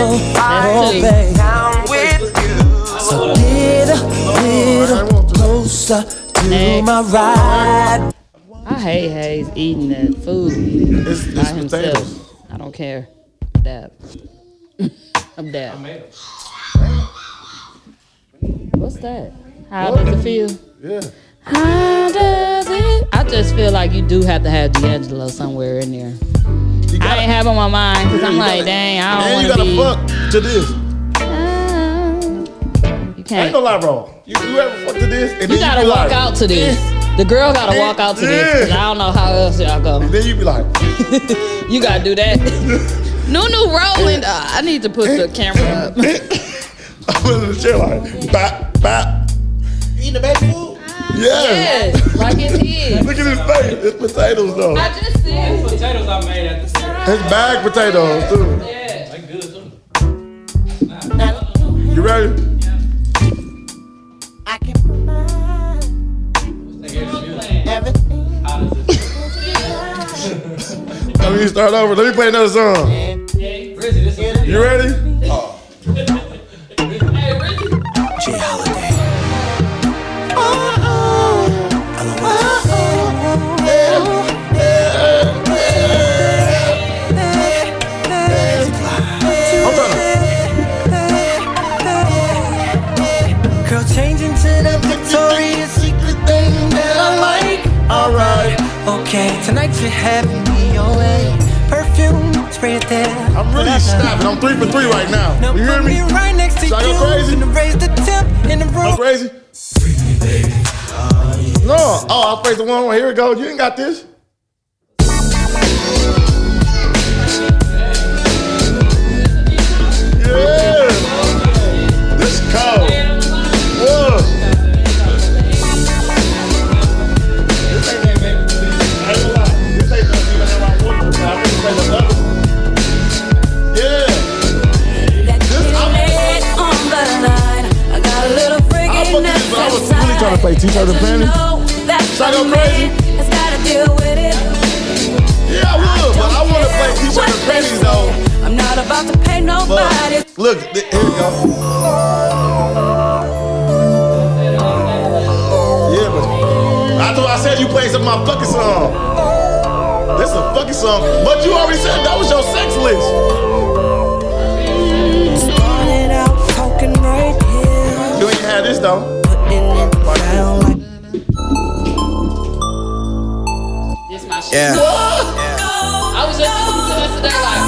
[SPEAKER 7] babe. So get a little closer to my ride.
[SPEAKER 2] I hate Hayes eating that food by himself. I don't care. Dab. I'm dab. What's that? How does it feel?
[SPEAKER 3] Yeah.
[SPEAKER 2] How does it? I just feel like you do have to have D'Angelo somewhere in there. I ain't have on my mind because I'm
[SPEAKER 3] You
[SPEAKER 2] like,
[SPEAKER 3] gotta-
[SPEAKER 2] dang, I
[SPEAKER 3] and
[SPEAKER 2] don't
[SPEAKER 3] you
[SPEAKER 2] want to
[SPEAKER 3] gotta
[SPEAKER 2] be.
[SPEAKER 3] fuck to this.
[SPEAKER 2] You
[SPEAKER 3] I ain't
[SPEAKER 2] can't.
[SPEAKER 3] gonna lie, bro. You, you ever fuck to this? And
[SPEAKER 2] You
[SPEAKER 3] then
[SPEAKER 2] gotta
[SPEAKER 3] you be
[SPEAKER 2] walk
[SPEAKER 3] like,
[SPEAKER 2] out to this. The girl gotta walk out to this because I don't know how else y'all go.
[SPEAKER 3] And then you be like,
[SPEAKER 2] You gotta do that. Nunu Roland, uh, I need to put the camera up.
[SPEAKER 3] I'm in the chair like, bap, bap.
[SPEAKER 1] Eating the baby food?
[SPEAKER 3] Yeah.
[SPEAKER 2] Yes, like it is.
[SPEAKER 3] Look at his face. It's potatoes though.
[SPEAKER 2] I just said
[SPEAKER 8] potatoes I made at the
[SPEAKER 3] It's bag potatoes too. You ready? Let me start over. Let me play another song. You ready?
[SPEAKER 7] Jay Holiday. I don't want to- Girl, change into that Victoria's Secret thing that I like. Alright, okay, tonight you're having me your way. Perfume spray it there.
[SPEAKER 3] I'm really snapping. I'm three for three right now.
[SPEAKER 7] Now
[SPEAKER 3] You hear
[SPEAKER 7] put
[SPEAKER 3] me?
[SPEAKER 7] me right next to
[SPEAKER 3] Should I go
[SPEAKER 7] you.
[SPEAKER 3] crazy?
[SPEAKER 7] Gonna raise the temp in the room.
[SPEAKER 3] Go crazy? No. Oh, I played the one. Here we go. You ain't got this. Yeah. This is cold. Whoa. This ain't that, baby. I ain't gonna lie. This ain't nothing even that I want, but I really play the other one. Yeah. I fucking this, but I was really trying to play T-shirt and panties. Should I go crazy? Yeah, I would, but I want to play T-shirt and panties though.
[SPEAKER 7] I'm not about to pay nobody.
[SPEAKER 3] But look, th- here we go. Yeah, but I thought I said you played some of my fucking song. This is a fucking song, but you already said that was your sex list.
[SPEAKER 7] Started out talking right here.
[SPEAKER 3] You ain't had this though.
[SPEAKER 2] this my shit.
[SPEAKER 7] Yeah.
[SPEAKER 2] I was just listening to this today, like,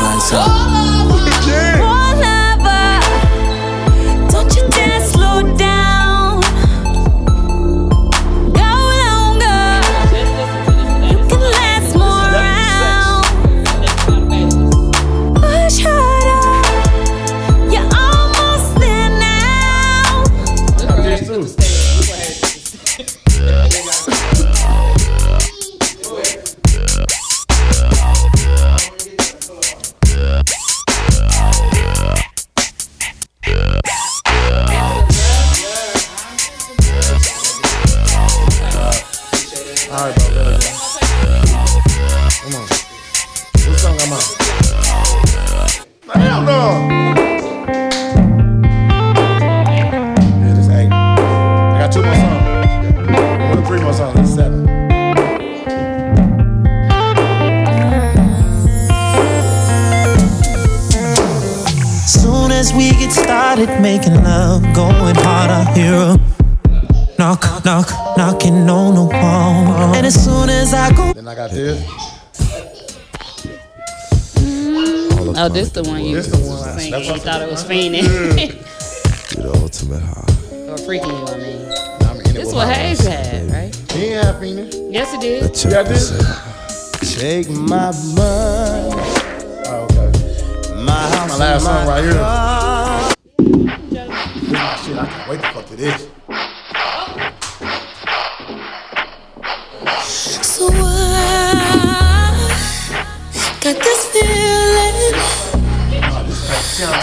[SPEAKER 7] Don't you dare slow down. Go longer. You
[SPEAKER 3] Sorry about that. Come on. What song am I? Hell no. Yeah, this ain't. I got two more songs. One or three more songs. That's seven.
[SPEAKER 15] Soon as we get started making love, going hard, I hear a knock, knock, knocking on the wall. And as soon as I go,
[SPEAKER 3] Then I got this.
[SPEAKER 2] Oh, this the one you
[SPEAKER 3] This
[SPEAKER 2] this
[SPEAKER 3] the one.
[SPEAKER 2] singing.
[SPEAKER 3] That's
[SPEAKER 2] You
[SPEAKER 3] what
[SPEAKER 2] thought it was fiending.
[SPEAKER 3] Yeah.
[SPEAKER 1] You the ultimate high.
[SPEAKER 2] or freaking you, I mean.
[SPEAKER 3] it
[SPEAKER 2] This
[SPEAKER 3] with
[SPEAKER 2] what
[SPEAKER 3] my
[SPEAKER 2] Hayes had, right?
[SPEAKER 3] He ain't have penis.
[SPEAKER 2] Yes, it did.
[SPEAKER 1] Check this out.
[SPEAKER 15] Take my money.
[SPEAKER 3] Oh, okay.
[SPEAKER 15] My house.
[SPEAKER 3] My last
[SPEAKER 15] and
[SPEAKER 3] song
[SPEAKER 15] my
[SPEAKER 3] right here.
[SPEAKER 15] car.
[SPEAKER 3] Ah, shit, I can't wait to fuck to this.
[SPEAKER 10] So I got this feeling you and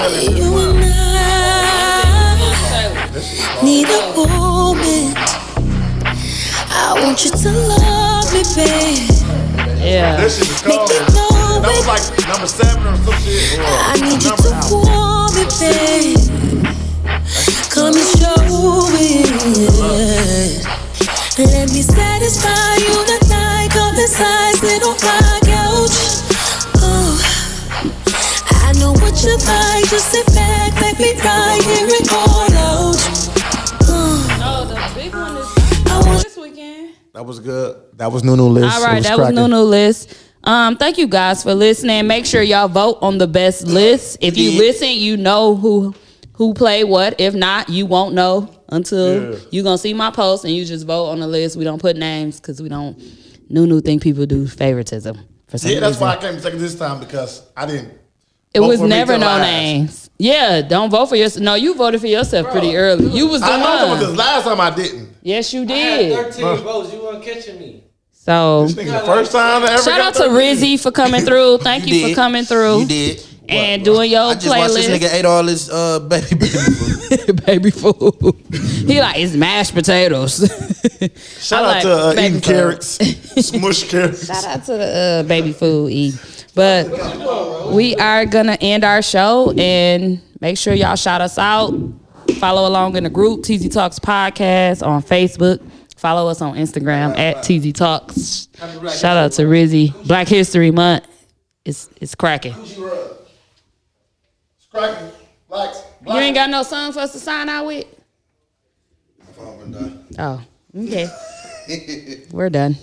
[SPEAKER 10] I need a moment. I want you to love me, babe.
[SPEAKER 2] Yeah.
[SPEAKER 3] This shit is cold. That was like number seven or some shit. Or
[SPEAKER 10] I need you
[SPEAKER 3] number
[SPEAKER 10] to warm me, babe. Come and show it. Let me satisfy you tonight. Come inside, sit on my couch. Oh, I know what you like. Just sit back, let me right here and all out. Oh,
[SPEAKER 2] the big one is this weekend.
[SPEAKER 3] That was good. That was Nunu List.
[SPEAKER 2] All right, that was no no list. Um, thank you guys for listening. Make sure y'all vote on the best list. If you listen, you know who who played what. If not, you won't know until
[SPEAKER 10] Yeah.
[SPEAKER 2] you gonna see my post and you just vote on the list. We don't put names because we don't. Nunu think people do favoritism for some
[SPEAKER 3] Yeah, that's
[SPEAKER 2] reason.
[SPEAKER 3] why I came second this time because I didn't.
[SPEAKER 2] It
[SPEAKER 3] vote
[SPEAKER 2] was
[SPEAKER 3] for me
[SPEAKER 2] never
[SPEAKER 3] till
[SPEAKER 2] no
[SPEAKER 3] last.
[SPEAKER 2] names. Yeah, don't vote for yourself. No, you voted for yourself pretty early. You was the
[SPEAKER 3] I know
[SPEAKER 2] one.
[SPEAKER 3] because last time I didn't.
[SPEAKER 2] Yes, you
[SPEAKER 8] I had
[SPEAKER 2] did.
[SPEAKER 8] 13 votes. You weren't catching me.
[SPEAKER 2] So
[SPEAKER 3] This nigga the first time I ever
[SPEAKER 2] shout
[SPEAKER 3] got
[SPEAKER 2] out to
[SPEAKER 3] 13.
[SPEAKER 2] Rizzy for coming through. Thank you,
[SPEAKER 3] You
[SPEAKER 2] for
[SPEAKER 3] did.
[SPEAKER 2] coming through.
[SPEAKER 3] You did.
[SPEAKER 2] And doing your
[SPEAKER 1] I just watched this
[SPEAKER 2] playlist.
[SPEAKER 1] nigga ate all his uh, baby baby food.
[SPEAKER 2] baby food. he like it's mashed potatoes.
[SPEAKER 3] Shout
[SPEAKER 2] I
[SPEAKER 3] out
[SPEAKER 2] like
[SPEAKER 3] to uh,
[SPEAKER 2] baby
[SPEAKER 3] eating
[SPEAKER 2] food.
[SPEAKER 3] carrots, smush carrots.
[SPEAKER 2] Shout out to the uh, baby food eat. But we are gonna end our show and make sure y'all shout us out. Follow along in the group TZ Talks Podcast on Facebook. Follow us on Instagram at TZ Talks. Shout out to Rizzy. Black History Month. It's it's cracking.
[SPEAKER 3] Cracking, blacks,
[SPEAKER 2] You ain't got no song for us to sign out with? Oh, okay. We're done.